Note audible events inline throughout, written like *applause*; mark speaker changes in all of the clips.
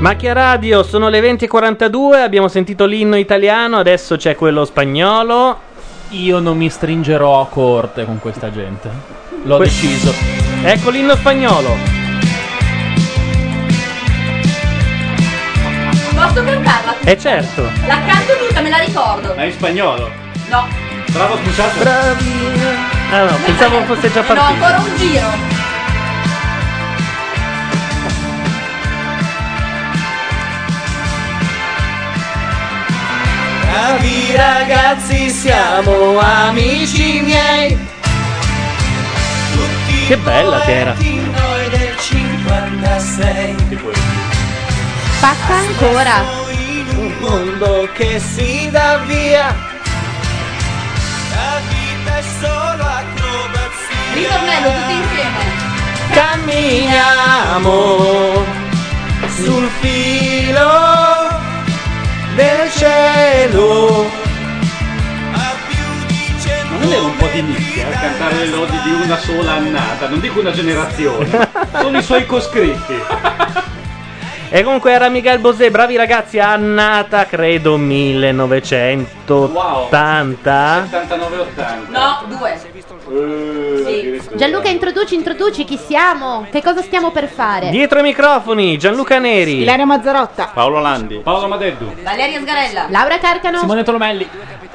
Speaker 1: Macchia Radio, sono le 20.42, abbiamo sentito l'inno italiano, adesso c'è quello spagnolo.
Speaker 2: Io non mi stringerò a corte con questa gente. L'ho
Speaker 1: Que-
Speaker 2: deciso.
Speaker 1: Ecco l'inno spagnolo.
Speaker 3: Posso cantarla?
Speaker 1: E certo.
Speaker 3: La canto tutta, me la ricordo.
Speaker 1: in spagnolo.
Speaker 3: No.
Speaker 1: Bravo scusato. Ah no, pensavo fosse già
Speaker 3: Eh no,
Speaker 1: partito.
Speaker 3: ancora un giro.
Speaker 4: Bravi ragazzi, siamo amici miei.
Speaker 1: Che bella che era.
Speaker 4: Tutti noi del 56.
Speaker 3: Passa ancora.
Speaker 4: Un mondo che si dà via. La vita è solo acrobazia.
Speaker 3: Ritornello tutti insieme.
Speaker 4: Camminiamo sul filo del
Speaker 5: *laughs*
Speaker 4: cielo.
Speaker 6: Non è un po' di nicchia eh, cantare le lodi di una sola annata, non dico una generazione, sono i suoi coscritti.
Speaker 1: E comunque era Miguel Bosé, bravi ragazzi, annata credo
Speaker 7: Ah?
Speaker 1: 1980.
Speaker 6: 79-80.
Speaker 3: No, due.
Speaker 8: Eh,
Speaker 9: Gianluca, introduci, introduci chi siamo, che cosa stiamo per fare.
Speaker 1: Dietro ai microfoni, Gianluca Neri.
Speaker 9: Ilaria Mazzarotta.
Speaker 1: Paolo Landi.
Speaker 6: Paolo Madeddu.
Speaker 3: Valeria Sgarella.
Speaker 9: Laura Carcano.
Speaker 1: Simone Tolomelli.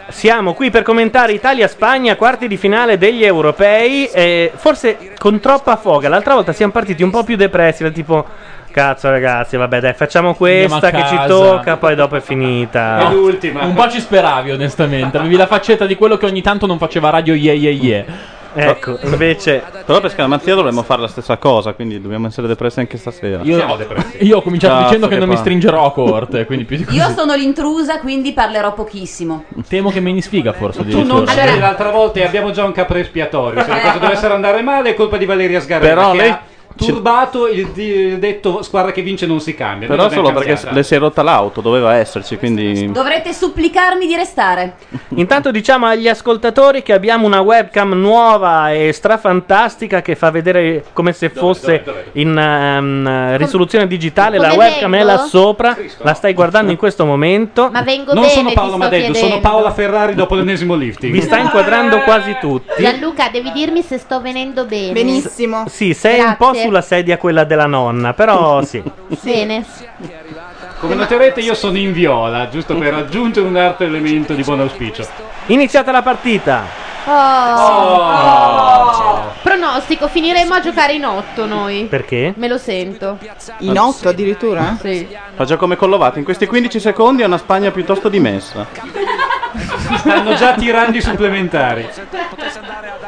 Speaker 1: Siamo qui per commentare Italia-Spagna, quarti di finale degli europei. E forse con troppa foga. L'altra volta siamo partiti un po' più depressi, del tipo. Cazzo, ragazzi, vabbè, dai, facciamo questa
Speaker 2: Andiamo
Speaker 1: che
Speaker 2: a
Speaker 1: ci
Speaker 2: casa."
Speaker 1: tocca, poi dopo è finita.
Speaker 2: No, Un po' ci speravi, onestamente. Avevi la faccetta di quello che ogni tanto non faceva radio ye ye ye.
Speaker 6: Eh,
Speaker 1: Ecco, invece.
Speaker 8: Però per scaramanzia dovremmo fare la stessa cosa, quindi dobbiamo essere depressi anche stasera.
Speaker 2: Io- Siamo depressi. io ho cominciato dicendo che non mi stringerò a corte, quindi più di
Speaker 3: Io sono l'intrusa, quindi parlerò
Speaker 6: Mm.
Speaker 3: pochissimo.
Speaker 2: Temo che me ne sfiga forse
Speaker 6: Tu
Speaker 2: addirittura.
Speaker 6: non c'eri l'altra volta e abbiamo già un capro espiatorio. Se le cose dovessero andare male è colpa di Valeria Sgarella
Speaker 8: Però
Speaker 6: che
Speaker 8: lei-
Speaker 6: ha turbato il di- detto squadra che vince non si cambia.
Speaker 8: Però
Speaker 6: Detto da
Speaker 8: solo perché
Speaker 6: incazziata.
Speaker 8: le si è rotta l'auto, doveva esserci, quindi...
Speaker 3: Dovrete supplicarmi di restare.
Speaker 1: Intanto diciamo agli ascoltatori che abbiamo una webcam nuova e strafantastica che fa vedere come se fosse in ehm, risoluzione digitale. La
Speaker 9: come
Speaker 1: webcam è
Speaker 9: vengo?
Speaker 1: là sopra, la stai guardando in questo momento.
Speaker 9: Ma vengo
Speaker 6: Non
Speaker 9: bene,
Speaker 6: sono
Speaker 9: ti
Speaker 6: Paolo
Speaker 9: sto
Speaker 6: Madeddu, sono
Speaker 9: chiedendo.
Speaker 6: Paola Ferrari dopo l'ennesimo lifting.
Speaker 1: Vi sta inquadrando quasi tutti.
Speaker 9: Gianluca, devi dirmi se sto venendo bene.
Speaker 1: Benissimo. Sì, sei un po'
Speaker 9: Grazie.
Speaker 1: sulla sedia quella della nonna, però sì.
Speaker 9: Bene.
Speaker 6: Come noterete io sono in viola, giusto per aggiungere un altro elemento di buon auspicio. Oh.
Speaker 1: Iniziata la partita.
Speaker 9: Oh. Pronostico, finiremo a giocare in otto noi.
Speaker 1: Perché?
Speaker 9: Me lo sento.
Speaker 8: In otto
Speaker 9: addirittura? Sì.
Speaker 8: Fa già come Collovato, in questi 15 secondi è una Spagna piuttosto dimessa.
Speaker 6: Stanno già tirando i supplementari.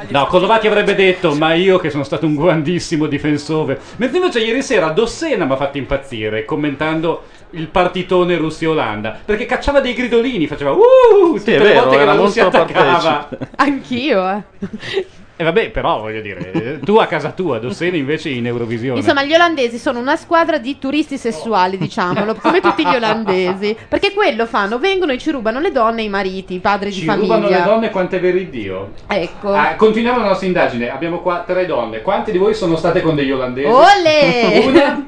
Speaker 6: No, Collovati avrebbe detto, ma io che sono stato un grandissimo difensore. Mentre invece ieri sera Dossena mi ha fatto impazzire commentando il partitone Russia-Olanda. Perché cacciava dei gridolini, faceva uh, tutte
Speaker 8: è
Speaker 6: le
Speaker 8: vero,
Speaker 6: volte che
Speaker 8: era
Speaker 6: la Russia
Speaker 8: molto
Speaker 6: attaccava.
Speaker 9: Anch'io, eh.
Speaker 6: E vabbè, però voglio dire, eh, tu a casa tua, Dossena invece in Eurovisione.
Speaker 9: Insomma, gli olandesi sono una squadra di turisti
Speaker 6: Oh.
Speaker 9: sessuali, diciamolo, come tutti gli olandesi.
Speaker 6: *laughs*
Speaker 9: Perché quello fanno, vengono e ci rubano le donne e i mariti, i padri
Speaker 6: Ci
Speaker 9: di famiglia.
Speaker 6: rubano le donne quante veri Dio.
Speaker 9: Ecco.
Speaker 6: Ah, continuiamo la nostra indagine. Abbiamo qua tre donne. Quante di voi sono state con degli olandesi?
Speaker 9: Olè!
Speaker 6: Una?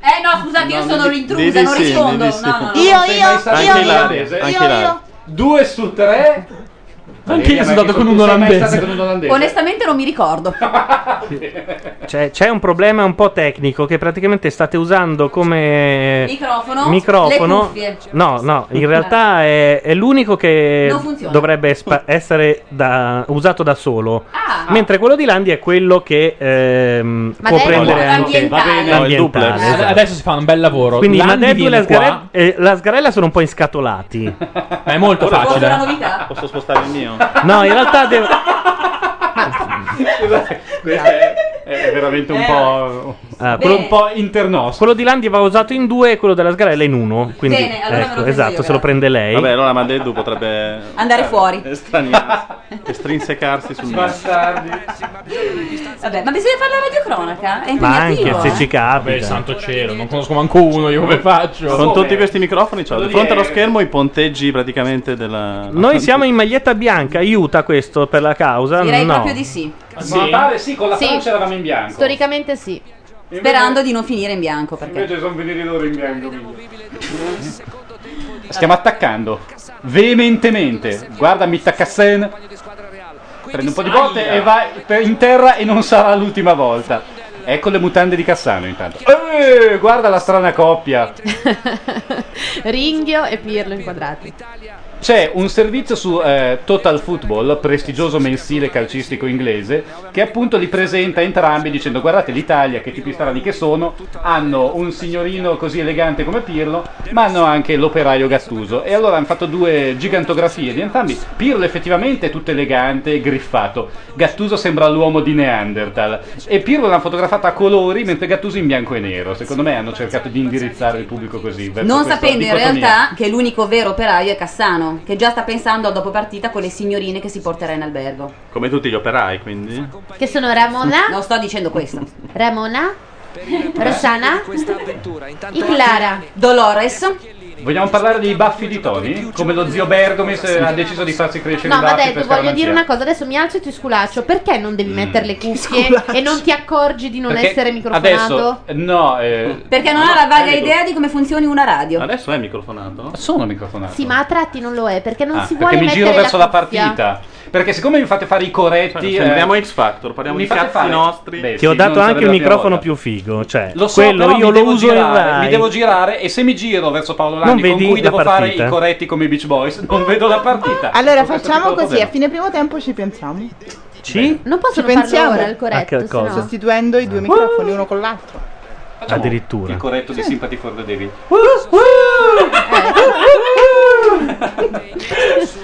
Speaker 3: Eh no, scusate, io
Speaker 6: No,
Speaker 3: sono
Speaker 6: di- di-
Speaker 3: l'intrusa,
Speaker 6: di
Speaker 3: non
Speaker 6: sì,
Speaker 3: rispondo.
Speaker 6: di- di sì.
Speaker 3: No, no, no.
Speaker 6: Io, Non sei io, mai stata io, io,
Speaker 8: olandese? io, Anche Ilaria. io.
Speaker 6: Due su tre?
Speaker 2: Anche io
Speaker 6: Valeria,
Speaker 2: sono
Speaker 6: ma
Speaker 2: andato con
Speaker 6: tu
Speaker 2: un
Speaker 6: sei mai
Speaker 2: olandese.
Speaker 6: stata con un olandese?
Speaker 3: Onestamente non mi ricordo.
Speaker 1: C'è, c'è un problema un po' tecnico che praticamente state usando come
Speaker 3: Microfono,
Speaker 1: microfono.
Speaker 3: le cuffie.
Speaker 1: No, no, in realtà è, è l'unico che
Speaker 3: Non funziona.
Speaker 1: dovrebbe spa- essere da- usato da solo.
Speaker 3: Ah.
Speaker 1: Mentre quello di Landi è quello che ehm,
Speaker 9: Ma
Speaker 1: può
Speaker 9: dai,
Speaker 1: prendere
Speaker 3: quello
Speaker 1: anche
Speaker 3: ambientale. Va bene,
Speaker 8: no, il duplex.
Speaker 1: l'ambientale. esatto.
Speaker 2: Adesso si fa un bel lavoro.
Speaker 1: Quindi
Speaker 2: Landi
Speaker 1: Madeddu e
Speaker 2: viene
Speaker 1: la,
Speaker 2: qua.
Speaker 1: Sgarella- e la Sgarella sono un po' inscatolati.
Speaker 2: Ma è molto
Speaker 3: Forse è una
Speaker 2: facile.
Speaker 3: novità.
Speaker 8: Posso spostare il mio?
Speaker 1: No, in realtà devo-
Speaker 6: Scusate, questo è, è veramente un
Speaker 1: Eh.
Speaker 6: po'.
Speaker 1: Ah,
Speaker 6: quello
Speaker 1: beh.
Speaker 6: un po' internos.
Speaker 1: Quello di Landi va usato in due e quello della sgarella in uno. Quindi,
Speaker 3: Bene, allora me lo
Speaker 1: ecco,
Speaker 3: prendo
Speaker 1: esatto,
Speaker 3: io,
Speaker 1: se lo
Speaker 3: grazie.
Speaker 1: prende lei.
Speaker 8: Vabbè, allora Madeddu potrebbe
Speaker 3: Andare fuori.
Speaker 8: estraniarsi, estrinsecarsi sul
Speaker 6: Bastardi.
Speaker 3: Vabbè, ma bisogna fare la radiocronaca? È
Speaker 1: Ma anche
Speaker 3: impegnativo.
Speaker 1: se
Speaker 3: eh.
Speaker 1: ci capita.
Speaker 2: Beh, santo cielo, non conosco manco uno, io come faccio?
Speaker 8: Con tutti questi microfoni, c'ho di
Speaker 1: Quello
Speaker 8: fronte
Speaker 1: di-
Speaker 8: allo schermo i ponteggi praticamente della.
Speaker 1: Noi siamo in maglietta bianca, aiuta questo per la causa?
Speaker 3: Direi
Speaker 1: no.
Speaker 3: proprio di sì.
Speaker 6: Ma pare sì, con la
Speaker 9: Sì.
Speaker 6: Francia eravamo in bianco.
Speaker 9: Storicamente sì.
Speaker 3: Sperando di non finire in bianco perché.
Speaker 6: Invece sono venuti loro in bianco. Mm? Stiamo attaccando veementemente. Guarda Mittakassen. Prende un po' di botte e va per- in terra e non sarà l'ultima volta. Ecco le mutande di Cassano intanto. Eh, guarda la strana coppia.
Speaker 9: Ringhio e Pirlo inquadrati.
Speaker 6: C'è un servizio su eh, Total Football, prestigioso mensile calcistico inglese, che appunto li presenta entrambi dicendo guardate l'Italia, che tipi strani che sono, hanno un signorino così elegante come Pirlo, ma hanno anche l'operaio Gattuso. E allora hanno fatto due gigantografie di entrambi. Pirlo effettivamente è tutto elegante e griffato, Gattuso sembra l'uomo di Neanderthal. E Pirlo l'hanno fotografata a colori, mentre Gattuso in bianco e nero. Secondo me hanno cercato di indirizzare il pubblico così. verso
Speaker 3: Non
Speaker 6: questa
Speaker 3: sapendo in
Speaker 6: dicotomia.
Speaker 3: realtà che l'unico vero operaio è Cassano, che già sta pensando a dopo partita con le signorine che si porterà in albergo.
Speaker 8: Come tutti gli operai, quindi.
Speaker 9: Che sono Ramona,
Speaker 3: Non sto dicendo questo.
Speaker 9: Ramona, Rossana e Clara.
Speaker 3: Dolores.
Speaker 6: Vogliamo parlare dei baffi di Tony? Come lo zio Bergomis ha deciso di farsi crescere
Speaker 9: No,
Speaker 6: i
Speaker 9: ma
Speaker 6: baffi
Speaker 9: detto,
Speaker 6: per
Speaker 9: voglio dire
Speaker 6: scaramanzia.
Speaker 9: una cosa. Adesso mi alzo e ti sculaccio. Perché non devi mettere
Speaker 6: *laughs*
Speaker 9: le cuffie e non ti accorgi di non
Speaker 6: Perché
Speaker 9: essere microfonato?
Speaker 6: Adesso, no, eh,
Speaker 3: Perché non
Speaker 6: No,
Speaker 3: ha la vaga
Speaker 6: prego.
Speaker 3: idea di come funzioni una radio.
Speaker 8: Adesso è microfonato?
Speaker 6: Sono microfonato.
Speaker 9: Sì, ma a tratti non lo è perché non
Speaker 6: Ah,
Speaker 9: si vuole
Speaker 6: perché mi
Speaker 9: mettere
Speaker 6: giro verso la
Speaker 9: cuffia.
Speaker 6: partita. Perché siccome mi fate fare i coretti.
Speaker 8: Cioè, sembriamo
Speaker 6: eh,
Speaker 8: X Factor, parliamo
Speaker 6: mi
Speaker 8: di
Speaker 6: fate
Speaker 8: cazzi
Speaker 6: fare-
Speaker 8: nostri.
Speaker 6: Beh,
Speaker 1: Ti ho
Speaker 6: Eh, sì,
Speaker 1: dato
Speaker 6: non
Speaker 1: anche
Speaker 6: sarebbe
Speaker 1: il
Speaker 6: la prima
Speaker 1: microfono
Speaker 6: volta.
Speaker 1: più figo. Cioè,
Speaker 6: Lo so,
Speaker 1: quello
Speaker 6: però
Speaker 1: io
Speaker 6: mi
Speaker 1: lo
Speaker 6: devo
Speaker 1: uso
Speaker 6: girare,
Speaker 1: in Rai.
Speaker 6: Mi devo girare e se mi giro verso Paolo
Speaker 1: Non
Speaker 6: Landi con
Speaker 1: vedi
Speaker 6: cui
Speaker 1: la
Speaker 6: devo fare
Speaker 1: partita.
Speaker 6: i coretti come i Beach Boys, non vedo la partita.
Speaker 10: Allora
Speaker 6: Ho questo
Speaker 10: facciamo
Speaker 6: piccolo
Speaker 10: così, a
Speaker 6: problema.
Speaker 10: fine primo tempo ci pensiamo.
Speaker 1: Ci?
Speaker 9: Non
Speaker 10: Ci
Speaker 9: possono farlo
Speaker 10: pensiamo.
Speaker 9: ora al
Speaker 1: Ah, che
Speaker 9: corretto, se
Speaker 1: cosa?
Speaker 9: no.
Speaker 10: Sostituendo i due microfoni uno con l'altro.
Speaker 6: Facciamo
Speaker 1: Addirittura.
Speaker 6: Il corretto di Sympathy for the Devil.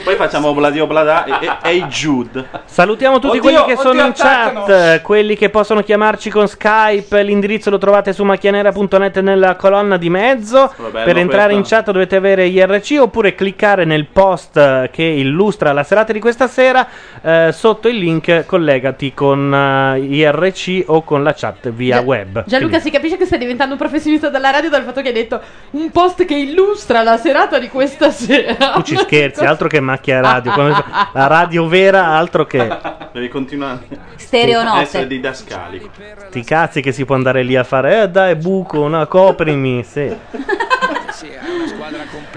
Speaker 8: Poi facciamo obladi oblada e, e, e i Jude.
Speaker 1: Salutiamo tutti
Speaker 6: Oddio,
Speaker 1: quelli che
Speaker 6: oddio,
Speaker 1: sono in
Speaker 6: attaccano!
Speaker 1: chat, quelli che possono chiamarci con Skype. L'indirizzo lo trovate su macchianera.net nella colonna di mezzo.
Speaker 8: bello
Speaker 1: per entrare in
Speaker 8: questo.
Speaker 1: chat dovete avere IRC oppure cliccare nel post eh, che illustra la serata di questa sera. eh, sotto il link collegati con eh, IRC o con la chat via web.
Speaker 9: Gianluca si capisce che stai diventando un professionista della radio dal fatto che hai detto un post che illustra la serata di questa sera.
Speaker 1: Tu ci
Speaker 9: *laughs*
Speaker 1: scherzi, altro che macchia radio. Quando- La radio vera, altro
Speaker 8: *laughs*
Speaker 1: che.
Speaker 8: Devi continuare a essere
Speaker 3: Stereonote.
Speaker 8: didascalico.
Speaker 1: Sti cazzi che si può andare lì a fare. Eh dai, buco, no, coprimi. Sì.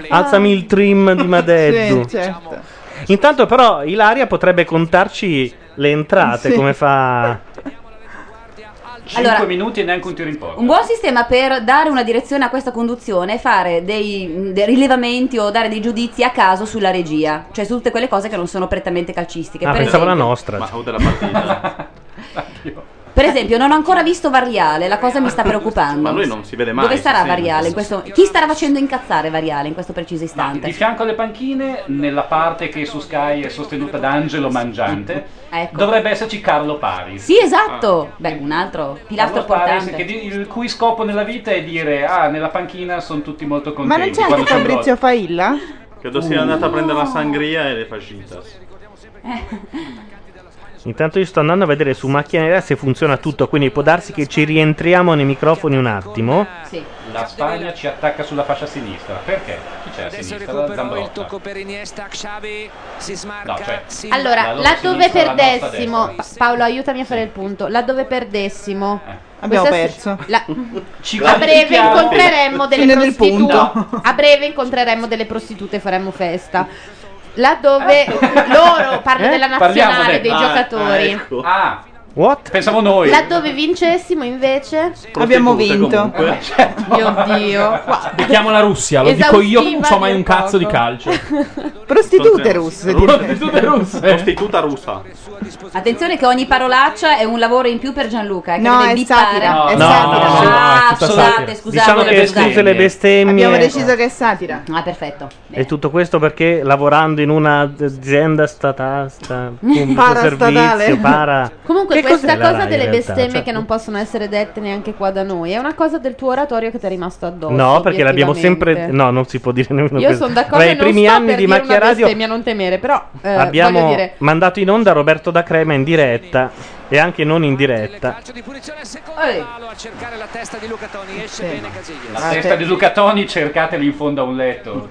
Speaker 1: Alzami il trim di Madeddu.
Speaker 10: Ah. *laughs* Sì,
Speaker 5: Diciamo,
Speaker 10: certo.
Speaker 1: Intanto, però, Ilaria potrebbe contarci le entrate
Speaker 10: Sì.
Speaker 1: come fa.
Speaker 6: 5
Speaker 3: Allora-
Speaker 6: minuti e neanche un tiro in porta.
Speaker 3: Un buon sistema per dare una direzione a questa conduzione è fare dei, dei rilevamenti o dare dei giudizi a caso sulla regia, cioè su tutte quelle cose che non sono prettamente calcistiche.
Speaker 1: Ah,
Speaker 3: per,
Speaker 1: pensavo la
Speaker 3: esempio,
Speaker 1: nostra.
Speaker 8: Ma o della partita.
Speaker 2: *laughs*
Speaker 3: per esempio, non ho ancora visto Variale, la cosa mi sta preoccupando.
Speaker 8: *laughs* Ma lui non si vede mai,
Speaker 3: Dove sarà
Speaker 8: sì, sì.
Speaker 3: Variale? in questo- Chi starà facendo incazzare Variale in questo preciso
Speaker 6: Di
Speaker 3: istante?
Speaker 6: fianco alle panchine, nella parte che su Sky è sostenuta da Angelo Mangiante,
Speaker 3: Ecco.
Speaker 6: dovrebbe esserci Carlo Paris.
Speaker 3: Sì, esatto. Beh, un altro pilastro
Speaker 6: Carlo Paris, che
Speaker 3: portante.
Speaker 6: di- il cui scopo nella vita è dire: Ah, nella panchina sono tutti molto contenti.
Speaker 10: Eh, Ma non c'è anche
Speaker 6: quando sono
Speaker 10: Fabrizio Failla?
Speaker 8: Credo sia andato a prendere la sangria e le fajitas.
Speaker 1: Intanto, io sto andando a vedere su macchia nera se funziona tutto. Quindi, può darsi che ci rientriamo nei microfoni un attimo.
Speaker 3: Sì.
Speaker 6: loro. La Spagna ci attacca sulla fascia sinistra. Perché? Chi c'è a sinistra? La Zambrotta.
Speaker 11: per Iniesta, Xavi si smarca.
Speaker 6: No, cioè,
Speaker 9: Allora,
Speaker 6: La loro
Speaker 9: laddove
Speaker 6: sinistra, la nostra
Speaker 9: perdessimo, Pa- Paolo, aiutami a fare il punto. Laddove perdessimo,
Speaker 10: Abbiamo
Speaker 9: Questa-
Speaker 10: perso.
Speaker 9: la-
Speaker 6: Ci
Speaker 9: a breve
Speaker 6: qualifichiamo.
Speaker 9: incontreremmo delle
Speaker 10: Fine del
Speaker 9: prostitute.
Speaker 10: punto.
Speaker 9: A breve incontreremmo delle prostitute e faremo festa. Laddove *laughs* loro parlo
Speaker 1: Eh?
Speaker 9: della
Speaker 6: Parliamo
Speaker 9: nazionale
Speaker 6: del-
Speaker 9: dei
Speaker 8: Ah,
Speaker 9: giocatori.
Speaker 8: ah, ecco.
Speaker 6: Ah,
Speaker 1: What?
Speaker 6: pensavo noi.
Speaker 9: Laddove vincessimo invece,
Speaker 10: Abbiamo
Speaker 8: Prostitute,
Speaker 10: vinto.
Speaker 8: comunque.
Speaker 9: mio dio, qua-
Speaker 2: Mettiamo la Russia, Cioè, lo dico io che non so mai un cazzo di
Speaker 8: *laughs*
Speaker 2: calcio.
Speaker 10: Prostitute russe. direi.
Speaker 2: Tutte russe.
Speaker 8: Prostituta russa.
Speaker 3: Attenzione che ogni parolaccia è un lavoro in più per Gianluca. eh, Che
Speaker 10: No,
Speaker 3: deve
Speaker 10: è
Speaker 3: bippare.
Speaker 10: satira. è
Speaker 1: No,
Speaker 10: satira.
Speaker 1: no, no.
Speaker 3: Ah,
Speaker 2: è tutta
Speaker 3: scusate,
Speaker 2: satira.
Speaker 3: scusate.
Speaker 1: Diciamo
Speaker 6: le
Speaker 1: che scuse
Speaker 6: bestemmie.
Speaker 1: le bestemmie.
Speaker 10: Abbiamo deciso che è satira.
Speaker 3: Ah, perfetto.
Speaker 1: E tutto questo perché lavorando in un'azienda statale, sta, pubblico
Speaker 10: Parastatale.
Speaker 1: servizio, para.
Speaker 9: Comunque
Speaker 2: Cioè,
Speaker 1: Che cos'è
Speaker 9: questa
Speaker 1: la
Speaker 9: cosa
Speaker 1: Rai,
Speaker 9: delle
Speaker 1: in realtà?
Speaker 9: bestemmie
Speaker 1: Cioè-
Speaker 9: che non possono essere dette neanche qua da noi è una cosa del tuo oratorio che ti è rimasto addosso.
Speaker 1: No, perché l'abbiamo sempre.
Speaker 9: obiettivamente.
Speaker 1: No, non si può dire nemmeno
Speaker 9: Io
Speaker 1: questo.
Speaker 9: sono d'accordo.
Speaker 1: Tra
Speaker 9: non
Speaker 1: i primi
Speaker 9: sto
Speaker 1: anni
Speaker 9: per
Speaker 1: di
Speaker 9: dire
Speaker 1: Macchia
Speaker 9: una
Speaker 1: Radio
Speaker 9: bestemmia, non temere, però eh,
Speaker 1: abbiamo
Speaker 9: voglio dire.
Speaker 1: mandato in onda Roberto da Crema in diretta e anche non in diretta.
Speaker 11: a cercare la testa di Luca Toni esce bene Casillas
Speaker 6: La
Speaker 1: Ah,
Speaker 6: testa di Luca Toni cercateli in fondo a un letto.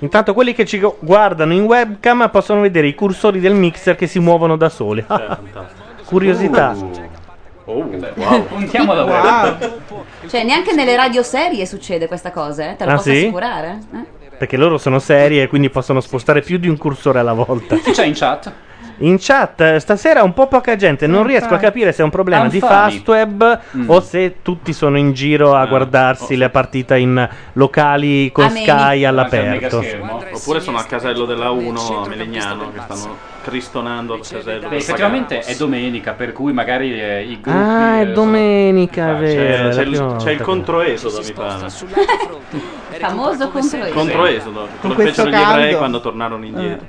Speaker 1: Intanto quelli che ci gu- guardano in webcam possono vedere i cursori del mixer che si muovono da soli. *laughs* Curiosità.
Speaker 6: Oh, *laughs* wow. Puntiamo alla
Speaker 1: Wow.
Speaker 6: web.
Speaker 3: Cioè, neanche nelle radioserie succede questa cosa, eh? te lo
Speaker 1: Ah,
Speaker 3: posso
Speaker 1: sì?
Speaker 3: assicurare. eh?
Speaker 1: Perché loro sono serie e quindi possono spostare più di un cursore alla volta.
Speaker 6: Chi c'è in chat?
Speaker 1: In chat eh, stasera un po' poca gente, non riesco a capire se è un problema di
Speaker 6: Anfami.
Speaker 1: Fastweb
Speaker 6: Mm.
Speaker 1: o se tutti sono in giro
Speaker 6: Ah,
Speaker 1: a
Speaker 6: oh,
Speaker 1: guardarsi la partita in locali con
Speaker 8: Ameni.
Speaker 1: Sky
Speaker 8: Anche al
Speaker 1: all'aperto.
Speaker 8: Oppure sono al casello della 1 a Melegnano che stanno cristonando il casello.
Speaker 6: Beh, effettivamente è domenica, per cui magari eh, i gruppi.
Speaker 1: Ah, è domenica, è vero.
Speaker 8: C'è, c'è
Speaker 1: è la prima
Speaker 8: il,
Speaker 1: volta
Speaker 8: c'è il
Speaker 1: che-
Speaker 8: controesodo, mi pare.
Speaker 3: Famoso controesodo.
Speaker 8: Controesodo. Lo
Speaker 3: questo
Speaker 8: fecero gli ebrei
Speaker 3: caldo.
Speaker 8: quando
Speaker 1: Eh.
Speaker 8: tornarono indietro.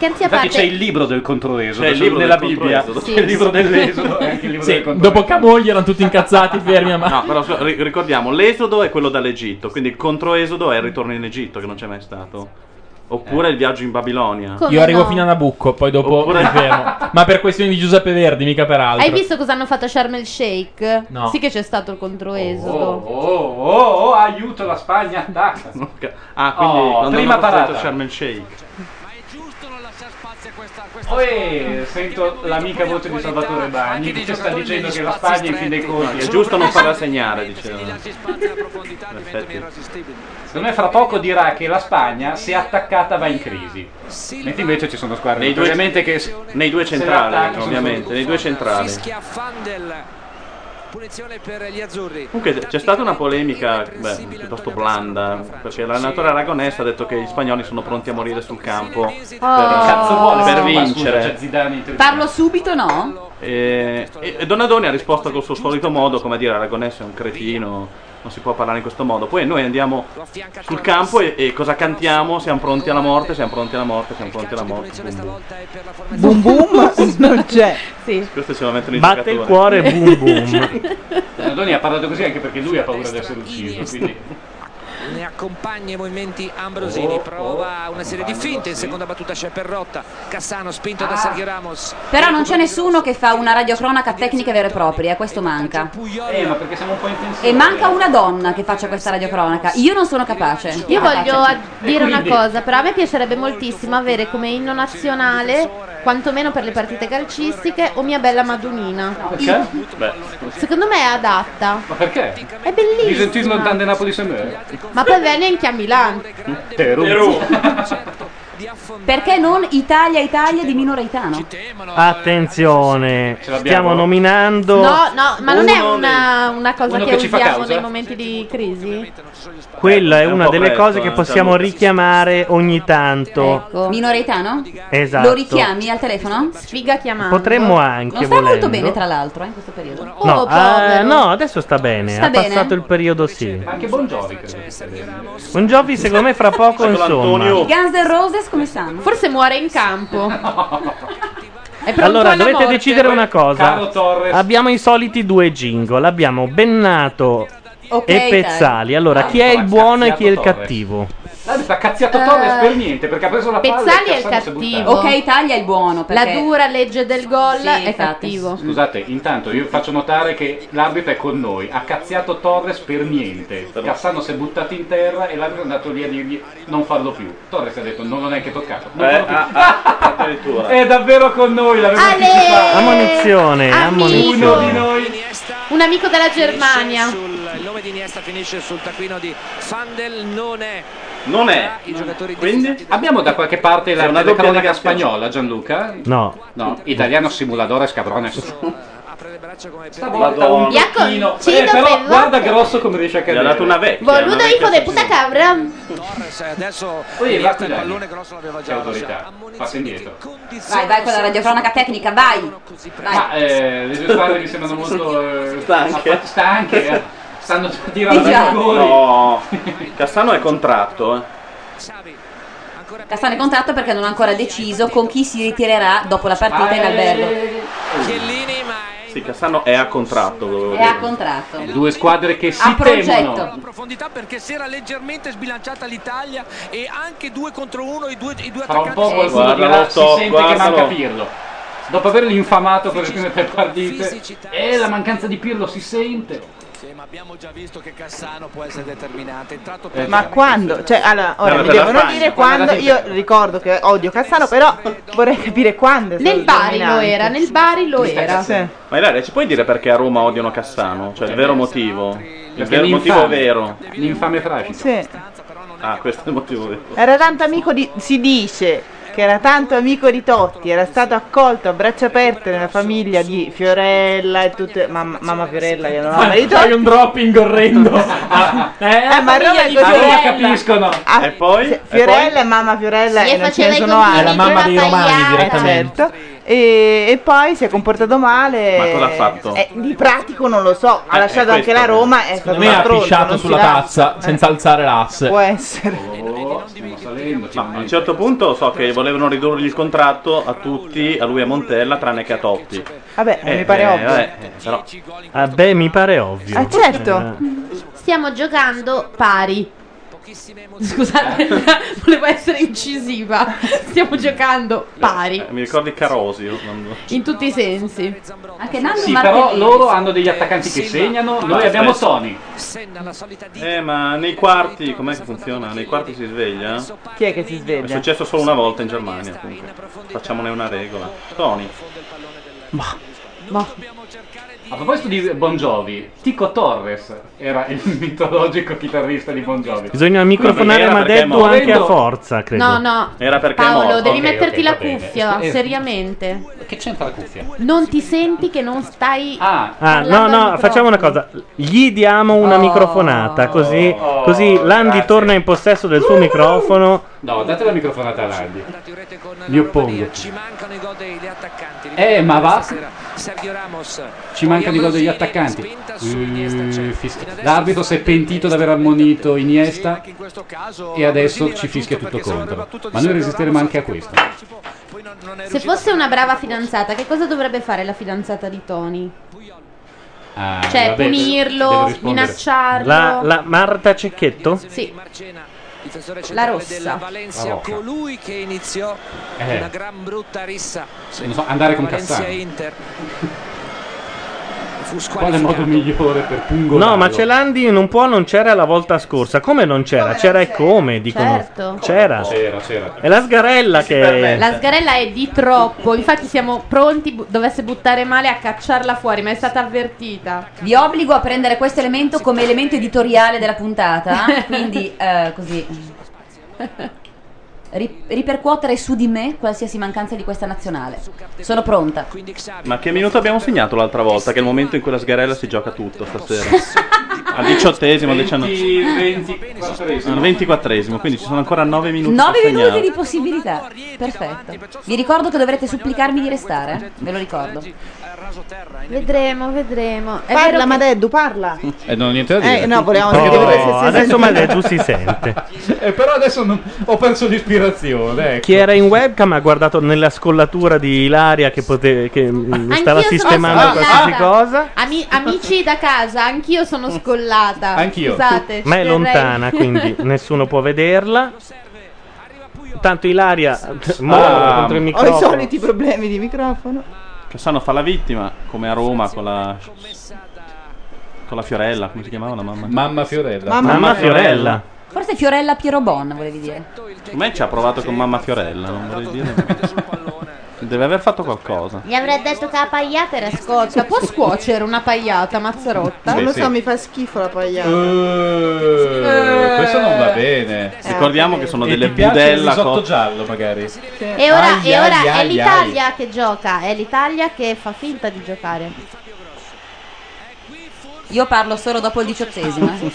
Speaker 9: Scherzi a
Speaker 6: Infatti
Speaker 9: parte.
Speaker 6: c'è il libro del controesodo,
Speaker 8: C'è il libro
Speaker 6: della
Speaker 8: del
Speaker 6: Bibbia,
Speaker 8: controesodo.
Speaker 6: c'è il
Speaker 8: Sì.
Speaker 2: *laughs*
Speaker 6: libro dell'esodo e anche il libro
Speaker 8: Sì,
Speaker 6: del controesodo.
Speaker 2: Dopo Camogli erano tutti incazzati, fermi a mano.
Speaker 8: No, però so- ri- ricordiamo, l'esodo è quello dall'Egitto, quindi il controesodo è il ritorno in Egitto che non c'è mai stato. Oppure
Speaker 2: Eh.
Speaker 8: il viaggio in Babilonia.
Speaker 2: Io arrivo fino a Nabucco, poi dopo
Speaker 8: Oppure-
Speaker 2: mi fermo. Ma per questioni di Giuseppe Verdi, mica per altro.
Speaker 9: Hai visto cosa hanno fatto a Sharm el Sheikh?
Speaker 2: No.
Speaker 9: Sì, che c'è stato il controesodo.
Speaker 6: Oh, oh, oh, aiuto la Spagna, attacca.
Speaker 8: Ah, quindi
Speaker 6: Oh,
Speaker 8: quando
Speaker 6: prima
Speaker 8: hanno costruito
Speaker 6: parata.
Speaker 8: Sharm el Sheikh.
Speaker 6: Poi sento l'amica voce di Salvatore Bagni che sta dicendo che la Spagna in fin dei conti
Speaker 8: è giusto non farla
Speaker 6: farà
Speaker 8: segnare, diceva.
Speaker 6: Secondo me fra poco dirà che la Spagna se attaccata va in crisi. Mentre invece ci sono squadre
Speaker 8: Nei due-
Speaker 6: ovviamente che
Speaker 8: nei due
Speaker 6: se
Speaker 8: centrali,
Speaker 6: l'attacchi sono
Speaker 8: ovviamente,
Speaker 6: tutti
Speaker 8: nei due
Speaker 6: fuori.
Speaker 8: centrali.
Speaker 11: fischia Fandel punizione per gli azzurri
Speaker 8: Comunque c'è stata una polemica beh, piuttosto blanda, perché l'allenatore aragonese ha detto che gli spagnoli sono pronti a morire sul campo per,
Speaker 3: Cazzo vuole,
Speaker 8: per
Speaker 3: no, ma
Speaker 8: vincere.
Speaker 6: scusa, c'è
Speaker 3: Parlo subito, no?
Speaker 8: E, e Donadoni ha risposto col suo solito modo, come a dire Aragonese è un cretino, non si può parlare in questo modo. Poi noi andiamo sul campo e, e cosa cantiamo? Siamo pronti alla morte, siamo pronti alla morte, siamo pronti alla morte.
Speaker 12: Boom
Speaker 8: Boom boom.
Speaker 12: boom
Speaker 10: *laughs*
Speaker 12: non c'è.
Speaker 8: Questo ce lo mettono in
Speaker 1: Batte il
Speaker 8: giocatore.
Speaker 1: cuore, boom boom.
Speaker 6: Donadoni ha parlato così anche perché lui ha paura di essere ucciso, quindi
Speaker 11: ne accompagna i movimenti Ambrosini prova una serie di finte in seconda battuta c'è Perrotta Cassano spinto
Speaker 9: Ah.
Speaker 11: da Sergio Ramos Ecco
Speaker 3: Però non c'è nessuno che fa una radiocronaca tecnica vera e propria, questo manca.
Speaker 6: Eh, ma perché siamo un po' intensivi.
Speaker 3: E manca una donna che faccia questa radiocronaca. Io non sono capace.
Speaker 9: Io voglio a- dire una
Speaker 3: quindi?
Speaker 9: cosa, però a me piacerebbe moltissimo avere come inno nazionale, quantomeno per le partite calcistiche, O mia bella Madunina.
Speaker 6: Perché? Beh,
Speaker 9: Secondo me è adatta.
Speaker 6: ma perché?
Speaker 9: È bellissima.
Speaker 6: Bisentismo Dante Napoli sempre.
Speaker 9: Ma poi viene anche a Milano.
Speaker 6: Teru.
Speaker 3: Perché non Italia Italia di Mino Reitano?
Speaker 1: Attenzione, stiamo nominando
Speaker 9: No, no, ma non è
Speaker 3: Uno
Speaker 9: una, una cosa
Speaker 3: uno
Speaker 9: che,
Speaker 3: che ci fa
Speaker 9: usiamo
Speaker 3: causa?
Speaker 9: nei momenti di crisi?
Speaker 1: Quella è
Speaker 8: un
Speaker 1: una
Speaker 8: po'
Speaker 1: delle
Speaker 8: presto,
Speaker 1: cose
Speaker 8: eh,
Speaker 1: che
Speaker 8: Gianluca.
Speaker 1: possiamo richiamare ogni tanto.
Speaker 3: Mino Reitano?
Speaker 1: Esatto.
Speaker 3: Lo richiami al telefono?
Speaker 9: Sfiga chiamando. Oh,
Speaker 1: Potremmo anche,
Speaker 3: Non sta molto
Speaker 1: volendo.
Speaker 3: bene, tra l'altro, eh, in questo periodo.
Speaker 1: No, eh, no, adesso sta bene.
Speaker 3: Sta
Speaker 1: ha
Speaker 3: bene?
Speaker 1: passato il periodo, sì.
Speaker 6: Anche Bongiovi credo che sia bene.
Speaker 1: Un Giovi, secondo me, fra poco,
Speaker 6: Con
Speaker 3: I
Speaker 1: insomma.
Speaker 3: Guns N' Roses come stanno?
Speaker 9: Forse muore in
Speaker 6: *laughs*
Speaker 9: campo. È pronto
Speaker 1: Allora,
Speaker 9: alla
Speaker 1: dovete
Speaker 9: morte.
Speaker 1: decidere una cosa.
Speaker 6: Caro Torres.
Speaker 1: Abbiamo i soliti due jingle. Abbiamo Bennato
Speaker 6: Ok,
Speaker 1: e
Speaker 6: dai.
Speaker 1: Pezzali. Allora, chi è il buono e chi è il
Speaker 6: Cazziato
Speaker 1: cattivo?
Speaker 6: L'ha sta cazziato Torres per niente perché ha preso la palla.
Speaker 9: Pezzali
Speaker 6: e
Speaker 9: è il
Speaker 6: Cassano si
Speaker 9: cattivo.
Speaker 6: buttato.
Speaker 3: Ok, Italia è il buono.
Speaker 9: La
Speaker 3: Perché...
Speaker 9: dura legge del gol
Speaker 3: Sì, esatto.
Speaker 9: è
Speaker 3: infatti.
Speaker 9: cattivo.
Speaker 6: Scusate, intanto io faccio notare che l'arbitro è con noi, ha cazziato Torres per niente. Cassano si è buttato in terra e l'arbitro è andato lì a dirgli non farlo più. Torres ha detto non l'ho neanche toccato.
Speaker 8: Eh,
Speaker 6: Non farlo più.
Speaker 8: ah,
Speaker 6: *laughs* È davvero con noi, l'avevo
Speaker 9: Ale!
Speaker 6: anticipato.
Speaker 1: Ammonizione,
Speaker 6: Uno di
Speaker 1: ammonizione.
Speaker 11: Ecco
Speaker 6: noi.
Speaker 9: Un amico della Germania.
Speaker 11: il nome di Iniesta finisce sul taccuino di Fandel non è
Speaker 8: Non è.
Speaker 11: i giocatori di
Speaker 6: Quindi abbiamo da qualche parte la,
Speaker 8: C'è una
Speaker 6: una
Speaker 8: doppia
Speaker 6: cronaca
Speaker 8: negazione.
Speaker 6: spagnola, Gianluca?
Speaker 1: No.
Speaker 6: No, italiano simuladore scabrones.
Speaker 11: Cioè,
Speaker 6: Sta *laughs* volta
Speaker 8: Madonna.
Speaker 6: un pochino.
Speaker 9: Cido
Speaker 6: Eh, però
Speaker 9: Bellotti.
Speaker 6: guarda grosso come riesce a cadere.
Speaker 8: Gli ha dato una vecchia.
Speaker 9: Boludo hijo de puta cabra.
Speaker 11: Torres adesso
Speaker 6: Poi va
Speaker 11: Iniesta
Speaker 6: qui
Speaker 11: il
Speaker 6: Dani.
Speaker 11: pallone grosso l'aveva
Speaker 6: C'è
Speaker 11: già
Speaker 6: autorità. Passa indietro.
Speaker 3: Vai, vai con la radiocronaca tecnica, vai!
Speaker 6: Ma
Speaker 3: Vai.
Speaker 6: eh, le due squadre mi sembrano molto eh, affa- stanche. eh. Stanno
Speaker 8: Esatto.
Speaker 6: tirando i
Speaker 3: Già.
Speaker 6: gol.
Speaker 8: No, Cassano è contratto. eh.
Speaker 3: Castano è contratto perché non ha ancora deciso con chi si ritirerà dopo la partita in albergo.
Speaker 11: Chiellini, ma
Speaker 8: Sì, Cassano è a contratto. volevo
Speaker 3: È
Speaker 8: dire.
Speaker 3: a contratto.
Speaker 13: Due squadre che si
Speaker 3: A
Speaker 13: temono.
Speaker 3: progetto.
Speaker 11: perché si era leggermente sbilanciata l'Italia e anche due contro uno i due, i due
Speaker 13: Fra un po'
Speaker 11: attaccanti
Speaker 13: qualcuno
Speaker 8: Guardalo,
Speaker 13: dirà, si
Speaker 8: Top,
Speaker 13: sente che
Speaker 8: guardalo.
Speaker 13: manca Pirlo. Dopo averlo infamato per le prime tre partite, eh, la mancanza di Pirlo si sente.
Speaker 11: Sì, ma abbiamo già visto che Cassano può essere determinante. Entrato
Speaker 13: Eh,
Speaker 10: Ma quando? Cioè, allora, ora
Speaker 11: No,
Speaker 10: mi
Speaker 11: per la
Speaker 10: devono
Speaker 11: Spagna.
Speaker 10: dire quando. Io ricordo che odio Cassano, però vorrei capire quando. è stato
Speaker 9: Nel Bari lo
Speaker 10: dominante.
Speaker 9: era, nel Bari lo era.
Speaker 10: Sì.
Speaker 8: Ma Ilaria, ci puoi dire perché a Roma odiano Cassano? Cioè, il vero motivo? Il
Speaker 13: Perché
Speaker 8: vero
Speaker 13: l'infame.
Speaker 8: motivo vero.
Speaker 13: L'infame frascico.
Speaker 10: Sì.
Speaker 8: Ah, questo è il motivo vero.
Speaker 10: Era tanto amico di. Si dice che era tanto amico di Totti, era stato accolto a braccia aperte nella famiglia di Fiorella e tutte. Mamma, mamma Fiorella, io non ho
Speaker 7: Ah,
Speaker 10: mai detto.
Speaker 2: Fai un dropping
Speaker 8: *laughs*
Speaker 2: orrendo. Ah,
Speaker 10: Eh, ma Roma è così.
Speaker 13: capiscono.
Speaker 8: e poi?
Speaker 10: Sì, Fiorella e mamma Fiorella
Speaker 9: Sì,
Speaker 10: e
Speaker 9: e
Speaker 10: non ce
Speaker 9: faceva
Speaker 10: ne
Speaker 9: i
Speaker 10: sono
Speaker 9: compiti
Speaker 10: altre.
Speaker 2: È la mamma dei romani
Speaker 9: Pappaia.
Speaker 2: direttamente.
Speaker 10: Certo. E, e poi si è comportato male.
Speaker 8: Ma cosa ha fatto?
Speaker 10: Eh, di pratico non lo so. Ha
Speaker 8: Eh,
Speaker 10: lasciato
Speaker 8: è
Speaker 10: anche
Speaker 8: questo,
Speaker 10: la
Speaker 8: eh.
Speaker 10: Roma. È stato
Speaker 2: Secondo me
Speaker 10: un
Speaker 2: ha
Speaker 10: stronzo,
Speaker 2: pisciato
Speaker 10: non si
Speaker 2: sulla
Speaker 10: dà-
Speaker 2: tazza senza alzare l'asse.
Speaker 10: Può essere.
Speaker 13: Oh, stiamo salendo. ci
Speaker 8: No, a un
Speaker 13: manca.
Speaker 8: certo punto so che volevano ridurgli il contratto a tutti, a lui e a Montella, tranne che a Totti.
Speaker 10: Vabbè,
Speaker 8: Eh,
Speaker 10: mi pare
Speaker 8: eh,
Speaker 10: ovvio.
Speaker 8: vabbè, eh, però-
Speaker 1: Ah, beh, mi pare ovvio. Eh,
Speaker 10: Ah, certo.
Speaker 9: Stiamo giocando pari. Scusate, *laughs* volevo essere incisiva. Stiamo giocando pari.
Speaker 8: eh, mi ricordi Carosio. non-
Speaker 9: In tutti i sensi.
Speaker 3: Anche Nando
Speaker 13: Sì,
Speaker 3: Martellini.
Speaker 13: però loro hanno degli attaccanti che segnano, noi abbiamo
Speaker 8: Aspetta.
Speaker 13: Tony.
Speaker 11: Senna la solita di
Speaker 8: Eh, ma nei quarti, com'è che funziona? Nei quarti si sveglia?
Speaker 3: certo.
Speaker 10: Chi è che si
Speaker 8: È
Speaker 10: sveglia?
Speaker 8: successo solo una volta in Germania, comunque. Facciamone una regola. Tony,
Speaker 10: Ma
Speaker 13: A proposito di Bon Jovi, Tico Torres era il *laughs* mitologico chitarrista di Bon Jovi.
Speaker 1: Bisogna microfonare
Speaker 8: Era perché è
Speaker 1: Madeddu
Speaker 8: morto.
Speaker 1: anche a forza, credo.
Speaker 9: No, no.
Speaker 8: era perché è
Speaker 9: Paolo,
Speaker 8: morto.
Speaker 9: devi
Speaker 13: Ok,
Speaker 9: metterti
Speaker 13: ok,
Speaker 9: la
Speaker 13: va bene.
Speaker 9: cuffia,
Speaker 13: Eh.
Speaker 9: seriamente.
Speaker 13: Che c'entra la cuffia?
Speaker 9: Non ti senti che non stai.
Speaker 13: Ah,
Speaker 1: Ah, no,
Speaker 9: Parlando al
Speaker 1: no,
Speaker 9: microfono.
Speaker 1: facciamo una cosa. Gli diamo
Speaker 9: Oh.
Speaker 1: una microfonata, così,
Speaker 13: Oh,
Speaker 1: così Landi
Speaker 13: grazie.
Speaker 1: torna in possesso del suo microfono.
Speaker 13: No, date la microfonata a Landi.
Speaker 11: andati in rete con la
Speaker 13: Mi oppongo.
Speaker 11: Romania. Ci mancano i gol degli attaccanti.
Speaker 13: Eh, ma va.
Speaker 11: Stasera Sergio Ramos.
Speaker 13: Ci mancano i gol degli attaccanti.
Speaker 11: Spinta su Iniesta, c'è.
Speaker 13: Eh, fis-
Speaker 11: Fino certo. adesso
Speaker 13: L'arbitro si è pentito di aver ammonito Iniesta
Speaker 11: Anche in questo caso
Speaker 13: e adesso ci fischia tutto contro. Ma noi resisteremo anche a questo.
Speaker 9: Se fosse una brava fidanzata, che cosa dovrebbe fare la fidanzata di Tony?
Speaker 13: Ah,
Speaker 9: Cioè,
Speaker 13: vabbè, devo
Speaker 9: punirlo,
Speaker 13: rispondere.
Speaker 9: minacciarlo.
Speaker 1: La, la Marta Cecchetto?
Speaker 9: Sì.
Speaker 11: difensore
Speaker 9: La
Speaker 11: centrale
Speaker 9: rossa.
Speaker 11: della Valencia,
Speaker 13: La rossa.
Speaker 11: colui che iniziò
Speaker 13: Eh.
Speaker 11: una gran brutta rissa.
Speaker 13: Non so, andare con
Speaker 11: Valencia
Speaker 13: Cassano. *laughs*
Speaker 11: Inter. Fu
Speaker 13: Qual è il modo
Speaker 11: squalificato.
Speaker 13: migliore per pungolarlo?
Speaker 1: No, ma ce Landi non può, non c'era la volta scorsa. Come non c'era? C'era e come, dicono.
Speaker 9: Certo.
Speaker 1: C'era.
Speaker 13: C'era, c'era.
Speaker 1: È la sgarella che...
Speaker 9: La sgarella è di troppo, infatti siamo pronti, bu- dovesse buttare male a cacciarla fuori, ma è stata avvertita.
Speaker 3: Vi obbligo a prendere questo elemento come elemento editoriale
Speaker 9: *laughs*
Speaker 3: della puntata, quindi eh, così ri- ripercuotere su di me qualsiasi mancanza di questa nazionale. Sono pronta.
Speaker 8: ma che minuto abbiamo segnato l'altra volta? Che è il momento in cui la sgarella si gioca tutto stasera. Al diciottesimo, Ah, al diciannovesimo.
Speaker 13: 24
Speaker 8: Al ventiquattresimo, quindi ci sono ancora nove minuti.
Speaker 3: 9
Speaker 8: da segnare.
Speaker 3: minuti di possibilità. Perfetto. Vi ricordo che dovrete supplicarmi di restare, eh? ve lo ricordo.
Speaker 9: Vedremo, vedremo. È vero
Speaker 10: parla,
Speaker 9: che-
Speaker 10: Madeddu, parla.
Speaker 6: E non ho niente da dire.
Speaker 10: Eh, no, volevamo
Speaker 1: Oh,
Speaker 10: sapere se- se- se-
Speaker 1: adesso Madeddu
Speaker 13: *laughs*
Speaker 6: *laughs*
Speaker 1: si sente.
Speaker 6: Eh, però adesso non- ho perso l'ispirazione. Ecco.
Speaker 1: Chi era in webcam ha guardato nella scollatura di Ilaria che, pote- che mm, stava
Speaker 9: sono
Speaker 1: sistemando
Speaker 9: scollata.
Speaker 1: qualsiasi cosa.
Speaker 9: Ah, Ami- amici da casa, anch'io sono scollata.
Speaker 6: Anch'io.
Speaker 9: Scusate,
Speaker 1: Ma è
Speaker 9: ci terrei. *laughs*
Speaker 1: lontana, *laughs* quindi nessuno può vederla. Tanto Ilaria muore
Speaker 8: Ah,
Speaker 1: contro
Speaker 10: Ho i
Speaker 1: il microfono.
Speaker 10: soliti problemi di microfono.
Speaker 8: Cassano fa la vittima, come a Roma con la. con la Fiorella, come si chiamava la mamma?
Speaker 6: Mamma Fiorella.
Speaker 10: Mamma,
Speaker 1: Mamma Fiorella.
Speaker 3: Forse Fiorella Pierobon, volevi dire.
Speaker 8: Secondo me ci ha provato con mamma Fiorella, non vorrei dire. Deve aver fatto qualcosa.
Speaker 9: Gli avrei detto che la pagliata era scotta. Può scuocere una pagliata, Mazzarotta?
Speaker 8: Sì,
Speaker 10: non lo
Speaker 8: sì. Uh,
Speaker 10: so, mi fa schifo la pagliata.
Speaker 6: Eh, questo non va bene.
Speaker 8: Ricordiamo che sono
Speaker 6: E
Speaker 8: delle
Speaker 6: ti piace il
Speaker 8: budella
Speaker 6: risotto
Speaker 8: cotte.
Speaker 6: giallo, magari.
Speaker 9: E ora,
Speaker 6: Ai,
Speaker 9: e ora
Speaker 6: ai,
Speaker 9: è
Speaker 6: ai,
Speaker 9: l'Italia che gioca, è l'Italia che fa finta di giocare.
Speaker 3: Io parlo solo dopo il diciottesimo. eh.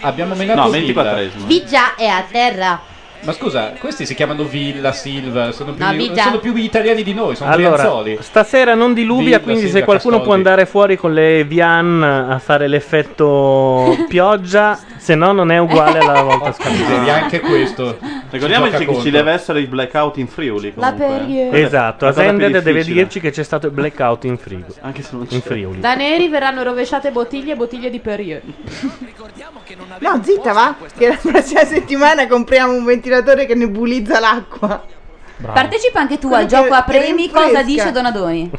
Speaker 6: Abbiamo menato
Speaker 8: No,
Speaker 6: Villa.
Speaker 8: 24esimo.
Speaker 9: Vigia è a terra.
Speaker 6: Ma scusa, questi si chiamano Villa, Silva, sono più,
Speaker 9: No, Villa.
Speaker 6: sono più italiani di noi, sono
Speaker 1: Allora,
Speaker 6: brianzoli.
Speaker 1: stasera non diluvia,
Speaker 6: Villa,
Speaker 1: quindi se
Speaker 6: Silvia,
Speaker 1: qualcuno
Speaker 6: Castoldi. *laughs*
Speaker 1: può andare fuori con le Vian a fare l'effetto pioggia, se no non è uguale alla volta scorsa.
Speaker 6: Devi anche questo.
Speaker 8: Ricordiamoci
Speaker 6: Ci
Speaker 8: che
Speaker 6: gioca
Speaker 8: ci
Speaker 6: contro.
Speaker 8: deve essere il blackout in Friuli.
Speaker 9: La
Speaker 8: comunque.
Speaker 9: periode.
Speaker 1: Esatto,
Speaker 8: La cosa più
Speaker 1: Ascended deve
Speaker 8: difficile.
Speaker 1: dirci che c'è stato il blackout in frigo.
Speaker 8: Anche se non
Speaker 1: In Friuli.
Speaker 9: Da neri verranno rovesciate bottiglie e bottiglie di Perrier.
Speaker 10: No, zitta, va. Che la prossima settimana compriamo un ventilatore che nebulizza l'acqua.
Speaker 2: Ah.
Speaker 3: Partecipa anche tu
Speaker 10: Quello
Speaker 3: al gioco
Speaker 10: che-
Speaker 3: a
Speaker 10: che
Speaker 3: premi.
Speaker 10: rinfresca.
Speaker 3: Cosa dice Donadoni?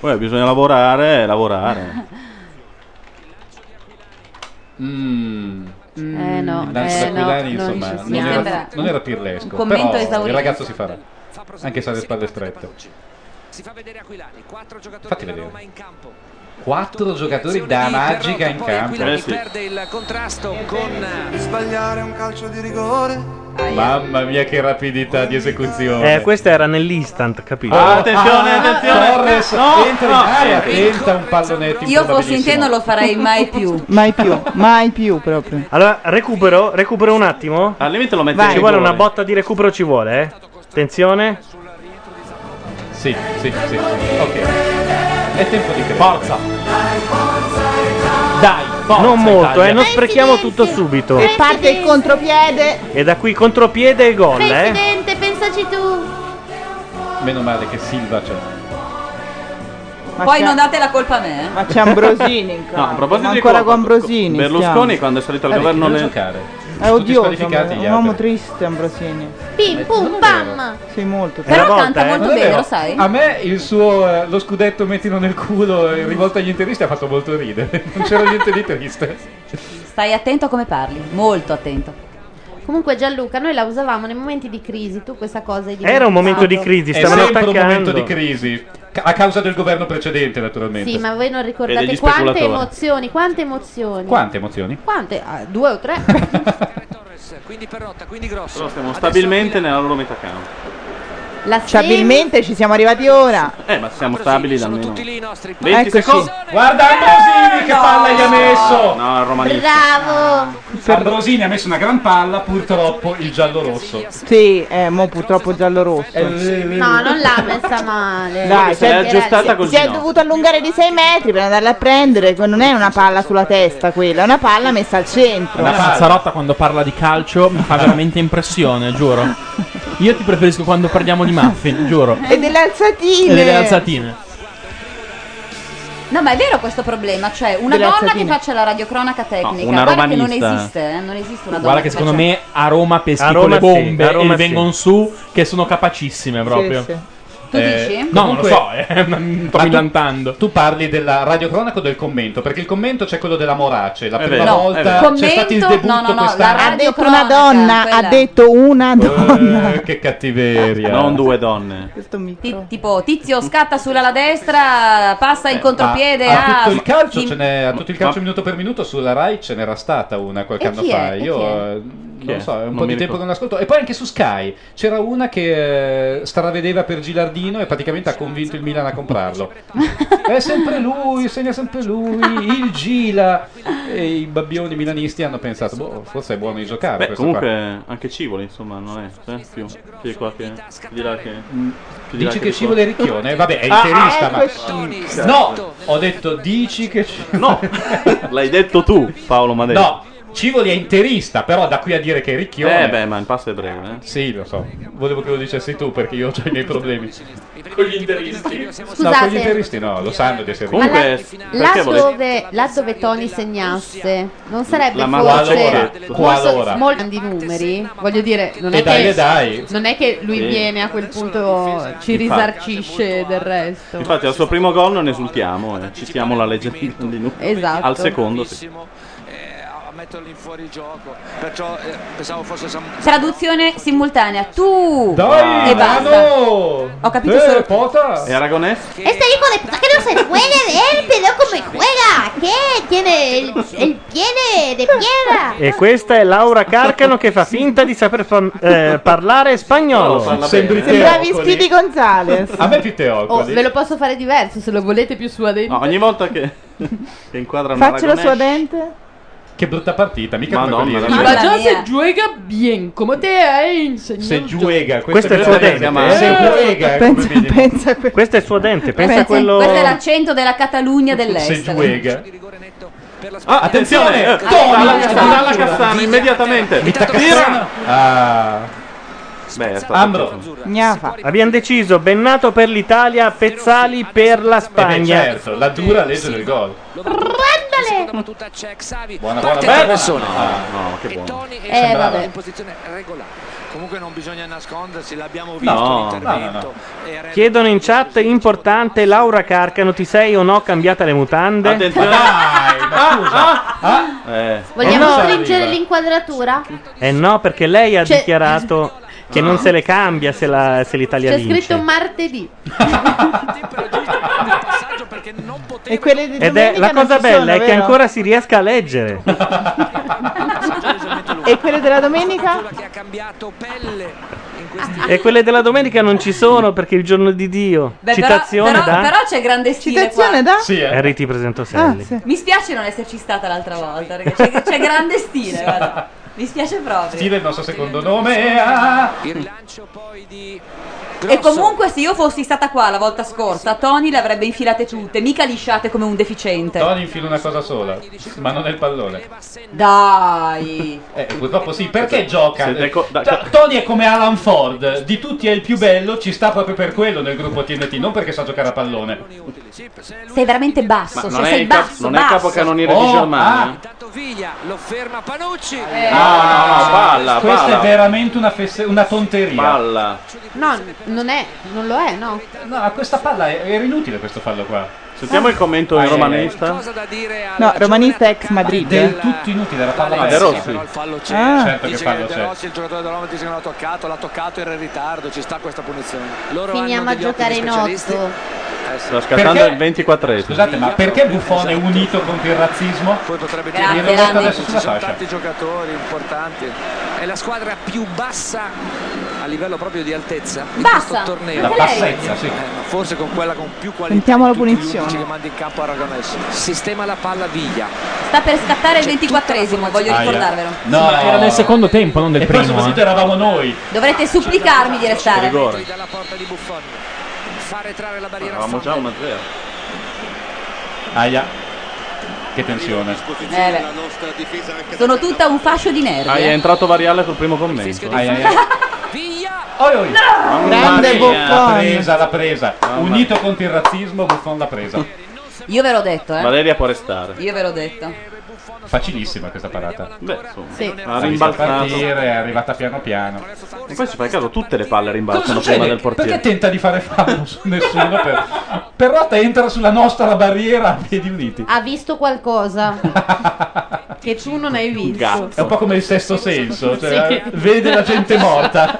Speaker 8: Poi bisogna lavorare e
Speaker 6: *laughs*
Speaker 8: lavorare.
Speaker 6: Mm.
Speaker 9: Eh no,
Speaker 6: Nanzi
Speaker 9: eh no,
Speaker 6: Aquilani,
Speaker 9: non
Speaker 6: Mm, insomma,
Speaker 9: ci
Speaker 6: non,
Speaker 9: siamo.
Speaker 6: era,
Speaker 9: Sembra
Speaker 6: non era pirlesco.
Speaker 9: un commento
Speaker 6: però il
Speaker 9: esaurito.
Speaker 6: ragazzo si farà. Anche se ha le spalle strette. Fatti vedere. Quattro giocatori da magica in campo.
Speaker 8: Eh
Speaker 11: Aquilani perde il contrasto con
Speaker 5: Sbagliare un calcio di rigore.
Speaker 6: Mamma mia che rapidità di esecuzione.
Speaker 1: Eh, questa era nell'instant, capito? ah,
Speaker 6: Ah,
Speaker 8: attenzione, attenzione.
Speaker 6: Torres
Speaker 8: No,
Speaker 6: entra in
Speaker 8: no. eh,
Speaker 6: aria, tenta un pallonetto
Speaker 3: Io fossi in te
Speaker 6: improbabilissimo.
Speaker 3: non lo farei mai più.
Speaker 10: Mai più, mai più proprio.
Speaker 1: Allora, recupero, recupero un attimo.
Speaker 8: Al limite lo
Speaker 10: metti
Speaker 1: Ci
Speaker 10: in
Speaker 1: vuole
Speaker 10: gol.
Speaker 1: una botta di recupero, ci vuole, eh. Attenzione.
Speaker 6: Sì, sì, sì. Ok. È tempo di credere. Forza.
Speaker 1: Dai, Non molto, eh,
Speaker 6: Italia.
Speaker 1: non sprechiamo tutto subito.
Speaker 10: E parte il contropiede.
Speaker 1: E da qui contropiede e gol, eh.
Speaker 14: Presidente, pensaci tu.
Speaker 6: Meno male che Silva c'è.
Speaker 3: Poi non date la colpa a me. eh.
Speaker 10: Ma c'è Ambrosini in
Speaker 8: No, a
Speaker 10: campo.
Speaker 8: proposito
Speaker 10: Ma
Speaker 8: di
Speaker 10: ancora
Speaker 8: colpa,
Speaker 10: con Ambrosini.
Speaker 8: Berlusconi quando è salito al
Speaker 10: Eh,
Speaker 8: governo
Speaker 10: chi deve
Speaker 8: nel-
Speaker 10: stiamo. È
Speaker 6: Tutti
Speaker 10: odioso.
Speaker 6: squalificati
Speaker 10: Ambro-
Speaker 6: gli
Speaker 10: Un uomo triste Ambrosini.
Speaker 14: Pim pum pam.
Speaker 10: Sei molto
Speaker 6: Però
Speaker 10: triste.
Speaker 8: eh?
Speaker 6: canta
Speaker 10: molto
Speaker 6: Non è
Speaker 10: bene,
Speaker 6: eh? vero. Ah,
Speaker 10: lo sai?
Speaker 6: A me il suo eh, lo scudetto mettilo nel culo eh, rivolto agli interisti ha fatto molto ridere. *laughs* Non c'era niente di triste.
Speaker 3: Stai attento a come parli, molto attento.
Speaker 9: Comunque Gianluca, noi la usavamo nei momenti di crisi, tu questa cosa hai
Speaker 1: Era un momento di crisi,
Speaker 6: È
Speaker 1: stavano
Speaker 6: sempre un momento
Speaker 1: attaccando.
Speaker 6: di crisi ca- a causa del governo precedente, naturalmente.
Speaker 9: Sì, ma voi non
Speaker 6: E degli
Speaker 9: ricordate quante
Speaker 6: speculatori.
Speaker 9: emozioni, quante emozioni.
Speaker 6: Quante emozioni?
Speaker 9: Quante? Ah, due o tre?
Speaker 11: quindi Perrotta, quindi Grosso.
Speaker 8: Però stiamo stabilmente nella loro metà campo.
Speaker 10: Stabilmente Cioè, ci siamo arrivati ora.
Speaker 8: Eh, ma siamo stabili da almeno 20
Speaker 9: Ecco,
Speaker 10: Eccoci.
Speaker 8: secondi.
Speaker 13: Guarda Ambrosini che palla gli ha messo!
Speaker 8: No, il romanista.
Speaker 14: Bravo.
Speaker 13: Ambrosini ha messo una gran palla, purtroppo il giallo rosso.
Speaker 10: Sì, eh, mo purtroppo giallo rosso.
Speaker 8: Eh,
Speaker 9: No, non l'ha messa male.
Speaker 10: Dai,
Speaker 9: si è
Speaker 10: si è dovuto allungare di 6 metri per andarla a prendere. que- Non è una palla sulla testa quella, è una palla messa al centro.
Speaker 2: La Mazzarotta quando parla di calcio mi fa veramente impressione, giuro. Io ti preferisco quando parliamo di muffin, giuro.
Speaker 10: E delle alzatine.
Speaker 2: E delle alzatine.
Speaker 3: No, ma è vero questo problema, cioè una
Speaker 10: Delle
Speaker 3: donna che
Speaker 10: alzatine.
Speaker 3: faccia la radiocronaca tecnica,
Speaker 2: una
Speaker 3: guarda che non
Speaker 2: romanista.
Speaker 3: esiste, eh, non esiste una donna.
Speaker 2: Guarda che secondo me a Roma peschi
Speaker 1: A
Speaker 2: con
Speaker 1: Roma
Speaker 2: le
Speaker 1: sì,
Speaker 2: bombe
Speaker 1: a Roma
Speaker 2: e
Speaker 1: sì.
Speaker 2: vengono su che sono capacissime proprio. Eh,
Speaker 1: sì.
Speaker 6: Tu dici?
Speaker 2: No, non lo so,
Speaker 6: Comunque-
Speaker 2: eh. un po'
Speaker 6: *laughs* Ma
Speaker 2: mi
Speaker 6: tu-
Speaker 2: lantando.
Speaker 6: Tu parli della radiocronaca o del commento? Perché il commento c'è quello della Morace. La
Speaker 2: È
Speaker 6: prima
Speaker 2: vero, è
Speaker 6: volta
Speaker 2: vero.
Speaker 6: c'è stato il debutto
Speaker 3: no, no, no, la
Speaker 6: quest'anno.
Speaker 10: Ha
Speaker 3: radio
Speaker 10: detto una
Speaker 3: cronaca,
Speaker 10: donna,
Speaker 3: quella.
Speaker 10: ha detto una donna.
Speaker 6: Eh, che cattiveria.
Speaker 8: Non due donne.
Speaker 3: Ti- tipo tizio scatta sull'ala destra, passa in contropiede
Speaker 6: a, a
Speaker 3: ah, a,
Speaker 6: tutto il calcio
Speaker 3: di-
Speaker 6: ce n'è a tutto il calcio minuto per minuto sulla Rai ce n'era stata una qualche
Speaker 3: E
Speaker 6: anno
Speaker 3: chi è?
Speaker 6: fa
Speaker 3: E
Speaker 6: io
Speaker 3: chi è?
Speaker 6: eh,
Speaker 8: Chi
Speaker 6: non
Speaker 8: è?
Speaker 6: lo so è un
Speaker 8: Non
Speaker 6: po'
Speaker 8: mi
Speaker 6: di tempo
Speaker 8: ricordo.
Speaker 6: che non ascolto e poi anche su Sky c'era una che eh, stravedeva per Gilardino e praticamente ha convinto il Milan a comprarlo è sempre lui segna sempre *laughs* lui il Gila e i babbioni milanisti hanno pensato boh, forse è buono di giocare
Speaker 8: Beh,
Speaker 6: questo qua.
Speaker 8: comunque anche Civoli, insomma, non è eh, più. Chi è qua che chi di là che chi di là
Speaker 6: Mm. Dici che
Speaker 8: di qua.
Speaker 6: Civoli è
Speaker 8: *laughs*
Speaker 6: ricchione? Vabbè, è
Speaker 8: Ah,
Speaker 6: interista,
Speaker 8: ecco
Speaker 6: ma- Mm.
Speaker 8: Civoli.
Speaker 6: No! Ho detto dici che
Speaker 8: No! L'hai detto tu, Paolo Madei.
Speaker 6: No, Civoli è interista, però da qui a dire che è ricchione.
Speaker 8: Eh beh, ma il passo è breve, eh.
Speaker 6: Sì, lo so. Volevo che lo dicessi tu perché io ho i miei problemi.
Speaker 2: Con gli interisti.
Speaker 6: No, con
Speaker 9: Scusate.
Speaker 6: gli interisti no, lo sanno di essere
Speaker 8: Comunque,
Speaker 6: ricchioni.
Speaker 9: Là dove, là dove Tony segnasse, non sarebbe
Speaker 6: La Mazza
Speaker 9: forse
Speaker 6: Cecchetto.
Speaker 9: molto-
Speaker 6: Qualora.
Speaker 9: molti grandi numeri? Voglio dire, non
Speaker 6: E
Speaker 9: è,
Speaker 6: dai,
Speaker 9: che,
Speaker 6: e dai.
Speaker 9: non è che lui
Speaker 8: Sì.
Speaker 9: viene a quel punto, ci
Speaker 8: Infatti.
Speaker 9: risarcisce del resto.
Speaker 8: Infatti al suo primo gol non esultiamo, eh. citiamo la leggenda di Nucca.
Speaker 9: Esatto.
Speaker 8: Al secondo sì.
Speaker 11: Perciò eh, pensavo fosse Sam-
Speaker 3: Traduzione simultanea. Tu
Speaker 8: Dai,
Speaker 3: e basta. Ho
Speaker 6: Eh,
Speaker 3: capito solo
Speaker 8: E Aragonés?
Speaker 14: Este hijo de puta que no se juegue de él, pero como juega. ¿Qué? Tiene el, el pie de, de piedra.
Speaker 1: E questa è Laura Carcano che fa finta di saper fan- eh, parlare spagnolo.
Speaker 6: No, parla Sembri bene.
Speaker 10: Sembravi Speedy Gonzales.
Speaker 6: A me più
Speaker 9: Oh,
Speaker 6: Teocoli.
Speaker 9: ve lo posso fare diverso se lo volete più suadente.
Speaker 8: No, ogni volta che, *laughs* che inquadra un
Speaker 10: Faccelo
Speaker 8: Aragonés.
Speaker 10: sua dente.
Speaker 6: Che brutta partita, mica come
Speaker 8: Madonna,
Speaker 6: quella eh.
Speaker 8: davvero.
Speaker 9: Ma già se juega bien, come te hai insegnato.
Speaker 6: Se giuega,
Speaker 1: Questo è il suo dente.
Speaker 6: Se giuega, come minimo.
Speaker 1: Questo è il suo dente. Pensa a
Speaker 3: Pensa-
Speaker 1: quello.
Speaker 3: Questo è l'accento della Catalogna dell'Est.
Speaker 1: giuega.
Speaker 8: Ah, attenzione!
Speaker 11: Attenzione, eh,
Speaker 8: Toma la
Speaker 11: Cassano.
Speaker 8: Cassano, dalla Cassano immediatamente. Tira.
Speaker 6: Ah.
Speaker 8: Beh, è stato
Speaker 6: Ambro.
Speaker 1: Abbiamo deciso Bennato per l'Italia, Pezzali per la
Speaker 6: Eh beh,
Speaker 1: Spagna.
Speaker 6: certo, la dura legge del gol.
Speaker 11: Seconda battuta c'è Xavi.
Speaker 6: Buona, buona,
Speaker 11: Parte
Speaker 6: bella.
Speaker 11: Traversone.
Speaker 6: Ah, no, che buono.
Speaker 11: E
Speaker 6: Eh,
Speaker 11: sembrava
Speaker 6: vabbè.
Speaker 11: in posizione regolare. Comunque non bisogna nascondersi, l'abbiamo visto
Speaker 1: No,
Speaker 11: l'intervento. Eh,
Speaker 1: no, Chiedono in chat importante Laura Carcano, ti sei o no cambiata le mutande?
Speaker 8: Attenzione.
Speaker 1: *laughs*
Speaker 6: ma
Speaker 4: Ah!
Speaker 6: scusa.
Speaker 8: Eh.
Speaker 14: Vogliamo
Speaker 1: Eh no.
Speaker 14: stringere
Speaker 1: Arriva.
Speaker 14: l'inquadratura?
Speaker 1: Eh no, perché lei ha
Speaker 14: C'è-
Speaker 1: dichiarato che non se le cambia se, la- se l'Italia
Speaker 9: C'è
Speaker 1: vince.
Speaker 9: scritto martedì.
Speaker 10: *laughs* E quelle di
Speaker 1: Ed è
Speaker 10: domenica
Speaker 1: la
Speaker 10: non
Speaker 1: cosa
Speaker 10: ci
Speaker 1: bella
Speaker 10: sono,
Speaker 1: è che
Speaker 10: vero?
Speaker 1: ancora si riesca a leggere.
Speaker 10: *laughs* E quelle della domenica?
Speaker 1: e quelle della domenica non ci sono perché è il giorno di Dio.
Speaker 3: Beh, però-
Speaker 1: Citazione
Speaker 3: però,
Speaker 1: da
Speaker 3: però c'è grande stile
Speaker 10: Citazione
Speaker 3: qua.
Speaker 10: da?
Speaker 2: eh.
Speaker 1: E riti presento
Speaker 3: Ah,
Speaker 1: Selli.
Speaker 3: sì. Mi spiace non esserci stata l'altra volta, perché c'è, c'è grande stile, guarda. Mi spiace
Speaker 6: *laughs*
Speaker 3: proprio.
Speaker 6: Stile il nostro secondo nome. ah.
Speaker 3: E comunque se io fossi stata qua la volta scorsa, Tony le avrebbe infilate tutte, mica lisciate come un deficiente.
Speaker 6: Tony infila una cosa sola, ma non è il pallone.
Speaker 3: Dai.
Speaker 6: Eh, purtroppo sì, perché gioca?
Speaker 8: Se- ecco, da-
Speaker 6: Cioè, Tony è come Alan Ford, di tutti è il più bello, ci sta proprio per quello nel gruppo TNT, non perché sa giocare a pallone.
Speaker 3: Sei veramente basso, cioè sei basso, basso.
Speaker 6: Oh,
Speaker 11: Intanto Viglia lo ferma Panucci.
Speaker 14: Eh.
Speaker 6: ah,
Speaker 8: no, no, palla,
Speaker 6: Questa
Speaker 8: palla.
Speaker 6: è veramente una, fesse- una tonteria.
Speaker 8: Palla.
Speaker 9: No, non è, non lo è, no.
Speaker 6: No, a questa palla è- era inutile questo fallo qua.
Speaker 8: Sentiamo il commento del
Speaker 6: Ah, eh,
Speaker 8: romanista.
Speaker 10: No, romanista ex Madrid. eh?
Speaker 6: Del tutto inutile, era palla
Speaker 8: Ah, De
Speaker 6: persa.
Speaker 8: Rossi.
Speaker 10: Ah.
Speaker 6: Certo che fallo
Speaker 11: De
Speaker 6: c'è.
Speaker 11: Rossi,
Speaker 3: Oh.
Speaker 11: il giocatore dell'Oma dice che non l'ha toccato, l'ha toccato, era in ritardo, ci sta questa punizione. Loro
Speaker 14: Finiamo a
Speaker 11: hanno degli
Speaker 14: giocare
Speaker 11: ottimi
Speaker 14: in
Speaker 11: specialisti.
Speaker 14: otto.
Speaker 8: Eh,
Speaker 3: eh,
Speaker 8: Sta scattando
Speaker 6: Perché-
Speaker 8: il 24
Speaker 6: Scusate, ma perché Buffone è unito contro il razzismo?
Speaker 11: Poi potrebbe
Speaker 6: Viene
Speaker 11: tirare
Speaker 6: messo
Speaker 11: avanti,
Speaker 6: adesso
Speaker 11: ci
Speaker 6: sulla
Speaker 11: sono
Speaker 6: fascia.
Speaker 11: tanti giocatori importanti. È la squadra più bassa a livello proprio di altezza di
Speaker 3: Bassa,
Speaker 11: questo torneo.
Speaker 6: La bassezza, sì.
Speaker 11: Eh, ma forse con quella con più qualità.
Speaker 10: Sentiamo la
Speaker 11: di tutti gli
Speaker 10: punizione.
Speaker 11: undici che manda in campo a Aragonese. Sistema la palla Viglia.
Speaker 3: Sta per scattare il 24esimo, voglio ricordarvelo.
Speaker 2: No, ma era nel secondo tempo, non del
Speaker 6: E poi
Speaker 2: primo.
Speaker 6: soprattutto
Speaker 2: eh.
Speaker 6: eravamo noi.
Speaker 3: Dovrete supplicarmi di restare.
Speaker 11: Dalla porta di Buffon. Fa retrare la barriera.
Speaker 8: Eravamo già 1-0.
Speaker 6: Aia. Che tensione.
Speaker 3: Eh beh. Sono tutta un fascio di nervi.
Speaker 8: Ah, è
Speaker 3: eh.
Speaker 8: entrato Variale col primo commento.
Speaker 6: Ai, ai, ai. Oi, oi.
Speaker 3: No!
Speaker 6: Grande L'ha presa, l'ha presa. Unito contro il razzismo, Buffon l'ha presa.
Speaker 3: *laughs* Io ve l'ho detto, eh.
Speaker 8: Valeria può restare.
Speaker 3: Io ve l'ho detto.
Speaker 6: Facilissima questa parata.
Speaker 8: Beh, insomma,
Speaker 3: Sì.
Speaker 8: ha
Speaker 6: Ha visto
Speaker 8: rimbalzato.
Speaker 6: partire, è arrivata piano piano.
Speaker 8: Ma poi si fa caso, tutte le palle
Speaker 6: Cosa
Speaker 8: rimbalzano prima
Speaker 6: succede?
Speaker 8: del portiere.
Speaker 6: Perché tenta di fare fallo *laughs* su nessuno? Per... Perrotta entra sulla nostra barriera a piedi uniti.
Speaker 9: Ha visto
Speaker 6: *laughs*
Speaker 9: qualcosa che tu non hai visto.
Speaker 6: È un po' come il sesto senso, cioè,
Speaker 9: Sì.
Speaker 6: vede la gente *laughs* morta.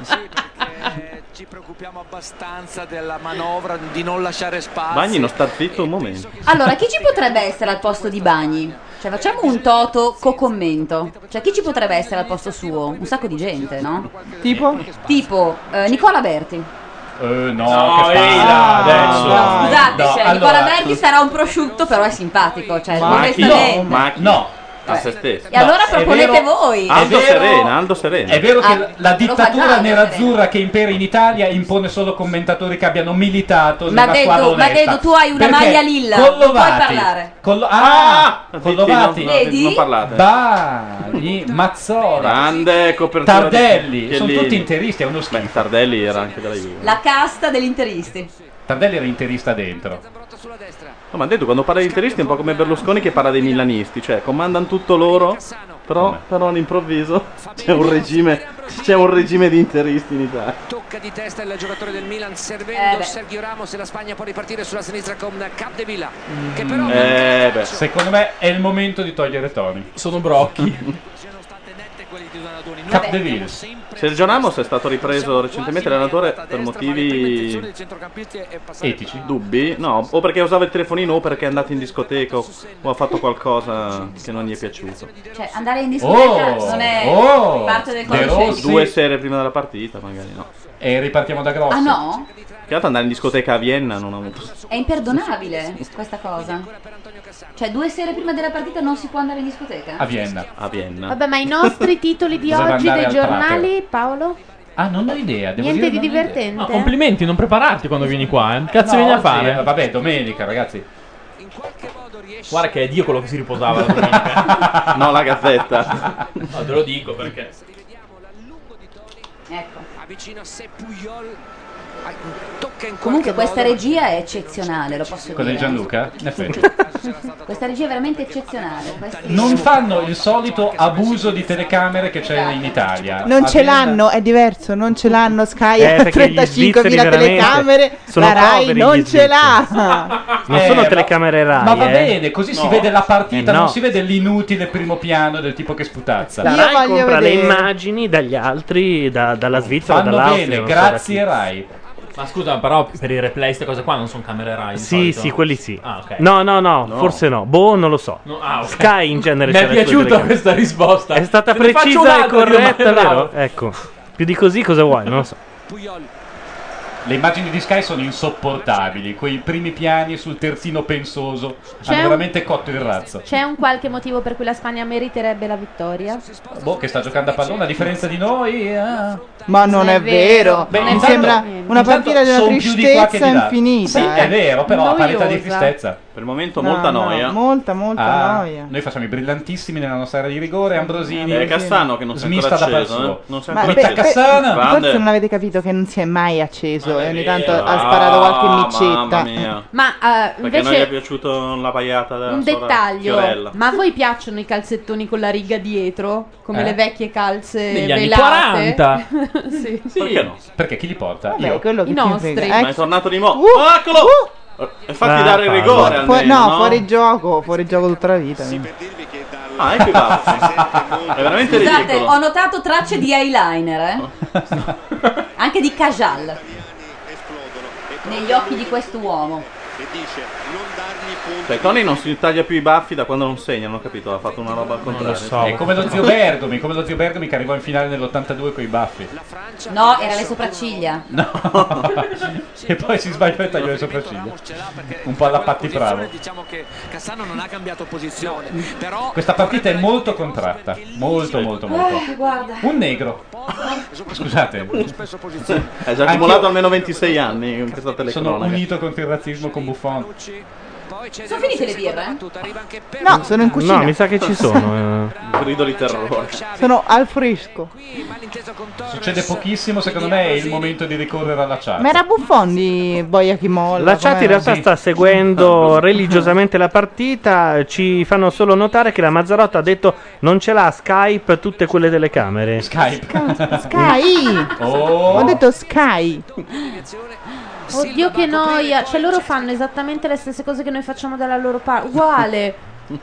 Speaker 11: Ci preoccupiamo abbastanza della manovra di non lasciare spazio.
Speaker 8: Bagni non sta zitto un momento.
Speaker 3: Allora, chi ci potrebbe essere al posto di Bagni? Cioè, facciamo un toto co-commento. Cioè, chi ci potrebbe essere al posto suo? Un sacco di gente, no?
Speaker 10: Tipo?
Speaker 3: Tipo, eh, Nicola Berti.
Speaker 6: Eh, no, che palle,
Speaker 8: ehi, là,
Speaker 6: adesso.
Speaker 8: dai.
Speaker 3: Scusate,
Speaker 6: No,
Speaker 3: cioè, Nicola
Speaker 6: allora-
Speaker 3: Berti sarà un prosciutto, però è simpatico. Cioè, onestamente.
Speaker 6: no, ma no.
Speaker 8: A se stesso.
Speaker 3: E allora
Speaker 6: No, è
Speaker 3: proponete
Speaker 6: vero-
Speaker 3: voi.
Speaker 8: Aldo
Speaker 6: È vero-
Speaker 8: Serena, Aldo Serena.
Speaker 6: È vero che
Speaker 3: Ah,
Speaker 6: la- la
Speaker 3: lo
Speaker 6: dittatura
Speaker 3: facciamo,
Speaker 6: nerazzurra che impera in Italia impone solo commentatori che abbiano militato
Speaker 3: Ma
Speaker 6: nella squadra
Speaker 3: Dedo, ma
Speaker 6: onesta.
Speaker 3: Dedo, tu hai una
Speaker 6: Perché
Speaker 3: maglia lilla,
Speaker 6: con
Speaker 3: non puoi
Speaker 6: Lovati-
Speaker 3: parlare.
Speaker 6: con Lo- ah,
Speaker 8: Ah,
Speaker 6: con
Speaker 8: zitti,
Speaker 6: Lovati.
Speaker 8: non- non- Vedi? non parlate.
Speaker 6: Bagni, Mazzola,
Speaker 8: Grande copertura. di
Speaker 6: Tardelli, sono
Speaker 8: Chiellini.
Speaker 6: tutti interisti, è uno schifo.
Speaker 8: Beh, Tardelli era anche della Juve.
Speaker 3: La casta degli interisti.
Speaker 6: Tardelli era interista dentro.
Speaker 8: No, ma detto quando parla di interisti è un po' come Berlusconi che parla dei milanisti, cioè comandano tutto loro, però, però all'improvviso *laughs* c'è un regime c'è un regime di interisti in Italia.
Speaker 11: Tocca di testa il giocatore del Milan
Speaker 3: Eh
Speaker 11: servendo Sergio Ramos e la Spagna può ripartire sulla sinistra con Capdevila.
Speaker 3: Mm.
Speaker 11: Che però
Speaker 6: Eh, beh. Secondo me è il momento di togliere Tony. Sono *laughs* brocchi. Capdeville.
Speaker 8: Sergio Ramos è stato ripreso recentemente l'allenatore per motivi
Speaker 6: etici,
Speaker 8: dubbi, no, o perché usava il telefonino o perché è andato in discoteca o, o ha fatto qualcosa che non gli è piaciuto.
Speaker 3: Cioè, andare in discoteca
Speaker 6: Oh,
Speaker 3: non è parte del codice.
Speaker 8: due sere prima della partita, magari no.
Speaker 6: E ripartiamo da Grossi.
Speaker 3: Ah no?
Speaker 8: Che altro andare in discoteca a Vienna non ha avuto.
Speaker 3: È imperdonabile questa cosa. Cioè, due sere prima della partita non si può andare in discoteca?
Speaker 6: Vienna.
Speaker 8: A Vienna.
Speaker 9: Vabbè, ma i
Speaker 6: *laughs*
Speaker 9: nostri titoli di
Speaker 6: Bisogna
Speaker 9: oggi
Speaker 6: andare
Speaker 9: dei
Speaker 6: al
Speaker 9: giornali, Paolo?
Speaker 6: Ah, non ho idea. Devo
Speaker 9: Niente
Speaker 6: dire,
Speaker 9: di
Speaker 6: non ho idea.
Speaker 9: divertente.
Speaker 2: No, complimenti, non prepararti quando vieni qua, eh. Cazzo
Speaker 6: No,
Speaker 2: vieni a
Speaker 6: oggi,
Speaker 2: fare?
Speaker 6: eh, Vabbè, domenica, ragazzi.
Speaker 2: Guarda che è Dio quello che si riposava la domenica.
Speaker 8: *laughs* no, la gazzetta.
Speaker 2: *laughs* No, te lo dico perché.
Speaker 3: Ecco.
Speaker 11: Avvicina sé Puyol. Ah, Tocca in
Speaker 3: Comunque
Speaker 11: qualche
Speaker 3: questa
Speaker 11: modo.
Speaker 3: regia è eccezionale, lo posso
Speaker 6: Quella di
Speaker 3: dire.
Speaker 6: Gianluca? In effetti.
Speaker 3: Questa regia è veramente eccezionale. questi-
Speaker 6: Non fanno il solito abuso di telecamere che c'è in Italia.
Speaker 10: Non ce
Speaker 6: Azienda-
Speaker 10: l'hanno, è diverso, non ce l'hanno Sky
Speaker 6: Eh,
Speaker 10: ha
Speaker 6: perché gli svizzeri
Speaker 10: 35.000
Speaker 6: veramente
Speaker 10: telecamere,
Speaker 6: sono
Speaker 10: la Rai
Speaker 6: poveri gli
Speaker 10: non ce l'ha.
Speaker 1: Non
Speaker 6: Eh,
Speaker 1: sono
Speaker 6: ma-
Speaker 1: telecamere Rai.
Speaker 6: Ma va
Speaker 1: eh.
Speaker 6: bene, così si
Speaker 1: No.
Speaker 6: vede la partita,
Speaker 1: Eh, no.
Speaker 6: non si vede l'inutile primo piano del tipo che sputazza.
Speaker 1: La Rai compra le immagini dagli altri, da- dalla Svizzera,
Speaker 6: Fanno
Speaker 1: dall'Austria.
Speaker 6: bene,
Speaker 1: non so
Speaker 6: grazie
Speaker 1: da chi.
Speaker 6: Rai.
Speaker 2: Ma scusa, però per i replay queste cose qua non sono camere Rai. di
Speaker 1: Sì,
Speaker 2: solito.
Speaker 1: sì, quelli sì.
Speaker 2: Ah, ok.
Speaker 1: No, no, no, forse no. Boh, non lo so.
Speaker 2: No, ah, ok.
Speaker 1: Sky in genere
Speaker 2: Mi
Speaker 1: c'ha
Speaker 2: è
Speaker 1: le sue
Speaker 2: piaciuta
Speaker 1: telecamere.
Speaker 2: questa risposta.
Speaker 1: È stata
Speaker 2: Te ne faccio
Speaker 1: precisa e
Speaker 2: un'altra di Omar
Speaker 1: corretta,
Speaker 2: Bravo.
Speaker 1: vero? Ecco. Più di così cosa vuoi? Non lo so.
Speaker 6: Le immagini di Sky sono insopportabili, quei primi piani sul terzino pensoso
Speaker 9: C'è
Speaker 6: hanno
Speaker 9: un-
Speaker 6: veramente cotto il razzo.
Speaker 9: C'è un qualche motivo per cui la Spagna meriterebbe la vittoria?
Speaker 6: Boh, che sta giocando a pallone a differenza di noi. ah.
Speaker 10: Ma non è vero,
Speaker 6: Beh,
Speaker 10: mi
Speaker 6: intanto-
Speaker 10: sembra una
Speaker 6: intanto
Speaker 10: partita di una
Speaker 6: son più di qua che
Speaker 10: tristezza
Speaker 6: di là.
Speaker 10: infinita.
Speaker 6: Sì, è
Speaker 10: eh.
Speaker 6: vero, però a parità di
Speaker 10: Noiosa.
Speaker 6: tristezza.
Speaker 8: Per il momento
Speaker 10: No,
Speaker 8: molta
Speaker 10: no,
Speaker 8: noia.
Speaker 10: Molta, molta
Speaker 6: Ah,
Speaker 10: noia.
Speaker 6: Noi facciamo i brillantissimi nella nostra area di rigore, Ambrosini
Speaker 8: Eh, Cassano che non si è ancora
Speaker 6: smista da par
Speaker 8: acceso,
Speaker 6: suo.
Speaker 8: eh. Non si è
Speaker 10: Ma
Speaker 8: ancora
Speaker 10: beh,
Speaker 8: acceso.
Speaker 10: per-
Speaker 8: Cassano!
Speaker 10: forse
Speaker 8: Grande.
Speaker 10: non avete capito che non si è mai acceso e ogni *laughs* tanto
Speaker 8: vero.
Speaker 10: ha sparato
Speaker 8: Ah,
Speaker 10: qualche
Speaker 8: mamma
Speaker 10: micetta.
Speaker 8: mia.
Speaker 9: Ma eh,
Speaker 8: Perché non gli è
Speaker 9: invece
Speaker 8: piaciuto la paiata della
Speaker 9: un
Speaker 8: sua
Speaker 9: dettaglio,
Speaker 8: Fiorella.
Speaker 9: ma a voi piacciono i calzettoni con la riga dietro? Come
Speaker 6: Eh?
Speaker 9: le vecchie calze
Speaker 6: Negli anni
Speaker 9: velate?
Speaker 6: 40.
Speaker 9: sì.
Speaker 8: Perché no?
Speaker 6: Perché chi li porta?
Speaker 10: Vabbè,
Speaker 6: Io.
Speaker 10: quello che I ti nostri. frega, eh.
Speaker 8: Ma è tornato di mo'.
Speaker 10: Uh,
Speaker 8: Eccolo! E fatti
Speaker 6: Ah,
Speaker 8: dare il
Speaker 6: parla.
Speaker 8: rigore
Speaker 10: Fu-
Speaker 8: almeno,
Speaker 10: no, fuori gioco, fuori gioco tutta la vita. quindi.
Speaker 8: Ah, ecco i *laughs* baffi. È veramente
Speaker 3: Scusate,
Speaker 8: ridicolo.
Speaker 3: ho notato tracce di eyeliner, eh. *laughs* Anche di Cajal. Negli occhi di quest'uomo.
Speaker 8: Cioè, Tony non si taglia più i baffi da quando non segna, non ho capito, ha fatto una roba al contrario.
Speaker 6: È come lo zio Bergomi, come lo zio Bergomi che arrivò in finale nell'82 con i baffi.
Speaker 3: No, era le sopracciglia.
Speaker 6: *laughs* e poi si sbaglia e tagliò le sopracciglia. Un po' alla Patti Bravo.
Speaker 11: Diciamo che Cassano non ha cambiato posizione, però
Speaker 6: Questa partita è molto contratta. Molto, molto, molto.
Speaker 3: Eh, guarda.
Speaker 6: Un negro. Scusate.
Speaker 8: È già accumulato almeno 26 anni in questa telecronaca. Eh,
Speaker 6: Sono unito contro il razzismo con Buffon.
Speaker 3: Sono finite le birre?
Speaker 10: No, Eh, sono in cucina.
Speaker 1: No, mi sa che
Speaker 8: *laughs*
Speaker 1: ci sono. eh.
Speaker 8: Grido di terrore.
Speaker 10: Sono al fresco.
Speaker 6: Succede pochissimo, secondo me è il momento di ricorrere alla
Speaker 8: Ah,
Speaker 6: chat.
Speaker 10: Ma era Buffon di Boia chi molla.
Speaker 1: La chat in
Speaker 10: com'era?
Speaker 1: realtà sta seguendo religiosamente la partita. Ci fanno solo notare che la Mazzarotta ha detto non ce l'ha Skype tutte quelle telecamere.
Speaker 6: Skype.
Speaker 10: Sky!
Speaker 8: Oh.
Speaker 10: Ho detto Sky.
Speaker 9: Oddio che noia, cioè loro fanno esattamente le stesse cose che noi facciamo dalla loro parte,
Speaker 1: *laughs*
Speaker 9: uguale.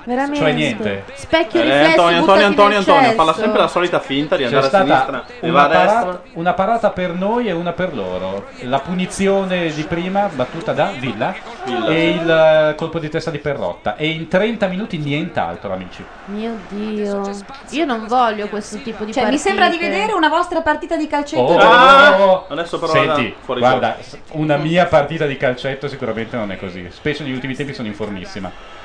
Speaker 9: Veramente.
Speaker 8: Cioè, niente.
Speaker 9: Specchio
Speaker 8: Eh,
Speaker 9: riflesso. buttati
Speaker 8: Antonio, Antonio, Antonio,
Speaker 9: nel
Speaker 8: Antonio,
Speaker 9: cesso.
Speaker 8: parla sempre la solita finta di
Speaker 6: C'è
Speaker 8: andare a sinistra,
Speaker 6: stata
Speaker 8: e va
Speaker 6: una
Speaker 8: a destra.
Speaker 6: parata, una parata per noi e una per loro. La punizione di prima battuta da Villa,
Speaker 8: Villa.
Speaker 6: e il eh, colpo di testa di Perrotta. E in 30 minuti nient'altro, amici.
Speaker 9: Mio Dio. Io non voglio questo tipo di
Speaker 3: Cioè, mi
Speaker 9: partite.
Speaker 3: sembra di vedere una vostra partita di
Speaker 1: Oh.
Speaker 3: calcetto.
Speaker 8: Ah! Adesso però
Speaker 6: Oh, Senti,
Speaker 8: la- fuori
Speaker 6: guarda,
Speaker 8: gioco.
Speaker 6: s- una mia partita di calcetto sicuramente non è così. Spesso negli ultimi tempi sono informissima.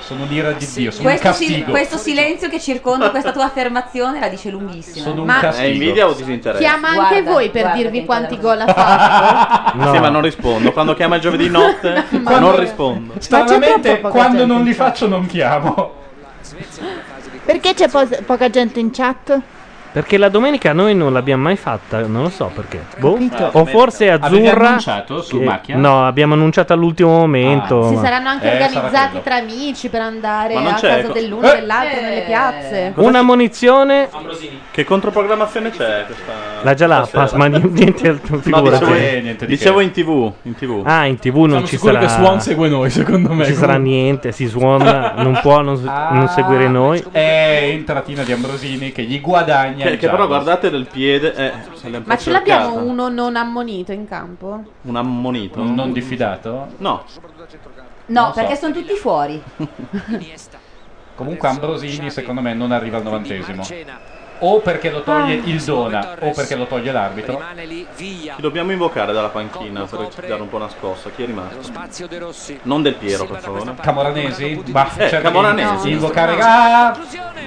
Speaker 6: Sono un'ira di Dio, sono un
Speaker 3: Questo, sil-
Speaker 6: castigo.
Speaker 3: questo silenzio che circonda questa tua affermazione la dice lunghissima.
Speaker 6: Sono un
Speaker 9: Ma-
Speaker 8: È
Speaker 6: castigo.
Speaker 8: invidia o disinteresse?
Speaker 9: Chiama anche
Speaker 3: Guarda,
Speaker 9: voi per
Speaker 3: guarda
Speaker 9: dirvi
Speaker 3: che
Speaker 9: quanti gol ha fatto.
Speaker 8: Eh, Sì, ma non rispondo. Quando chiama il giovedì
Speaker 9: *laughs*
Speaker 8: notte, non rispondo.
Speaker 6: Stranamente, quando non li faccio non
Speaker 8: *laughs*
Speaker 6: chiamo.
Speaker 15: Perché c'è po- poca gente in chat?
Speaker 1: *laughs* Perché la domenica noi non l'abbiamo mai fatta, non lo so perché. Boh.
Speaker 15: Capito.
Speaker 1: O forse
Speaker 6: Avete
Speaker 1: Azzurra.
Speaker 6: annunciato su Ah. Macchia?
Speaker 1: No, abbiamo annunciato all'ultimo momento.
Speaker 9: Si
Speaker 1: ma-
Speaker 9: saranno anche
Speaker 1: Eh, sarà
Speaker 9: organizzati
Speaker 1: quello.
Speaker 9: tra amici per andare
Speaker 1: Ma non
Speaker 9: a
Speaker 1: c'è,
Speaker 9: casa
Speaker 1: ecco.
Speaker 9: dell'uno
Speaker 1: Eh.
Speaker 9: e dell'altro nelle piazze.
Speaker 1: Una munizione.
Speaker 8: Che controprogrammazione c'è questa?
Speaker 1: La Jalapas,
Speaker 8: stasera?
Speaker 1: Cioè, ma ni- niente altro figurati.
Speaker 8: dicevo, dicevo in tv. In TV.
Speaker 1: Ah, in tv non ci
Speaker 2: sicuro
Speaker 1: sarà.
Speaker 2: che Swan segue noi, secondo me.
Speaker 1: Non ci sarà niente. Si Swan non può non,
Speaker 3: Ah,
Speaker 1: non seguire
Speaker 3: cioè,
Speaker 1: noi.
Speaker 6: È entratina di Ambrosini che gli guadagna.
Speaker 8: Eh, Che,
Speaker 6: il
Speaker 8: che però
Speaker 6: giallo.
Speaker 8: guardate del piede. eh, se l'è un po'
Speaker 9: Ma ce
Speaker 8: cercata.
Speaker 9: l'abbiamo uno non ammonito in campo?
Speaker 8: Un ammonito?
Speaker 6: non diffidato?
Speaker 8: No.
Speaker 3: No,
Speaker 6: Non so.
Speaker 3: perché sono tutti fuori.
Speaker 6: Comunque Ambrosini secondo me non arriva al novantesimo. O perché lo toglie il Dona, o perché lo toglie l'arbitro.
Speaker 8: Ci dobbiamo invocare dalla panchina per dare un po' una scossa. Chi è rimasto?
Speaker 11: De Rossi.
Speaker 8: Non del Piero, per favore.
Speaker 6: Camoranesi? Ma
Speaker 8: Eh,
Speaker 6: cerca di
Speaker 8: Camoranesi.
Speaker 6: invocare
Speaker 8: Ah!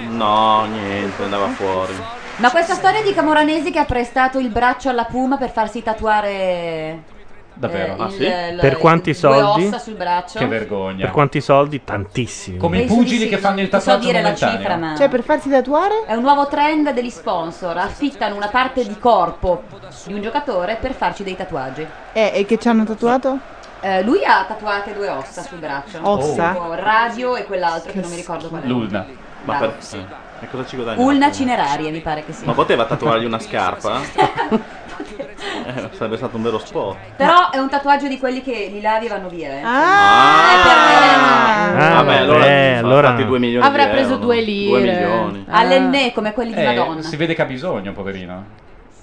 Speaker 8: No, niente, andava fuori.
Speaker 3: Ma questa storia di Camoranesi che ha prestato il braccio alla Puma per farsi tatuare
Speaker 13: Davvero?
Speaker 3: Eh, Ah, il- sì? il-
Speaker 1: Per quanti
Speaker 3: due
Speaker 1: soldi?
Speaker 3: ossa sul braccio. Che
Speaker 6: vergogna.
Speaker 1: Per quanti soldi? Tantissimi.
Speaker 6: Come i
Speaker 3: Penso
Speaker 6: pugili
Speaker 3: di sì.
Speaker 6: che fanno il
Speaker 3: Non so
Speaker 6: tatuaggio
Speaker 3: dire la
Speaker 6: momentaneo.
Speaker 3: cifra, ma
Speaker 10: Cioè, per farsi tatuare?
Speaker 3: È un nuovo trend degli sponsor, affittano una parte di corpo di un giocatore per farci dei tatuaggi.
Speaker 10: Eh, e che ci hanno tatuato?
Speaker 3: Eh, lui ha tatuate due ossa sul braccio.
Speaker 10: Ossa?
Speaker 3: Tipo Radio e quell'altro che non mi ricordo qual è.
Speaker 8: L'ulna. Ma
Speaker 3: Bravo.
Speaker 8: per... eh, E cosa ci guadagna?
Speaker 3: Ulna cineraria, mi pare che sia.
Speaker 8: Ma poteva tatuargli
Speaker 9: *laughs*
Speaker 8: una scarpa? Eh, sarebbe stato un vero spot.
Speaker 3: Però è un tatuaggio di quelli che li lavi e vanno via. eh.
Speaker 1: Ah,
Speaker 8: Vabbè, allora,
Speaker 1: eh,
Speaker 8: sono
Speaker 1: allora-
Speaker 8: fatti 2 milioni
Speaker 3: Avrà
Speaker 8: di
Speaker 3: preso
Speaker 8: euro,
Speaker 3: due
Speaker 8: no?
Speaker 3: lire.
Speaker 8: Due milioni.
Speaker 3: All'enne come quelli di
Speaker 6: Eh.
Speaker 3: Madonna.
Speaker 6: Si vede che ha bisogno, poverino.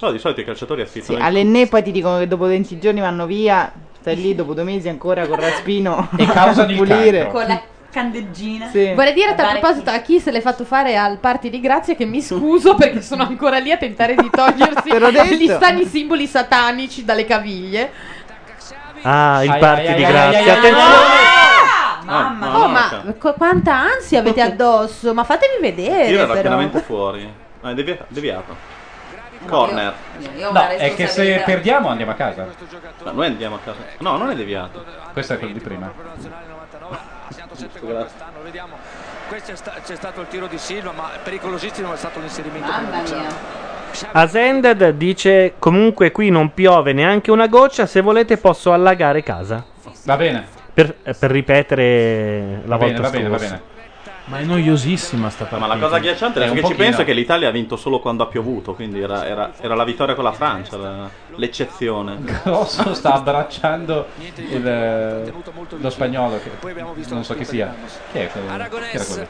Speaker 8: No, di solito i calciatori
Speaker 10: Sì,
Speaker 8: affittano... il-
Speaker 10: all'enne poi ti dicono che dopo 20 giorni vanno via, stai lì dopo due mesi ancora con Raspino e
Speaker 6: causano il
Speaker 3: Con la candeggina.
Speaker 10: Sì.
Speaker 9: Vorrei dire a
Speaker 3: Guardare-
Speaker 9: proposito a chi se l'è fatto fare al party di grazia che mi scuso perché sono ancora lì a tentare di togliersi
Speaker 10: *laughs* Te l'ho detto.
Speaker 9: gli strani simboli satanici dalle caviglie.
Speaker 1: Ah, il
Speaker 16: Ai,
Speaker 1: party
Speaker 16: ai,
Speaker 1: di
Speaker 16: ai,
Speaker 1: grazia.
Speaker 16: ai, ai, ai,
Speaker 1: Attenzione!
Speaker 8: Ah,
Speaker 9: Mamma oh, ma qu- quanta ansia
Speaker 10: *laughs*
Speaker 9: avete addosso? Ma fatevi vedere,
Speaker 8: Tira
Speaker 9: però.
Speaker 8: rapidamente fuori. Ah, è devi- deviato. Corner.
Speaker 3: Io ho
Speaker 6: No,
Speaker 3: una
Speaker 6: è che se
Speaker 3: responsabilità.
Speaker 6: perdiamo andiamo a casa.
Speaker 8: Ma noi andiamo a casa. No, non è deviato.
Speaker 6: Questo è quello di prima.
Speaker 11: Questo è sta- c'è stato il tiro di Silva, ma pericolosissimo è stato l'inserimento.
Speaker 3: Mamma mia.
Speaker 1: Asended dice comunque qui non piove neanche una goccia, se volete posso allagare casa.
Speaker 6: Va bene. *laughs*
Speaker 1: Per, eh, per ripetere la
Speaker 6: Va bene,
Speaker 1: volta
Speaker 6: va bene, va
Speaker 1: scorsa.
Speaker 2: Ma è noiosissima sta partita.
Speaker 8: Ma la cosa agghiacciante adesso
Speaker 2: È un
Speaker 8: che ci
Speaker 2: pochino.
Speaker 8: penso è che l'Italia ha vinto solo quando ha piovuto, quindi era, era- era la vittoria con la Francia, la- l'eccezione.
Speaker 6: Grosso sta abbracciando il, eh, lo spagnolo che non so chi sia. Chi è quello? Chi era quello?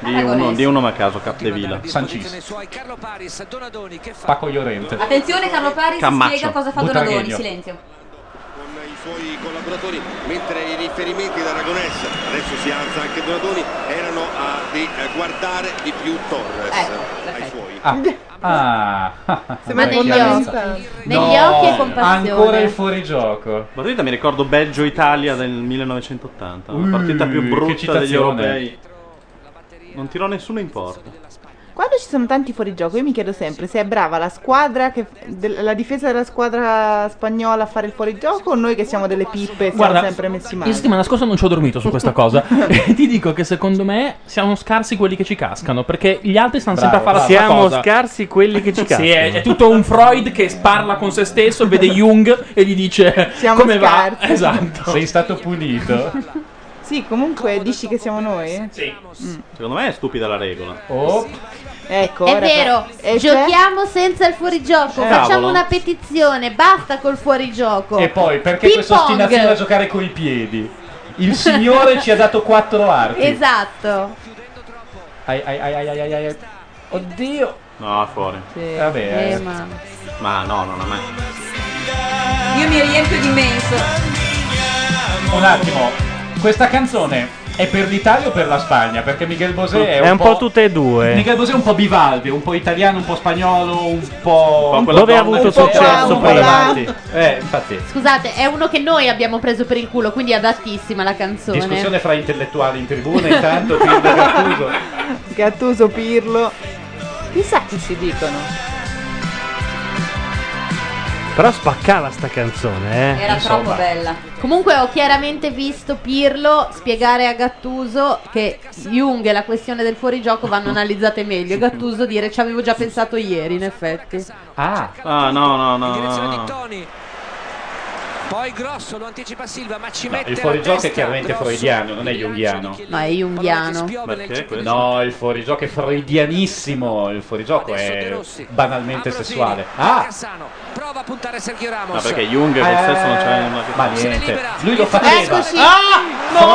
Speaker 8: Di uno, di uno a caso, Capdevila.
Speaker 6: Sancis.
Speaker 11: Carlo Paris, Donadoni, che fa?
Speaker 6: Paco Llorente.
Speaker 3: Attenzione Carlo Paris
Speaker 6: Cammaccio.
Speaker 3: spiega cosa fa Donadoni,
Speaker 6: Butragueño.
Speaker 3: silenzio.
Speaker 17: i suoi collaboratori, mentre i riferimenti da Aragonese, adesso si alza anche Donatoni, erano a di eh, guardare di più Torres
Speaker 3: Eh,
Speaker 17: ai suoi.
Speaker 6: Ah,
Speaker 14: *laughs*
Speaker 6: ah, ah,
Speaker 17: Sembra
Speaker 6: vecchia
Speaker 17: negli
Speaker 6: ragazza.
Speaker 17: occhi.
Speaker 8: Negli occhi e con passione.
Speaker 6: Ancora il fuorigioco.
Speaker 8: Partita mi ricordo Belgio-Italia del 1980, la
Speaker 6: Uh,
Speaker 8: partita
Speaker 6: che
Speaker 8: più brutta degli
Speaker 6: citazione.
Speaker 8: europei. Non tirò nessuno in porta.
Speaker 10: Quando ci sono tanti fuorigioco, io mi chiedo sempre se è brava la squadra, che, del- la difesa della squadra spagnola a fare il fuorigioco o noi che siamo delle pippe e siamo
Speaker 2: Guarda,
Speaker 10: sempre messi
Speaker 2: Io
Speaker 10: male.
Speaker 2: settimana scorsa non ci ho dormito su
Speaker 10: *laughs*
Speaker 2: questa cosa. e ti dico che secondo me siamo scarsi quelli che ci cascano. Perché gli altri stanno sempre a fare la stessa
Speaker 1: Siamo
Speaker 2: cosa.
Speaker 1: scarsi quelli che ci cascano.
Speaker 2: Sì, è, è tutto un Freud che parla con se stesso, vede Jung e gli dice
Speaker 10: Siamo
Speaker 2: come
Speaker 10: scarsi."
Speaker 2: va. Esatto.
Speaker 6: Sei stato punito.
Speaker 10: Sì, comunque dici che siamo noi? Mm.
Speaker 2: Sì.
Speaker 8: Secondo me è stupida la regola.
Speaker 6: Oh.
Speaker 10: Ecco,
Speaker 14: È
Speaker 10: ora-
Speaker 14: vero,
Speaker 10: E cioè?
Speaker 14: giochiamo senza il fuorigioco.
Speaker 6: Eh,
Speaker 14: Facciamo
Speaker 6: cavolo.
Speaker 14: una petizione, basta col fuorigioco.
Speaker 6: E poi perché
Speaker 14: Ping
Speaker 6: questa
Speaker 14: pong.
Speaker 6: ostinazione a giocare coi piedi? Il signore ci ha dato quattro arti.
Speaker 14: Esatto.
Speaker 6: Ai, ai, ai, ai, ai, ai, ai. Oddio.
Speaker 8: No, fuori.
Speaker 6: Vabbè. eh.
Speaker 8: Ma no, no, no, no.
Speaker 3: Io mi riempio di menso.
Speaker 6: Un attimo. Questa canzone è per l'Italia o per la Spagna? Perché Miguel Bosé è,
Speaker 1: È un po' tutte e due.
Speaker 6: Miguel Bosé è un po' bivalve, un po' italiano, un po' spagnolo, un po'.
Speaker 1: Un po' Dove ha donna avuto che- successo
Speaker 6: un
Speaker 1: poi
Speaker 6: po' là.
Speaker 1: avanti?
Speaker 6: Eh, infatti.
Speaker 9: Scusate, è uno che noi abbiamo preso per il culo, quindi è adattissima la canzone.
Speaker 6: Discussione fra intellettuali in tribuna, intanto Pirlo e Gattuso.
Speaker 10: Gattuso, Pirlo. Chissà chi si dicono.
Speaker 1: Però spaccava sta canzone, eh.
Speaker 14: Era
Speaker 1: Insomma.
Speaker 14: troppo
Speaker 3: bella.
Speaker 14: Comunque ho chiaramente visto Pirlo spiegare a Gattuso che
Speaker 9: Jung e la questione del fuorigioco vanno analizzate meglio. E Gattuso dire ci avevo già pensato ieri, in effetti.
Speaker 6: Ah.
Speaker 8: Ah, no, no, no. no, no.
Speaker 11: Poi Grosso lo anticipa Silva, ma ci mette
Speaker 6: Il
Speaker 11: la
Speaker 6: fuorigioco è
Speaker 11: testa.
Speaker 6: chiaramente
Speaker 11: Grosso.
Speaker 6: freudiano, non è junghiano.
Speaker 9: No, è junghiano.
Speaker 8: Perché?
Speaker 6: No, il fuorigioco è freudianissimo. Il fuorigioco è banalmente sessuale. Ah!
Speaker 11: Prova a puntare Sergio Ramos.
Speaker 8: Ma perché Jung col
Speaker 6: Eh.
Speaker 8: sesso non c'è nulla che
Speaker 6: Ma
Speaker 8: fare.
Speaker 6: niente. Lui lo
Speaker 4: Ecco,
Speaker 6: faceva.
Speaker 11: Eccoci.
Speaker 6: Ah! No!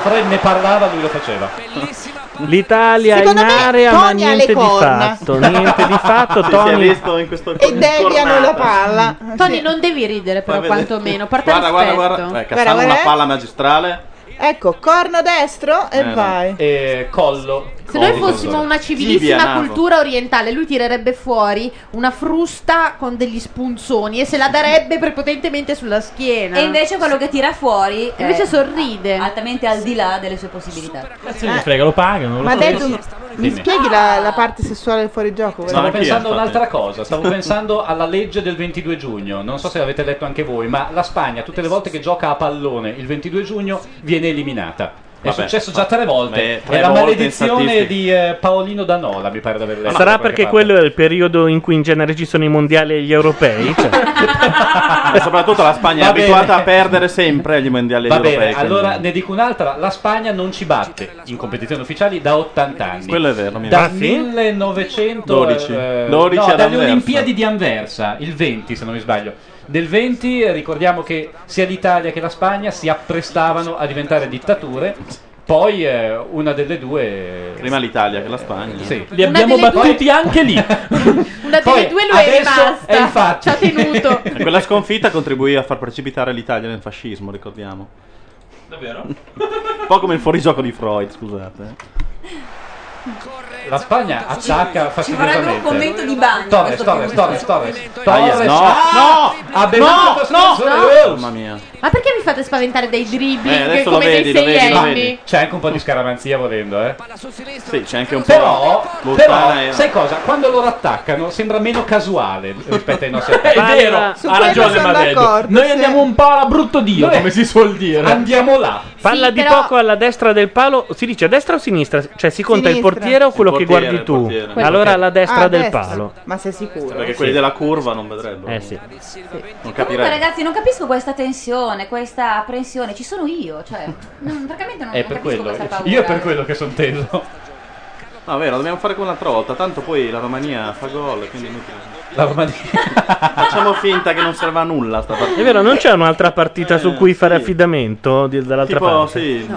Speaker 6: Fred, Fred ne parlava, lui lo faceva.
Speaker 1: L'Italia
Speaker 6: Secondo
Speaker 1: è in
Speaker 6: me
Speaker 1: area, ma
Speaker 6: Tony ha le
Speaker 1: niente di
Speaker 6: corna.
Speaker 8: *laughs*
Speaker 1: fatto. Niente di fatto,
Speaker 8: Sì, *laughs* si è
Speaker 1: Tony.
Speaker 8: visto in questo
Speaker 10: E deviano la palla.
Speaker 9: Tony, non devi ridere, però,
Speaker 8: Fai vedere.
Speaker 9: quantomeno. Porta
Speaker 8: Guarda, guarda,
Speaker 9: rispetto.
Speaker 8: guarda. Eh,
Speaker 10: Guarda,
Speaker 8: Cassano
Speaker 10: guarda,
Speaker 8: una
Speaker 10: eh.
Speaker 8: palla magistrale.
Speaker 10: Ecco, corno destro e
Speaker 8: Eh, no.
Speaker 10: vai.
Speaker 6: E collo.
Speaker 9: Se noi fossimo una civilissima cultura orientale, lui tirerebbe fuori una frusta con degli spunzoni e se la darebbe prepotentemente sulla schiena.
Speaker 3: E invece quello che tira fuori eh.
Speaker 9: Invece
Speaker 3: sorride. Altamente al di là delle sue possibilità.
Speaker 2: Cazzo, gliene frega, lo pagano. lo
Speaker 10: Ma ha
Speaker 2: pagano.
Speaker 10: detto, Mi
Speaker 6: Dimmi.
Speaker 10: spieghi la, la parte sessuale del fuorigioco?
Speaker 6: Ecco, Stavo
Speaker 10: volevo-
Speaker 6: pensando a un'altra cosa, stavo pensando alla legge del 22 giugno, non so se l'avete letto anche voi, ma la Spagna tutte le volte che gioca a pallone il 22 giugno viene eliminata. È
Speaker 8: Vabbè,
Speaker 6: successo già tre volte,
Speaker 8: beh, tre
Speaker 6: è la
Speaker 8: volte in
Speaker 6: maledizione
Speaker 8: statistica.
Speaker 6: di eh, Paolino Danola, mi pare di aver letto. da
Speaker 1: Sarà
Speaker 6: qualche
Speaker 1: perché
Speaker 6: parte.
Speaker 1: quello è il periodo in cui in genere ci sono i mondiali e gli europei?
Speaker 8: *laughs*
Speaker 1: cioè,
Speaker 8: E soprattutto la Spagna
Speaker 6: Va
Speaker 8: è
Speaker 6: bene.
Speaker 8: abituata a perdere sempre agli mondiali
Speaker 6: Va
Speaker 8: europei.
Speaker 6: bene,
Speaker 8: quindi-
Speaker 6: allora ne dico un'altra, la Spagna non ci batte in competizioni ufficiali da 80 anni.
Speaker 8: Quello è vero, mi
Speaker 6: Da
Speaker 8: ricordo. Ah, sì?
Speaker 6: 1900
Speaker 8: 12.
Speaker 6: eh,
Speaker 8: 12
Speaker 6: no,
Speaker 8: ad
Speaker 6: dalle
Speaker 8: Anversa.
Speaker 6: Olimpiadi di Anversa, il 20 se non mi sbaglio. Del 20 eh, ricordiamo che sia l'Italia che la Spagna si apprestavano a diventare dittature. Poi eh, una delle due
Speaker 8: Prima l'Italia che la Spagna.
Speaker 6: Sì.
Speaker 2: Li abbiamo
Speaker 6: Una delle due-
Speaker 2: battuti *laughs*
Speaker 6: anche lì.
Speaker 9: Una delle due lui è
Speaker 6: adesso
Speaker 9: rimasta.
Speaker 6: è
Speaker 9: Ci
Speaker 6: infatti.
Speaker 9: ha
Speaker 6: *laughs*
Speaker 9: tenuto.
Speaker 8: E Quella sconfitta contribuì a far precipitare l'Italia nel fascismo, ricordiamo.
Speaker 2: Davvero?
Speaker 8: Un po' come il fuorigioco di Freud, scusate.
Speaker 6: La Spagna attacca
Speaker 3: Ci vorrebbe un commento
Speaker 6: fastidiosamente.
Speaker 3: di bagno.
Speaker 6: Torres,
Speaker 3: questo
Speaker 6: Torres, Torres, Torres.
Speaker 8: Ah, yes.
Speaker 6: Torres.
Speaker 8: No,
Speaker 6: Ah! Ha bevuto
Speaker 9: No,
Speaker 6: questo
Speaker 9: no,
Speaker 6: sole.
Speaker 9: no.
Speaker 8: Mamma mia.
Speaker 9: Ma perché mi fate spaventare dai
Speaker 6: Eh,
Speaker 9: dribbling
Speaker 6: adesso
Speaker 9: come
Speaker 6: lo
Speaker 9: dei
Speaker 6: vedi, lo vedi, lo
Speaker 9: seienni?
Speaker 6: vedi. C'è anche un po' di scaramanzia volendo, eh.
Speaker 8: Sì, c'è anche un po'.
Speaker 6: Però, però
Speaker 8: Lontana era.
Speaker 6: sai cosa? Quando loro attaccano sembra meno casuale rispetto
Speaker 8: *laughs*
Speaker 6: ai nostri attacchi.
Speaker 2: È vero, ha ragione Madedo. Noi andiamo un po' alla brutto Dio,
Speaker 6: Noi-
Speaker 2: come si suol dire.
Speaker 6: Andiamo là.
Speaker 1: Palla
Speaker 2: Sì,
Speaker 1: di
Speaker 2: però-
Speaker 1: poco alla destra del palo, si dice a destra o a sinistra? Cioè si conta il
Speaker 10: Sinistra.
Speaker 1: portiere o
Speaker 10: Il
Speaker 1: quello
Speaker 8: portiere,
Speaker 1: che guardi
Speaker 8: il
Speaker 1: tu?
Speaker 8: portiere. Quello
Speaker 1: Allora
Speaker 8: che-
Speaker 1: alla destra
Speaker 10: Ah,
Speaker 1: del
Speaker 10: destra.
Speaker 1: palo.
Speaker 10: Ma sei sicuro?
Speaker 8: Perché quelli della curva non vedrebbero.
Speaker 1: Eh sì.
Speaker 8: Non
Speaker 3: Comunque,
Speaker 8: capirei.
Speaker 3: ragazzi, non capisco questa tensione, questa apprensione. Ci sono io, cioè, non, francamente non
Speaker 6: È per
Speaker 3: non capisco
Speaker 6: quello.
Speaker 3: questa paura.
Speaker 6: Io è per quello che sono teso.
Speaker 8: No, vero, dobbiamo fare come l'altra volta. Tanto poi la Romania fa gol, quindi è inutile.
Speaker 6: La Romania.
Speaker 8: *laughs* Facciamo finta che non serva a nulla sta partita.
Speaker 1: È vero, non c'è un'altra partita su cui fare affidamento di- dall'altra
Speaker 8: Eh, Tipo,
Speaker 1: parte?
Speaker 8: sì.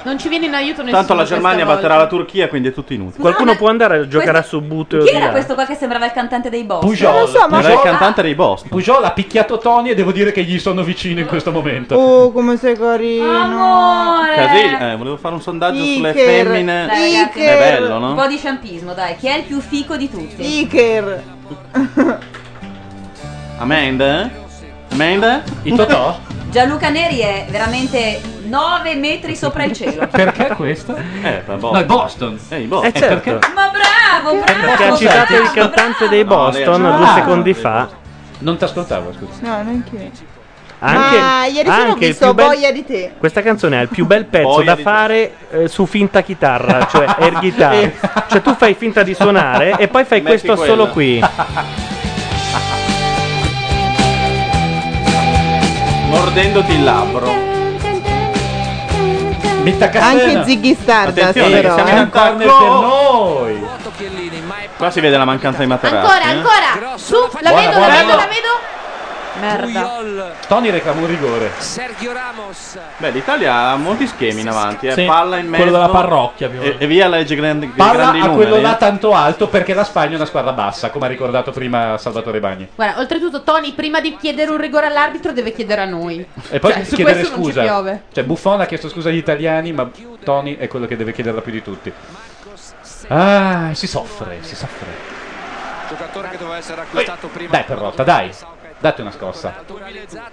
Speaker 9: Non ci viene in aiuto nessuno.
Speaker 8: Tanto la Germania
Speaker 9: questa
Speaker 8: batterà la
Speaker 9: volta.
Speaker 8: Turchia, quindi è tutto inutile.
Speaker 1: Qualcuno può andare a giocare
Speaker 3: questo-
Speaker 1: a Subuteo
Speaker 3: Chi
Speaker 1: di
Speaker 3: era
Speaker 1: là?
Speaker 3: questo qua che sembrava il cantante dei boss?
Speaker 6: Pujol.
Speaker 3: Non lo so, ma
Speaker 6: Era il
Speaker 8: cantante dei boss.
Speaker 6: Pujol ha picchiato Tony e devo dire che gli sono vicino in questo momento.
Speaker 10: Oh, come sei carino.
Speaker 8: Casini, eh, volevo fare un sondaggio sulle
Speaker 10: Iker.
Speaker 8: femmine.
Speaker 3: Dai, ragazzi,
Speaker 8: È bello, no?
Speaker 3: Un po' di sciampismo, dai. Chi è il più fico di tutti?
Speaker 10: Iker.
Speaker 8: Amanda? Amanda?
Speaker 6: I Totò?
Speaker 3: Gianluca Neri è veramente 9 metri sopra il *laughs* cielo.
Speaker 6: Perché questo?
Speaker 8: Eh, da Boston.
Speaker 6: No, è Boston.
Speaker 8: Eh, i Boston.
Speaker 1: Eh, certo.
Speaker 6: perché-
Speaker 3: Ma bravo, bravo.
Speaker 1: Perché ha citato il cantante dei
Speaker 6: No,
Speaker 1: Boston
Speaker 6: lei ha-
Speaker 1: due
Speaker 6: Ah.
Speaker 1: secondi fa.
Speaker 6: Non ti ascoltavo, scusa.
Speaker 10: No, neanche io.
Speaker 1: Anche,
Speaker 10: Ma ieri sera ho
Speaker 1: anche il
Speaker 10: visto
Speaker 1: più bel-
Speaker 10: Boia di te.
Speaker 1: Questa canzone ha il più bel pezzo
Speaker 8: Boia
Speaker 1: da
Speaker 8: di-
Speaker 1: fare eh, su
Speaker 6: *laughs*
Speaker 1: finta chitarra, cioè air guitar. cioè tu fai finta di suonare e poi fai
Speaker 8: Metti
Speaker 1: questo
Speaker 8: quella.
Speaker 1: solo qui.
Speaker 8: Mordendoti il labbro.
Speaker 6: Metta
Speaker 10: Anche Ziggy Stardust,
Speaker 8: Attenzione,
Speaker 10: però.
Speaker 8: siamo
Speaker 10: eh.
Speaker 8: in ancora per
Speaker 6: noi.
Speaker 8: Qua si vede la mancanza di materassi.
Speaker 9: Ancora,
Speaker 8: eh?
Speaker 9: ancora. Su, la
Speaker 8: Buona,
Speaker 9: vedo, la
Speaker 8: buona.
Speaker 9: vedo, la
Speaker 8: Buona.
Speaker 9: vedo. Merda.
Speaker 6: Tony reclama un rigore.
Speaker 11: Sergio Ramos.
Speaker 8: Beh, l'Italia ha molti schemi in avanti. Eh.
Speaker 6: Sì,
Speaker 8: Palla in mezzo.
Speaker 6: quello della parrocchia, più o
Speaker 8: E, e via legge grandi,
Speaker 6: Palla
Speaker 8: grandi
Speaker 6: a
Speaker 8: numeri.
Speaker 6: quello là
Speaker 8: eh.
Speaker 6: tanto alto perché la Spagna è una squadra bassa, come ha ricordato prima Salvatore Bagni.
Speaker 9: Guarda, oltretutto Tony prima di chiedere un rigore all'arbitro deve chiedere a noi.
Speaker 6: E poi
Speaker 9: Cioè, su
Speaker 6: chiedere
Speaker 9: questo non ci
Speaker 6: scusa.
Speaker 9: piove.
Speaker 6: Cioè, Buffon ha chiesto scusa agli italiani, ma Tony è quello che deve chiederla più di tutti. Ah, si soffre, si soffre.
Speaker 11: Giocatore che doveva essere acquistato prima.
Speaker 6: Dai, Perrotta, dai. Date una scossa.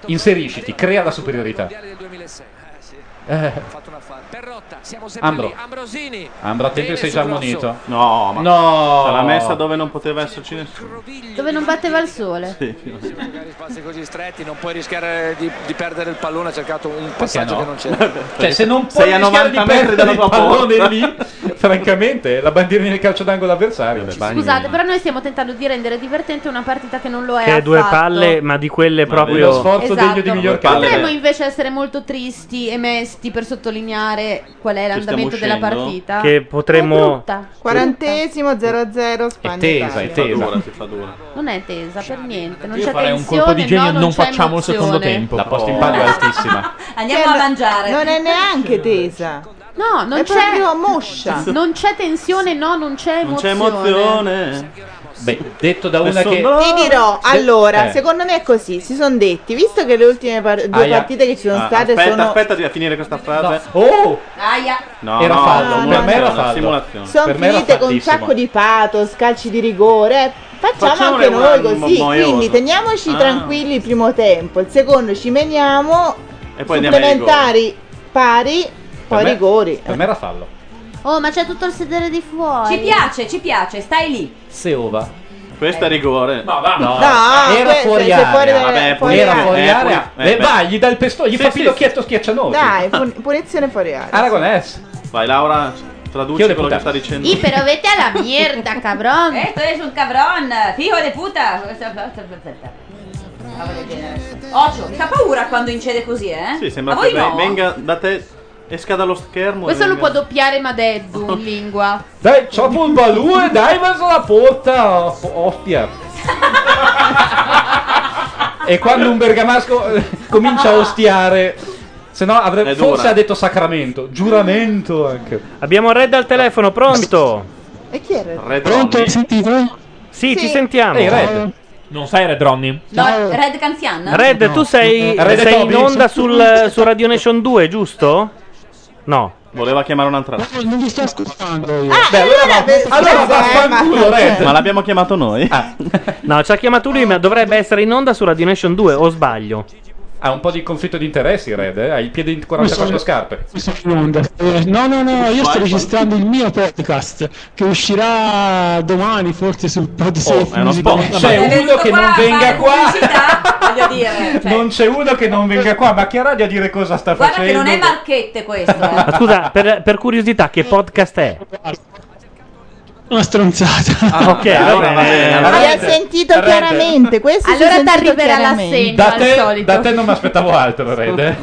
Speaker 6: Inserisciti, crea la superiorità.
Speaker 11: del 2006. Eh, sì.
Speaker 6: Eh.
Speaker 11: Ha fatto un affare. Perrotta, siamo sempre
Speaker 6: Ambro.
Speaker 11: lì. Ambrosini.
Speaker 6: Ambra, attento che sei già ammonito.
Speaker 8: No, ma
Speaker 6: No.
Speaker 8: l'ha messa dove non poteva esserci nessuno.
Speaker 9: Dove non batteva il sole.
Speaker 8: Sì.
Speaker 11: Magari spazi così stretti, non puoi rischiare di, di perdere il pallone. Ha cercato un passaggio
Speaker 6: no?
Speaker 11: che non c'era.
Speaker 6: Cioè, se non puoi
Speaker 8: Sei a
Speaker 6: rischiare di
Speaker 8: 90 metri
Speaker 6: perdere
Speaker 8: dalla
Speaker 6: il
Speaker 8: tua porta.
Speaker 6: pallone lì, francamente, la bandierina nel calcio d'angolo avversario.
Speaker 9: Scusate, però noi stiamo tentando di rendere divertente una partita che non lo è
Speaker 1: Che è due
Speaker 9: affatto.
Speaker 1: palle, ma di quelle proprio.
Speaker 6: Lo sforzo
Speaker 9: Esatto.
Speaker 6: degno di miglior
Speaker 9: Potremmo
Speaker 6: calcio.
Speaker 9: invece essere molto tristi e mesti per sottolineare qual è l'andamento della partita.
Speaker 1: Che potremmo-
Speaker 9: È brutta.
Speaker 10: Quarantesimo 0-0 Spagna.
Speaker 6: Tesa, è
Speaker 10: Italia.
Speaker 6: tesa.
Speaker 9: Non è tesa per niente, non
Speaker 6: Io
Speaker 9: c'è
Speaker 6: farei
Speaker 9: tensione,
Speaker 6: un colpo di genio e
Speaker 9: no,
Speaker 6: non
Speaker 9: c'è
Speaker 6: facciamo il secondo
Speaker 9: emozione.
Speaker 6: tempo. La posta
Speaker 9: oh.
Speaker 6: in
Speaker 9: *laughs*
Speaker 6: *laughs* palio è altissima.
Speaker 3: Andiamo
Speaker 10: Cioè,
Speaker 3: a mangiare.
Speaker 10: Non è neanche tesa.
Speaker 9: No, non
Speaker 10: È
Speaker 9: c'è
Speaker 10: proprio
Speaker 6: *laughs*
Speaker 10: moscia.
Speaker 9: Non c'è tensione, no, non c'è
Speaker 8: Non c'è
Speaker 9: emozione.
Speaker 8: emozione.
Speaker 6: Beh, detto da una
Speaker 8: Nessun-
Speaker 6: che.
Speaker 8: No.
Speaker 10: Ti dirò, allora,
Speaker 6: Eh.
Speaker 10: secondo me è così, si sono detti, visto che le ultime par- due
Speaker 6: Aia.
Speaker 10: partite che ci sono
Speaker 8: Ah,
Speaker 10: state
Speaker 8: aspetta,
Speaker 10: sono
Speaker 8: aspetta di finire questa frase.
Speaker 6: Oh!
Speaker 3: Aia.
Speaker 8: No,
Speaker 6: Era
Speaker 8: no,
Speaker 6: fallo,
Speaker 8: simulazione,
Speaker 6: per me era fallo.
Speaker 8: simulazione.
Speaker 10: sono
Speaker 6: Per me era
Speaker 10: finite con un
Speaker 6: fattissimo.
Speaker 10: sacco di pathos, calci di rigore. eh. Facciamo
Speaker 8: Facciamone
Speaker 10: anche noi
Speaker 8: una
Speaker 10: così,
Speaker 8: mo- moiosa.
Speaker 10: quindi teniamoci
Speaker 8: Ah.
Speaker 10: tranquilli il primo tempo, il secondo ci meniamo,
Speaker 8: E poi andiamo ai rigori.
Speaker 10: supplementari pari, poi
Speaker 6: me-
Speaker 10: rigori.
Speaker 6: Per me era fallo.
Speaker 14: Oh, ma c'è tutto il sedere di fuori.
Speaker 3: Ci piace, ci piace, stai lì.
Speaker 2: Seova.
Speaker 8: Questa è rigore. No,
Speaker 2: va.
Speaker 8: No,
Speaker 2: No, era que- fuori se- se area. fuori da-
Speaker 8: Vabbè,
Speaker 2: fuori
Speaker 8: era
Speaker 2: area.
Speaker 8: fuori
Speaker 2: Eh,
Speaker 8: area.
Speaker 2: fuori-
Speaker 8: Eh,
Speaker 2: eh,
Speaker 8: vai.
Speaker 6: Ah, gli dà il pestone, gli
Speaker 8: Sì,
Speaker 6: fa
Speaker 8: Oh, sì,
Speaker 6: pilocchietto schiaccianoso.
Speaker 10: Dai, pun- punizione fuori area.
Speaker 6: Aragonés.
Speaker 8: Vai Laura, traduci
Speaker 6: Io le
Speaker 8: quello che sta
Speaker 6: puttane.
Speaker 8: dicendo.
Speaker 14: Y pero vete a la
Speaker 6: *laughs*
Speaker 14: mierda, cabrón.
Speaker 3: Esto es un cabrón, figlio di puta. Roba del genere. Ocio, mi fa paura quando incede così, eh?
Speaker 8: Sì, sembra
Speaker 3: A
Speaker 8: che
Speaker 3: voi
Speaker 8: ve-
Speaker 3: no?
Speaker 8: venga da te esca dallo schermo.
Speaker 9: Questo
Speaker 8: e
Speaker 9: lo
Speaker 8: venga-
Speaker 9: può doppiare Madeddu
Speaker 2: *laughs*
Speaker 9: in lingua.
Speaker 6: Dai, c'ho un balù e dai verso la porta, oh, ostia. *laughs* e quando un bergamasco eh, comincia a ostiare, se no avrebbe,
Speaker 1: È dura.
Speaker 6: forse ha detto sacramento, giuramento anche.
Speaker 1: Abbiamo Red al telefono, pronto?
Speaker 10: E chi era?
Speaker 1: Pronto, sentite? Sì,
Speaker 3: Sì.
Speaker 1: ci sentiamo.
Speaker 2: Ehi, Red. Non sai Red Ronny?
Speaker 3: No, Red Canzian?
Speaker 1: Red, tu
Speaker 3: *laughs*
Speaker 1: sei,
Speaker 8: Red
Speaker 1: sei
Speaker 8: Toby.
Speaker 1: in onda sul, su Radio Nation 2, giusto? No.
Speaker 8: Voleva chiamare un'altra.
Speaker 1: Non vi sto ascoltando io.
Speaker 9: Ah!
Speaker 8: Beh, allora va- allora vaffanculo, Red. Ma
Speaker 1: l'abbiamo chiamato noi? Ah. No, ci ha chiamato lui, ma dovrebbe essere in onda su Radio Nation 2, o sbaglio?
Speaker 6: Ha un po' di conflitto di interessi, Red, eh? ha il piede in 44
Speaker 18: Non so-
Speaker 6: scarpe.
Speaker 18: Eh, No, no, no, io sto
Speaker 6: Vai,
Speaker 18: registrando il mio podcast che uscirà domani forse sul
Speaker 6: Oh,
Speaker 18: Podsafe
Speaker 6: è uno
Speaker 18: Music
Speaker 6: spot.
Speaker 18: Network.
Speaker 6: C'è uno che non venga qua.
Speaker 3: Ah, Voglio dire, cioè,
Speaker 6: Eh, Non c'è uno che non venga qua, ma chi radio a dire cosa sta
Speaker 3: guarda che
Speaker 6: facendo?
Speaker 3: non è Eh. marchette questo, eh.
Speaker 8: *laughs*
Speaker 1: Ma scusa, per, per curiosità, che podcast è?
Speaker 18: Una stronzata.
Speaker 1: Ah, ok, va
Speaker 6: allora va
Speaker 1: bene.
Speaker 6: bene.
Speaker 10: Allora,
Speaker 6: Red,
Speaker 10: L'ha sentito
Speaker 6: Red.
Speaker 10: chiaramente. Questo
Speaker 9: Allora
Speaker 10: si è sentito
Speaker 9: t'arriverà
Speaker 10: chiaramente.
Speaker 9: l'assegno,
Speaker 6: da,
Speaker 9: al
Speaker 6: te,
Speaker 9: solito.
Speaker 6: da te non mi aspettavo altro, Red. eh.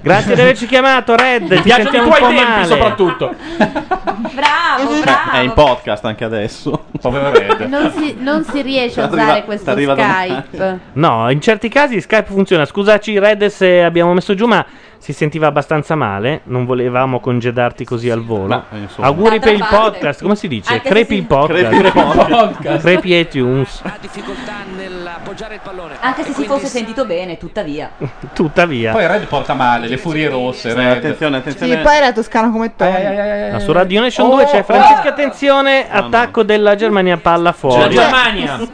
Speaker 1: Grazie di averci chiamato, Red.
Speaker 6: Mi
Speaker 1: Ti
Speaker 6: piacciono
Speaker 1: sentiamo
Speaker 6: i tuoi
Speaker 1: un po'
Speaker 6: tempi,
Speaker 1: male.
Speaker 6: soprattutto.
Speaker 2: Eh,
Speaker 3: Bravo, bravo.
Speaker 8: Eh, È in podcast anche adesso.
Speaker 6: Povero Red.
Speaker 9: Non si, non si riesce a
Speaker 8: Arriva-
Speaker 9: usare questo
Speaker 8: arriva
Speaker 9: Skype.
Speaker 1: No, in certi casi Skype funziona. Scusaci, Red, se abbiamo messo giù, ma si sentiva abbastanza male. Non volevamo congedarti così al volo. Auguri per il
Speaker 11: D'altra parte-
Speaker 1: podcast. Come si dice?
Speaker 11: Anche se
Speaker 1: Crepi
Speaker 11: si-
Speaker 1: il podcast.
Speaker 11: Crepi il podcast.
Speaker 1: Crepi iTunes.
Speaker 3: Anche se si fosse sentito bene, tuttavia.
Speaker 1: Tuttavia.
Speaker 6: Poi Red porta male, le furie rosse.
Speaker 8: Attenzione,
Speaker 10: Sì, poi era toscano come Tony.
Speaker 1: Ma su Radio Nation
Speaker 6: Oh,
Speaker 11: Oh,
Speaker 1: 2 c'è Francesca, attenzione, attacco della Germania palla fuori.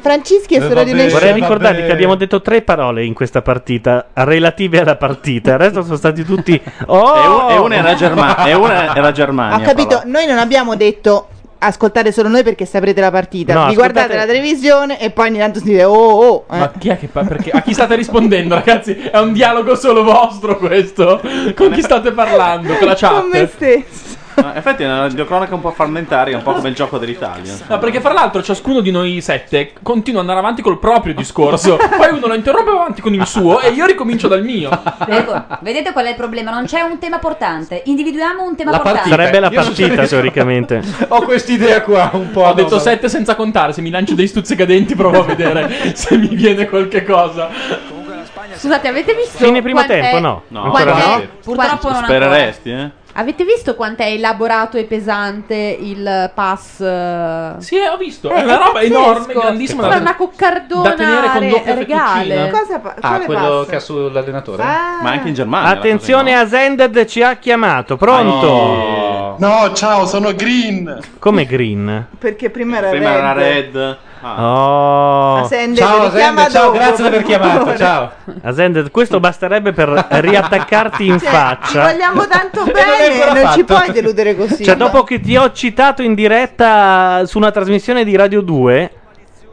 Speaker 10: Francischi è su Radio Nation.
Speaker 1: Vorrei ricordarvi che abbiamo detto tre parole in questa partita relative alla partita. Il resto sono stati tutti. Oh!
Speaker 8: *laughs* E, u- e una era Germania. E una era Germania.
Speaker 10: Ho capito,
Speaker 8: però.
Speaker 10: noi non abbiamo detto ascoltate solo noi perché saprete la partita.
Speaker 8: No,
Speaker 10: Vi guardate
Speaker 8: ascoltate-
Speaker 10: la televisione e poi ogni tanto si dice oh oh. eh.
Speaker 2: Ma chi è che pa- perché, a chi state rispondendo, ragazzi? È un dialogo solo vostro questo. Con chi state parlando? Con la chat.
Speaker 10: stesso.
Speaker 8: Ma in effetti è una radiocronaca un po' frammentaria, un po' come il gioco dell'Italia.
Speaker 2: No, perché fra l'altro ciascuno di noi sette continua ad andare avanti col proprio discorso. Poi uno lo interrompe e va avanti con il suo e io ricomincio dal mio.
Speaker 3: Ecco, vedete qual è il problema? Non c'è un tema portante. Individuiamo un tema portante.
Speaker 1: Sarebbe la partita, teoricamente.
Speaker 6: Ho quest'idea qua un po'.
Speaker 2: Ho detto sette senza contare. Se mi lancio dei stuzzicadenti, provo a vedere se mi viene qualche cosa.
Speaker 9: Scusate, avete visto?
Speaker 2: Fine primo
Speaker 9: quant'è-
Speaker 2: tempo, no? No,
Speaker 9: quant'è-
Speaker 2: ancora no.
Speaker 9: Purtroppo non ancora.
Speaker 8: Spereresti, eh?
Speaker 9: Avete visto quanto è elaborato e pesante il pass? eh?
Speaker 2: Sì, eh, ho visto. È una roba enorme, grandissima.
Speaker 9: Sembra una coccardona
Speaker 2: da tenere con
Speaker 9: re-
Speaker 2: doppia
Speaker 9: regale.
Speaker 10: Cosa pa-
Speaker 6: Ah,
Speaker 10: quale
Speaker 6: quello
Speaker 10: passo?
Speaker 6: che ha sull'allenatore.
Speaker 10: Ah.
Speaker 8: Ma anche in Germania.
Speaker 1: Attenzione, Asended ci ha chiamato. Pronto?
Speaker 8: Ah,
Speaker 18: No, ciao, sono Green.
Speaker 1: Come Green?
Speaker 10: Perché prima era
Speaker 8: Prima era
Speaker 10: Red.
Speaker 8: Red. Ah.
Speaker 1: Oh.
Speaker 10: Asended, Ciao, richiama Asended, ciao, dopo, grazie per aver chiamato, *laughs* favore. ciao.
Speaker 1: Asended, questo basterebbe per riattaccarti
Speaker 10: *laughs*
Speaker 1: in
Speaker 10: Cioè, Ti
Speaker 1: faccia.
Speaker 2: *laughs*
Speaker 10: vogliamo
Speaker 1: *laughs*
Speaker 10: tanto
Speaker 2: Cioè,
Speaker 6: è
Speaker 10: bene,
Speaker 6: ancora
Speaker 10: non, ci
Speaker 6: fatto.
Speaker 10: puoi deludere così.
Speaker 1: Cioè, dopo che ti ho citato in diretta su una trasmissione di Radio 2,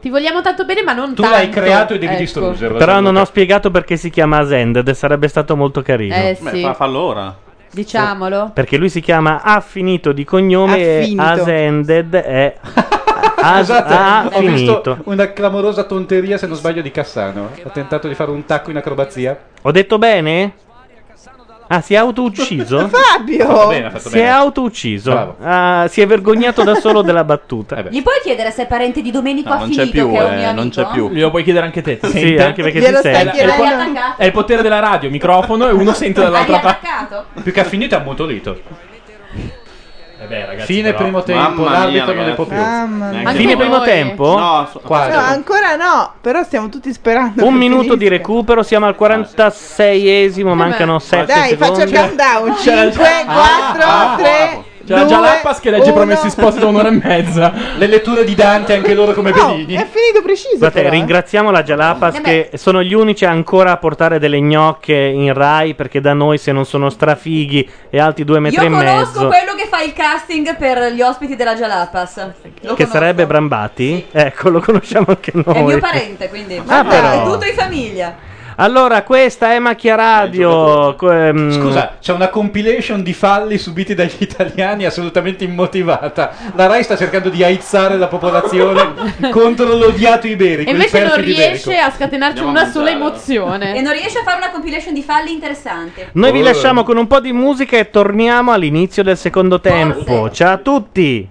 Speaker 9: Ti vogliamo tanto bene, ma non
Speaker 1: Tu
Speaker 9: tanto.
Speaker 1: l'hai creato e devi
Speaker 9: Ecco.
Speaker 1: distruggerlo. però non ho spiegato perché si chiama Asended, sarebbe stato molto carino.
Speaker 9: Eh, Beh, sì. fa-
Speaker 8: fallo ora.
Speaker 9: Diciamolo.
Speaker 1: Perché lui si chiama Affinito di cognome e
Speaker 6: Affinito.
Speaker 1: Asended è As-
Speaker 6: *laughs* Scusate,
Speaker 1: ha
Speaker 6: Esatto. ho visto
Speaker 1: Ah, finito.
Speaker 6: una clamorosa tonteria, se non sbaglio, di Cassano. Ha tentato di fare un tacco in acrobazia.
Speaker 1: Ho detto bene? Ah, si è
Speaker 10: *laughs*
Speaker 1: autoucciso?
Speaker 10: Fabio!
Speaker 6: Ha fatto bene, ha fatto
Speaker 1: Si è
Speaker 6: bene.
Speaker 1: autoucciso.
Speaker 6: Bravo.
Speaker 1: Ah, si è vergognato da solo della battuta.
Speaker 3: Gli puoi chiedere se è parente di Domenico
Speaker 1: No, non
Speaker 3: Affinito,
Speaker 1: c'è più,
Speaker 3: che è un mio
Speaker 1: eh, non
Speaker 3: amico?
Speaker 1: c'è più.
Speaker 2: Glielo puoi chiedere anche te.
Speaker 1: Sì,
Speaker 2: sente?
Speaker 1: anche perché Glielo si stai sente. Eh,
Speaker 2: È il po-
Speaker 3: chiedendo? L'hai attaccato?
Speaker 2: È il potere della radio, microfono e
Speaker 9: *laughs*
Speaker 2: uno sente dall'altra
Speaker 3: Hai
Speaker 2: parte.
Speaker 3: attaccato?
Speaker 6: Più che ha finito, ha ammutolito.
Speaker 2: Eh ragazzi,
Speaker 6: Fine
Speaker 2: però-
Speaker 6: primo tempo,
Speaker 2: Mamma mia,
Speaker 6: l'arbitro non ne può più.
Speaker 10: ragazzi. Mamma mia.
Speaker 1: Fine primo tempo?
Speaker 8: No,
Speaker 10: No, ancora no, però stiamo tutti sperando.
Speaker 1: Un
Speaker 10: che
Speaker 1: minuto di recupero, siamo al 46esimo, mancano 7
Speaker 10: Eh Dai,
Speaker 1: secondi. *laughs* Ah,
Speaker 10: faccio il countdown. 5, 4, 3,
Speaker 2: C'è la Gialappas che legge i Promessi Sposi da un'ora e mezza.
Speaker 6: Le letture di Dante, anche loro come Benigni.
Speaker 10: È finito preciso.
Speaker 1: Guardate,
Speaker 10: però, eh.
Speaker 1: ringraziamo la
Speaker 3: Eh,
Speaker 1: Jalapas che sono gli unici ancora a portare delle gnocche in Rai perché da noi se non sono strafighi e alti due metri
Speaker 3: Io
Speaker 1: e
Speaker 3: conosco
Speaker 1: mezzo
Speaker 3: quello che fa il casting per gli ospiti della Jalapas. Lo
Speaker 1: che
Speaker 3: conosco.
Speaker 1: sarebbe Brambati, ecco lo conosciamo anche noi.
Speaker 3: È mio parente, quindi
Speaker 1: Ah, però.
Speaker 3: è tutto in famiglia.
Speaker 1: Allora, questa è Macchia Radio. que- mm,
Speaker 6: Eh, Scusa, c'è una compilation di falli subiti dagli *laughs* italiani assolutamente immotivata. La Rai sta cercando di aizzare la
Speaker 1: *laughs*
Speaker 6: popolazione contro l'odiato iberico.
Speaker 9: E invece
Speaker 6: il
Speaker 9: non
Speaker 6: perfido
Speaker 9: riesce
Speaker 6: iberico.
Speaker 9: a scatenarci
Speaker 6: Andiamo a
Speaker 9: una sola
Speaker 6: mangiare,
Speaker 9: emozione.
Speaker 3: E non riesce a fare una compilation di falli interessante.
Speaker 1: Noi vi lasciamo con un po' di musica e torniamo all'inizio del secondo tempo. Ciao a tutti.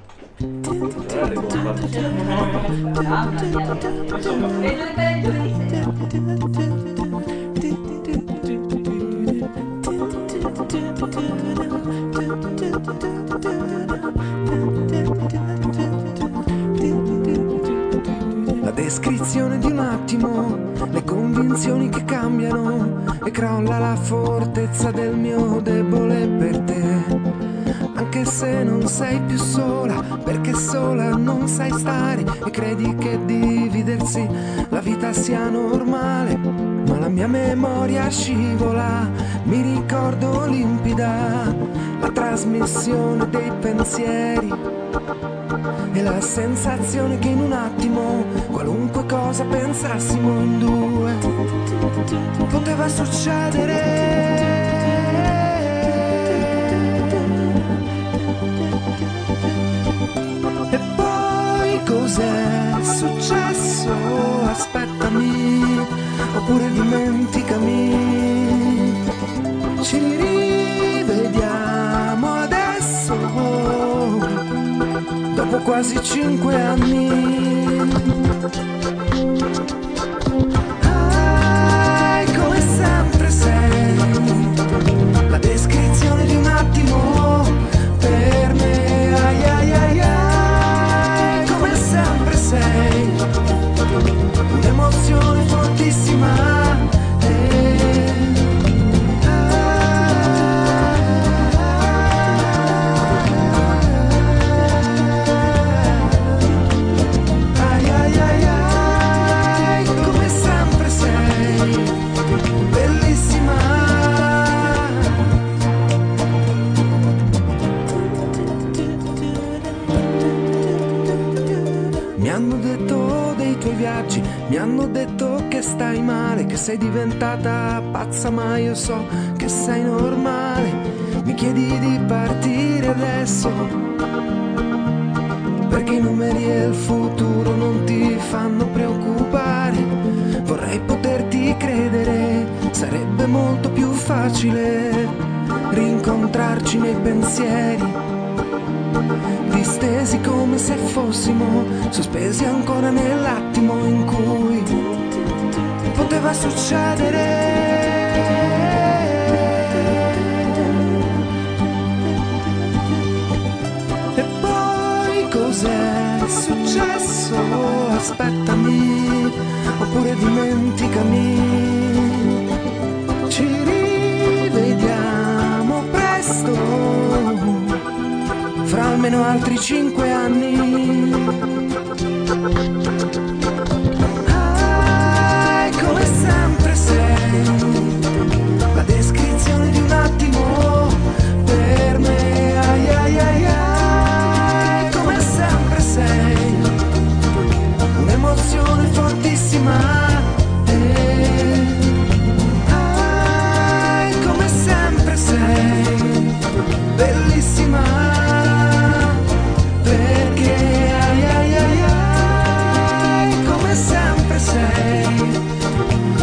Speaker 5: La descrizione di un attimo, le convinzioni che cambiano e crolla la fortezza del mio debole per te. Anche se non sei più sola, perché sola non sai stare e credi che dividersi la vita sia normale. Ma la mia memoria scivola, mi ricordo limpida la trasmissione dei pensieri. E la sensazione che in un attimo qualunque cosa pensassimo in due poteva succedere. E poi cos'è successo? Aspettami oppure dimenticami. Ci rivediamo adesso dopo quasi cinque anni. Hai come sempre sei la descrizione di un attimo per me. Ai ai ai ai, come sempre sei un'emozione fortissima. Eh, Ai ai ai ai, come sempre sei bellissima. Mi hanno detto dei tuoi viaggi, mi hanno detto che stai male, che sei diventata pazza, ma io so che sei normale. Mi chiedi di partire adesso perché i numeri e il futuro non ti fanno preoccupare. Vorrei poterti credere, sarebbe molto più facile rincontrarci nei pensieri, distesi come se fossimo sospesi ancora nell'attimo in cui poteva succedere. E poi cos'è successo? Aspettami, oppure dimenticami. Ci rivediamo presto, fra almeno altri cinque anni. Hai come sempre sei la descrizione di un attimo per me. Ai ai ai ai, come sempre sei un'emozione fortissima. Eh, Ai, come sempre sei bellissima. Perché ai ai ai ai, come sempre sei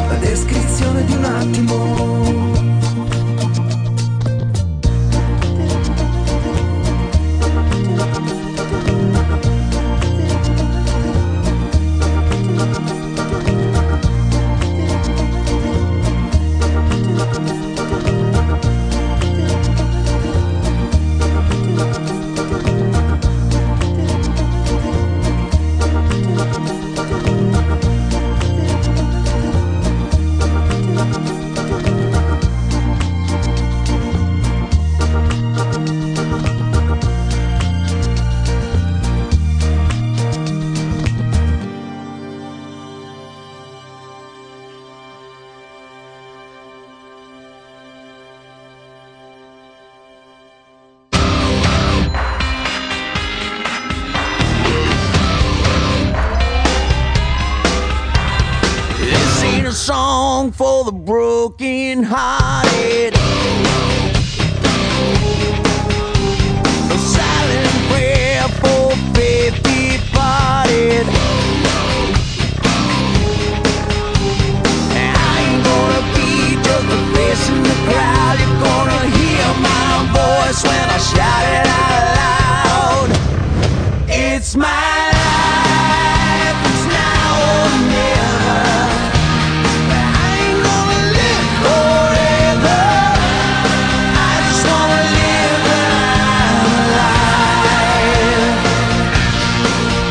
Speaker 5: la descrizione di un attimo.
Speaker 4: song for the broken hearted. A silent prayer for faith departed. And I ain't gonna be just a face in the crowd. You're gonna hear my voice when I shout it out loud. It's my life, it's now or never. I ain't gonna live forever. I just wanna live when I'm alive.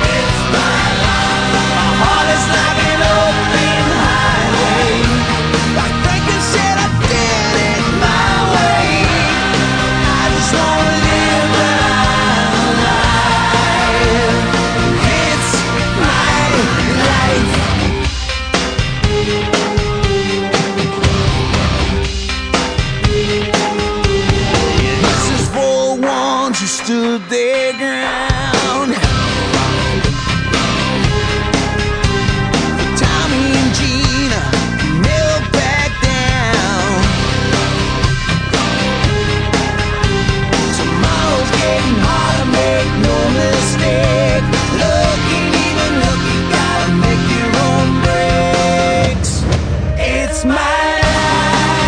Speaker 4: It's my life. My heart is like an open highway. Like Franklin said, I did it my way. I just wanna live when I'm alive. It's my life. This is for ones who stood their ground. For Tommy and Gina, who never back down. Tomorrow's getting harder, make no mistake. Looking, even looking, gotta make your own breaks. It's my life,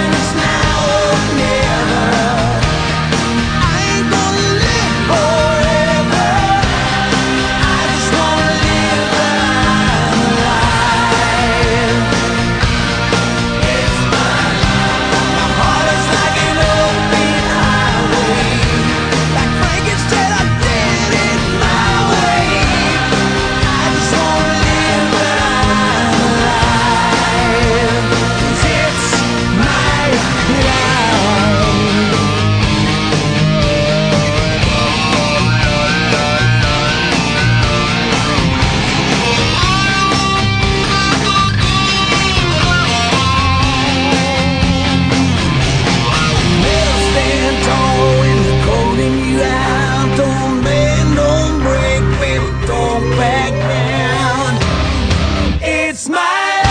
Speaker 4: and it's now or never. I ain't gonna live forever. I just wanna live when I'm alive. It's my life. My heart is like an open highway. Like Frankenstein, I did it my way. I just wanna live when I'm alive. 'Cause it's my life. Metal stand tall when they're calling you out. Don't bend, don't break, baby, don't back down. It's my life,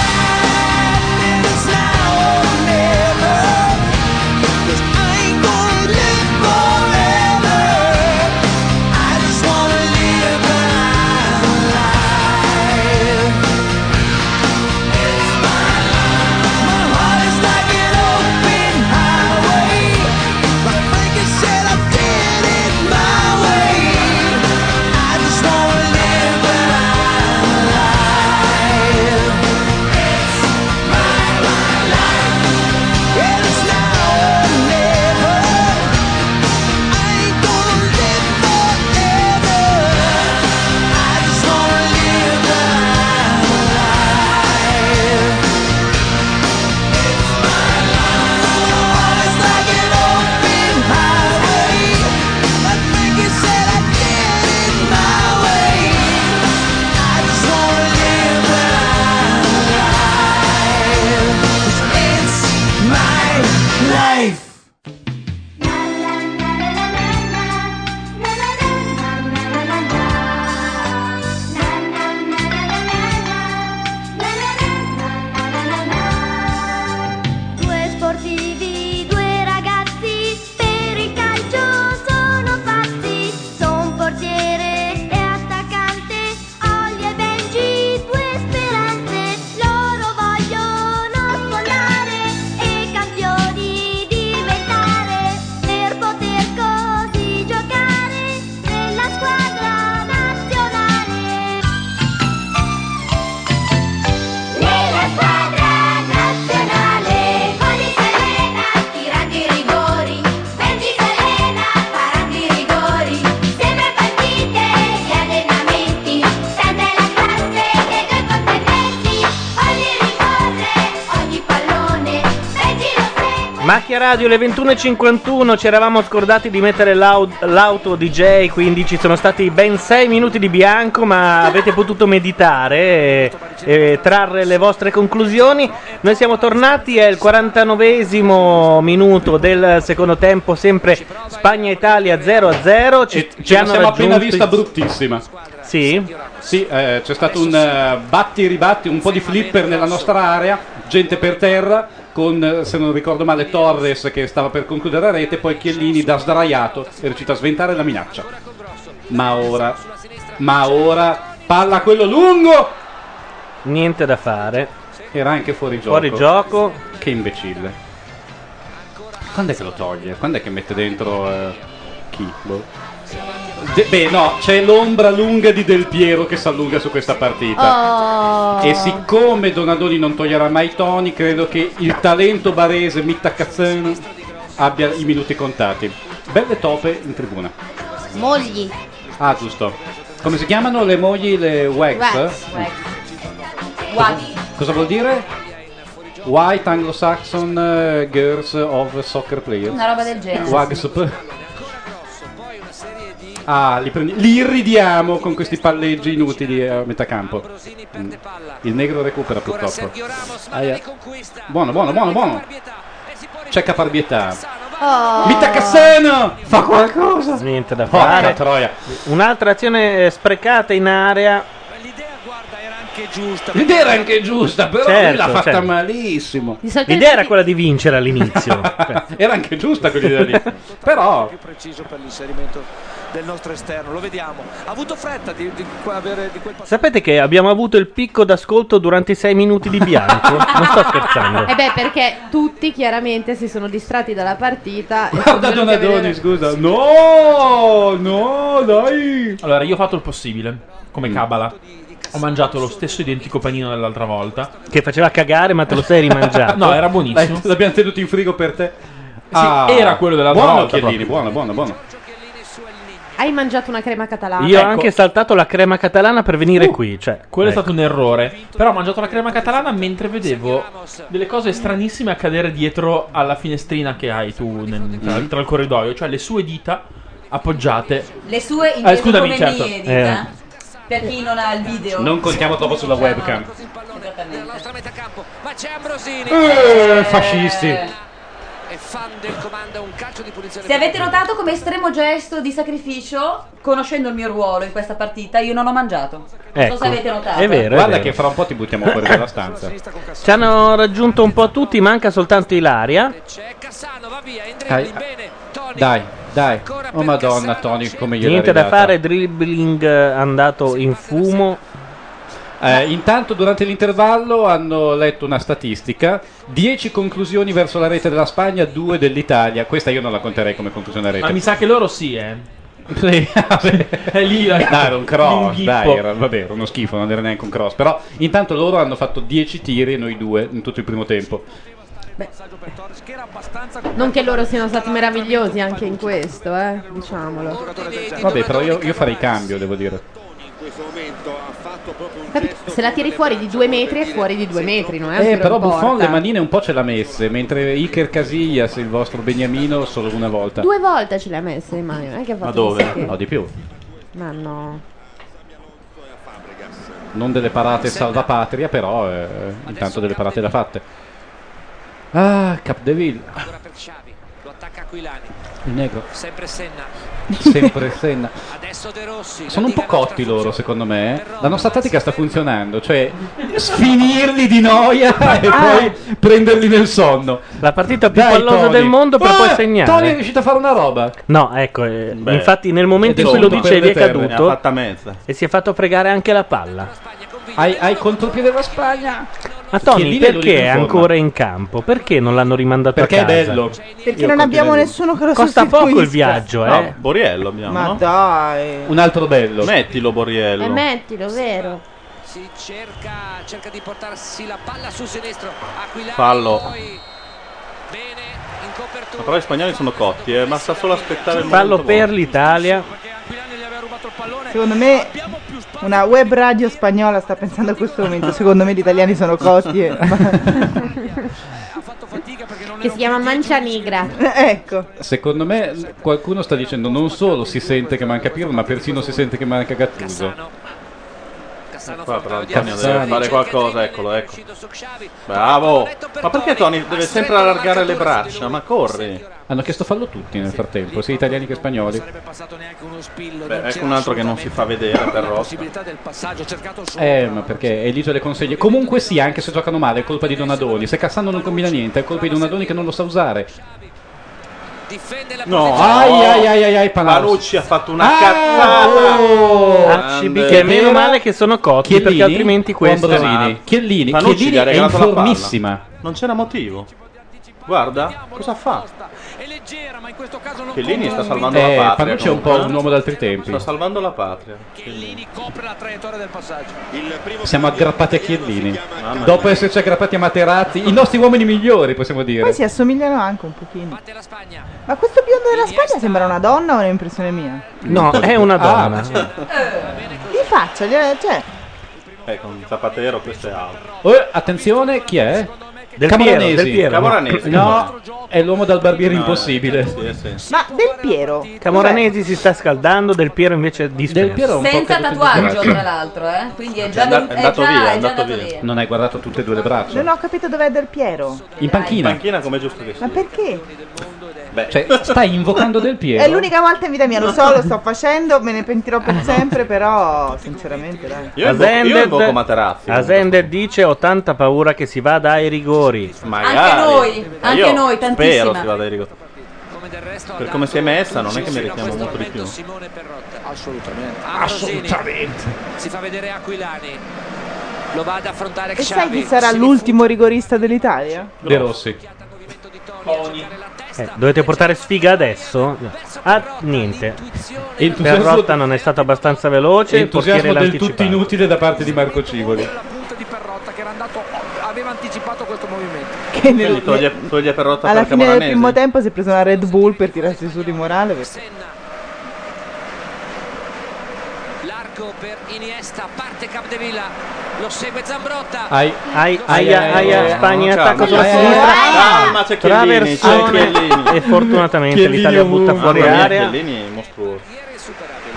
Speaker 4: and it's now or never. 'Cause I ain't gonna live forever. I just wanna live when I'm alive. It's my life. My heart is like an open highway. Life!
Speaker 7: Due sportivi, due ragazzi, per il calcio sono fatti. Son portiere e attaccante, Olli e Benji, due speranze. Loro vogliono sfondare e campioni diventare. Per poter così giocare nella squadra nazionale. Nella squadra nazionale Goli Serena tirando i rigori Benji Serena parando i rigori Sempre partite e allenamenti Tanta è la classe dei due competenti Ogni ricorre, ogni pallone Benji lo
Speaker 1: Macchia Radio, le 21.51, ci eravamo scordati di mettere l'au- l'auto DJ, quindi ci sono stati ben 6 minuti di bianco, ma avete potuto meditare e, e trarre le vostre conclusioni. Noi siamo tornati, è il 49esimo minuto del secondo tempo, sempre Spagna-Italia 0-0. Ci,
Speaker 6: Ce la siamo appena
Speaker 1: raggiunto-
Speaker 6: vista bruttissima.
Speaker 1: Sì?
Speaker 6: Sì, eh, c'è stato un eh, batti e ribatti, un po' di flipper nella nostra area. gente per terra con, eh, se non ricordo male, Torres che stava per concludere a rete, poi Chiellini da sdraiato è riuscito a sventare la minaccia. Ma ora, ma ora, palla quello lungo!
Speaker 1: Niente da fare.
Speaker 6: Era anche fuori gioco.
Speaker 1: Fuori gioco.
Speaker 6: Che imbecille. Quando è che lo toglie? Quando è che mette dentro eh, chi? Boh. De- beh, no, c'è l'ombra lunga di Del Piero che si allunga su questa partita.
Speaker 9: Oh.
Speaker 6: E siccome Donadoni non toglierà mai Toni, credo che il talento barese Mitta Cazzano abbia i minuti contati. Belle tope in tribuna.
Speaker 7: Mogli.
Speaker 6: Ah, giusto. Come si chiamano le mogli, le wax? Cosa vuol dire? White Anglo-Saxon eh, Girls of Soccer Players.
Speaker 3: Una roba del genere.
Speaker 6: Wags. Ah, li, prendi- li irridiamo con questi palleggi inutili a metà campo. Mm. Il negro recupera purtroppo. Aia. Buono, buono, buono, buono. C'è Caparbietà. Mitta Cassano! Fa qualcosa!
Speaker 1: Niente da
Speaker 6: Porca
Speaker 1: fare.
Speaker 6: troia.
Speaker 1: Un'altra azione eh, sprecata in area.
Speaker 6: L'idea era anche giusta, però lui
Speaker 1: Certo,
Speaker 6: l'ha fatta
Speaker 1: certo.
Speaker 6: malissimo.
Speaker 1: L'idea era quella di vincere
Speaker 6: *laughs*
Speaker 1: all'inizio.
Speaker 6: Era anche giusta quell'idea lì. Però
Speaker 11: più preciso per l'inserimento del nostro esterno, lo vediamo. Ha avuto fretta di, di qua- avere di quel passaggio.
Speaker 1: Sapete che abbiamo avuto il picco d'ascolto durante i sei minuti di bianco? Non sto scherzando.
Speaker 9: E Eh beh, perché tutti chiaramente si sono distratti dalla
Speaker 2: *laughs*
Speaker 9: partita. e
Speaker 6: Guarda
Speaker 9: sono venuti a
Speaker 6: Donadoni,
Speaker 9: vedere-
Speaker 6: scusa. No, no, dai.
Speaker 2: Allora, io ho fatto il possibile, come
Speaker 6: Mm.
Speaker 2: cabala. Ho mangiato lo stesso identico panino dell'altra volta.
Speaker 1: Che faceva cagare, ma te lo sei
Speaker 6: Certo.
Speaker 1: rimangiato.
Speaker 2: No, era buonissimo.
Speaker 6: L'hai- L'abbiamo tenuto in frigo per te.
Speaker 2: Ah. era quello della
Speaker 6: buono
Speaker 2: volta
Speaker 6: Chiellini,
Speaker 2: proprio.
Speaker 6: buono, buono, buono.
Speaker 9: Hai mangiato una crema catalana. Ecco.
Speaker 1: Io ho anche saltato la crema catalana per venire qui. Cioè,
Speaker 2: Quello
Speaker 1: ecco.
Speaker 2: è stato un errore. Però ho mangiato la crema catalana mentre vedevo delle cose stranissime accadere dietro alla finestrina che hai tu nel- tra, tra il corridoio, cioè le sue dita appoggiate.
Speaker 3: Le
Speaker 1: Eh,
Speaker 3: sue
Speaker 2: Ah,
Speaker 3: intese
Speaker 2: scusami,
Speaker 3: come
Speaker 2: certo.
Speaker 3: mie,
Speaker 2: Eh.
Speaker 3: dita, per chi non ha il video.
Speaker 6: troppo sulla webcam.
Speaker 11: Ma c'è Ambrosini.
Speaker 6: Eh, fascisti.
Speaker 11: E fan del comanda un calcio di punizione.
Speaker 3: Se avete notato come estremo gesto di sacrificio, conoscendo il mio ruolo in questa partita, io non ho mangiato. non so se avete notato.
Speaker 6: Guarda
Speaker 1: Ecco, vero.
Speaker 6: che fra un po' ti buttiamo fuori dalla stanza.
Speaker 1: Ci hanno raggiunto un po' tutti, manca soltanto Ilaria.
Speaker 6: Dai, dai, dai. Oh madonna, Tony, come gliel'ha
Speaker 1: Niente da
Speaker 6: ridata.
Speaker 1: fare, dribbling eh, andato in fumo.
Speaker 6: Eh, intanto durante l'intervallo hanno letto una statistica, 10 conclusioni verso la rete della Spagna, 2 dell'Italia, questa io non la conterei come conclusione a rete.
Speaker 2: Ma mi sa che loro sì, eh.
Speaker 6: è
Speaker 2: lì
Speaker 6: No,
Speaker 2: la-
Speaker 6: era un cross,
Speaker 2: l'inghippo.
Speaker 6: dai, era, vabbè, era uno schifo, non era neanche un cross, però intanto loro hanno fatto 10 tiri e noi due in tutto il primo tempo.
Speaker 9: Non che loro siano stati meravigliosi anche in questo, eh, diciamolo.
Speaker 6: Vabbè, però io, io farei cambio, devo dire.
Speaker 9: Capito? Se la tiri fuori di due metri è fuori di due metri, non è un
Speaker 6: Eh,
Speaker 9: tiro
Speaker 6: però
Speaker 9: in porta.
Speaker 6: Buffon le manine un po' ce l'ha messe, mentre Iker Casillas, il vostro Beniamino, solo una volta.
Speaker 9: Due volte ce le ha messe in mano, non è che ha fatto
Speaker 6: Ma dove?
Speaker 9: chissà che.
Speaker 6: No, di più.
Speaker 9: Ma no.
Speaker 6: Non delle parate salvapatria, però eh, intanto delle parate da fatte. Ah, Capdeville.
Speaker 11: Ancora per Xavi. Lo attacca Aquilani.
Speaker 6: Il negro.
Speaker 11: Sempre Senna.
Speaker 6: Sempre Senna.
Speaker 11: Adesso De Rossi.
Speaker 6: Sono un po' cotti loro, secondo me. eh. La nostra tattica sta funzionando, cioè sfinirli di noia e poi prenderli nel sonno. Ah,
Speaker 1: La partita più pallosa del mondo per poi segnare.
Speaker 6: Eh, Tony è riuscito a fare una roba.
Speaker 1: No, ecco, eh,
Speaker 6: Beh.
Speaker 1: infatti nel momento
Speaker 6: Ed
Speaker 1: in
Speaker 6: è
Speaker 1: cui lo
Speaker 6: sotto per
Speaker 1: dicevi
Speaker 6: le
Speaker 1: è
Speaker 6: terre, ne ha
Speaker 1: caduto
Speaker 6: fatta
Speaker 11: mezza.
Speaker 1: e si è fatto fregare anche la palla.
Speaker 6: Hai, hai contropiede la Spagna.
Speaker 1: Ma Tony,
Speaker 6: Chiellini è l'unico
Speaker 1: perché
Speaker 6: in
Speaker 1: è
Speaker 6: forma.
Speaker 1: ancora in campo? Perché non l'hanno rimandato
Speaker 6: Perché
Speaker 1: a
Speaker 6: è
Speaker 1: casa?
Speaker 6: bello.
Speaker 10: Perché non abbiamo nessuno che lo
Speaker 1: Costa poco il
Speaker 10: sostituisca.
Speaker 1: viaggio, eh.
Speaker 8: No, Boriello abbiamo,
Speaker 10: Ma Eh,
Speaker 8: no?
Speaker 10: dai.
Speaker 6: Un altro bello.
Speaker 8: Mettilo
Speaker 7: E
Speaker 8: Boriello.
Speaker 7: mettilo, vero?
Speaker 11: Si cerca, cerca di portarsi la palla sul sinistro. Aquilani.
Speaker 8: Fallo.
Speaker 11: Poi
Speaker 8: Ma però i spagnoli sono cotti, eh. basta solo aspettare il
Speaker 1: Fallo
Speaker 8: momento
Speaker 1: per l'Italia.
Speaker 10: Secondo me una web radio spagnola sta pensando a questo momento. Secondo me gli italiani sono costi. e-
Speaker 9: Che si chiama mancia nigra.
Speaker 10: ecco.
Speaker 6: Secondo me qualcuno sta dicendo non solo si sente che manca Pirlo, ma persino si sente che manca Gattuso.
Speaker 8: Eh, buono. Qua però Antonio deve fare qualcosa, eccolo, ecco. Bravo! Ma perché Tony deve sempre allargare le braccia? Ma corri.
Speaker 6: Hanno chiesto fallo tutti nel frattempo, sia italiani che spagnoli.
Speaker 8: Beh, ecco un altro che non si fa vedere per Rossi.
Speaker 6: Eh, ma perché è l'isola le consegne. Comunque sì, anche se giocano male, è colpa di Donadoni. Se Cassano non combina niente, è colpa di Donadoni che non lo sa usare.
Speaker 8: No,
Speaker 6: Ai ai ai ai ai Panaus.
Speaker 8: Panucci ha fatto una cazzata. Grande.
Speaker 1: che meno male che sono cotti perché altrimenti Ah. questo
Speaker 6: Ambrosini. Chiellini,
Speaker 8: Panucci
Speaker 6: Chiellini
Speaker 8: gli ha
Speaker 6: è
Speaker 8: regalato la palla.
Speaker 6: informissima.
Speaker 8: Non c'era motivo. Guarda, cosa fa? Chiellini sta salvando
Speaker 6: Eh,
Speaker 8: la patria.
Speaker 6: Panucci è un
Speaker 8: comunque,
Speaker 6: po' un uomo d'altri tempi.
Speaker 8: Sta salvando la patria. Chiellini.
Speaker 6: Siamo aggrappati a Chiellini.
Speaker 8: mia.
Speaker 6: Dopo esserci aggrappati a Materazzi, i nostri uomini migliori, possiamo dire.
Speaker 10: Poi si assomigliano anche un pochino. Ma questo biondo della Spagna sembra una donna o è un'impressione mia?
Speaker 1: No, è una donna.
Speaker 10: Di faccia, gli- cioè.
Speaker 8: Eh, con Zapatero questo è altro.
Speaker 6: Oh, attenzione, chi è?
Speaker 8: Del Piero, del Piero. Camoranesi.
Speaker 6: No, è l'uomo dal barbiere impossibile.
Speaker 10: Ma Del Piero.
Speaker 1: Camoranesi si sta scaldando, Del Piero invece è disperso. Del
Speaker 6: Piero
Speaker 3: Senza tatuaggio, tra l'altro, eh. Quindi è già,
Speaker 1: andato-
Speaker 3: è
Speaker 1: è andato
Speaker 3: già-
Speaker 1: via, è
Speaker 3: già
Speaker 1: andato via.
Speaker 6: Non hai guardato tutte e due le braccia?
Speaker 10: Non ho capito dov'è Del Piero.
Speaker 6: In panchina.
Speaker 8: In panchina come giusto che
Speaker 10: Ma
Speaker 8: sia.
Speaker 10: perché?
Speaker 8: Beh.
Speaker 6: Cioè, stai invocando Del Piero.
Speaker 10: È l'unica volta in vita mia, lo so, lo sto facendo, me ne pentirò
Speaker 1: *laughs*
Speaker 10: per sempre, però sinceramente dai.
Speaker 8: Io invo- io invoco Materazzi.
Speaker 1: Asender dice ho tanta paura che si vada ai rigori.
Speaker 8: Magari.
Speaker 3: noi,
Speaker 8: Ma
Speaker 3: anche
Speaker 8: io
Speaker 3: noi,
Speaker 8: Spero
Speaker 3: tantissima.
Speaker 8: si vada ai rigori. Per come si è messa, non è che meritiamo molto di più.
Speaker 11: Assolutamente. Ah,
Speaker 8: Assolutamente.
Speaker 11: Si fa vedere Aquilani. Lo va ad affrontare
Speaker 10: E sai chi
Speaker 11: Xavi.
Speaker 10: sarà l'ultimo rigorista dell'Italia?
Speaker 1: De Rossi. Eh, dovete portare sfiga adesso? Ah, niente.
Speaker 6: Entusiasmo-
Speaker 1: Perrotta non è stato abbastanza veloce. il portiere
Speaker 6: Entusiasmo
Speaker 1: l'ha
Speaker 6: del tutto
Speaker 1: anticipato.
Speaker 6: inutile da parte di Marco Civoli.
Speaker 10: Che nel-
Speaker 8: Quindi toglie, toglie Perrotta
Speaker 10: Alla
Speaker 8: per
Speaker 10: fine del
Speaker 8: Camoranesi.
Speaker 10: primo tempo si è preso una Red Bull per tirarsi su di morale. perché-
Speaker 11: L'arco per Iniesta. Parte Capdevila. Lo segue Zambrotta.
Speaker 6: Ai,
Speaker 1: ai, ai, ai, ai, Spagna attacco sulla sinistra.
Speaker 8: Calma, Ah, c'è Chiellini, c'è
Speaker 1: Traversone.
Speaker 8: Chiellini.
Speaker 1: E fortunatamente
Speaker 8: Chiellini
Speaker 1: l'Italia butta
Speaker 8: ovunque.
Speaker 1: fuori
Speaker 8: Mamma mia,
Speaker 1: area.
Speaker 8: Chiellini è mostruoso.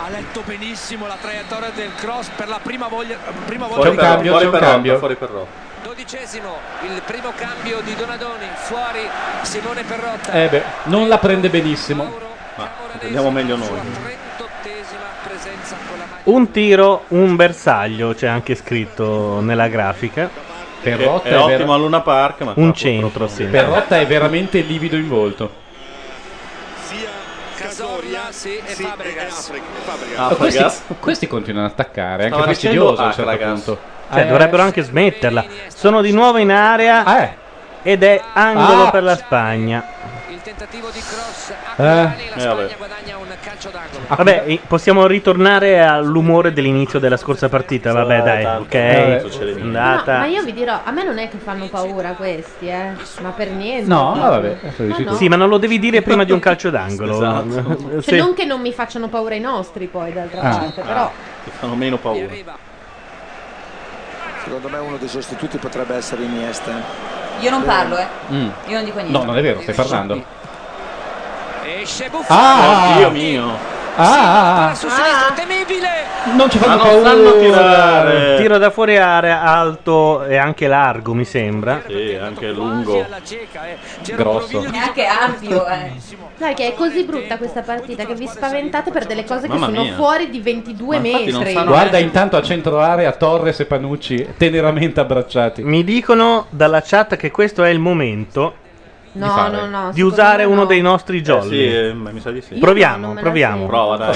Speaker 11: Ha letto benissimo la traiettoria del cross per la prima voglia. Prima
Speaker 8: Fuori
Speaker 11: volta.
Speaker 8: Perrotta,
Speaker 6: cambio,
Speaker 8: fuori
Speaker 6: c'è un
Speaker 8: Perrotta,
Speaker 6: cambio.
Speaker 8: Fuori Perrotta.
Speaker 11: Dodicesimo. Il primo cambio di Donadoni. Fuori Simone Perrotta.
Speaker 6: Eh beh, non la prende benissimo.
Speaker 8: Ma prendiamo meglio noi.
Speaker 11: Presenza con la maglia.
Speaker 1: Un tiro, un bersaglio, c'è anche scritto nella grafica.
Speaker 6: Perrotta È- è è vera- ottimo a
Speaker 8: Luna Park, ma
Speaker 1: un centro, sì.
Speaker 6: Perrotta è veramente livido in volto.
Speaker 11: Casoria sì, e Fabregas.
Speaker 6: Ma questi, questi continuano ad attaccare, è anche
Speaker 1: Stava
Speaker 6: fastidioso a un
Speaker 1: dicendo
Speaker 6: certo
Speaker 1: Acragas.
Speaker 6: punto.
Speaker 1: Cioè,
Speaker 6: Eh,
Speaker 1: dovrebbero anche smetterla. Sono di nuovo in area. Ed è angolo
Speaker 6: Ah.
Speaker 1: per la Spagna.
Speaker 6: Eh.
Speaker 8: Eh,
Speaker 1: *laughs* Vabbè,
Speaker 6: Ah.
Speaker 1: eh, possiamo ritornare all'umore dell'inizio della scorsa partita. Vabbè, dai,
Speaker 8: tanto,
Speaker 1: ok.
Speaker 6: Eh,
Speaker 8: tanto ce l'hai.
Speaker 1: È
Speaker 9: No,
Speaker 1: andata.
Speaker 9: ma io vi dirò, a me non è che fanno paura questi, eh. Ma per niente.
Speaker 1: No,
Speaker 9: proprio.
Speaker 1: vabbè.
Speaker 9: Ma no.
Speaker 1: Sì, ma non lo devi dire prima di un calcio d'angolo. Esatto.
Speaker 9: Cioè, non che non mi facciano paura i nostri, poi, d'altra
Speaker 8: Ah.
Speaker 1: Ah.
Speaker 9: parte, però.
Speaker 8: Ti fanno meno paura.
Speaker 19: Secondo me uno dei sostituti potrebbe essere Iniesta.
Speaker 3: Io non parlo, eh.
Speaker 6: Mm.
Speaker 3: Io non dico niente.
Speaker 6: No, non è vero, stai parlando.
Speaker 11: Esce
Speaker 6: Ah!
Speaker 8: Oddio mio.
Speaker 6: Ah,
Speaker 11: Su sinistra temibile.
Speaker 6: Non ci
Speaker 1: Ma
Speaker 6: fanno
Speaker 1: non
Speaker 6: paura.
Speaker 1: sanno tirare. Tiro da fuori area alto e anche largo, mi sembra.
Speaker 8: Sì, anche lungo.
Speaker 1: eh. Grosso.
Speaker 6: Esatto.
Speaker 3: È anche ampio, eh.
Speaker 9: Sai che è così brutta questa partita che vi spaventate per delle cose che
Speaker 6: Mamma
Speaker 9: sono
Speaker 6: mia.
Speaker 9: fuori di 22 metri.
Speaker 6: Guarda intanto a centro area Torres e Panucci teneramente abbracciati.
Speaker 1: Mi dicono dalla chat che questo è il momento
Speaker 9: No, fare. no, no,
Speaker 1: di
Speaker 9: secondo
Speaker 1: usare
Speaker 9: me
Speaker 1: uno
Speaker 9: no.
Speaker 1: dei nostri jolly.
Speaker 8: sì, eh, ma mi sa di sì.
Speaker 1: Proviamo,
Speaker 8: Io non me la
Speaker 1: proviamo.
Speaker 8: sento. Prova, dai.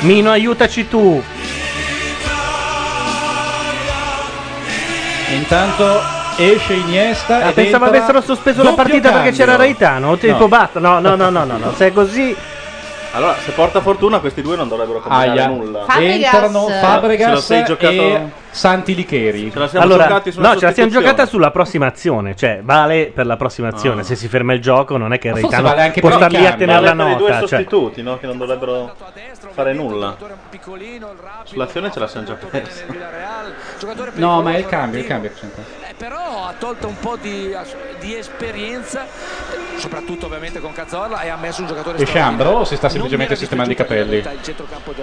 Speaker 1: Mino, aiutaci tu.
Speaker 6: Intanto esce Iniesta.
Speaker 1: Ah,
Speaker 6: e
Speaker 1: pensavo
Speaker 6: entra-
Speaker 1: avessero sospeso la
Speaker 6: Doppio
Speaker 1: partita
Speaker 6: cambio.
Speaker 1: perché c'era Raitano. Ho Tipo,
Speaker 6: No.
Speaker 1: basta. No, no, no, no, no, no. Se è così.
Speaker 8: Allora, se porta fortuna, questi due non dovrebbero combinare
Speaker 6: Aia.
Speaker 8: nulla.
Speaker 6: Fabregas. Entrano
Speaker 9: eh,
Speaker 6: Fabregas
Speaker 8: Se lo sei giocato.
Speaker 6: e Santi Licheri.
Speaker 1: Allora, no, ce la siamo giocata sulla prossima azione. Cioè, vale per la prossima azione. Se si ferma il gioco, non è che
Speaker 8: Ma
Speaker 6: forse
Speaker 1: Raitano
Speaker 6: vale anche
Speaker 1: può
Speaker 6: per
Speaker 1: star
Speaker 6: il
Speaker 1: lì a
Speaker 6: cambio.
Speaker 1: tenere la
Speaker 8: Ah. Vale per i due
Speaker 1: nota. Cioè.
Speaker 8: sostituti, no? Che non dovrebbero fare nulla. Sull'azione ce la siamo già persa.
Speaker 6: No, ma è il cambio, il cambio che c'entra.
Speaker 11: però ha tolto un po' di, di esperienza, soprattutto ovviamente con Cazorla e ha messo un giocatore
Speaker 6: E
Speaker 11: straordinario.
Speaker 6: Sciambro si sta semplicemente sistemando i capelli.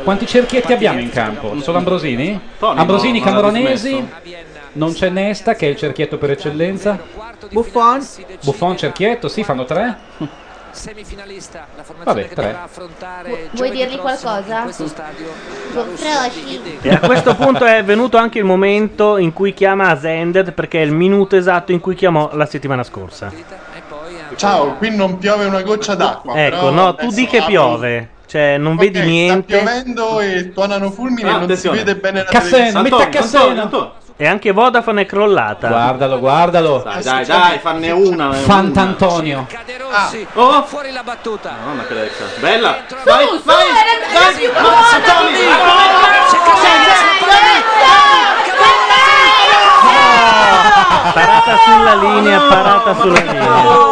Speaker 6: Quanti cerchietti abbiamo in campo? Solo Ambrosini?
Speaker 8: Tony,
Speaker 6: Ambrosini,
Speaker 8: no, non l'ha
Speaker 6: Camoranesi?
Speaker 8: dismesso.
Speaker 6: Non c'è Nesta che è il cerchietto per eccellenza? Buffon? Buffon cerchietto, sì, fanno tre.
Speaker 11: Semifinalista, la formazione
Speaker 6: Vabbè,
Speaker 11: che
Speaker 6: tre.
Speaker 11: dovrà affrontare
Speaker 14: Vuoi
Speaker 11: giovedì
Speaker 14: dirgli
Speaker 11: prossimo
Speaker 14: qualcosa?
Speaker 11: in questo stadio.
Speaker 14: Gofroci.
Speaker 1: E a questo punto è venuto anche il momento in cui chiama Ascended perché è il minuto esatto in cui chiamò la settimana scorsa.
Speaker 20: Ciao, qui non piove una goccia d'acqua.
Speaker 1: Ecco,
Speaker 20: però
Speaker 1: no, tu
Speaker 20: adesso
Speaker 1: di che
Speaker 20: apro-
Speaker 1: piove, cioè non
Speaker 20: Ok,
Speaker 1: vedi niente.
Speaker 20: Sta piovendo e tuonano fulmini e
Speaker 1: Ah,
Speaker 20: non si
Speaker 1: attenzione.
Speaker 20: vede bene la
Speaker 1: Cassano,
Speaker 20: televisione.
Speaker 1: metta Antonio, Cassano. Antonio, E anche Vodafone è crollata.
Speaker 6: Guardalo, guardalo.
Speaker 8: Dai, dai, dai, fanne una.
Speaker 6: Fantantonio.
Speaker 8: Oh, fuori la battuta. Mamma che lecca. Bella.
Speaker 21: Vai, vai, vai, più buona Tony,
Speaker 1: Parata sulla linea, parata sulla linea.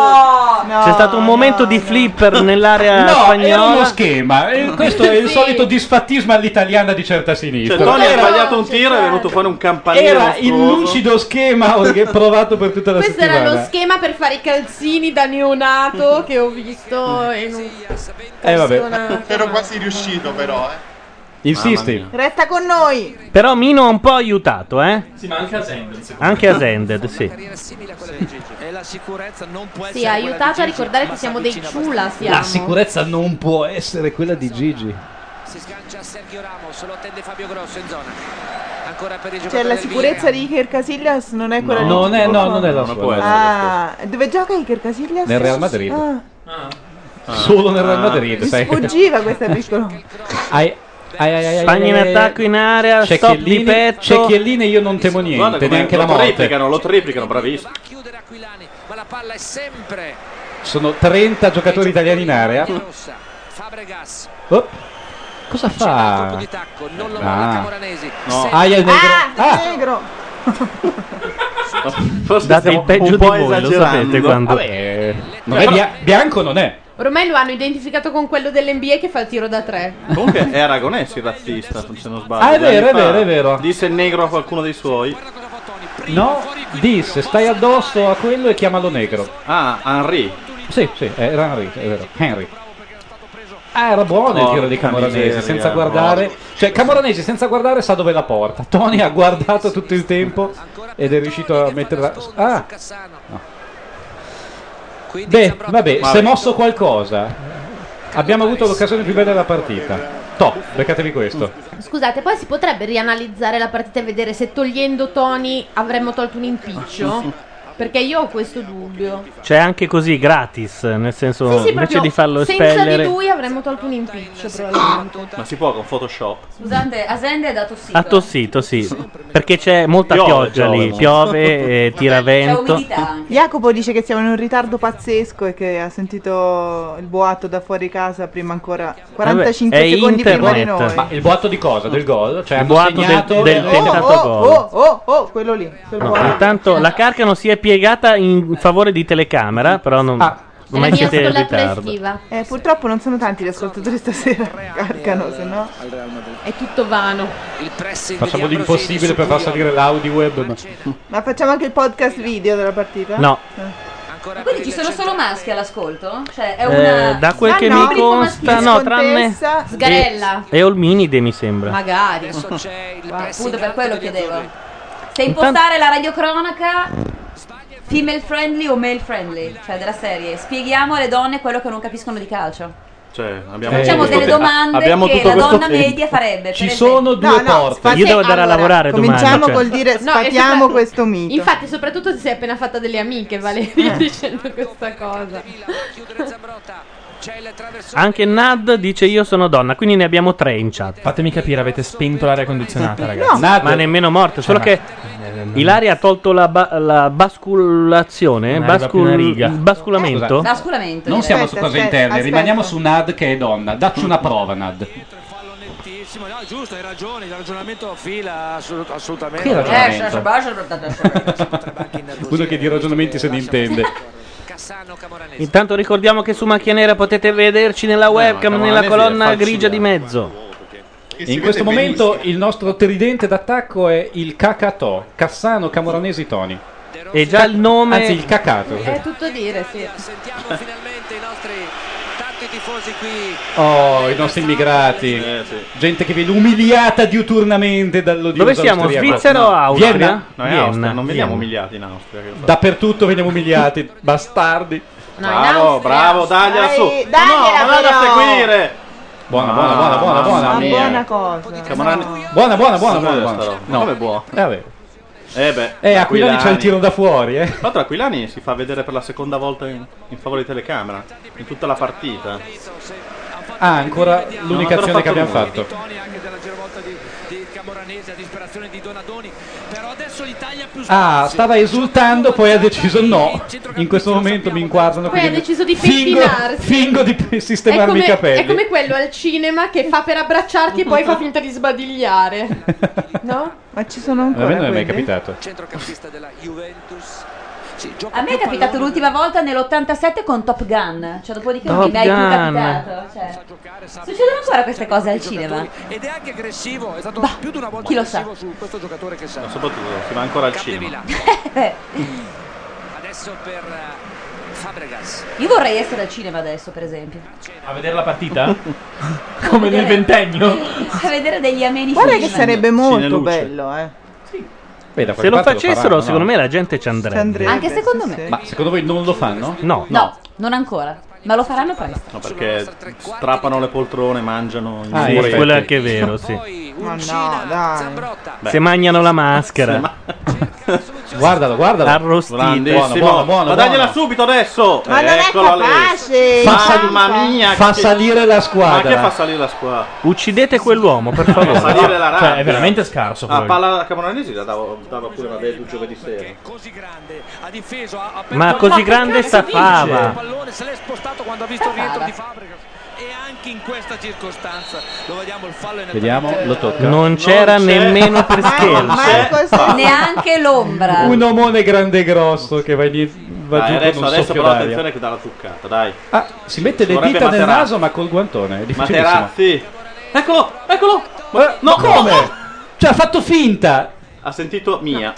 Speaker 1: C'è stato un momento di flipper
Speaker 8: Eh,
Speaker 1: nell'area
Speaker 6: No,
Speaker 1: spagnola.
Speaker 6: era uno schema. eh, Questo è il
Speaker 1: Sì.
Speaker 6: solito disfattismo all'italiana di certa
Speaker 8: Cioè,
Speaker 6: sinistra.
Speaker 8: Tony ha
Speaker 6: Era-
Speaker 8: sbagliato un tiro e è venuto fuori un campanile.
Speaker 6: Era il lucido schema *laughs* che ho provato per tutta la
Speaker 9: Questo
Speaker 6: settimana.
Speaker 9: era lo schema per fare i calzini da
Speaker 6: *laughs*
Speaker 9: neonato che ho visto in un
Speaker 6: Eh, vabbè.
Speaker 20: *laughs* Ero quasi riuscito però, eh.
Speaker 6: Insisti.
Speaker 10: Resta con noi.
Speaker 1: Però Mino ha un po' aiutato, eh?
Speaker 2: Sì, ma anche a Zendel, secondo
Speaker 1: Anche
Speaker 2: me.
Speaker 1: Ascended, sì.
Speaker 9: Sì, ha aiutato a ricordare che siamo dei ciula, siamo.
Speaker 6: La sicurezza non può essere quella di Gigi.
Speaker 11: Si sgancia Sergio Ramos, lo attende Fabio Grosso in zona. Ancora per il
Speaker 10: Cioè
Speaker 11: giocatore
Speaker 10: la
Speaker 11: del
Speaker 10: sicurezza di Iker Casillas non è quella
Speaker 6: Non
Speaker 10: di
Speaker 6: è-
Speaker 10: Buffon.
Speaker 6: no, non è la Non sua. può essere
Speaker 10: Ah, dove gioca Iker Casillas?
Speaker 6: Nel Real Madrid.
Speaker 10: Ah,
Speaker 8: Ah.
Speaker 6: Solo nel Real Madrid, sai.
Speaker 10: sfuggiva questa
Speaker 6: *laughs*
Speaker 10: piccola.
Speaker 6: Ai- ai- ai- ai-
Speaker 1: Spagna in
Speaker 6: ai- ai-
Speaker 1: attacco in area,
Speaker 6: C'è
Speaker 1: stop di
Speaker 6: Chiellini-
Speaker 1: petto.
Speaker 6: c'è Chiellini e io non temo
Speaker 8: Guarda
Speaker 6: niente,
Speaker 8: come
Speaker 6: neanche la
Speaker 8: lo
Speaker 6: morte.
Speaker 8: triplicano, lo triplicano, bravissimo.
Speaker 11: Ma la palla è sempre
Speaker 6: Sono 30 giocatori italiani in area.
Speaker 11: rossa. Fabregas,
Speaker 6: Oh, Cosa fa?
Speaker 11: colpo di tacco, Ecco, non lo
Speaker 6: Ah.
Speaker 11: manda Camoranesi.
Speaker 6: No.
Speaker 11: Sempre-
Speaker 6: Ah, il negro. Ah!
Speaker 10: Ah,
Speaker 5: *laughs*
Speaker 10: il negro.
Speaker 8: Forse
Speaker 1: Date
Speaker 8: stiamo
Speaker 1: il peggio
Speaker 8: un
Speaker 1: di
Speaker 8: po'
Speaker 1: voi, lo
Speaker 8: esagerando.
Speaker 1: sapete quando-
Speaker 6: Vabbè, non è bia- bianco non è.
Speaker 9: Ormai lo hanno identificato con quello dell'NBA che fa il tiro da tre.
Speaker 8: Comunque è Aragonese il razzista, se non sbaglio.
Speaker 6: Ah, è
Speaker 8: Due anni
Speaker 6: vero, è
Speaker 8: fa
Speaker 6: vero, è vero.
Speaker 8: Disse negro a qualcuno dei suoi.
Speaker 6: No, disse, stai addosso a quello e chiamalo negro.
Speaker 8: Ah, Henry.
Speaker 6: Sì, sì, era Henry, è vero. Henry. Ah, era buono il
Speaker 8: Porca
Speaker 6: tiro di Camoranesi,
Speaker 8: miseria,
Speaker 11: eh,
Speaker 6: senza guardare. Cioè, Camoranesi senza guardare sa dove la porta. *laughs* Tony ha guardato tutto il tempo ed è riuscito a metterla. Ah! No. Beh, vabbè, si è mosso qualcosa. Abbiamo avuto l'occasione più bella della partita. Top, beccatevi questo.
Speaker 9: Scusate, poi si potrebbe rianalizzare la partita e vedere se togliendo Tony avremmo tolto un
Speaker 6: *laughs*
Speaker 9: impiccio? Perché io ho questo dubbio.
Speaker 1: C'è Cioè, anche così gratis, nel senso
Speaker 9: Sì, sì,
Speaker 1: invece
Speaker 9: proprio
Speaker 1: di farlo
Speaker 9: senza
Speaker 1: espellere.
Speaker 9: di lui avremmo tolto un impiccio probabilmente.
Speaker 8: Ma si può con Photoshop?
Speaker 3: Scusate, Asende è da tossito.
Speaker 1: Ha tossito, Ah, sì. Perché c'è molta
Speaker 8: Piove,
Speaker 1: pioggia
Speaker 8: piove,
Speaker 1: lì,
Speaker 8: no?
Speaker 1: piove, e tira
Speaker 10: C'è
Speaker 1: vento.
Speaker 10: Jacopo dice che siamo in un ritardo pazzesco e che ha sentito il boato da fuori casa prima ancora 45
Speaker 6: Vabbè, è
Speaker 10: secondi prima di noi.
Speaker 6: internet. Ma il boato di cosa? Del gol? Cioè,
Speaker 1: Il
Speaker 6: hanno
Speaker 1: boato del-
Speaker 6: segnato-
Speaker 1: del
Speaker 6: Eh,
Speaker 1: tentato
Speaker 6: oh,
Speaker 1: gol.
Speaker 10: Oh, oh, oh, quello lì, quel
Speaker 1: No,
Speaker 10: boato.
Speaker 1: intanto la Carcano si è piegata in favore di telecamera, però non...
Speaker 6: Ah,
Speaker 1: ormai siete in ritardo.
Speaker 10: Eh, purtroppo non sono tanti gli ascoltatori stasera. *laughs* Carcano, se no.
Speaker 9: È tutto vano.
Speaker 6: Facciamo l'impossibile per far salire l'Audi web. ma-
Speaker 10: Ma facciamo anche il podcast video della partita?
Speaker 6: No.
Speaker 3: Ma Quindi ci sono solo maschi all'ascolto? Cioè, è
Speaker 1: Eh,
Speaker 3: una...
Speaker 1: da quel che mi consta, no, tranne...
Speaker 3: Sgarella.
Speaker 1: E Olminide mi sembra.
Speaker 3: Magari. Appunto per quello chiedevo. Se impostare la radiocronaca female friendly o male friendly, cioè della serie, spieghiamo alle donne quello che non capiscono di calcio.
Speaker 8: Cioè, abbiamo
Speaker 3: Facciamo
Speaker 8: tutto
Speaker 3: delle
Speaker 8: tempo.
Speaker 3: domande
Speaker 8: Abbiamo
Speaker 3: che
Speaker 8: tutto
Speaker 3: la
Speaker 8: questo
Speaker 3: donna
Speaker 8: tempo.
Speaker 3: media farebbe.
Speaker 6: Ci sono due
Speaker 10: No, no,
Speaker 6: porte.
Speaker 10: spatti-
Speaker 1: Io devo andare a
Speaker 10: allora,
Speaker 1: lavorare domani.
Speaker 10: Cominciamo
Speaker 1: cioè.
Speaker 10: col dire
Speaker 9: No, e
Speaker 10: sfatiamo
Speaker 9: soprattutto-
Speaker 10: questo mito.
Speaker 9: Infatti, soprattutto se si è appena fatta delle amiche,
Speaker 6: Eh.
Speaker 9: Valeria, dicendo questa cosa.
Speaker 6: Ah,
Speaker 1: Anche Nad dice io sono donna, quindi ne abbiamo tre in chat.
Speaker 2: Fatemi capire, avete spento l'aria condizionata, ragazzi.
Speaker 1: Nad- ma nemmeno morto, solo
Speaker 2: ma-
Speaker 1: che
Speaker 2: no.
Speaker 1: Ilaria ha tolto la, ba- la basculazione,
Speaker 6: Non arriva più una
Speaker 1: bascul-
Speaker 6: riga.
Speaker 1: il basculamento.
Speaker 3: Da scuramento.
Speaker 6: Non
Speaker 3: direi.
Speaker 6: siamo su cose interne, rimaniamo su Nad che è donna. Dacci una prova, Nad.
Speaker 11: Tantissimo, no, giusto, hai ragione, il ragionamento fila assolut- assolutamente.
Speaker 6: Che ragionamento? Eh, se- se- *laughs*
Speaker 11: ragionamento?
Speaker 6: *laughs* Uno che di ragionamenti se ne intende.
Speaker 1: Intanto ricordiamo che su Macchia Nera potete vederci nella webcam,
Speaker 6: ma
Speaker 1: nella
Speaker 6: Camoranesi è
Speaker 1: colonna
Speaker 6: falcidia.
Speaker 1: grigia di mezzo.
Speaker 6: In questo momento il nostro tridente d'attacco è il Kakatò, Cassano, Camoranesi, Toni.
Speaker 1: E già il nome.
Speaker 6: Anzi, il cacato.
Speaker 9: È tutto dire, sì.
Speaker 11: Sentiamo finalmente i nostri tanti tifosi qui.
Speaker 6: Oh, i nostri immigrati. Gente che viene umiliata diuturnamente dall'odioso
Speaker 1: Dove siamo?
Speaker 6: austriaco.
Speaker 1: Svizzera o Austria?
Speaker 6: Vienna?
Speaker 8: No, è
Speaker 6: Vienna,
Speaker 8: Austria, non veniamo
Speaker 6: Vienna.
Speaker 8: umiliati in Austria. che lo so.
Speaker 6: Dappertutto
Speaker 9: *laughs*
Speaker 6: veniamo umiliati, bastardi.
Speaker 8: No, in Bravo, Austria. bravo, dagli
Speaker 10: Dai,
Speaker 8: su.
Speaker 10: dagliela
Speaker 8: No, vado a
Speaker 10: però.
Speaker 8: seguire.
Speaker 6: Buona, buona, buona, buona, Ah, buona.
Speaker 10: Ma
Speaker 8: mia.
Speaker 10: buona cosa.
Speaker 6: Buona, buona, buona, buona.
Speaker 8: Sì,
Speaker 6: buona.
Speaker 8: sta roba.
Speaker 6: No.
Speaker 8: Come buona?
Speaker 6: Eh, vabbè.
Speaker 8: Eh beh,
Speaker 6: Eh, Aquilani c'ha il tiro da fuori, eh.
Speaker 8: Tra l'altro Aquilani si fa vedere per la seconda volta in, in favore di telecamera, in tutta la partita.
Speaker 6: Ah, ancora l'unica
Speaker 8: Non
Speaker 6: azione che abbiamo
Speaker 8: ancora
Speaker 6: fatto. Ah, stava esultando, poi ha deciso no. In questo momento mi inquadrano.
Speaker 9: Poi ha
Speaker 6: quindi
Speaker 9: deciso di
Speaker 6: fingo,
Speaker 9: pettinarsi.
Speaker 6: fingo di pe-
Speaker 9: È
Speaker 6: sistemarmi
Speaker 9: come,
Speaker 6: i capelli.
Speaker 9: è come quello al cinema che fa per abbracciarti e poi fa finta di
Speaker 6: *laughs*
Speaker 9: sbadigliare. No?
Speaker 10: Ma ci sono
Speaker 6: A
Speaker 10: ancora
Speaker 6: me non è mai
Speaker 10: quelli?
Speaker 6: capitato.
Speaker 3: A me è capitato l'ultima volta nell'87 con Top Gun. Cioè, dopodiché non mi
Speaker 1: Top
Speaker 3: è mai più
Speaker 1: Gun.
Speaker 3: capitato. Cioè, succedono ancora queste cose al cinema.
Speaker 11: Ed è anche aggressivo, è stato più di una volta
Speaker 3: Chi lo sa?
Speaker 11: aggressivo su questo giocatore che sa.
Speaker 8: Ma soprattutto si va ancora al
Speaker 10: *laughs*
Speaker 8: cinema.
Speaker 3: Eh.
Speaker 11: Adesso per eh, Fabregas.
Speaker 3: Io vorrei essere al cinema adesso, per esempio. *laughs*
Speaker 2: A vedere la partita? *laughs* Come nel ventennio?
Speaker 3: A vedere degli ameni
Speaker 10: Guarda
Speaker 3: film.
Speaker 10: che sarebbe molto
Speaker 1: luce.
Speaker 10: bello, eh.
Speaker 6: Beh, da
Speaker 1: Se
Speaker 6: qualche
Speaker 1: lo
Speaker 6: parte
Speaker 1: facessero,
Speaker 6: faranno, no?
Speaker 1: secondo me la gente ci andrebbe.
Speaker 10: andrebbe.
Speaker 3: Anche secondo me.
Speaker 6: Ma secondo voi non lo fanno?
Speaker 1: No.
Speaker 3: No, non ancora. Ma lo faranno presto.
Speaker 8: No, perché strappano le poltrone, mangiano i
Speaker 1: Ah, sì,
Speaker 8: muri.
Speaker 1: quello è anche vero, sì.
Speaker 10: Ma no, dai.
Speaker 8: Beh.
Speaker 1: Se mangiano la maschera.
Speaker 6: guardalo, guardalo.
Speaker 1: Arrostito.
Speaker 8: Buono, buono, buono, Ma dagliela subito adesso!
Speaker 10: Ma non è
Speaker 8: Eccolo Alessio.
Speaker 10: capace.
Speaker 8: Fa-
Speaker 10: Ciampa.
Speaker 8: Mamma mia!
Speaker 1: fa
Speaker 8: che-
Speaker 1: salire la
Speaker 8: Ma che
Speaker 1: squadra.
Speaker 8: fa salire la squadra?
Speaker 1: Uccidete quell'uomo, per favore.
Speaker 8: Fa salire la rabbia.
Speaker 1: Cioè,
Speaker 2: è veramente scarso
Speaker 8: La
Speaker 2: quello.
Speaker 8: palla da Camoranesi la dava, dava pure una bella giovedì sera.
Speaker 1: Ma così grande sta fava.
Speaker 11: Pallone se l'è spostato quando ha visto il rientro di Fabregas. E anche in questa circostanza lo vediamo il fallo in
Speaker 6: Vediamo, lo tocca.
Speaker 1: Non c'era nemmeno per
Speaker 6: *laughs*
Speaker 1: scherzo.
Speaker 3: *laughs* Neanche l'ombra.
Speaker 6: Un omone grande e grosso che va, dietro, va
Speaker 8: Dai,
Speaker 6: giù
Speaker 8: adesso,
Speaker 6: con un
Speaker 8: adesso
Speaker 6: soffio
Speaker 8: però
Speaker 6: d'aria.
Speaker 8: attenzione che dà la zuccata, dai.
Speaker 6: Ah, si mette
Speaker 8: Ci
Speaker 6: le
Speaker 8: vorrebbe
Speaker 6: dita nel
Speaker 8: Materazzi.
Speaker 6: naso ma col guantone, è difficilissimo.
Speaker 8: Materazzi. Eccolo, eccolo. Ah!
Speaker 6: Ma, ma come? Cioè ha fatto finta.
Speaker 8: Ha sentito mia.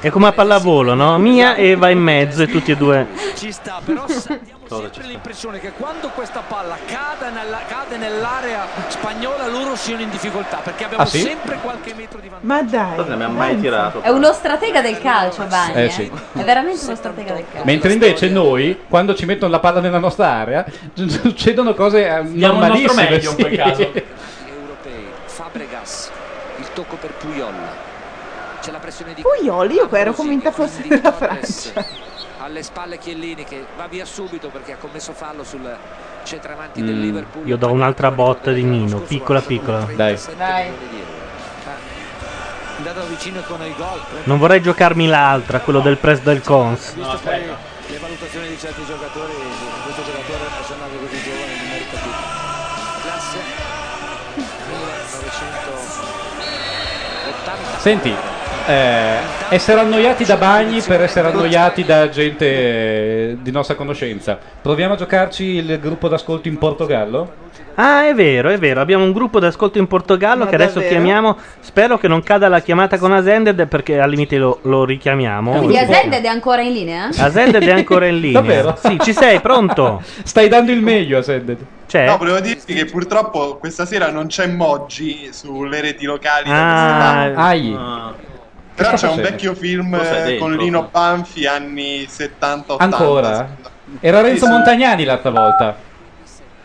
Speaker 1: È come a pallavolo, no? Mia e va in mezzo e tutti e due.
Speaker 11: Ci sta, però
Speaker 3: *laughs*
Speaker 11: abbiamo sempre l'impressione che quando questa palla cada nella- cade nell'area spagnola loro siano in difficoltà perché abbiamo
Speaker 8: Ah, sì?
Speaker 11: sempre qualche metro di vantaggio.
Speaker 10: Ma dai.
Speaker 8: Non ne abbiamo mai tirato.
Speaker 3: È uno stratega del calcio, Bagna.
Speaker 6: Eh, sì.
Speaker 3: È veramente uno stratega del calcio.
Speaker 6: Mentre invece noi, quando ci mettono la palla nella nostra area, succedono cose eh,
Speaker 11: Diamo il nostro
Speaker 6: normalissime.
Speaker 11: meglio in quel
Speaker 6: sì.
Speaker 11: caso. europei. Fabregas, il tocco per Puyol. C'è la pressione di
Speaker 10: Puglioli, io ero convinta fosse della Francia.
Speaker 11: alle spalle Chiellini che va via subito perché ha commesso fallo sul centravanti del Liverpool.
Speaker 1: Io do un'altra botta di Nino, piccola piccola.
Speaker 6: Dai.
Speaker 11: Dai. Andato vicino con i gol.
Speaker 1: Non vorrei giocarmi l'altra, quello del press del cons.
Speaker 11: Visto poi le valutazioni di certi giocatori, questo giocatore è un personaggio così giovane non merita più. Classe 1980.
Speaker 6: *laughs* Senti, eh, essere annoiati da bagni per essere annoiati da gente eh, di nostra conoscenza. Proviamo a giocarci il gruppo d'ascolto in Portogallo?
Speaker 1: Ah, è vero, è vero. Abbiamo un gruppo d'ascolto in Portogallo
Speaker 6: Ma
Speaker 1: che adesso
Speaker 6: davvero?
Speaker 1: chiamiamo. Spero che non cada la chiamata con Asended perché al limite lo, lo richiamiamo.
Speaker 3: Quindi Azended è ancora
Speaker 1: *laughs*
Speaker 3: in linea?
Speaker 1: Asended è ancora in linea.
Speaker 6: Davvero?
Speaker 1: Sì, ci
Speaker 6: *laughs*
Speaker 1: sei, pronto?
Speaker 6: Stai dando il meglio a Sedded.
Speaker 1: C'è?
Speaker 20: No, volevo dirti che purtroppo questa sera non c'è Moggi sulle reti locali.
Speaker 1: Ah,
Speaker 6: Ai.
Speaker 20: Però
Speaker 6: Che
Speaker 20: c'è
Speaker 6: sta
Speaker 20: un
Speaker 6: facendo?
Speaker 20: vecchio film
Speaker 6: Cosa è
Speaker 20: eh,
Speaker 6: dentro?
Speaker 20: con Lino Banfi anni 70-80.
Speaker 6: Ancora? Era Renzo
Speaker 20: Sì, sì.
Speaker 6: Montagnani l'altra volta.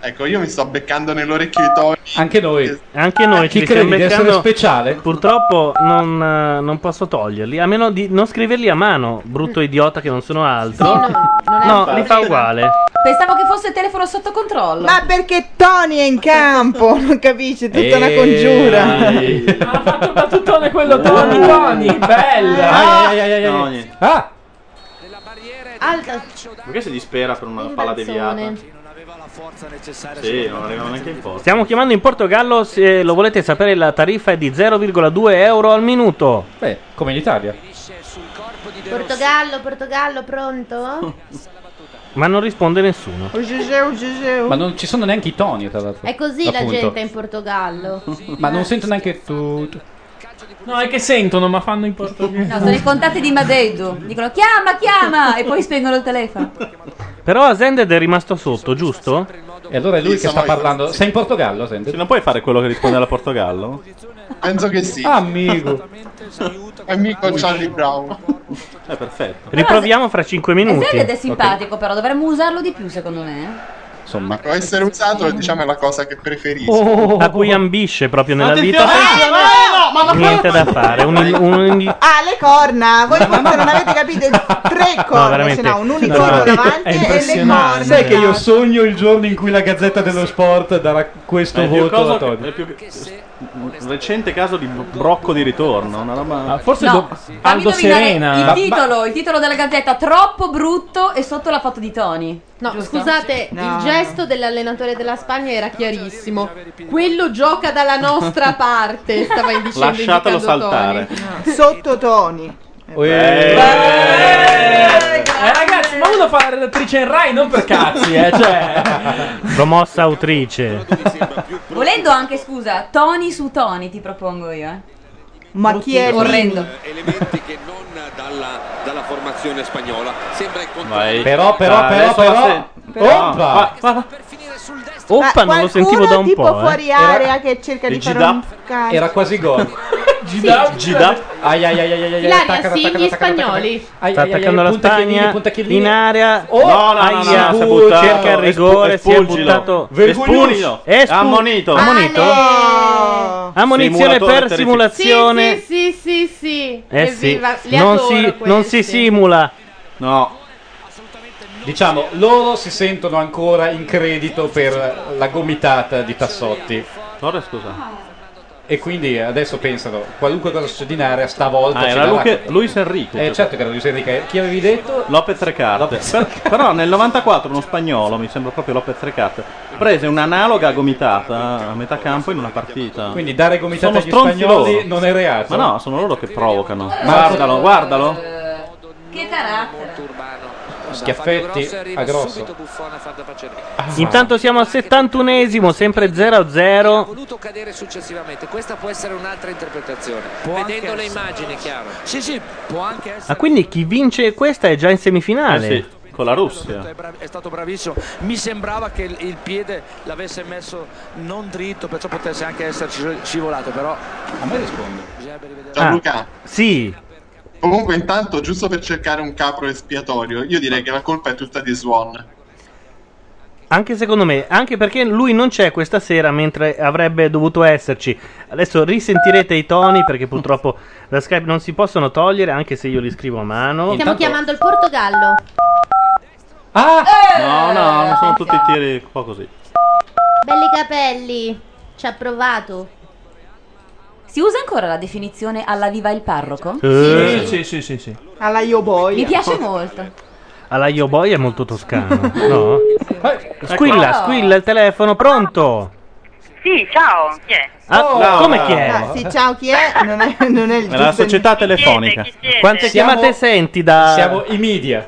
Speaker 20: Ecco, io mi sto beccando nell'orecchio i toni.
Speaker 6: Anche noi.
Speaker 1: Anche noi
Speaker 6: Ah, Chi
Speaker 1: ci stiamo
Speaker 6: credi di essere
Speaker 1: beccando.
Speaker 6: speciale?
Speaker 1: Purtroppo non, eh, non posso toglierli, a meno di non scriverli a mano, brutto idiota che non sono altro. no, li fa uguale.
Speaker 3: Pensavo che fosse il telefono sotto controllo.
Speaker 10: Ma perché Tony è in campo? *laughs* Non capisci? È tutta
Speaker 1: Eh.
Speaker 10: una congiura.
Speaker 2: Tony, quello Tony, Tony, bella.
Speaker 8: Ai, ai, ai, ai, ai. No, niente.
Speaker 6: Ah!
Speaker 9: Alta.
Speaker 8: Perché si dispera per una palla deviata? Sì, non arriva neanche in porta.
Speaker 1: Stiamo chiamando in Portogallo, se lo volete sapere la tariffa è di 0,2 euro al minuto.
Speaker 6: Beh, come in Italia.
Speaker 14: Portogallo, Portogallo, pronto?
Speaker 1: Ma non risponde nessuno.
Speaker 6: Ma non ci sono neanche i toni, tra l'altro.
Speaker 14: È così la
Speaker 6: Appunto.
Speaker 14: gente in Portogallo.
Speaker 6: Ma non sento neanche tu. tu.
Speaker 2: No, è che sentono, ma fanno i portoghi.
Speaker 3: *laughs* No, sono i contatti di Madeddu. Dicono chiama, chiama e poi spengono
Speaker 1: *laughs*
Speaker 3: il telefono.
Speaker 1: Però Asended è rimasto sotto, giusto?
Speaker 6: E allora è lui che sta parlando. Sei in Portogallo,
Speaker 8: Sì, non puoi fare quello che risponde alla Portogallo?
Speaker 20: Penso che sì.
Speaker 6: Amico.
Speaker 20: Amico Charlie Brown.
Speaker 8: È Eh, perfetto.
Speaker 1: Riproviamo fra 5 minuti.
Speaker 3: Zed è simpatico, però dovremmo usarlo di più, secondo me.
Speaker 6: Insomma.
Speaker 20: Può essere usato, diciamo, è la cosa che preferisco.
Speaker 1: Oh. A
Speaker 6: Oh.
Speaker 1: cui ambisce proprio nella vita.
Speaker 20: Attenzione!
Speaker 10: no,
Speaker 1: però
Speaker 10: ma
Speaker 1: Niente da fare. Un, un-
Speaker 10: Ah, le corna! Voi forse non avete capito il tre
Speaker 1: no,
Speaker 10: corna,
Speaker 1: veramente.
Speaker 10: ce n'ha un unicorno davanti e le corna.
Speaker 6: Sai che io sogno il giorno in cui la Gazzetta dello Sport darà questo
Speaker 8: È più
Speaker 6: voto
Speaker 8: cosa
Speaker 6: a Todd.
Speaker 8: che- è più che- un recente caso di brocco di ritorno. Una roba...
Speaker 2: forse
Speaker 3: No, do-
Speaker 8: Aldo
Speaker 3: Fammi indovinare Il titolo, il titolo della gazzetta troppo brutto e sotto la foto di Tony.
Speaker 9: No, scusate,
Speaker 3: No.
Speaker 9: il gesto dell'allenatore della Spagna era
Speaker 1: cioè,
Speaker 9: chiarissimo. Quello gioca dalla
Speaker 1: *laughs*
Speaker 9: nostra parte, stava dicendo
Speaker 8: Lasciatelo
Speaker 9: indicando
Speaker 8: saltare.
Speaker 10: Sotto Tony.
Speaker 2: Eh, ragazzi, ma uno fa la relatrice in Rai non per cazzi, eh. Cioè.
Speaker 1: Promossa autrice.
Speaker 3: Volendo anche, scusa, Tony su Tony ti propongo io. eh.
Speaker 10: Ma chi è
Speaker 3: Orrendo.
Speaker 17: eh, Elementi che non dalla, dalla formazione spagnola. Sembra il
Speaker 1: Eh.
Speaker 17: contrario.
Speaker 6: Però,
Speaker 1: Ah,
Speaker 6: però, però, però. Oppa!
Speaker 10: Ma qualcuno tipo fuori
Speaker 1: eh.
Speaker 10: area che cerca di fare un calcio.
Speaker 6: Era quasi
Speaker 1: *laughs*
Speaker 6: gol.
Speaker 10: Gidap?
Speaker 6: Gidap. Ai ai ai ai ai ai.
Speaker 9: Ilaria,
Speaker 6: attacca,
Speaker 9: sì,
Speaker 6: attacca,
Speaker 9: gli
Speaker 6: attacca, attacca.
Speaker 9: spagnoli.
Speaker 6: Ai,
Speaker 1: Sta
Speaker 6: ai, ai,
Speaker 1: attaccando la
Speaker 6: punta Chiellini,
Speaker 1: Spagna
Speaker 6: punta Chiellini.
Speaker 1: in area.
Speaker 6: Oh,
Speaker 8: No, no, no,
Speaker 1: Aia,
Speaker 8: no,
Speaker 1: si
Speaker 8: no,
Speaker 1: butta,
Speaker 8: espulgilo,
Speaker 1: cerca il rigore, si è
Speaker 8: espulgilo.
Speaker 1: buttato.
Speaker 8: Vergoglioso.
Speaker 1: Espulso. È espul-
Speaker 8: Ammonito.
Speaker 1: Ammonito? Ammonizione
Speaker 8: Simulatore
Speaker 1: per
Speaker 8: terrific-
Speaker 1: simulazione.
Speaker 9: Sì, sì, sì, sì.
Speaker 1: Eh sì,
Speaker 9: Evviva, li
Speaker 1: non
Speaker 9: adoro
Speaker 1: si,
Speaker 9: questi.
Speaker 1: non si simula.
Speaker 8: No.
Speaker 6: Diciamo, loro si sentono ancora in credito per la gomitata di Tassotti.
Speaker 8: Ora scusa.
Speaker 6: E quindi adesso pensano, qualunque cosa succede in area, stavolta
Speaker 8: Ah,
Speaker 6: ci
Speaker 8: era
Speaker 6: darà-
Speaker 8: Luque- Luis Enrique. cioè.
Speaker 6: Eh, certo che era Luis Enrique. Chi avevi detto?
Speaker 8: Lopez Recarte. Per- però nel 94 uno spagnolo, mi sembra proprio Lopez Recarte, prese un'analoga gomitata a metà campo in una partita.
Speaker 6: Quindi dare gomitate
Speaker 8: Sono
Speaker 6: agli
Speaker 8: stronzi
Speaker 6: spagnoli
Speaker 8: loro.
Speaker 6: non è reato.
Speaker 8: Ma no, sono loro che provocano.
Speaker 6: Ma-
Speaker 8: guardalo, guardalo.
Speaker 3: Che carattere.
Speaker 6: Schiaffetti a grosso. Ah.
Speaker 1: Intanto siamo al 71esimo, sempre 0-0.
Speaker 11: Voluto cadere successivamente, questa può essere un'altra interpretazione. Vedendo le immagini, chiaro. Sì, sì, può anche essere.
Speaker 1: Ah, quindi chi vince questa è già in semifinale.
Speaker 8: Eh sì, con la Russia.
Speaker 11: È, bra- è stato bravissimo. Mi sembrava che il, il piede l'avesse messo non dritto, perciò potesse anche esserci scivolato, però. A
Speaker 6: me risponde.
Speaker 20: Gianluca.
Speaker 1: Sì.
Speaker 20: Comunque, intanto, giusto per cercare un capro espiatorio, io direi che la colpa è tutta di Swan.
Speaker 1: Anche secondo me, anche perché lui non c'è questa sera mentre avrebbe dovuto esserci. Adesso risentirete i toni perché purtroppo da Skype non si possono togliere anche se io li scrivo a mano.
Speaker 9: Stiamo chiamando il Portogallo. Eh!
Speaker 6: Ah!
Speaker 8: No, no, non sono tutti tiri un po' così.
Speaker 14: Belli capelli. Ci ha provato.
Speaker 3: Si usa ancora la definizione alla viva il parroco?
Speaker 1: Eh,
Speaker 2: Sì,
Speaker 8: Eh.
Speaker 2: sì, sì, sì, sì.
Speaker 10: Alla Yo Boy.
Speaker 3: Mi piace molto.
Speaker 1: Alla Yo Boy è molto toscano, no? Squilla,
Speaker 10: Oh.
Speaker 3: Ecco.
Speaker 1: squilla il telefono, pronto?
Speaker 7: Sì, ciao, chi è?
Speaker 1: Ah,
Speaker 10: Oh.
Speaker 1: come chi è?
Speaker 10: Ah, sì, ciao, chi è? Non è, non
Speaker 8: *laughs*
Speaker 10: è il
Speaker 1: È la
Speaker 10: giusto-
Speaker 1: società telefonica. Quante
Speaker 6: Siamo-
Speaker 1: chiamate senti
Speaker 8: Ah.
Speaker 1: da
Speaker 6: Siamo i media.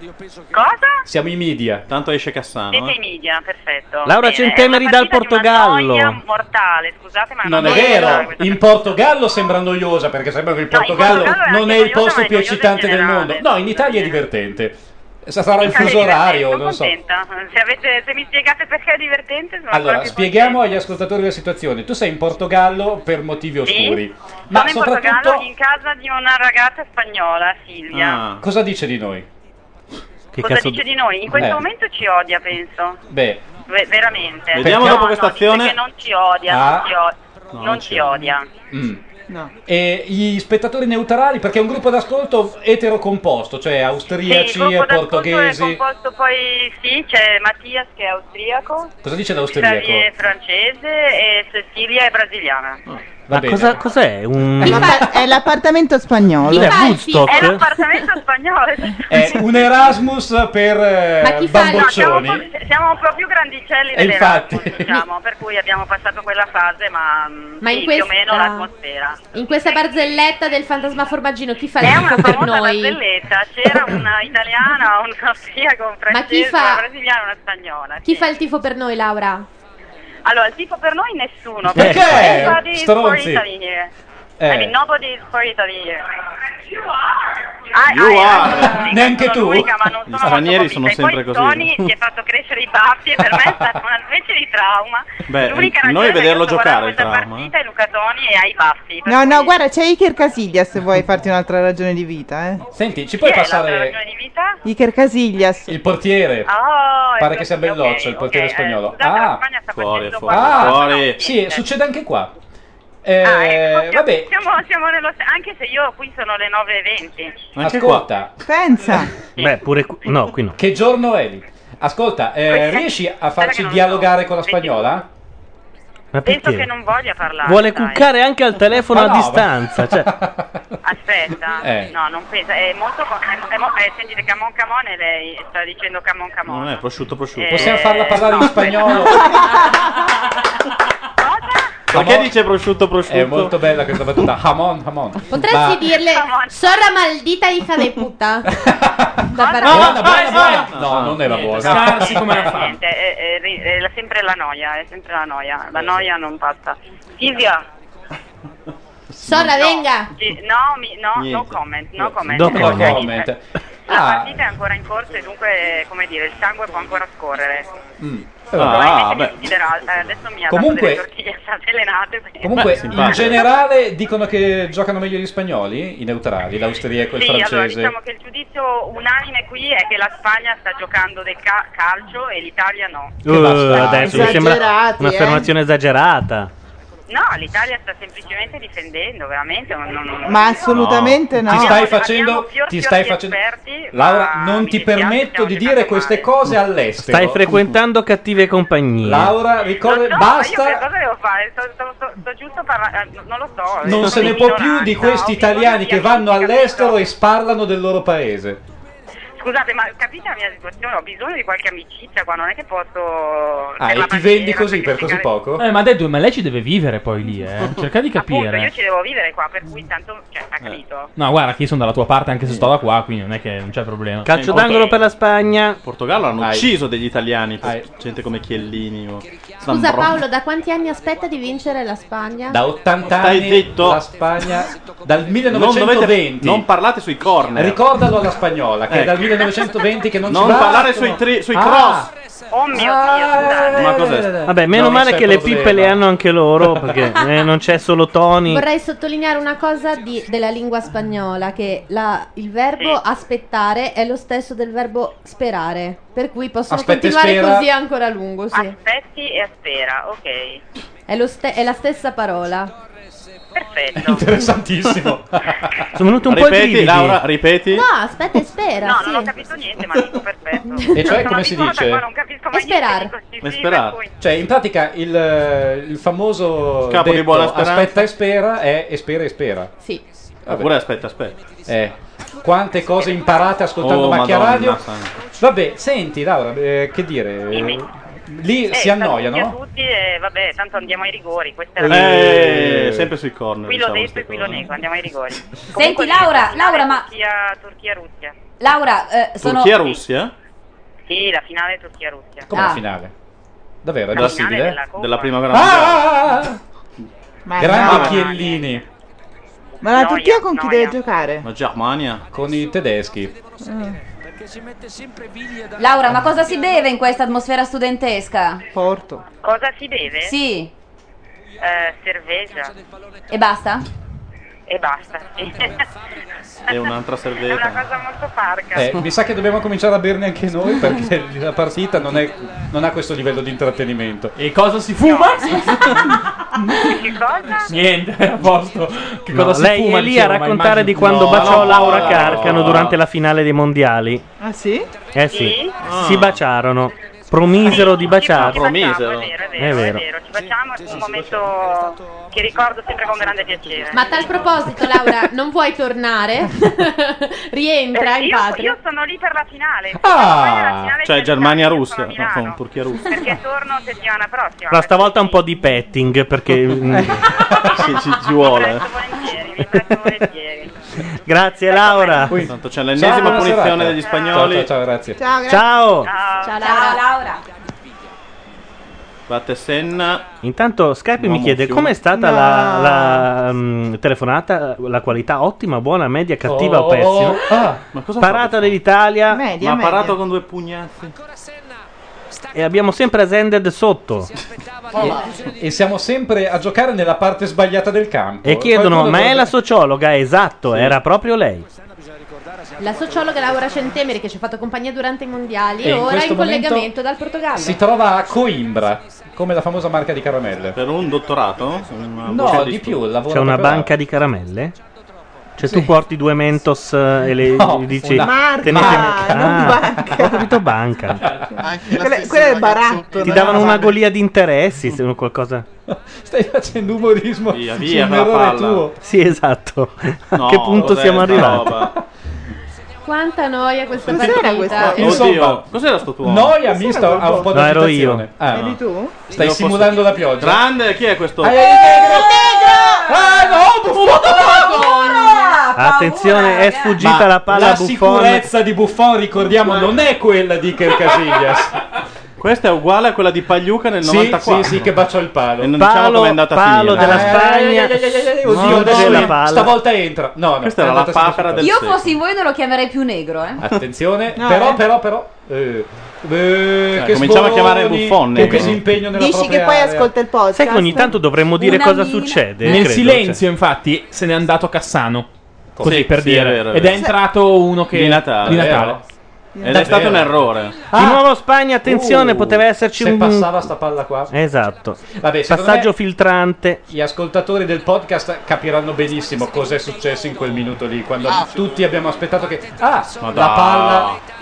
Speaker 7: Cosa?
Speaker 6: Siamo i media.
Speaker 8: Tanto esce Cassano. eh.
Speaker 7: Siete in media, perfetto.
Speaker 6: Laura Centemeri
Speaker 7: Eh, è una
Speaker 6: dal
Speaker 7: partita di
Speaker 6: Portogallo.
Speaker 7: una noia mortale, scusate, ma
Speaker 6: Non è
Speaker 7: una noia.
Speaker 6: vero, in Portogallo sembra noiosa perché sembra che il Portogallo non è il posto più eccitante del mondo. No, in Italia è divertente. Sa- Sarà il fuso orario,
Speaker 7: Sono
Speaker 6: non so.
Speaker 7: contenta. Se, avete- se mi spiegate perché è divertente, sono
Speaker 6: Allora,
Speaker 7: ancora più
Speaker 6: spieghiamo agli ascoltatori la situazione. Tu sei in Portogallo per motivi
Speaker 7: Sì.
Speaker 6: oscuri.
Speaker 7: contenta.
Speaker 6: Ma
Speaker 7: Sono in Portogallo
Speaker 6: soprattutto
Speaker 7: in casa di una ragazza spagnola, Silvia.
Speaker 6: Ah, cosa dice di noi? Che
Speaker 7: Cosa dice di noi? In questo
Speaker 6: Eh.
Speaker 7: momento ci odia, penso.
Speaker 6: Beh,
Speaker 7: Ve- veramente.
Speaker 6: Vediamo
Speaker 7: No,
Speaker 6: dopo
Speaker 7: no,
Speaker 6: questa
Speaker 7: dice
Speaker 6: azione.
Speaker 7: che non ci odia,
Speaker 6: Ah.
Speaker 7: non ci, o-
Speaker 6: No,
Speaker 7: non
Speaker 6: non
Speaker 7: ci
Speaker 6: ci
Speaker 7: odia.
Speaker 6: mm. E gli spettatori neutrali, perché è un gruppo d'ascolto eterocomposto, cioè
Speaker 7: Sì,
Speaker 6: austriaci
Speaker 7: il gruppo
Speaker 6: e
Speaker 7: d'ascolto
Speaker 6: portoghesi.
Speaker 7: È composto poi, sì, c'è Mattias che è austriaco,
Speaker 6: Cosa
Speaker 7: Xavier
Speaker 6: dice
Speaker 7: è
Speaker 6: l'austriaco?
Speaker 7: francese e Cecilia è brasiliana.
Speaker 6: Ma
Speaker 1: cosa, cos'è? Un...
Speaker 10: È l'appa- è l'appartamento spagnolo.
Speaker 1: Cos'è, Woodstock?
Speaker 7: È l'appartamento spagnolo.
Speaker 6: *laughs* È un Erasmus per eh,
Speaker 7: Ma chi fa-
Speaker 6: bamboccioni.
Speaker 7: no, Siamo un po' più grandicelli
Speaker 6: e
Speaker 7: dell'Erasmus,
Speaker 6: infatti,
Speaker 7: diciamo, per cui abbiamo passato quella fase, ma, mm,
Speaker 9: Ma in
Speaker 7: sì,
Speaker 9: questa-
Speaker 7: più o meno l'atmosfera.
Speaker 9: In questa barzelletta del fantasma formaggino chi fa il
Speaker 7: È una
Speaker 9: tifo per
Speaker 7: famosa
Speaker 9: noi?
Speaker 7: barzelletta, Cioè, c'era una italiana, un austriaco, un
Speaker 9: Ma chi
Speaker 7: francese,
Speaker 9: fa-
Speaker 7: una brasiliana e una spagnola.
Speaker 9: Chi fa il tifo per noi, Laura?
Speaker 7: Allora, il tipo per noi nessuno.
Speaker 9: Perché?
Speaker 7: Perché?
Speaker 9: Stronzi.
Speaker 7: Stronzi. I mean, nobody's for Italy. I,
Speaker 8: You
Speaker 7: I-
Speaker 8: are.
Speaker 7: I-
Speaker 8: *laughs* Neanche
Speaker 7: ah, eh, sono
Speaker 8: tu?
Speaker 7: l'unica, ma non
Speaker 8: Gli
Speaker 7: sono
Speaker 8: stranieri
Speaker 7: molto
Speaker 8: sono
Speaker 7: convinta. E poi
Speaker 8: sempre così.
Speaker 7: Tony si è fatto crescere i baffi e per
Speaker 8: *laughs*
Speaker 7: me è stata una specie di trauma.
Speaker 8: Beh,
Speaker 7: L'unica
Speaker 8: noi
Speaker 7: ragione
Speaker 8: vederlo
Speaker 7: è che io sto guardando
Speaker 8: giocare il
Speaker 7: questa
Speaker 8: trauma. eh.
Speaker 7: partita è Luca Toni e ha i baffi.
Speaker 10: No, no, guarda, c'è Iker Casillas se vuoi farti un'altra ragione di vita, eh.
Speaker 6: Senti, ci puoi
Speaker 7: Chi è l'altra
Speaker 6: passare
Speaker 7: ragione di vita?
Speaker 10: Iker Casillas.
Speaker 6: il portiere?
Speaker 7: Oh,
Speaker 6: Pare che sia Belloccio, il
Speaker 7: eh,
Speaker 6: portiere spagnolo. ah,
Speaker 8: Fuori, fuori,
Speaker 6: ah,
Speaker 8: fuori.
Speaker 6: sì, succede anche qua.
Speaker 7: Ah,
Speaker 6: Eh,
Speaker 7: ecco,
Speaker 6: vabbè,
Speaker 7: siamo, siamo nello st- anche se io qui sono le 9.20.
Speaker 6: ascolta.
Speaker 10: Pensa.
Speaker 1: Beh, pure qui. No, qui no.
Speaker 6: Che giorno è lì? Ascolta, eh,
Speaker 7: Questa-
Speaker 6: riesci a
Speaker 7: guarda che
Speaker 6: farci
Speaker 7: non
Speaker 6: dialogare con la spagnola?
Speaker 1: Ma
Speaker 7: Penso
Speaker 1: perché?
Speaker 7: che non eh. voglia parlare.
Speaker 1: Vuole
Speaker 7: dai.
Speaker 1: cuccare anche al telefono
Speaker 7: Ma
Speaker 1: a
Speaker 7: no, ma-
Speaker 1: distanza. Cioè,
Speaker 7: Aspetta,
Speaker 1: Eh.
Speaker 7: no, non pensa, è molto. co- È, è mo- eh, sentite, Camon Camon e lei sta dicendo Camon Camon.
Speaker 8: Non è prosciutto, prosciutto.
Speaker 7: Eh,
Speaker 6: Possiamo farla parlare in
Speaker 7: no,
Speaker 6: spagnolo? *laughs*
Speaker 8: Perché dice prosciutto, prosciutto?
Speaker 6: È molto bella questa *laughs* battuta. Hamon, hamon.
Speaker 14: Potresti dirle sorra maldita hija de
Speaker 7: *laughs*
Speaker 14: puta. Da
Speaker 6: Buona,
Speaker 14: Barbarossa.
Speaker 6: buona, buona. Ah. No, non era buona.
Speaker 2: scarsi come
Speaker 7: *laughs*
Speaker 6: *laughs*
Speaker 2: la fa.
Speaker 7: Niente, è, è ri- è la- sempre la noia, è sempre la noia,
Speaker 8: Eh,
Speaker 7: la noia non passa. Silvia,
Speaker 14: Sorra, venga.
Speaker 7: Gi- no, mi- no, no
Speaker 14: Niente.
Speaker 7: comment, no comment.
Speaker 6: No
Speaker 7: Eh,
Speaker 6: comment.
Speaker 7: La
Speaker 6: Ah.
Speaker 7: partita è ancora in corso e dunque, come dire, il sangue può ancora scorrere.
Speaker 6: Mm.
Speaker 7: Probabilmente mi ucciderà. Eh, adesso mi ha
Speaker 6: Comunque-
Speaker 7: dato delle tortiglie avvelenate. perché-
Speaker 6: Comunque, in
Speaker 7: simpatico.
Speaker 6: generale dicono che giocano meglio gli spagnoli, i neutrali, l'austriaco e il
Speaker 7: Sì, allora
Speaker 6: francese.
Speaker 7: diciamo che il giudizio unanime qui è che la Spagna sta giocando del ca- calcio e l'Italia no.
Speaker 1: Uh, adesso mi sembra
Speaker 7: Esagerati, eh.
Speaker 1: un'affermazione esagerata.
Speaker 7: No, l'Italia sta semplicemente difendendo, veramente. non- non- non-
Speaker 10: Ma assolutamente no.
Speaker 6: Ti
Speaker 7: Abbiamo-
Speaker 6: stai facendo,
Speaker 7: abbiamo fior
Speaker 6: ti
Speaker 7: fior
Speaker 6: stai
Speaker 7: di
Speaker 6: facendo.
Speaker 7: esperti,
Speaker 6: Laura,
Speaker 7: ma
Speaker 6: non
Speaker 7: mi
Speaker 6: ti
Speaker 7: dispiace,
Speaker 6: permetto di dire queste cose all'estero. Mm.
Speaker 1: Stai frequentando cattive compagnie.
Speaker 6: Laura, ricorda,
Speaker 7: No, ma io che
Speaker 6: basta,
Speaker 7: cosa devo fare? Sto, sto- sto- sto giusto parlando, non lo so. eh,
Speaker 6: non
Speaker 7: sono
Speaker 6: se ne
Speaker 7: in
Speaker 6: può più di
Speaker 7: minoranza,
Speaker 6: questi
Speaker 7: ho
Speaker 6: italiani che
Speaker 7: bisogno di
Speaker 6: vanno
Speaker 7: amici,
Speaker 6: all'estero
Speaker 7: capito?
Speaker 6: e sparlano del loro paese.
Speaker 7: Scusate, ma capite la mia situazione? Ho bisogno di qualche amicizia qua, non è che posso... per la
Speaker 6: Ah, e ti
Speaker 7: bandiera,
Speaker 6: vendi così per così
Speaker 7: sacrificare-
Speaker 6: poco?
Speaker 2: Eh, ma Dedu, ma lei ci deve vivere poi lì, eh. Cerca di
Speaker 7: Appunto, io
Speaker 2: capire.
Speaker 7: ci devo vivere qua, per cui tanto... Cioè, ha capito?
Speaker 2: No, guarda, che io sono dalla tua parte anche se sto da qua, quindi non è che non c'è problema.
Speaker 1: Calcio d'angolo per la Spagna.
Speaker 8: Portogallo hanno
Speaker 1: Dai.
Speaker 8: ucciso degli italiani, gente come Chiellini o
Speaker 14: Scusa
Speaker 8: Zambron.
Speaker 14: Paolo, da quanti anni aspetta di vincere la Spagna?
Speaker 6: Da 80
Speaker 8: Stai
Speaker 6: anni
Speaker 8: zitto.
Speaker 6: la Spagna dal
Speaker 8: Non,
Speaker 6: 1920.
Speaker 8: dovete, non parlate sui corner.
Speaker 6: Ricordalo alla spagnola che è
Speaker 8: Ecco.
Speaker 6: dal 1920 che non,
Speaker 8: Non
Speaker 6: ci battono.
Speaker 8: parlare sui
Speaker 1: Eh,
Speaker 8: tri- sui
Speaker 6: Ah,
Speaker 8: cross.
Speaker 7: Oh mio Dio,
Speaker 4: Ah.
Speaker 7: scusate.
Speaker 8: Ma cos'è?
Speaker 1: Vabbè, meno
Speaker 6: Non
Speaker 1: male
Speaker 6: c'è
Speaker 1: che le
Speaker 6: problema.
Speaker 1: pippe le hanno anche loro, perché eh, non c'è solo Tony.
Speaker 14: Vorrei sottolineare una cosa di- della lingua spagnola, che la- il verbo aspettare è lo stesso del verbo sperare, per cui possono
Speaker 7: Aspetta e
Speaker 14: continuare
Speaker 7: spera.
Speaker 14: così ancora a lungo, sì.
Speaker 7: Ah. Aspetti e aspera, ok.
Speaker 14: È, lo ste- è la stessa parola.
Speaker 7: Perfetto. *laughs*
Speaker 6: Interessantissimo.
Speaker 2: *laughs*
Speaker 1: Sono venuto un po' i
Speaker 8: ripeti,
Speaker 1: brividi.
Speaker 8: Laura, ripeti.
Speaker 14: No, aspetta e spera.
Speaker 7: No,
Speaker 14: sì.
Speaker 7: non ho capito niente, ma dico perfetto.
Speaker 6: E cioè,
Speaker 7: Sono
Speaker 6: come si
Speaker 7: abituata
Speaker 6: dice?
Speaker 7: qua, non capisco mai
Speaker 14: E sperare.
Speaker 7: niente, dico sì,
Speaker 6: E
Speaker 7: sì,
Speaker 6: sperare.
Speaker 7: per cui-
Speaker 6: Cioè, in pratica il, eh, il famoso
Speaker 8: Capo di
Speaker 6: detto
Speaker 8: buona speranza.
Speaker 6: aspetta e spera è e spera e spera.
Speaker 14: Sì.
Speaker 7: Ah,
Speaker 8: Oppure aspetta, aspetta.
Speaker 6: Eh, quante cose imparate ascoltando
Speaker 8: Oh,
Speaker 6: Macchia
Speaker 8: Madonna,
Speaker 6: Radio.
Speaker 8: santa.
Speaker 6: Vabbè, senti Laura, eh, che dire? Lì
Speaker 7: Eh, saluti
Speaker 6: si
Speaker 7: a
Speaker 6: annoiano?
Speaker 7: tutti e vabbè, tanto andiamo ai rigori. Questa è la
Speaker 8: Eh, sempre sui corner.
Speaker 7: Qui l'ho
Speaker 8: diciamo
Speaker 7: detto e
Speaker 8: queste
Speaker 7: qui lo
Speaker 8: cose.
Speaker 7: nego, andiamo ai rigori. Senti
Speaker 3: Laura, Laura, ma-
Speaker 7: Turchia, Turchia Russia.
Speaker 3: Laura, eh, sono...
Speaker 8: Turchia-Russia?
Speaker 7: Sì, la finale è Turchia Russia.
Speaker 6: Come
Speaker 3: Ah.
Speaker 6: la finale? Davvero, è
Speaker 8: Della-
Speaker 6: possibile?
Speaker 7: della Coppa.
Speaker 8: Della prima
Speaker 6: Ah,
Speaker 8: grande
Speaker 6: ah, ah, ah.
Speaker 10: Ma
Speaker 6: Grandi
Speaker 10: no.
Speaker 6: Chiellini.
Speaker 10: Ma la
Speaker 6: Noia,
Speaker 10: Turchia con chi
Speaker 6: noia.
Speaker 10: deve giocare?
Speaker 8: La Germania?
Speaker 6: Con i tedeschi.
Speaker 3: Mm. Laura, ma cosa si beve in questa atmosfera studentesca?
Speaker 10: Porto.
Speaker 7: Cosa si beve?
Speaker 3: Sì,
Speaker 7: Eh, cerveza
Speaker 3: e basta?
Speaker 7: e basta. sì. *laughs*
Speaker 8: E un'altra
Speaker 7: è una
Speaker 8: servetta.
Speaker 7: cosa molto parca.
Speaker 6: Eh, mi sa che dobbiamo cominciare a berne anche noi perché la partita non, è- non ha questo livello di intrattenimento.
Speaker 2: E cosa si fuma?
Speaker 7: che cosa?
Speaker 2: Niente, a posto. Che
Speaker 1: No,
Speaker 2: cosa si
Speaker 1: lei
Speaker 2: fuma,
Speaker 1: è lì a
Speaker 2: dicevo, ma
Speaker 1: raccontare
Speaker 2: immagino-
Speaker 1: di quando
Speaker 2: No,
Speaker 1: baciò
Speaker 2: no,
Speaker 1: Laura
Speaker 2: no.
Speaker 1: Carcano durante la finale dei mondiali.
Speaker 10: *laughs* Ah sì?
Speaker 1: Eh sì,
Speaker 7: Sì?
Speaker 1: si baciarono. Promisero di
Speaker 8: Ah,
Speaker 1: baciarsi.
Speaker 8: Promisero.
Speaker 1: È vero.
Speaker 7: Ci facciamo un momento che ricordo sempre con grande piacere.
Speaker 14: Ma a tal proposito, Laura, non vuoi
Speaker 9: *laughs*
Speaker 14: tornare? Rientra
Speaker 7: Eh,
Speaker 14: in
Speaker 7: io-
Speaker 14: patria.
Speaker 7: Io sono lì per la finale.
Speaker 8: Ah, cioè Germania-Russia. No, con Turchia-Russia.
Speaker 7: Perché torno settimana prossima.
Speaker 1: Ma stavolta un po' di
Speaker 8: *laughs*
Speaker 1: petting perché mm,
Speaker 8: ci, ci- ci vuole.
Speaker 1: Grazie Laura.
Speaker 8: Tanto c'è l'ennesima
Speaker 1: buona
Speaker 8: punizione
Speaker 1: serata.
Speaker 8: degli spagnoli.
Speaker 6: Ciao, ciao, ciao, grazie.
Speaker 1: Ciao.
Speaker 3: Ciao Laura.
Speaker 8: Batte Senna.
Speaker 1: Intanto Skype mi
Speaker 8: Uomo
Speaker 1: chiede
Speaker 8: fiume.
Speaker 1: com'è stata la, la, mm, telefonata, la qualità ottima, buona, media, cattiva
Speaker 8: Oh,
Speaker 1: o pessima.
Speaker 8: oh, ah, ma cosa
Speaker 1: Parata dell'Italia.
Speaker 8: Ma ha parato con due pugnazzi.
Speaker 1: E abbiamo sempre Zended sotto.
Speaker 6: E siamo sempre a giocare nella parte sbagliata del campo.
Speaker 1: E chiedono,
Speaker 6: Qualcuno
Speaker 1: ma è
Speaker 6: dovrebbe-
Speaker 1: la sociologa? Esatto, era proprio lei.
Speaker 9: La sociologa Laura Centemeri che ci ha fatto compagnia durante i mondiali
Speaker 6: E in
Speaker 9: ora è
Speaker 6: questo
Speaker 9: in
Speaker 6: momento
Speaker 9: collegamento dal Portogallo.
Speaker 6: Si trova a Coimbra, come la famosa marca di caramelle.
Speaker 8: Per un dottorato?
Speaker 6: No, di più, lavora
Speaker 1: C'è una
Speaker 6: proprio là.
Speaker 1: banca di caramelle? Cioè tu porti due Mentos eh, e le
Speaker 6: No,
Speaker 1: gli dici...
Speaker 6: una marca,
Speaker 10: non
Speaker 1: banca. Ho
Speaker 6: *laughs*
Speaker 1: capito banca.
Speaker 10: Quella, quella è il baratto.
Speaker 1: Ti davano una golia di interessi, se non qualcosa...
Speaker 6: Stai facendo umorismo. Via,
Speaker 1: via
Speaker 6: un
Speaker 1: con la
Speaker 6: errore
Speaker 1: palla.
Speaker 6: tuo.
Speaker 1: Sì, esatto.
Speaker 8: No,
Speaker 1: a *laughs* che punto
Speaker 8: cos'è
Speaker 1: siamo
Speaker 8: sta
Speaker 1: arrivati?
Speaker 8: roba?
Speaker 9: Quanta noia questa
Speaker 10: Cos'era
Speaker 9: partita.
Speaker 10: questa?
Speaker 8: Oddio,
Speaker 6: Insomma,
Speaker 8: cos'era sto tuo?
Speaker 6: Noia mista a un po' di
Speaker 1: No, ero
Speaker 6: agitazione.
Speaker 1: io.
Speaker 6: Ah,
Speaker 10: Eri tu?
Speaker 6: Stai simulando la pioggia.
Speaker 8: Grande, chi è questo?
Speaker 4: Eh,
Speaker 6: Ah,
Speaker 7: Eh,
Speaker 6: è Ah, no,
Speaker 1: Attenzione, è sfuggita
Speaker 6: Ma
Speaker 1: la palla
Speaker 6: La
Speaker 1: a Buffon.
Speaker 6: sicurezza di Buffon, ricordiamo, non è quella di Iker Casillas.
Speaker 8: *laughs* Questa è uguale a quella di Pagliuca nel
Speaker 6: Sì,
Speaker 8: 94.
Speaker 6: sì, sì, che baciò il palo.
Speaker 8: E non diciamo
Speaker 6: Palo-
Speaker 8: com'è andata
Speaker 6: palo
Speaker 8: a finire.
Speaker 6: della Spagna. Eh, eh, eh, eh, eh, eh, oddio, adesso
Speaker 8: Della
Speaker 6: è-
Speaker 8: palla.
Speaker 6: stavolta entra. No, no,
Speaker 8: Questa
Speaker 6: è
Speaker 8: era la
Speaker 6: andata
Speaker 8: papera del
Speaker 6: sempre
Speaker 3: Io
Speaker 6: così.
Speaker 3: fossi in voi non lo chiamerei più negro, eh.
Speaker 6: Attenzione,
Speaker 3: No,
Speaker 6: però,
Speaker 3: eh.
Speaker 6: però, però. eh, eh,
Speaker 8: Eh,
Speaker 6: che
Speaker 8: cominciamo a chiamare
Speaker 6: sboni,
Speaker 8: Buffon,
Speaker 6: Che
Speaker 8: eh.
Speaker 6: disimpegno nella
Speaker 10: Dici
Speaker 6: propria
Speaker 10: che poi
Speaker 6: area.
Speaker 10: ascolta il podcast.
Speaker 1: Sai che ogni tanto dovremmo dire
Speaker 10: Una
Speaker 1: cosa
Speaker 10: mina.
Speaker 1: succede.
Speaker 2: Nel
Speaker 1: credo,
Speaker 2: silenzio,
Speaker 1: cioè.
Speaker 2: infatti, se n'è andato Cassano. Così
Speaker 8: Sì,
Speaker 2: per
Speaker 8: sì,
Speaker 2: dire.
Speaker 8: è vero, è
Speaker 2: Ed
Speaker 8: vero.
Speaker 2: è entrato uno che.
Speaker 8: Di Natale.
Speaker 2: Di Natale. Ah,
Speaker 8: Ed è stato un errore.
Speaker 1: Di
Speaker 6: Ah!
Speaker 1: nuovo Spagna, attenzione,
Speaker 6: Uh,
Speaker 1: poteva esserci
Speaker 6: se
Speaker 1: un
Speaker 6: passava sta palla qua.
Speaker 1: Esatto.
Speaker 6: Vabbè, secondo
Speaker 1: Passaggio
Speaker 6: me-
Speaker 1: filtrante.
Speaker 6: Gli ascoltatori del podcast capiranno benissimo cosa è successo in quel minuto lì, quando
Speaker 8: Ah.
Speaker 6: tutti abbiamo aspettato che... Ah,
Speaker 8: Ma
Speaker 6: la
Speaker 8: dai.
Speaker 6: palla...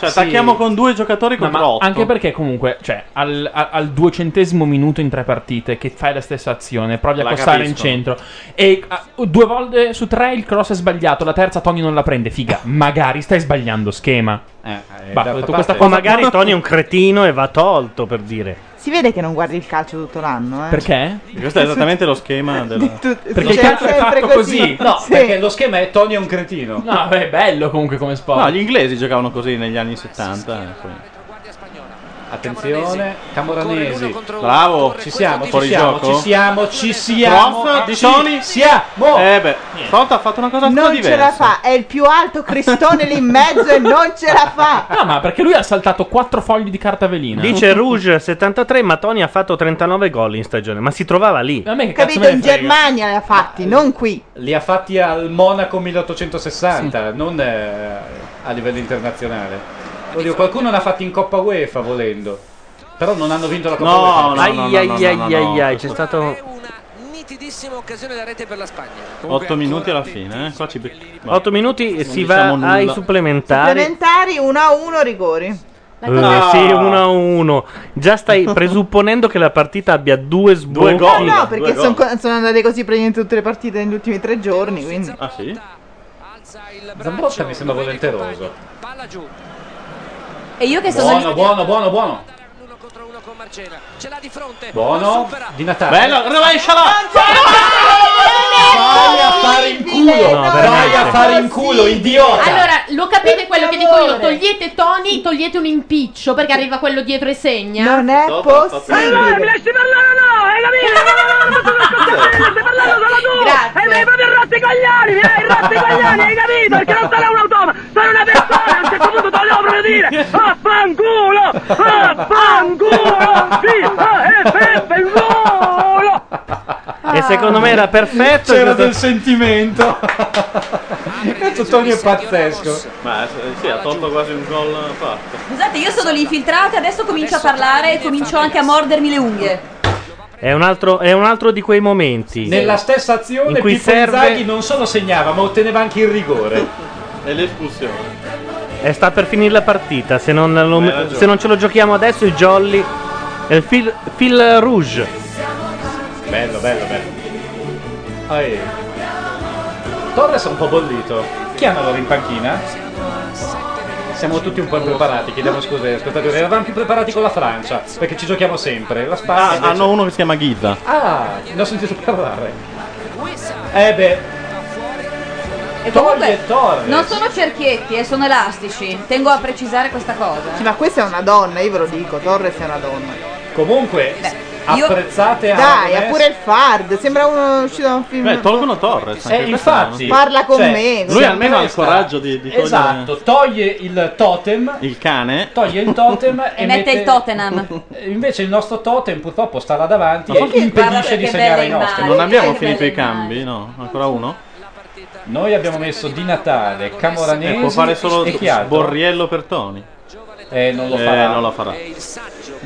Speaker 8: Cioè,
Speaker 6: Sì.
Speaker 8: attacchiamo con due giocatori
Speaker 2: No,
Speaker 8: contro
Speaker 2: ma
Speaker 8: otto.
Speaker 2: anche perché comunque, cioè, al, a- al duecentesimo minuto in tre partite che fai la stessa azione, provi a
Speaker 8: La
Speaker 2: costare in
Speaker 8: capisco.
Speaker 2: centro e ah, due volte su tre il cross è sbagliato, la terza Tony non la prende, figa, magari stai sbagliando schema.
Speaker 1: Eh,
Speaker 8: Eh,
Speaker 2: Bah, ho detto questa
Speaker 1: o
Speaker 2: cosa-
Speaker 1: magari
Speaker 2: *laughs*
Speaker 1: Tony è un cretino e va tolto per dire.
Speaker 10: Si vede che non guardi il calcio tutto l'anno, eh. Cioè,
Speaker 2: Perché?
Speaker 8: Questo è esattamente lo schema della...
Speaker 10: Perché il calcio è sempre fatto così. così.
Speaker 6: No,
Speaker 10: Sì.
Speaker 6: perché lo schema è Tony è un cretino.
Speaker 2: No, beh, è bello comunque come sport.
Speaker 8: No, gli inglesi giocavano così negli anni eh, 70. e poi-
Speaker 6: Attenzione, Camoranesi.
Speaker 8: Bravo.
Speaker 6: Ci siamo, ci
Speaker 8: Fuori
Speaker 6: siamo,
Speaker 8: gioco?
Speaker 6: ci siamo, ci siamo.
Speaker 8: Prof,
Speaker 6: ci
Speaker 8: di Tony?
Speaker 6: siamo.
Speaker 8: Eh beh, stavolta ha fatto una cosa un po'
Speaker 10: Non ce la
Speaker 8: diversa.
Speaker 10: fa, è il più alto cristone lì in mezzo e non ce la fa.
Speaker 2: No, Ah, ma perché lui ha saltato quattro fogli di carta velina.
Speaker 1: Dice Rouge 73, ma Tony ha fatto 39 gol in stagione, ma si trovava lì.
Speaker 2: Ma a me che
Speaker 10: Capito? In Germania li ha fatti, non qui.
Speaker 6: Li ha fatti al Monaco 1860, non eh, a livello internazionale. Oddio, qualcuno l'ha fatti in Coppa UEFA volendo. Però non hanno vinto la Coppa
Speaker 1: No,
Speaker 6: UEFA.
Speaker 1: no, no, Ai, no, no, ai, no, ai, no, ai, no, ai, questo- c'è stato-
Speaker 11: Nitidissima occasione da rete per la Spagna.
Speaker 8: 8 minuti alla fine, eh. Qua ci becchiamo.
Speaker 1: 8 minuti e
Speaker 8: Non
Speaker 1: si va
Speaker 8: diciamo
Speaker 1: ai
Speaker 8: nulla.
Speaker 1: supplementari.
Speaker 10: Elementari 1 a 1 rigori.
Speaker 1: Eh, sì, 1 a 1. Già
Speaker 10: *laughs*
Speaker 1: stai presupponendo che la partita abbia due sbocchi.
Speaker 10: No, no, perché son- sono, andate così praticamente tutte le partite negli ultimi tre giorni. Quindi.
Speaker 8: Ah sì?
Speaker 6: Zambrotta mi sembra volenteroso.
Speaker 3: E io che sono
Speaker 6: Buono, buono, buono, buono. Buono, di Natale.
Speaker 8: Bello, rovesciala!
Speaker 6: Vai a fare in culo.
Speaker 1: No,
Speaker 6: Vai a
Speaker 1: veramente.
Speaker 6: fare in culo, idiota.
Speaker 9: Allora, lo capite quello che dico io?
Speaker 10: favore.
Speaker 9: Togliete Tony, togliete un impiccio perché arriva quello dietro e segna.
Speaker 10: Non è possibile.
Speaker 21: lasci parlare no, è la mia, lasci parlare solo tu.
Speaker 9: Grazie.
Speaker 21: E mi hai fatto il rotto i coglioni, mi hai rotto i coglioni, hai capito? Perché non sarà un automa, sono una persona, a un certo punto te lo devo proprio dire. Affanculo, affanculo, sì, ah, e Peppe il volo.
Speaker 6: Ah.
Speaker 1: E secondo me era perfetto.
Speaker 6: C'era
Speaker 1: è stato-
Speaker 6: del
Speaker 1: *laughs*
Speaker 6: sentimento.
Speaker 1: Ah,
Speaker 8: *laughs*
Speaker 6: Cazzo, Tony è pazzesco.
Speaker 8: Ma eh, sì, ha tolto quasi un gol fatto.
Speaker 3: Scusate, io sono l'infiltrata, adesso comincio a parlare e comincio anche a mordermi le unghie.
Speaker 1: È un, altro, è un altro di quei momenti.
Speaker 6: *laughs* Nella stessa azione
Speaker 1: In cui
Speaker 6: Pippo
Speaker 1: serve-
Speaker 6: Inzaghi non solo segnava, ma otteneva anche il
Speaker 1: *laughs*
Speaker 6: rigore.
Speaker 8: E l'espulsione.
Speaker 1: E sta per finire la partita. Se non, lo-
Speaker 8: Hai ragione.
Speaker 1: se non ce lo giochiamo adesso, i jolly. e Il fil, fil rouge.
Speaker 6: Bello, bello, bello. Ah, eh. Torres è un po' bollito. Chi hanno loro in panchina? Siamo tutti un po' impreparati, chiediamo scusa agli ascoltatori. Eravamo più preparati con la Francia, perché ci giochiamo sempre. La Spagna.
Speaker 8: Ah,
Speaker 6: Eh, invece-
Speaker 8: hanno uno che si chiama Ghizza.
Speaker 6: Ah, ne ho sentito parlare. Eh beh,
Speaker 3: E
Speaker 6: toglie Torres.
Speaker 3: Non sono cerchietti, eh, sono elastici. Tengo a precisare questa cosa.
Speaker 10: Ma questa è una donna, io ve lo dico, Torres è una donna.
Speaker 6: Comunque,
Speaker 10: Io-
Speaker 6: apprezzate
Speaker 10: Dai, ha
Speaker 6: Aragonés.
Speaker 10: pure il Fard. Sembra uno uscito da un film.
Speaker 8: Beh, Eh, tolgono Torres.
Speaker 6: Eh, infatti.
Speaker 10: Parla con
Speaker 6: Cioè,
Speaker 10: me.
Speaker 8: Lui almeno ha il
Speaker 6: Questa-
Speaker 8: coraggio di, di togliere
Speaker 6: Esatto, toglie il totem,
Speaker 8: il cane. *laughs*
Speaker 6: toglie il totem e,
Speaker 3: E mette il Tottenham.
Speaker 6: Eh, Invece il nostro totem purtroppo sta là davanti
Speaker 8: Ma
Speaker 6: e
Speaker 8: forse-
Speaker 3: Guarda
Speaker 6: impedisce
Speaker 3: perché
Speaker 6: di segnare
Speaker 3: belle
Speaker 6: i nostri.
Speaker 3: immagini,
Speaker 8: Non abbiamo finito
Speaker 3: belle
Speaker 8: i cambi, no? Ancora uno?
Speaker 6: Noi abbiamo messo Di Natale, Camoranesi
Speaker 8: Eh, può fare solo
Speaker 6: e chi altro?
Speaker 8: Borriello per Toni.
Speaker 6: Eh, non lo
Speaker 8: Eh,
Speaker 6: farà.
Speaker 8: non lo farà.
Speaker 6: Metti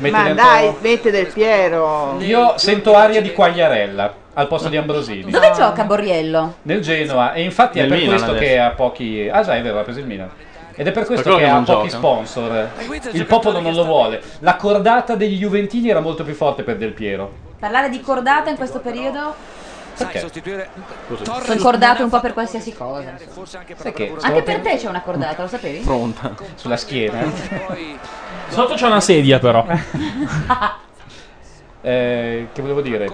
Speaker 10: Ma
Speaker 6: dentro-
Speaker 10: dai, mette del Piero.
Speaker 6: Io sento aria di Quagliarella al posto di Ambrosini.
Speaker 3: Dove gioca Borriello?
Speaker 6: Nel Genoa e infatti è
Speaker 8: Nel
Speaker 6: per
Speaker 8: Milan
Speaker 6: questo
Speaker 8: adesso.
Speaker 6: che ha pochi... Ah già, è vero, ha preso il Milan. Ed è per questo
Speaker 8: quello
Speaker 6: che
Speaker 8: che
Speaker 6: ha
Speaker 8: non
Speaker 6: pochi
Speaker 8: gioca.
Speaker 6: sponsor. Il popolo non lo vuole. La cordata degli Juventini era molto più forte per Del Piero.
Speaker 3: Parlare di cordata in questo periodo?
Speaker 6: Perché?
Speaker 3: Sono cordate un po' per qualsiasi cosa. insomma.
Speaker 6: Sai che stavo
Speaker 3: Anche per te c'è una cordata, lo sapevi?
Speaker 6: pronta sulla schiena.
Speaker 1: eh.
Speaker 2: Sotto c'è una sedia, però.
Speaker 6: Eh, che volevo dire?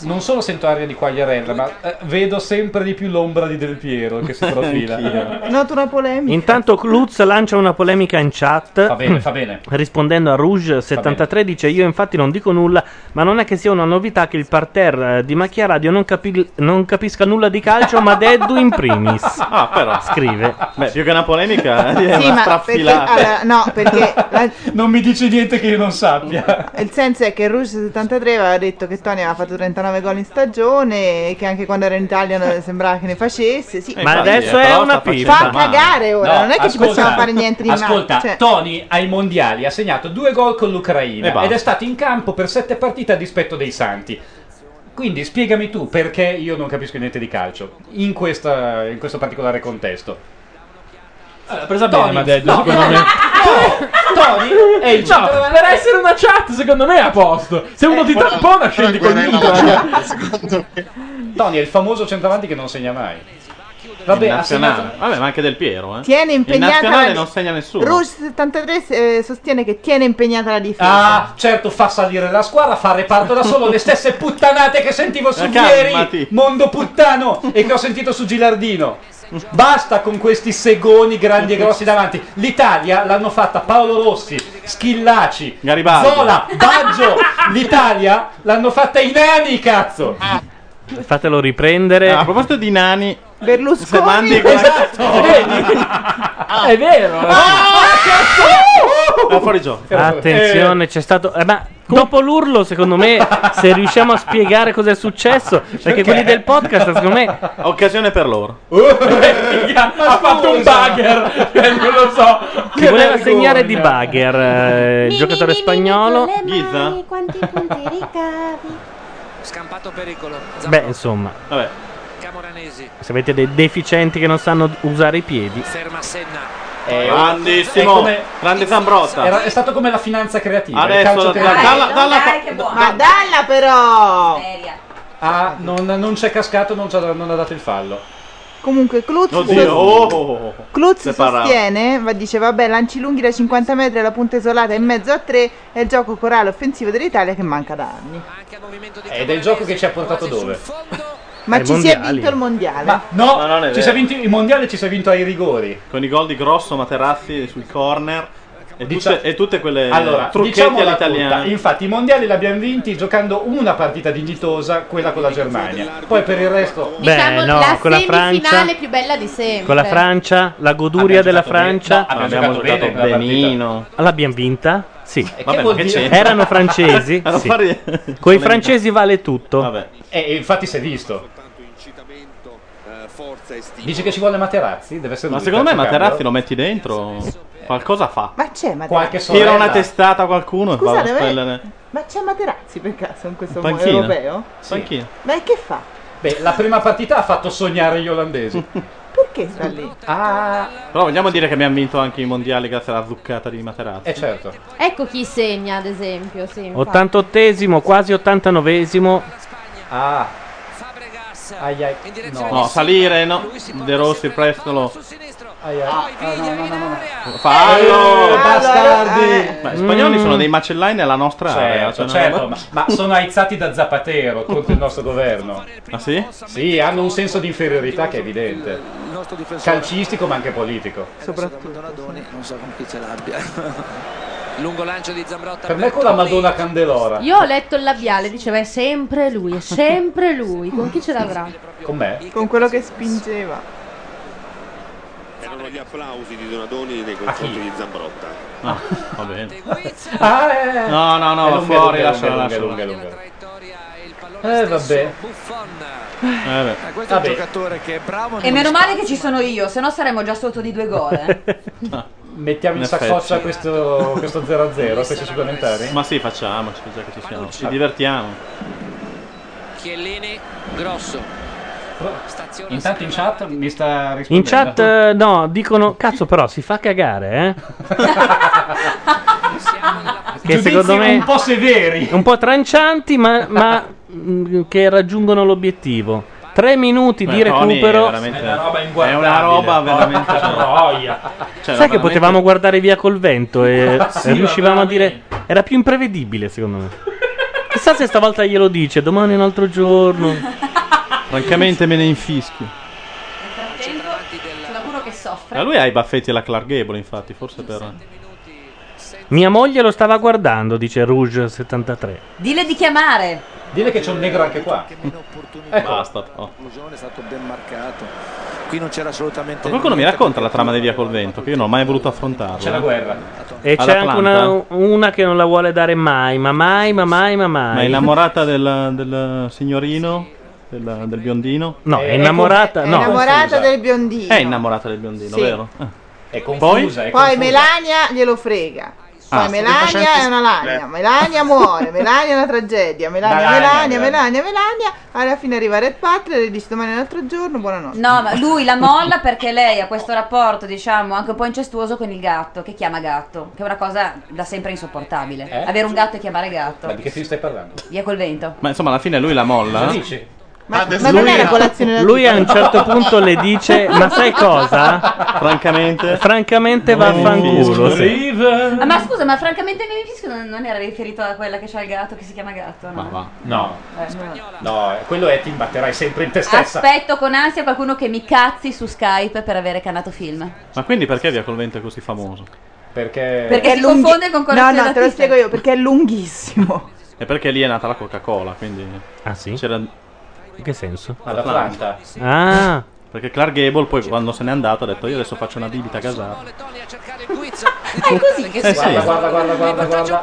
Speaker 6: Non solo sento aria di Quagliarella, ma eh, vedo sempre di più l'ombra di Del Piero *laughs* che si profila.
Speaker 10: Noto una polemica.
Speaker 1: Intanto Klutz lancia una polemica in chat.
Speaker 6: Fa bene, fa bene.
Speaker 1: Rispondendo a Rouge73 dice Io infatti non dico nulla, ma non è che sia una novità che il parterre eh, di Macchia Radio non, capi- non capisca nulla di calcio, ma Deddu in primis.
Speaker 8: Ah, però.
Speaker 1: Scrive.
Speaker 8: Beh, più che una polemica, eh, è
Speaker 10: Sì,
Speaker 8: una
Speaker 10: ma perché,
Speaker 8: straffilata.
Speaker 10: allora, no, perché la-
Speaker 6: *laughs* non mi dici niente che io non sappia.
Speaker 10: il senso è che il Rouge 73 aveva detto che Tony aveva fatto 39 gol in stagione e che anche quando era in Italia
Speaker 8: *laughs*
Speaker 10: non- sembrava che ne facesse.
Speaker 2: Eh,
Speaker 10: Sì,
Speaker 1: Ma adesso è una pizza.
Speaker 10: Fa cagare ora, non è che ci possiamo fare niente di male.
Speaker 6: Ascolta,
Speaker 10: Cioè,
Speaker 6: Tony ai mondiali ha segnato due gol con
Speaker 8: E
Speaker 6: l'Ucraina
Speaker 8: basta.
Speaker 6: ed è stato in campo per sette partite a dispetto dei Santi. Quindi spiegami tu perché io non capisco niente di calcio in, questa- in questo particolare contesto.
Speaker 2: L'ha presa bene, ma detto,
Speaker 6: no.
Speaker 2: secondo me.
Speaker 6: Tony è il
Speaker 2: No, per essere una chat, secondo me è a posto. Se uno ti tampona, scendi con l'Inter.
Speaker 6: Tony è il famoso centravanti che non segna mai. Vabbè,
Speaker 8: Il
Speaker 6: ha
Speaker 8: nazionale.
Speaker 6: segnato-
Speaker 8: Vabbè, ma anche Del Piero, eh.
Speaker 10: Tiene impegnata
Speaker 8: Il nazionale
Speaker 10: la-
Speaker 8: non segna nessuno.
Speaker 10: Rouge 73 eh, sostiene che tiene impegnata la difesa.
Speaker 6: Ah, certo, fa salire la squadra, fa reparto da solo le stesse puttanate che sentivo su
Speaker 8: Eh,
Speaker 6: ieri,
Speaker 8: calmati.
Speaker 6: mondo puttano, e che ho sentito su Gilardino. Basta con questi segoni grandi e grossi davanti. L'Italia l'hanno fatta Paolo Rossi, Schillaci,
Speaker 8: Garibaldi.
Speaker 6: Zola, Baggio. L'Italia l'hanno fatta i nani, cazzo.
Speaker 1: Fatelo riprendere.
Speaker 8: a proposito di nani,
Speaker 10: Berlusconi.
Speaker 8: se mandi
Speaker 6: Esatto,
Speaker 2: È vero.
Speaker 8: Ah, fuori gioco.
Speaker 1: Attenzione, c'è stato. eh, ma dopo l'urlo, secondo me, se riusciamo a spiegare cosa è successo, perché, quelli del podcast, secondo me.
Speaker 8: Occasione per loro.
Speaker 2: ha fatto un bugger. Eh, Non lo so.
Speaker 1: Chi voleva segnare di Bagher, eh, il giocatore spagnolo.
Speaker 8: Ghiza?
Speaker 21: Quanti
Speaker 7: *laughs*
Speaker 21: punti ricavi? Scampato pericolo.
Speaker 1: Beh, insomma,
Speaker 8: Vabbè.
Speaker 11: Camoranesi.
Speaker 1: se avete dei deficienti che non sanno usare i piedi.
Speaker 11: Ferma Senna.
Speaker 8: Grandissimo.
Speaker 6: Eh, oh, è come-
Speaker 8: Grande Zambrotta.
Speaker 6: Era- è stato come la finanza creativa. il
Speaker 8: Adesso
Speaker 6: calcio
Speaker 8: la-
Speaker 6: teatro.
Speaker 8: dalla- dalla-
Speaker 10: Ma dalla però!
Speaker 6: Ah, non, non c'è cascato, non, c'ha- non ha dato il fallo.
Speaker 10: Comunque Klutz,
Speaker 8: Oddio, oh, oh, oh.
Speaker 10: Klutz
Speaker 8: Se parla-
Speaker 10: sostiene, va- dice vabbè lanci lunghi da 50 metri alla punta isolata in mezzo a 3 è il gioco corale offensivo dell'Italia che manca da anni.
Speaker 6: Ed è il gioco che ci ha portato dove?
Speaker 10: Ma
Speaker 8: Eh,
Speaker 6: Ai
Speaker 10: ci si è
Speaker 6: mondiali.
Speaker 10: vinto il mondiale.
Speaker 6: No,
Speaker 8: Ma non è
Speaker 6: ci
Speaker 8: vero.
Speaker 6: si è vinto, il mondiale ci si è vinto ai rigori.
Speaker 8: Con i gol di Grosso, Materazzi sul corner e,
Speaker 6: Dicia-
Speaker 8: tutte, e tutte quelle
Speaker 6: Allora,
Speaker 8: eh, trucchetti
Speaker 6: diciamo la tutta.
Speaker 8: all'italiana.
Speaker 6: Infatti, i mondiali li abbiamo vinti giocando una partita dignitosa, quella con la Germania. Poi per il resto.
Speaker 1: Beh, no,
Speaker 9: la
Speaker 1: con la Francia.
Speaker 9: semifinale più bella di sempre.
Speaker 1: Con la Francia, la goduria della Francia.
Speaker 6: abbiamo
Speaker 8: Abbiamo
Speaker 6: giocato bene
Speaker 8: giocato
Speaker 6: quella partita.
Speaker 8: benino.
Speaker 1: L'abbiamo vinta? Sì.
Speaker 6: Vabbè, ma vuol che dire? c'entra?
Speaker 1: Erano
Speaker 8: *laughs*
Speaker 1: francesi?
Speaker 8: Non
Speaker 1: sì.
Speaker 8: fa ridere.
Speaker 1: Con i francesi vale tutto.
Speaker 6: E Eh, infatti si è visto.
Speaker 8: eh,
Speaker 6: Dice che ci vuole Materazzi, deve essere
Speaker 8: Ma
Speaker 6: lui
Speaker 8: secondo me
Speaker 6: il terzo
Speaker 8: Materazzi
Speaker 6: cambio.
Speaker 8: lo metti dentro. Qualcosa fa.
Speaker 10: Ma c'è Materazzi?
Speaker 6: Qualche
Speaker 8: Tira
Speaker 6: sorella.
Speaker 8: una testata a qualcuno e va a
Speaker 10: Scusate, ma,
Speaker 8: spellere.
Speaker 10: ma c'è Materazzi per caso in questo mondo
Speaker 8: Panchina.
Speaker 10: europeo?
Speaker 8: Panchina.
Speaker 10: Ma e che fa?
Speaker 6: Beh, la prima partita ha fatto sognare gli olandesi.
Speaker 10: Perché sta lì?
Speaker 6: ah,
Speaker 8: *laughs* Però vogliamo dire che abbiamo vinto anche i mondiali grazie alla zuccata di Materazzi.
Speaker 6: Eh certo.
Speaker 9: Ecco chi segna, ad esempio. Sì, infatti.
Speaker 1: 88esimo, quasi 89esimo.
Speaker 6: Ah. Ai ai.
Speaker 8: No, salire, no. De Rossi, prestolo.
Speaker 6: Ai ai. Ah, no, no, no, no, no.
Speaker 8: Fallo!
Speaker 6: Eh, bastardi!
Speaker 8: Ma gli spagnoli
Speaker 6: Mm.
Speaker 8: sono dei macellai nella nostra area.
Speaker 6: Certo,
Speaker 8: cioè,
Speaker 6: certo,
Speaker 8: no?
Speaker 6: ma, ma sono aizzati da Zapatero contro il nostro governo.
Speaker 8: Ah sì?
Speaker 6: Sì, hanno un senso di inferiorità che è evidente. Calcistico ma anche politico.
Speaker 19: Soprattutto Donadoni, non so con chi ce l'abbia.
Speaker 11: *laughs* Lungo lancio di Zambrotta.
Speaker 6: Per me con la Madonna Candelora.
Speaker 9: Io ho letto il labiale, diceva è sempre lui, è sempre lui. Con chi ce l'avrà?
Speaker 6: Con me.
Speaker 10: Con quello che spingeva.
Speaker 17: Erano gli applausi di Donadoni nei confronti di Zambrotta.
Speaker 8: Ah, va bene.
Speaker 6: Ah, eh.
Speaker 8: No, no, no,
Speaker 6: È
Speaker 8: va
Speaker 6: lunga,
Speaker 8: fuori,
Speaker 6: lunga,
Speaker 8: lasciala,
Speaker 6: lunga,
Speaker 8: lasciala.
Speaker 6: lunga, lunga. Eh, vabbè.
Speaker 8: Eh,
Speaker 6: Ah, beh.
Speaker 8: beh.
Speaker 4: Questo è un
Speaker 6: Vabbè.
Speaker 4: giocatore che è bravo.
Speaker 3: E meno male che ci sono io, se no saremmo già sotto di due gol. eh.
Speaker 6: Mettiamo in
Speaker 8: In effetti.
Speaker 6: saccoccia questo questo 0-0, questi supplementari.
Speaker 8: Ma sì, facciamo, scusa che ci siamo. Ci divertiamo.
Speaker 11: Chiellini, grosso. Stazione
Speaker 13: Intanto in chat mi sta rispondendo.
Speaker 1: In
Speaker 13: *laughs*
Speaker 1: chat, eh, no, dicono cazzo, però si fa cagare, eh? che
Speaker 13: Giudizi
Speaker 1: secondo me.
Speaker 13: un po' severi.
Speaker 1: Un po' trancianti, ma, ma, mh, che raggiungono l'obiettivo. Tre minuti
Speaker 8: Beh,
Speaker 1: di
Speaker 8: Tony
Speaker 1: recupero.
Speaker 8: è veramente- È una roba inguardabile. È una roba veramente-
Speaker 2: troia.
Speaker 8: Cioè,
Speaker 1: Sai che
Speaker 8: veramente-
Speaker 1: potevamo guardare via col vento e,
Speaker 8: Sì,
Speaker 1: e
Speaker 8: ma
Speaker 1: riuscivamo a dire. Era più imprevedibile, secondo me. Chissà se stavolta glielo dice, domani è un altro giorno.
Speaker 8: Francamente me ne infischio.
Speaker 3: Sono uno che soffre.
Speaker 8: Ma Ah, lui ha i baffetti alla Clark Gable, infatti, forse per.
Speaker 1: Mia moglie lo stava guardando, dice Rouge 73.
Speaker 3: Dile di chiamare.
Speaker 6: Dile che c'è un negro anche qua.
Speaker 8: Ecco. Basta.
Speaker 13: Eh,
Speaker 8: però.
Speaker 19: L'occlusione è stato ben marcato. Qui non c'era assolutamente.
Speaker 8: Ma qualcuno mi
Speaker 19: niente.
Speaker 8: racconta la trama di Via col Vento, che io non ho mai voluto affrontarla.
Speaker 19: C'è la guerra.
Speaker 1: E c'è anche una, una che non la vuole dare mai, ma mai, ma mai, ma mai.
Speaker 8: Ma è innamorata del, del signorino? Del, del biondino?
Speaker 1: No, è innamorata-
Speaker 10: È innamorata del biondino.
Speaker 8: È innamorata del biondino,
Speaker 10: Sì.
Speaker 8: vero? Eh.
Speaker 6: È
Speaker 8: confusa,
Speaker 10: Poi Melania glielo frega. Poi
Speaker 8: Ah, state
Speaker 10: Melania
Speaker 8: facendo
Speaker 10: è una lagna,
Speaker 8: schifo.
Speaker 10: Melania muore, Melania è una tragedia, Melania,
Speaker 3: Melania,
Speaker 10: Melania,
Speaker 3: Melania.
Speaker 10: Melania, Melania, alla fine arriva Red Butler e dice domani è un altro giorno, buonanotte.
Speaker 3: No, ma lui la molla perché lei ha questo rapporto, diciamo, anche un po' incestuoso con il gatto, che chiama gatto, che è una cosa da sempre insopportabile.
Speaker 8: Eh?
Speaker 3: Avere un gatto e chiamare
Speaker 6: Ma
Speaker 3: gatto.
Speaker 6: di che film stai parlando?
Speaker 3: Via col vento.
Speaker 8: Ma insomma, alla fine lui la Ah, molla.
Speaker 6: Cosa dici?
Speaker 10: Ma,
Speaker 8: ma non era
Speaker 10: colazione
Speaker 8: da
Speaker 1: Lui a un
Speaker 8: tutti.
Speaker 1: certo punto le dice: Ma sai cosa?
Speaker 8: Francamente,
Speaker 1: francamente vaffanculo. Sì.
Speaker 3: Ah, ma scusa, ma francamente mi fisco non, non era riferito a quella che c'ha il gatto che si chiama gatto, no?
Speaker 6: No,
Speaker 3: Eh, no.
Speaker 6: no, quello è ti imbatterai sempre in te stessa.
Speaker 3: Aspetto con ansia qualcuno che mi cazzi su Skype per avere cannato film.
Speaker 8: Ma quindi perché Via col Vento è così famoso?
Speaker 6: Perché.
Speaker 3: Perché si
Speaker 10: lunghi-
Speaker 3: confonde con
Speaker 10: No, no,
Speaker 3: Corazza
Speaker 10: te lo
Speaker 3: Battista.
Speaker 10: spiego io, perché è *laughs* lunghissimo.
Speaker 8: E perché lì è nata la Coca-Cola, quindi. Ah sì? C'era. In
Speaker 1: che senso?
Speaker 6: All'Atlanta.
Speaker 1: Ah.
Speaker 8: Perché Clark Gable poi quando se n'è andato ha detto io adesso faccio una bibita casata.
Speaker 10: È così
Speaker 8: Eh, sì.
Speaker 6: Guarda, guarda, guarda, guarda.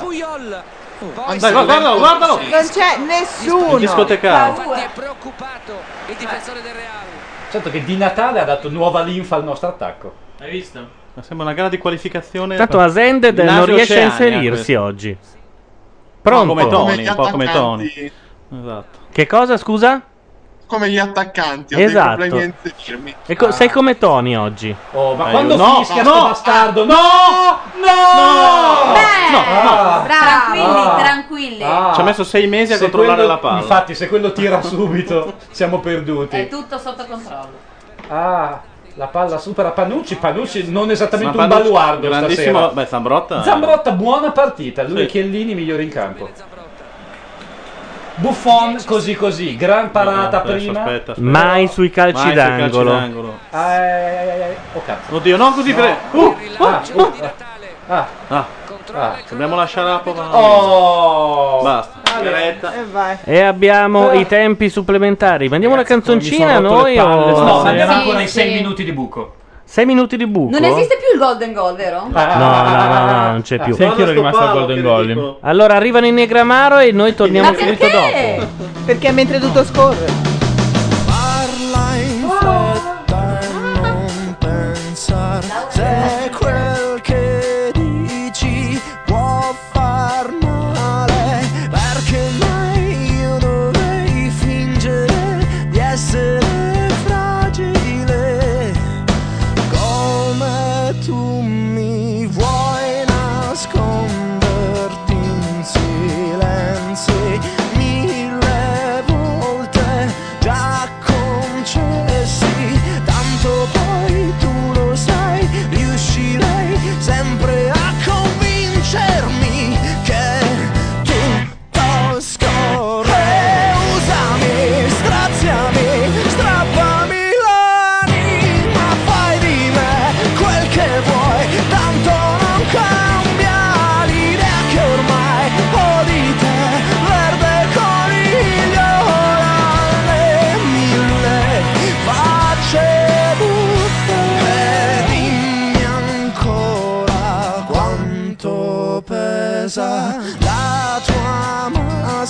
Speaker 8: Dai, guarda, guardalo, guardalo!
Speaker 10: Non c'è nessuno.
Speaker 8: Il discotecaro.
Speaker 10: Paura.
Speaker 6: Certo che di Natale ha dato nuova linfa al nostro attacco.
Speaker 2: Hai visto?
Speaker 8: Ma sembra una gara di qualificazione.
Speaker 1: Tanto Asended
Speaker 8: In
Speaker 1: non
Speaker 8: Asia
Speaker 1: riesce a
Speaker 8: Oceania,
Speaker 1: inserirsi
Speaker 8: questo.
Speaker 1: oggi. Pronto?
Speaker 8: Un po' come Tony, un po' come Tony. Esatto.
Speaker 1: Che cosa, scusa?
Speaker 20: Come gli attaccanti, ho
Speaker 1: Esatto.
Speaker 20: dei problemi a inserirmi.
Speaker 1: E co- Sei come Tony oggi.
Speaker 6: Oh, ma
Speaker 8: Eh,
Speaker 1: Aiuto.
Speaker 6: quando
Speaker 1: No,
Speaker 6: fischia
Speaker 1: no,
Speaker 6: sto bastardo? No!
Speaker 1: no!
Speaker 3: Tranquilli, tranquilli.
Speaker 6: Ah.
Speaker 8: Ci ha
Speaker 6: Cioè,
Speaker 8: messo sei mesi a
Speaker 6: Se
Speaker 8: controllare
Speaker 6: quello-
Speaker 8: la palla.
Speaker 6: Infatti, se quello tira subito, siamo
Speaker 3: È
Speaker 6: perduti.
Speaker 3: tutto sotto controllo.
Speaker 6: Ah, la palla supera Panucci. Panucci non esattamente
Speaker 8: Ma
Speaker 6: un
Speaker 8: Panucci-
Speaker 6: baluardo
Speaker 8: grandissimo-
Speaker 6: stasera.
Speaker 8: beh, Zambrotta-
Speaker 6: Zambrotta, buona partita. Lui
Speaker 8: Sì.
Speaker 6: e Chiellini migliori in campo. Buffon così così, gran parata
Speaker 8: Adesso,
Speaker 6: prima.
Speaker 8: aspetta, aspetta.
Speaker 1: Mai sui calci
Speaker 8: Mai sui calci
Speaker 1: d'angolo.
Speaker 8: d'angolo.
Speaker 6: Ah, eh, eh, eh, eh. Oh cazzo.
Speaker 8: Oddio, no, così per. Uh,
Speaker 6: Ah, oh, ah,
Speaker 8: Ah, dobbiamo lasciare la palla.
Speaker 6: Oh!
Speaker 8: Basta.
Speaker 10: E vai.
Speaker 1: E
Speaker 8: Ah.
Speaker 1: abbiamo i tempi supplementari. Mandiamo una canzoncina
Speaker 6: mi sono rotto
Speaker 1: noi
Speaker 6: le palle,
Speaker 1: o.
Speaker 6: No, mandiamo
Speaker 3: Sì,
Speaker 6: ancora i
Speaker 3: sì.
Speaker 6: 6 minuti di buco.
Speaker 1: 6 minuti di buco. Ah,
Speaker 3: Non esiste più il golden goal, vero?
Speaker 1: No, no, no, no, ah, non
Speaker 8: Ah,
Speaker 1: c'è più.
Speaker 2: Sì, anch'io ero rimasto al Golden Goal.
Speaker 1: Allora arrivano i Negramaro e noi torniamo
Speaker 10: Ma
Speaker 1: subito dopo.
Speaker 10: perché? Perché mentre tutto scorre.
Speaker 4: Parla in fretta e non pensar se quel che dici può far male perché mai io dovrei fingere di essere fragile come tu mi vuoi nasconderti in silenzi mille volte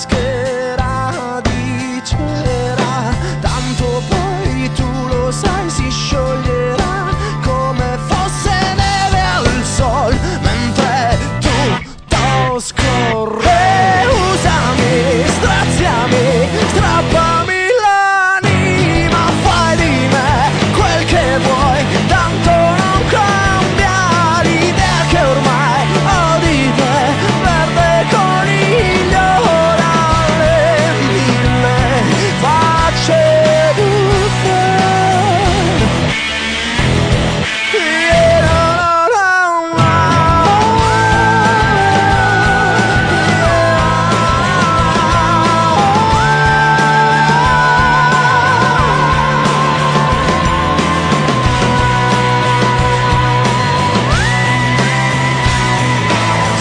Speaker 4: maschera di cera, tanto poi tu lo sai si scioglierà come fosse neve al sol, mentre tu toscorre, usami, straziami, strappami l'anima, fai di me quel che vuoi, tanto non cambia l'idea che ormai ho di te, verde coniglio le mille facce buffe. Yeah, la, la, la,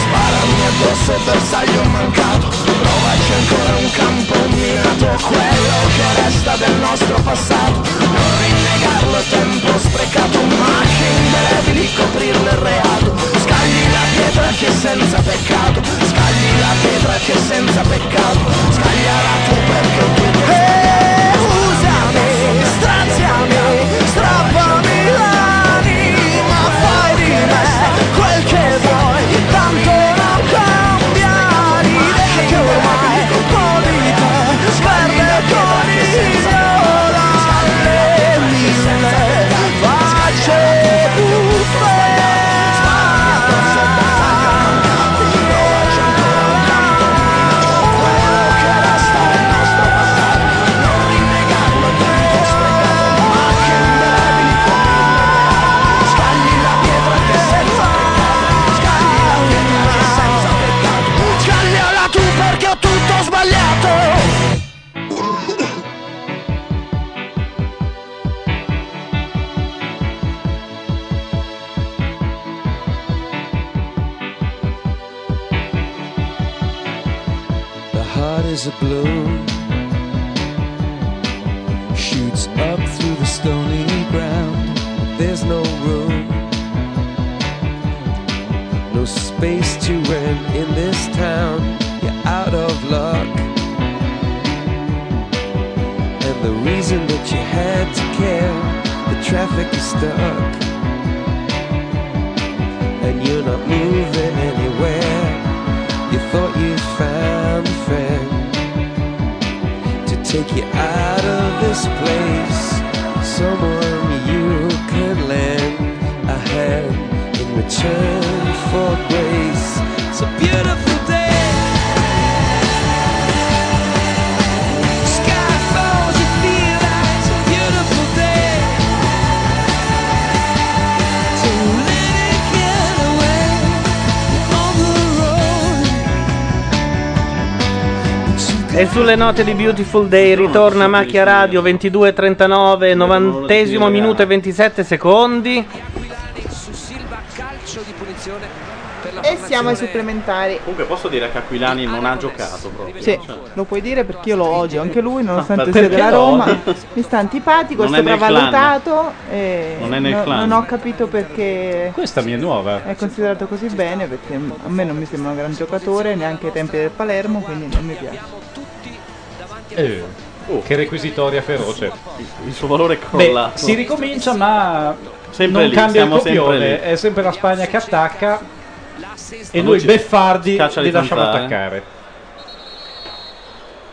Speaker 4: Sparami addosso e bersaglio mancato Provaci ancora un campo minato Quello che resta del nostro passato Non rinnegarlo è tempo sprecato Marci indelebili coprirne il reato Scagli la pietra che è senza peccato Scagli la pietra che è senza peccato Scagliala tu perché tu E Eh, usami, straziami, strappami l'anima Fai di me quel che vuoi Tanto non cambia l'idea che ormai Con di te sperde con il viola Le mille facce Scagliola tu perché ho tutto sbagliato
Speaker 5: The heart is a blue, shoots up through the stony ground. There's no room, no space to rent in this town. You're out of luck, and the reason that you had to care, the traffic is stuck, and you're not moving anywhere. You thought you found a friend to take you out of this place. Someone you could lend a hand in return for grace. It's a beautiful day. Sky falls, you feel that it's a beautiful day. To let it get away on the road.
Speaker 1: E sulle note di Beautiful Day ritorna Macchia Radio 22.39, 90 minuto e 27 secondi.
Speaker 11: Calcio di punizione per la
Speaker 10: E siamo ai supplementari.
Speaker 8: Comunque posso dire che Aquilani non ha giocato proprio. cioè,
Speaker 10: Sì, lo puoi dire perché io lo odio, anche lui nonostante
Speaker 8: ma
Speaker 10: sia
Speaker 8: Ah, perché
Speaker 10: della
Speaker 8: lo
Speaker 10: Roma,
Speaker 8: odio?
Speaker 10: mi sta antipatico, è
Speaker 8: Non è nel
Speaker 10: sopravvalutato e
Speaker 8: Non è nel
Speaker 10: no-
Speaker 8: clan.
Speaker 10: non ho capito perché
Speaker 6: Questa mi è nuova.
Speaker 10: è considerato così bene, perché a me non mi sembra un gran giocatore, neanche ai tempi del Palermo, quindi non mi piace.
Speaker 6: Eh, Che requisitoria feroce.
Speaker 8: Il suo valore è
Speaker 6: Beh,
Speaker 8: crollato.
Speaker 6: si ricomincia, ma
Speaker 8: Sempre
Speaker 6: non
Speaker 8: lì,
Speaker 6: cambia il
Speaker 8: siamo sempre
Speaker 6: copione.
Speaker 8: lì.
Speaker 6: È sempre la Spagna che attacca e
Speaker 8: Luce.
Speaker 6: noi beffardi
Speaker 8: Caccia
Speaker 6: li
Speaker 8: le
Speaker 6: lasciamo
Speaker 8: zanzare.
Speaker 6: attaccare.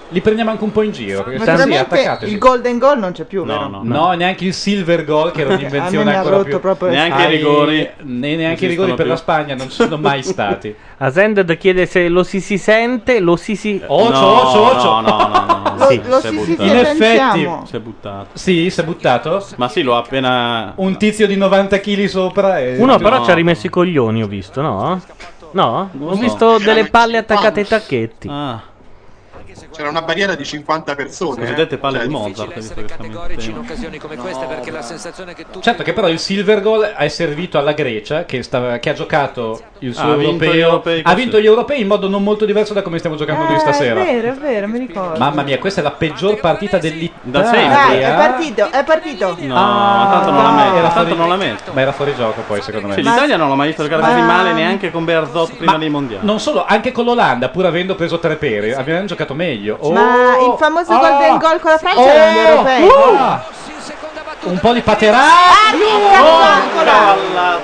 Speaker 6: Li prendiamo anche un po' in giro. Perché stanno lì,
Speaker 10: Naturalmente
Speaker 6: attaccate.
Speaker 10: il golden goal non c'è più, vero?
Speaker 6: No, neanche il silver goal
Speaker 10: *laughs*
Speaker 6: che era
Speaker 10: A me
Speaker 6: un'invenzione
Speaker 10: mi ha
Speaker 6: ancora
Speaker 10: rotto
Speaker 6: più.
Speaker 10: proprio le
Speaker 1: Neanche i
Speaker 6: Ai-
Speaker 1: rigori.
Speaker 6: né neanche i
Speaker 1: Esistono
Speaker 6: rigori per
Speaker 1: più.
Speaker 6: la Spagna non ci sono
Speaker 8: *laughs*
Speaker 6: mai
Speaker 1: *laughs*
Speaker 6: stati.
Speaker 1: Asended chiede se lo si si sente, lo si si...
Speaker 6: Eh, Ocio, ocio, ocio.
Speaker 1: no. Sì.
Speaker 8: Lo- lo si- si- si-
Speaker 6: In effetti,
Speaker 8: sentiamo. Si è buttato.
Speaker 6: Sì, si è buttato.
Speaker 8: Ma sì, lo ha appena
Speaker 6: Un tizio di 90 kg sopra. E...
Speaker 1: Uno però ci ha rimesso i coglioni, ho visto, no? No?
Speaker 6: Eh, Non
Speaker 1: ho
Speaker 6: so.
Speaker 1: visto delle palle attaccate ai tacchetti.
Speaker 8: Ah.
Speaker 20: c'era una barriera di 50 persone.
Speaker 8: Le cosiddette palle
Speaker 20: Cioè,
Speaker 8: di
Speaker 20: difficile
Speaker 8: Mozart. visto che siamo in tema.
Speaker 11: occasioni come questa perché la sensazione che tu
Speaker 6: Certo che però il silver goal è servito alla Grecia che, stava- che ha giocato il suo
Speaker 8: Ha vinto
Speaker 6: europeo,
Speaker 8: gli europei
Speaker 6: ha
Speaker 8: così.
Speaker 6: vinto gli europei in modo non molto diverso da come stiamo giocando noi stasera.
Speaker 10: Eh, È vero, è vero, mi ricordo.
Speaker 6: Mamma mia, questa è la peggior partita
Speaker 8: Da sempre.
Speaker 6: dell'Italia.
Speaker 10: Dai, è partito, è partito.
Speaker 8: No, tanto non la metto,
Speaker 6: Ah, era
Speaker 8: tanto
Speaker 6: fuori-
Speaker 8: non la metto.
Speaker 6: Ma era fuori gioco poi, secondo me.
Speaker 8: Cioè, l'Italia non l'ha mai visto giocare così
Speaker 6: Ma-
Speaker 8: male neanche con Berzot prima dei mondiali.
Speaker 6: Non solo, anche con l'Olanda, pur avendo preso tre peri, abbiamo giocato meglio. Oh,
Speaker 10: Ma il famoso
Speaker 6: oh,
Speaker 10: golden goal con la Francia
Speaker 6: oh,
Speaker 10: era un europeo.
Speaker 6: ah, un po' di paterà.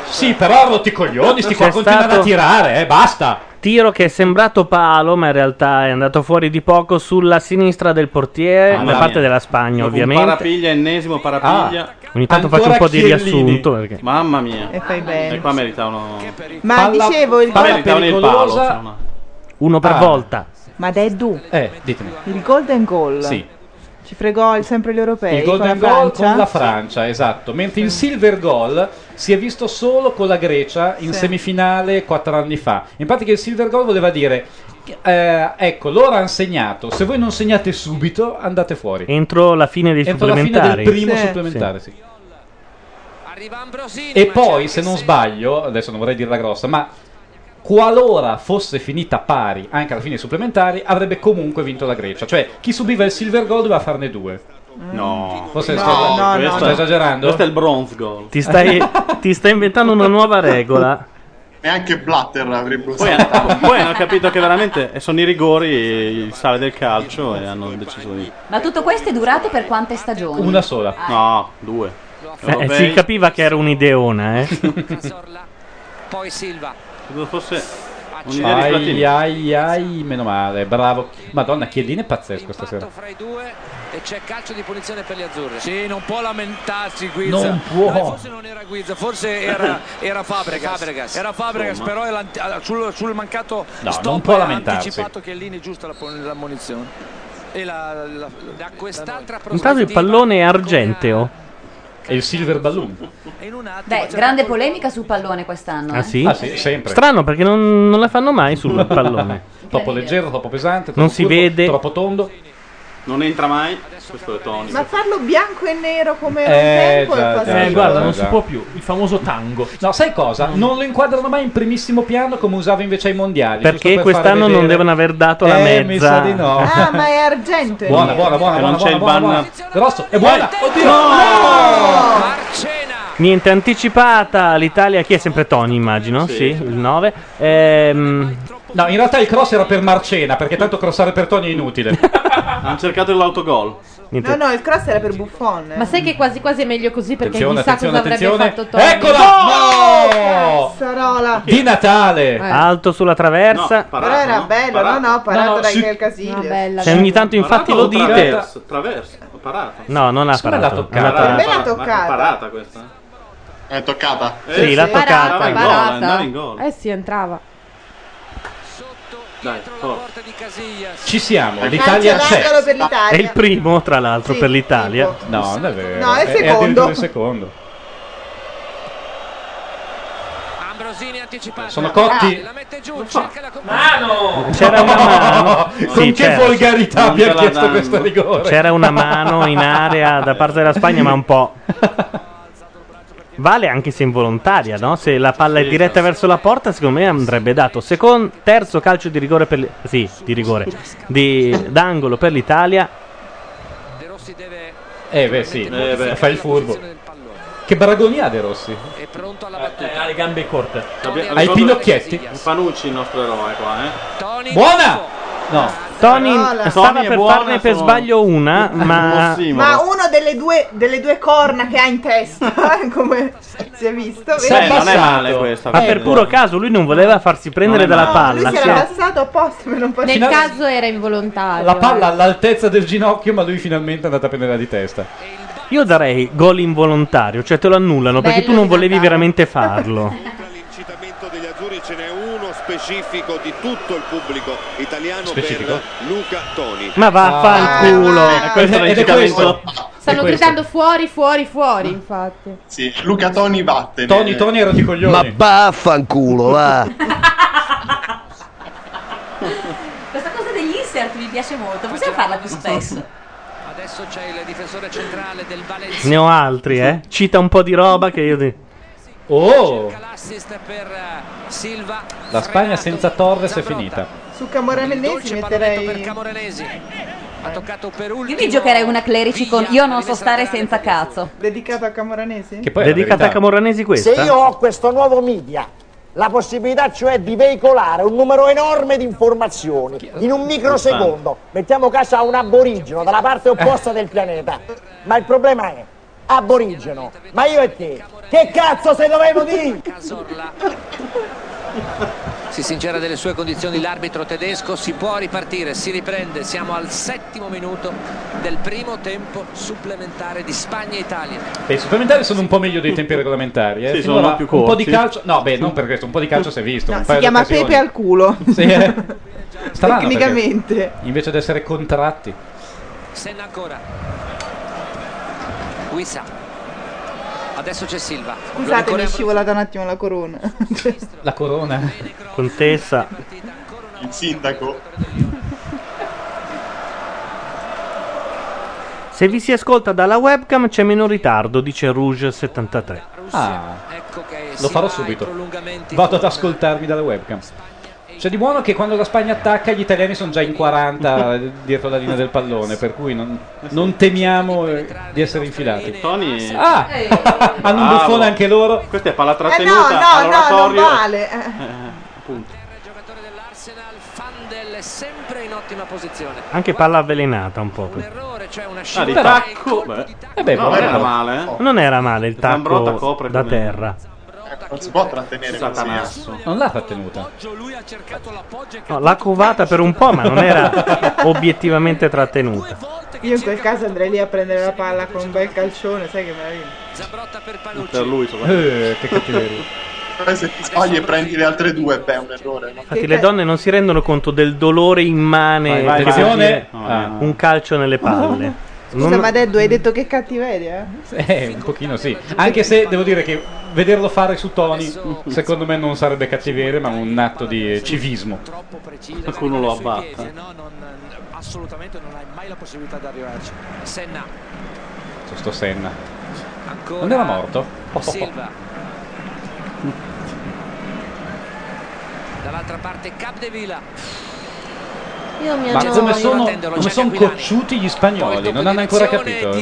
Speaker 6: Sì, però rotticoglioni, sti qua
Speaker 1: C'è
Speaker 6: continuano
Speaker 1: stato-
Speaker 6: a tirare, eh, basta.
Speaker 1: Tiro che è sembrato palo, ma in realtà è andato fuori di poco sulla sinistra del portiere,
Speaker 6: Ah,
Speaker 8: Mamma
Speaker 1: da parte
Speaker 8: mia.
Speaker 1: della Spagna,
Speaker 8: Dopo Un
Speaker 1: ovviamente.
Speaker 8: parapiglia, ennesimo parapiglia.
Speaker 1: Ogni tanto
Speaker 8: Ancora
Speaker 1: faccio un po' di
Speaker 8: Chiellini.
Speaker 1: riassunto, perché-
Speaker 8: Mamma mia.
Speaker 10: E fai bene.
Speaker 8: E qua meritavano.
Speaker 10: Ma
Speaker 8: Palla-
Speaker 10: dicevo il
Speaker 8: Qua meritavano il palo.
Speaker 10: pericolosa-
Speaker 8: se no.
Speaker 1: Uno per
Speaker 8: Ah.
Speaker 1: volta.
Speaker 10: Ma Deddu,
Speaker 6: Eh, ditemi.
Speaker 10: il golden goal.
Speaker 6: Sì.
Speaker 10: Ci fregò il- sempre gli europei
Speaker 6: Il
Speaker 10: con la
Speaker 6: golden goal
Speaker 10: Francia.
Speaker 6: con la Francia, esatto. Mentre il silver goal si è visto solo con la Grecia in
Speaker 10: Sì.
Speaker 6: semifinale quattro anni fa. Infatti che il silver goal voleva dire, eh, ecco, loro hanno segnato, se voi non segnate subito andate fuori.
Speaker 1: Entro la fine dei
Speaker 6: Entro la fine
Speaker 1: supplementari.
Speaker 6: del primo supplementare, sì. E poi, se non sbaglio, adesso non vorrei dirla grossa, ma qualora fosse finita pari anche alla fine dei supplementari, avrebbe comunque vinto la Grecia. Cioè, chi subiva il silver goal doveva farne due.
Speaker 8: Mm. No,
Speaker 6: Forse
Speaker 8: No,
Speaker 6: sto,
Speaker 8: no,
Speaker 6: sto
Speaker 8: no, no.
Speaker 6: esagerando.
Speaker 8: Questo è il bronze goal.
Speaker 6: *laughs*
Speaker 1: Ti
Speaker 8: *laughs*
Speaker 1: stai, ti stai inventando una nuova regola.
Speaker 20: Neanche Blatter avrebbe
Speaker 8: Poi,
Speaker 20: usato.
Speaker 8: poi hanno capito che veramente eh, sono i rigori e il sale del calcio e hanno deciso di.
Speaker 3: Ma tutto questo è durato per quante stagioni?
Speaker 6: sola.
Speaker 8: No, due.
Speaker 1: Eh, si capiva che era un'ideona, eh.
Speaker 10: *laughs*
Speaker 11: poi Silva
Speaker 8: Credo fosse un'idea di
Speaker 6: Ai,
Speaker 8: Platini.
Speaker 6: ai, ai, meno male, bravo. Madonna, Chiellini è pazzesco stasera.
Speaker 11: fra i due e c'è calcio di punizione per gli azzurri. Sì, non può lamentarsi Guizza.
Speaker 6: Non può.
Speaker 11: No, forse non era Guizza, forse
Speaker 6: *laughs*
Speaker 11: era, era Fabregas. Era Fabregas,
Speaker 6: Insomma.
Speaker 11: però è l'anti- ah, sul, sul mancato
Speaker 6: No,
Speaker 11: stop
Speaker 6: non può
Speaker 11: ha
Speaker 6: lamentarsi.
Speaker 11: anticipato Chiellini giusto la, pon- la munizione. E la, la, la, da quest'altra
Speaker 1: Intanto il pallone è argenteo.
Speaker 6: E il silver balloon.
Speaker 3: Beh, grande polemica sul pallone quest'anno.
Speaker 1: Ah
Speaker 3: eh.
Speaker 1: sì?
Speaker 6: Ah, sì, sempre.
Speaker 1: Strano perché non, non la fanno mai
Speaker 6: *laughs*
Speaker 1: sul pallone.
Speaker 6: Troppo leggero, troppo pesante.
Speaker 1: Non
Speaker 6: troppo
Speaker 1: si
Speaker 6: curvo,
Speaker 1: vede.
Speaker 6: Troppo tondo.
Speaker 8: Non entra mai. Questo è Tony.
Speaker 10: Ma farlo bianco e nero come un
Speaker 6: Eh,
Speaker 10: tempo
Speaker 6: già,
Speaker 10: è
Speaker 6: già,
Speaker 10: quasi-
Speaker 6: già,
Speaker 2: guarda,
Speaker 6: già,
Speaker 2: non
Speaker 6: già.
Speaker 2: si può più. Il famoso tango.
Speaker 6: No, sai cosa? Non lo inquadrano mai in primissimo piano come usava invece ai mondiali.
Speaker 1: Perché
Speaker 6: giusto per
Speaker 1: quest'anno
Speaker 6: fare
Speaker 1: non
Speaker 6: vedere-
Speaker 1: devono aver dato la
Speaker 6: Eh,
Speaker 1: mezza. Eh,
Speaker 6: mi sa di no.
Speaker 10: Ah, ma è argento. è
Speaker 6: *laughs* Buona,
Speaker 10: vero.
Speaker 6: buona, buona.
Speaker 8: E
Speaker 6: buona,
Speaker 8: non c'è il
Speaker 6: buona,
Speaker 8: ban.
Speaker 6: buona, buona. Grosso, è buona. Oddio.
Speaker 1: Niente, anticipata l'Italia. Chi è sempre Tony, immagino? Sì, il Ehm, 9.
Speaker 6: No, in realtà il cross era per Marcena, perché tanto crossare per Tony è
Speaker 8: *laughs*
Speaker 6: inutile.
Speaker 8: Hanno cercato l'autogol.
Speaker 10: No, no, il cross era per Buffon. eh.
Speaker 9: Ma sai che quasi quasi è meglio così perché
Speaker 6: Attenzione,
Speaker 9: chissà
Speaker 6: attenzione,
Speaker 9: cosa avrebbe fatto
Speaker 6: attenzione.
Speaker 9: Tony.
Speaker 10: Oh,
Speaker 6: Eccola! No!
Speaker 10: Cazzarola.
Speaker 6: Di Natale.
Speaker 9: Eh.
Speaker 1: Alto sulla traversa.
Speaker 10: Però era bello, no, no, parato da Iker Casillas.
Speaker 1: Se ogni tanto infatti lo dite.
Speaker 8: Traversa, traversa, ho parato.
Speaker 1: Eh, No, non ha
Speaker 8: Secondo me
Speaker 1: parato.
Speaker 8: l'ha toccata.
Speaker 1: Non ha
Speaker 8: Bella
Speaker 1: parato.
Speaker 8: toccata. parata questa. Eh,
Speaker 20: È toccata.
Speaker 1: Sì, l'ha toccata.
Speaker 8: Andava in gol, andava in gol.
Speaker 9: Eh sì, entrava.
Speaker 8: Dai, forza.
Speaker 6: Ci siamo,
Speaker 8: È
Speaker 6: l'Italia c'è.
Speaker 10: Calcio d'angolo per l'Italia.
Speaker 1: È il primo, tra l'altro,
Speaker 10: Sì,
Speaker 1: per l'Italia.
Speaker 6: No, non è vero.
Speaker 10: No, è il secondo.
Speaker 6: addirittura il secondo. Sono cotti.
Speaker 1: Mano! C'era una mano.
Speaker 6: *laughs* Con che volgarità Non abbia te la chiesto danno. questo rigore. *laughs*
Speaker 1: C'era una mano in area da parte della Spagna, ma un po'. Vale anche se involontaria, no? Se la palla è diretta verso la porta, secondo me andrebbe dato. Secondo, terzo calcio di rigore per l- sì, di rigore di, d'angolo per l'Italia.
Speaker 6: Eh beh, sì,
Speaker 1: Eh, beh.
Speaker 6: fa il furbo. Che baragoni ha De Rossi?
Speaker 2: Ha le gambe corte.
Speaker 6: Hai i pinocchietti?
Speaker 8: Panucci il nostro eroe qua, eh.
Speaker 6: Buona! No.
Speaker 1: Tony
Speaker 10: Parola.
Speaker 1: stava
Speaker 8: Tony è
Speaker 1: per
Speaker 8: buona,
Speaker 1: farne per
Speaker 8: sono-
Speaker 1: sbaglio una, ma
Speaker 10: Ma una delle due, delle due corna che ha in testa, eh, come si è visto,
Speaker 1: Sì,
Speaker 10: vedi?
Speaker 1: non è
Speaker 10: Passato.
Speaker 1: male
Speaker 8: questa,
Speaker 1: Ma
Speaker 8: eh,
Speaker 1: per
Speaker 8: no.
Speaker 1: puro caso lui non voleva farsi prendere
Speaker 6: Non è
Speaker 1: dalla
Speaker 6: male.
Speaker 1: palla.
Speaker 10: Lui si
Speaker 1: si
Speaker 10: era
Speaker 1: è-
Speaker 10: passato apposta per non
Speaker 9: Nel
Speaker 10: passare.
Speaker 9: caso era involontario.
Speaker 6: La palla
Speaker 9: eh.
Speaker 6: all'altezza del ginocchio, ma lui finalmente è andato a prenderla di testa.
Speaker 1: Io darei gol involontario, cioè te lo annullano perché
Speaker 17: Bello
Speaker 1: tu non
Speaker 17: di
Speaker 1: volevi
Speaker 17: Natale.
Speaker 1: veramente farlo.
Speaker 17: L'incitamento degli azzurri ce n'è uno specifico di tutto il pubblico italiano
Speaker 6: Specifico?
Speaker 17: per Luca Toni.
Speaker 1: Ma
Speaker 20: Ah,
Speaker 1: vaffanculo.
Speaker 20: eh,
Speaker 8: Eh,
Speaker 17: E questo è l'incitamento.
Speaker 9: Stanno gridando fuori, fuori, fuori, infatti.
Speaker 20: Sì, Luca Toni vattene.
Speaker 6: Tony, Tony era di coglioni.
Speaker 4: Eh
Speaker 19: Ma baffanculo, va.
Speaker 3: Questa cosa degli insert mi piace molto, possiamo farla più spesso.
Speaker 11: Adesso c'è il difensore centrale del Valencia.
Speaker 1: Ne ho altri, eh. Cita un po' di roba che io. Di...
Speaker 6: Oh,
Speaker 11: L'assist per eh, Silva.
Speaker 6: la Spagna senza Torres è finita.
Speaker 10: Su Camoranesi metterei...
Speaker 11: Morelesi. Ha toccato per
Speaker 3: Io mi giocherei una clerici con Io non so stare senza cazzo.
Speaker 10: Dedicato a Camoranesi?
Speaker 1: Che poi è la Dedicata verità. a Camoranesi questa?
Speaker 22: Se io ho questo nuovo media, la possibilità cioè di veicolare un numero enorme di informazioni in un microsecondo, mettiamo caso a un aborigeno dalla parte opposta del pianeta, ma il problema è aborigeno, ma io e te, che cazzo se dovevo dire?
Speaker 11: Si sincera delle sue condizioni l'arbitro tedesco, si può ripartire, si riprende, siamo al settimo minuto del primo tempo supplementare di Spagna e Italia.
Speaker 6: Beh, I supplementari sono un po' meglio dei tempi regolamentari. Eh.
Speaker 8: Sì,
Speaker 6: Finora
Speaker 8: sono più
Speaker 6: Un po' di
Speaker 8: corti.
Speaker 6: calcio, no, beh, non per questo, un po' di calcio si è visto. un
Speaker 10: si
Speaker 6: paio di
Speaker 10: chiama
Speaker 6: occasioni.
Speaker 10: Pepe al culo.
Speaker 6: Sì, eh. Strano,
Speaker 10: Tecnicamente.
Speaker 6: perché Invece di essere contratti,
Speaker 11: Senna ancora. Guisa. Adesso c'è Silva.
Speaker 10: Scusate, mi è scivolata un attimo la corona.
Speaker 6: la corona.
Speaker 1: Contessa.
Speaker 20: Il sindaco.
Speaker 1: Se vi si ascolta dalla webcam c'è meno ritardo, dice Rouge73.
Speaker 6: Ah,
Speaker 11: Ecco
Speaker 6: lo farò subito. Vado ad ascoltarmi dalla webcam. C'è di buono che quando la Spagna attacca gli italiani sono già in 40 dietro la linea del pallone, per cui non, non temiamo eh, di essere infilati.
Speaker 8: Tony.
Speaker 6: Ah! Hanno un
Speaker 8: Bravo.
Speaker 6: buffone anche loro.
Speaker 8: Questa è palla
Speaker 10: Eh no,
Speaker 8: trattenuta
Speaker 10: no, no, non
Speaker 8: all'oratorio.
Speaker 10: vale. Eh.
Speaker 11: Fandel è sempre in ottima posizione.
Speaker 1: Anche palla avvelenata un po'.
Speaker 8: Ah, di
Speaker 1: Però-
Speaker 8: tacco. Beh.
Speaker 1: Eh beh,
Speaker 8: no, non
Speaker 1: buono.
Speaker 8: era male,
Speaker 20: Oh,
Speaker 8: eh.
Speaker 1: Non era male il
Speaker 8: Zambrotta
Speaker 1: tacco
Speaker 8: copre
Speaker 1: da
Speaker 8: come-
Speaker 1: terra.
Speaker 20: Non si può trattenere
Speaker 8: Satanasso.
Speaker 6: Non l'ha trattenuta.
Speaker 1: No, l'ha covata per un po', ma non era obiettivamente trattenuta.
Speaker 10: Io in quel caso andrei lì a prendere la palla con un bel calcione, sai che meraviglia.
Speaker 8: Per lui,
Speaker 6: Eh, che cattiveria.
Speaker 20: Poi Eh, se ti sbagli e prendi le altre due, beh, è un errore. no?
Speaker 1: Infatti, le donne non si rendono conto del dolore immane
Speaker 6: Vai, vai,
Speaker 1: che
Speaker 6: vai.
Speaker 1: sentire
Speaker 6: Ah.
Speaker 1: un calcio nelle palle.
Speaker 10: Scusa,
Speaker 1: Non-
Speaker 10: ma Deddu, hai detto che cattiveria?
Speaker 6: Eh, un pochino sì. Anche se devo dire che vederlo fare su Tony, secondo me non sarebbe cattiveria, ma un atto di eh, civismo.
Speaker 8: Qualcuno lo abbatta.
Speaker 11: Assolutamente non hai mai la possibilità di arrivarci. Senna
Speaker 6: C'è sto Senna.
Speaker 11: ancora.
Speaker 6: Non era morto? Oh, oh, *laughs* oh.
Speaker 11: Silva. Dall'altra parte Capdevila.
Speaker 14: Io mi
Speaker 6: Ma
Speaker 14: annoio.
Speaker 6: come sono, come son eh. cocciuti gli spagnoli, non hanno ancora capito.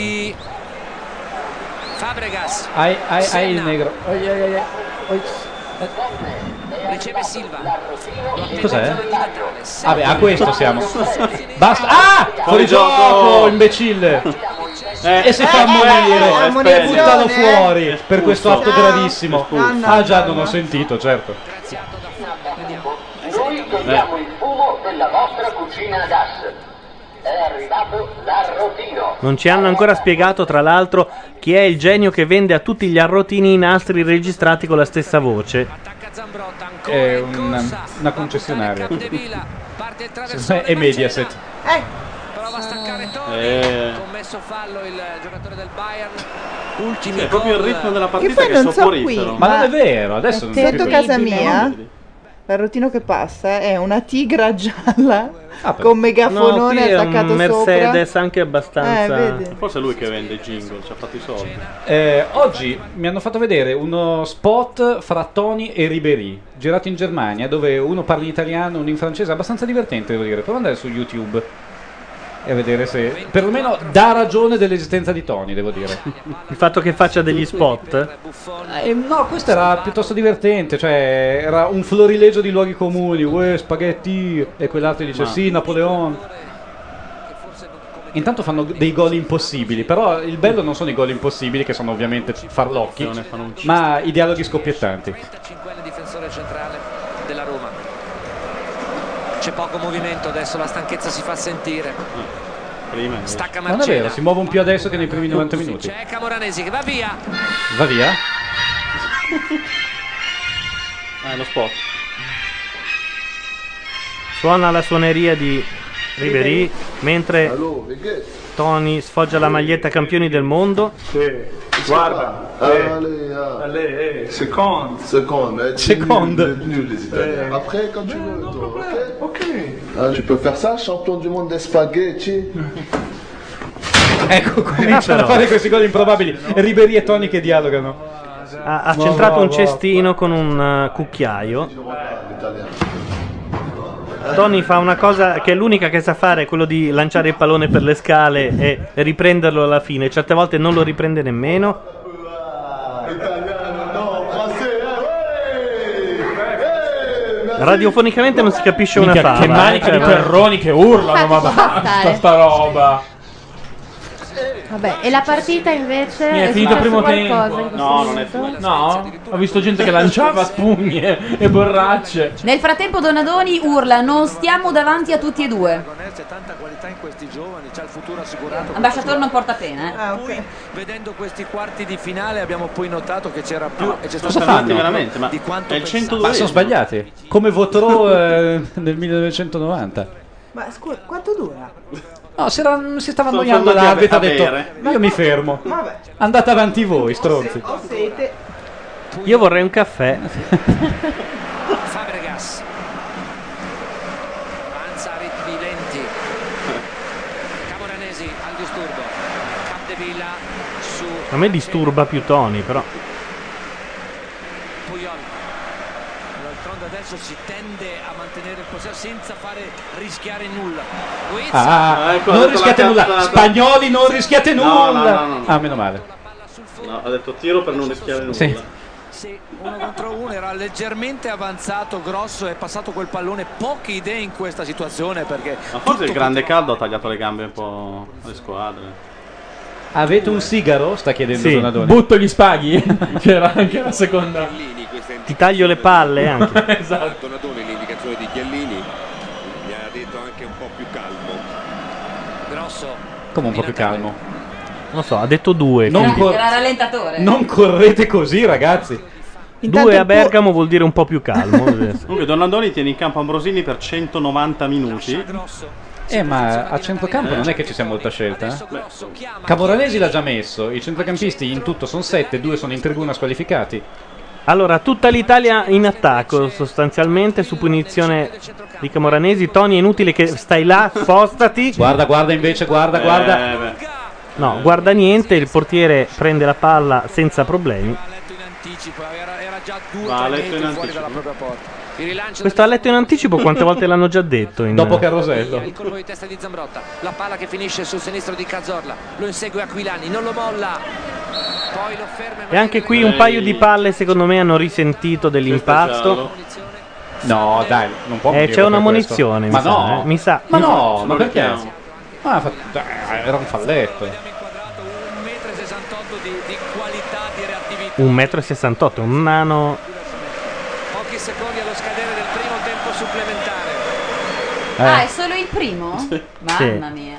Speaker 11: Fabregas.
Speaker 6: Ai, ai, ai, il
Speaker 11: Senna.
Speaker 6: negro. Ai, ai, ai, ai. Oi.
Speaker 11: Riceve Silva.
Speaker 6: Cos'è? Vabbè,
Speaker 11: Vabbè,
Speaker 6: a questo siamo. Basta. Ah! Fuori gioco, imbecille! e si fa
Speaker 8: eh, eh,
Speaker 6: morire!
Speaker 8: eh,
Speaker 6: e
Speaker 8: munizione,
Speaker 6: buttano
Speaker 8: eh.
Speaker 6: fuori per questo atto
Speaker 8: Espulso.
Speaker 6: gravissimo.
Speaker 8: Espulso. No, no,
Speaker 6: Ah, già,
Speaker 8: no,
Speaker 6: non
Speaker 8: no.
Speaker 6: ho sentito, certo.
Speaker 23: Noi togliamo il fumo della vostra cucina a gas. È arrivato l'arrotino.
Speaker 1: Non ci hanno ancora spiegato, tra l'altro, chi è il genio che vende a tutti gli arrotini i nastri registrati con la stessa voce.
Speaker 6: È una, una concessionaria. Secondo me È Mediaset.
Speaker 14: Eh.
Speaker 11: Prova a staccare Torri.
Speaker 6: Eh.
Speaker 11: Commesso fallo il giocatore del Bayern. Ultimi
Speaker 8: È proprio il
Speaker 11: gol.
Speaker 8: ritmo della
Speaker 10: Io
Speaker 8: partita
Speaker 10: poi
Speaker 8: che
Speaker 10: non so qui.
Speaker 8: soporifero.
Speaker 10: Sotto casa mia, l'arrotino che passa è una tigra gialla con
Speaker 1: no, qui
Speaker 10: megafonone
Speaker 1: è
Speaker 8: ehm,
Speaker 10: attaccato
Speaker 1: un Mercedes
Speaker 10: sopra.
Speaker 1: anche abbastanza.
Speaker 10: Eh, vedi.
Speaker 8: Forse è lui che vende i jingle, ci ha fatto i soldi. Ah,
Speaker 6: Eh, oggi mi hanno fatto vedere uno spot fra Tony e Ribéry, girato in Germania, dove uno parla in italiano, uno in francese, abbastanza divertente devo dire. Prova ad andare su YouTube e vedere se perlomeno dà ragione dell'esistenza di Tony, devo dire.
Speaker 1: Il fatto che faccia degli spot?
Speaker 6: Eh, no, questo era piuttosto divertente, cioè era un florilegio di luoghi comuni, uè, spaghetti, e quell'altro dice
Speaker 8: Ma-
Speaker 6: sì, Napoleon. Intanto fanno dei gol impossibili, però il bello non sono i gol impossibili, che sono ovviamente farlocchi, ma i dialoghi scoppiettanti.
Speaker 11: Quel difensore centrale della Roma. C'è poco movimento adesso, la stanchezza si fa sentire.
Speaker 8: Prima.
Speaker 11: Stacca
Speaker 6: Non è vero,
Speaker 11: Marcella.
Speaker 6: si muovono più adesso che nei primi 90 minuti.
Speaker 11: C'è Camoranesi che va via.
Speaker 6: Va via.
Speaker 8: Ah, è lo spot.
Speaker 6: Eh.
Speaker 1: Suona la suoneria di Ribery mentre Tony sfoggia la maglietta campioni del mondo.
Speaker 24: Guarda,
Speaker 6: Eh,
Speaker 24: allez, seconde. ah. Seconde. eh,
Speaker 1: Seconde.
Speaker 6: Eh.
Speaker 24: Après, quand tu veux, toi, ok Ah, Tu peux faire ça, champion du monde des spaghetti
Speaker 6: Ecco, cominciano *laughs* a fare questi gol improbabili. Ribery e Tony che dialogano.
Speaker 1: Ha, ha
Speaker 6: Wow,
Speaker 1: centrato
Speaker 6: wow,
Speaker 1: un
Speaker 6: wow.
Speaker 1: cestino con un eh, cucchiaio. Tony fa una cosa che è l'unica che sa fare, quello di lanciare il pallone per le scale e riprenderlo alla fine. Certe volte non lo riprende nemmeno. Radiofonicamente non si capisce una eh.
Speaker 2: Minchia,
Speaker 1: fava.
Speaker 2: che manica di perroni che urlano, ma basta
Speaker 9: stare.
Speaker 2: sta roba.
Speaker 9: Vabbè, e la partita invece
Speaker 2: Mi è finito il
Speaker 9: successo Eh,
Speaker 2: primo
Speaker 9: qualcosa in
Speaker 2: tempo.
Speaker 9: questo momento?
Speaker 2: No, ho visto gente che lanciava spugne e borracce.
Speaker 3: Nel frattempo Donadoni urla non stiamo davanti a tutti e due. Ambasciatore non porta pena,
Speaker 6: Ah,
Speaker 3: eh.
Speaker 10: Poi,
Speaker 3: vedendo
Speaker 11: questi quarti di finale abbiamo poi notato che c'era più e c'è
Speaker 6: Cosa
Speaker 11: stato
Speaker 6: fanno?
Speaker 11: meno
Speaker 6: veramente? Ma
Speaker 11: di quanto
Speaker 8: è il
Speaker 11: pensavo.
Speaker 8: 102esimo.
Speaker 6: Ma sono sbagliati. Come Votrò eh, nel 1990.
Speaker 10: Ma scusa, quanto dura?
Speaker 6: No, si, era- si stava
Speaker 10: Sono
Speaker 6: annoiando
Speaker 10: tornati a
Speaker 6: l'arbitro, ha
Speaker 10: be- a
Speaker 6: detto
Speaker 10: bere.
Speaker 6: io mi fermo.
Speaker 10: Vabbè.
Speaker 6: Andate avanti voi, stronzi.
Speaker 10: Ho sete.
Speaker 1: Io vorrei un caffè.
Speaker 11: Fabregas avanza a ritmi lenti Camoranesi al disturbo Capdevilla su
Speaker 1: A me disturba più Tony, però.
Speaker 11: Puyol d'altronde adesso si tende a mantenere il possesso senza fare rischiare nulla Luiz
Speaker 6: Ah,
Speaker 8: Ecco, ha detto
Speaker 6: non
Speaker 8: la
Speaker 6: rischiate nulla.
Speaker 8: cazzata.
Speaker 6: Spagnoli, non rischiate
Speaker 8: No,
Speaker 6: nulla.
Speaker 8: no, no, no.
Speaker 6: Ah, meno male.
Speaker 8: No, ha detto tiro per non rischiare nulla.
Speaker 6: Sì.
Speaker 11: Sì, uno contro uno era leggermente avanzato, grosso, è passato quel pallone, poche idee in questa situazione perché
Speaker 8: Ma forse il grande caldo ha tagliato le gambe un po' alle squadre.
Speaker 6: Avete un sigaro? Sta chiedendo
Speaker 8: Sì.
Speaker 6: Donadoni.
Speaker 2: Butto gli spaghi. *laughs* C'era anche la seconda.
Speaker 1: Ti taglio le palle
Speaker 17: *laughs*
Speaker 1: anche.
Speaker 2: esatto.
Speaker 17: Donadoni l'indicazione di Chiellini mi ha detto anche un po' più calmo.
Speaker 11: Grosso.
Speaker 6: *laughs* Come un po' più calmo.
Speaker 1: Non so, ha detto due.
Speaker 6: Non,
Speaker 1: quindi-
Speaker 6: cor-
Speaker 3: Era rallentatore.
Speaker 6: non correte così, ragazzi.
Speaker 1: Due a Bergamo vuol dire un po' più calmo.
Speaker 8: Comunque Donadoni tiene in campo Ambrosini per 190 minuti.
Speaker 6: Eh, ma a centrocampo non è che ci sia molta scelta. eh? Camoranesi l'ha già messo. I centrocampisti in tutto sono 7, due sono in tribuna squalificati.
Speaker 1: Allora, tutta l'Italia in attacco sostanzialmente su punizione di Camoranesi. Tony è inutile che stai là, spostati. Eh,
Speaker 6: Guarda, guarda invece, guarda, guarda.
Speaker 8: Eh,
Speaker 1: No, guarda niente, il portiere prende la palla senza problemi.
Speaker 11: due metri fuori dalla propria porta. Il rilancio
Speaker 1: Questo ha letto in anticipo quante volte l'hanno già detto. In...
Speaker 11: Il colpo di testa di Zambrotta, la palla che finisce sul sinistro di Cazorla, lo insegue Aquilani, non lo molla. Poi lo ferma
Speaker 1: E anche qui un paio di palle secondo me hanno risentito dell'impasto.
Speaker 6: No, dai, non può
Speaker 1: Eh,
Speaker 6: dire
Speaker 1: c'è una
Speaker 6: proprio questo.
Speaker 1: munizione, mi
Speaker 6: Ma
Speaker 1: sa,
Speaker 6: no,
Speaker 1: eh. Mi sa.
Speaker 6: Ma no,
Speaker 1: Sono
Speaker 6: ma perché?
Speaker 1: richiamo.
Speaker 6: Ah, fa- dai, era un falletto.
Speaker 11: 1,68 di, di qualità di reattività.
Speaker 1: 1,68 m, mano.
Speaker 11: Pochi secondi allo scadere del primo tempo supplementare.
Speaker 1: Eh.
Speaker 3: Ah, è solo il primo? Mamma mia.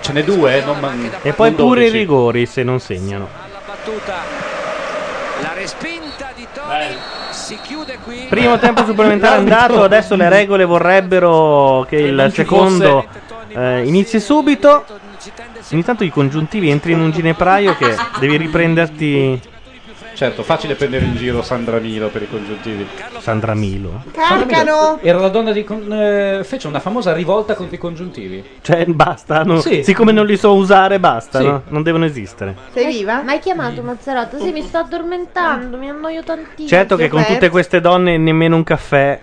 Speaker 6: Ce n'è due, eh, non
Speaker 1: E poi
Speaker 6: non
Speaker 1: pure i
Speaker 6: 12.
Speaker 1: rigori se non segnano.
Speaker 11: La respinta di Toni si chiude qui.
Speaker 1: Primo tempo supplementare è andato, adesso le regole vorrebbero che il
Speaker 11: non ci
Speaker 1: secondo eh, inizi subito. Ogni tanto i congiuntivi entri in un ginepraio che devi riprenderti
Speaker 6: Certo, facile prendere in giro Sandra Milo per i congiuntivi.
Speaker 1: Sandra Milo.
Speaker 10: Carcano!
Speaker 6: Era la donna di. con- eh, fece una famosa rivolta contro i congiuntivi.
Speaker 1: Cioè basta, no?
Speaker 6: Sì.
Speaker 1: siccome non li so usare basta,
Speaker 6: Sì.
Speaker 1: no? non devono esistere.
Speaker 14: Sei viva? Ma hai chiamato Mazzarotto? Sì, mi sto addormentando, mi annoio tantissimo.
Speaker 1: Certo che con tutte queste donne nemmeno un caffè.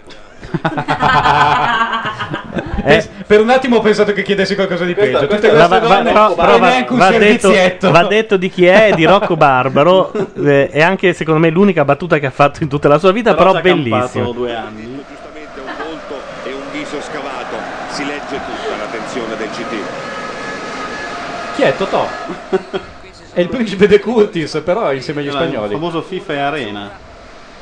Speaker 6: Eh, Per un attimo ho pensato che chiedessi qualcosa di peggio. Tutte
Speaker 1: La-
Speaker 6: queste
Speaker 1: va- va-
Speaker 6: donne
Speaker 1: però- però
Speaker 6: e
Speaker 1: va-
Speaker 6: neanche un
Speaker 1: va detto,
Speaker 6: servizietto.
Speaker 1: va detto di chi è, di
Speaker 6: *laughs*
Speaker 1: Rocco Barbaro. eh, è anche secondo me l'unica battuta che ha fatto in tutta la sua vita, però,
Speaker 8: ci ha campato
Speaker 1: bellissima.
Speaker 8: due anni.
Speaker 17: Giustamente un volto e un viso scavato, si legge tutta l'attenzione del CT.
Speaker 6: Chi è Totò? È il principe De Curtis, però insieme agli
Speaker 8: Era
Speaker 6: spagnoli.
Speaker 8: Il famoso FIFA e Arena.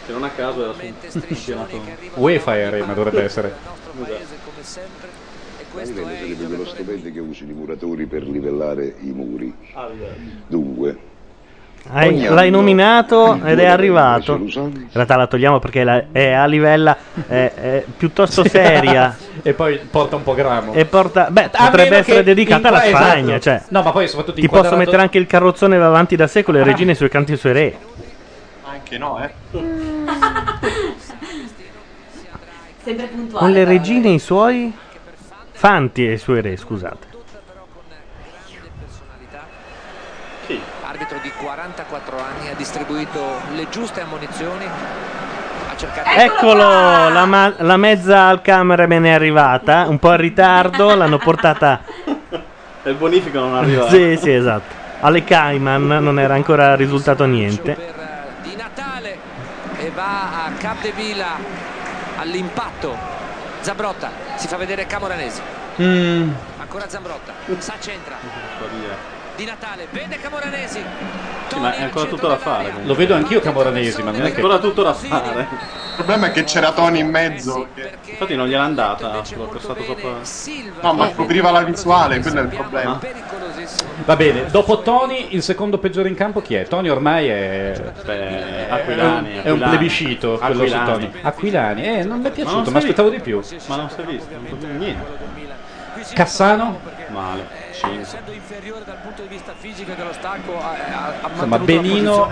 Speaker 8: Che non a caso era su un campionato.
Speaker 6: UEFA e Arena dovrebbe essere.
Speaker 16: Livello sarebbe quello
Speaker 8: Ah,
Speaker 16: strumento che usano i muratori per livellare i muri. Dunque,
Speaker 1: Hai-
Speaker 24: Ogni anno
Speaker 1: l'hai nominato ed è arrivato.
Speaker 24: Lusa.
Speaker 1: In realtà la togliamo perché la- è a livella è- è piuttosto *laughs* seria.
Speaker 6: e poi porta un po' gramo.
Speaker 1: E porta. Beh,
Speaker 6: A
Speaker 1: potrebbe
Speaker 6: meno
Speaker 1: essere
Speaker 6: che
Speaker 1: dedicata alla
Speaker 6: in- esatto.
Speaker 1: Spagna. Cioè,
Speaker 6: No, ma poi soprattutto
Speaker 1: ti posso
Speaker 6: inquadrato-
Speaker 1: mettere anche il carrozzone va avanti da secoli,
Speaker 6: Ah.
Speaker 1: le regine sui canti e sui re.
Speaker 20: Anche no, eh.
Speaker 3: Sempre puntuale.
Speaker 1: Con le
Speaker 3: però.
Speaker 1: regine e i suoi. Fanti e i suoi re, scusate.
Speaker 11: Arbitro di 44 anni ha distribuito le giuste ammonizioni. Ha cercato
Speaker 1: Eccolo, la, ma- la mezza al cameraman è arrivata, un po' in ritardo, l'hanno portata.
Speaker 8: E il bonifico non arriva.
Speaker 1: Sì, sì, esatto. Alle Cayman non era ancora risultato niente.
Speaker 11: e va a Capdevila all'impatto. Zambrotta si fa vedere Camoranesi.
Speaker 6: Mm.
Speaker 11: Ancora Zambrotta. Sa centra. Di Natale vede Camoranesi.
Speaker 8: Sì, ma è ancora tutto da fare. comunque.
Speaker 6: Lo vedo anch'io Camoranesi, ma non
Speaker 8: È
Speaker 6: è che...
Speaker 8: ancora tutto da fare.
Speaker 20: Il problema è che c'era Tony in mezzo.
Speaker 8: Infatti non gliel'ha andata, l'ho passato sopra.
Speaker 20: No, ma copriva la visuale, quello è il problema.
Speaker 6: Va bene, dopo Tony, il secondo peggiore in campo chi è? Tony ormai è.
Speaker 8: Beh,
Speaker 6: è
Speaker 8: Aquilani.
Speaker 6: un- è un plebiscito quello su
Speaker 8: Aquilani.
Speaker 6: Tony. Aquilani, eh, non mi è
Speaker 8: Ma
Speaker 6: piaciuto,
Speaker 8: non
Speaker 6: ma
Speaker 8: si-
Speaker 6: aspettavo di più.
Speaker 8: Ma non si è visto, non so niente.
Speaker 6: Cassano?
Speaker 8: Male. Cinque.
Speaker 6: Insomma, Benino,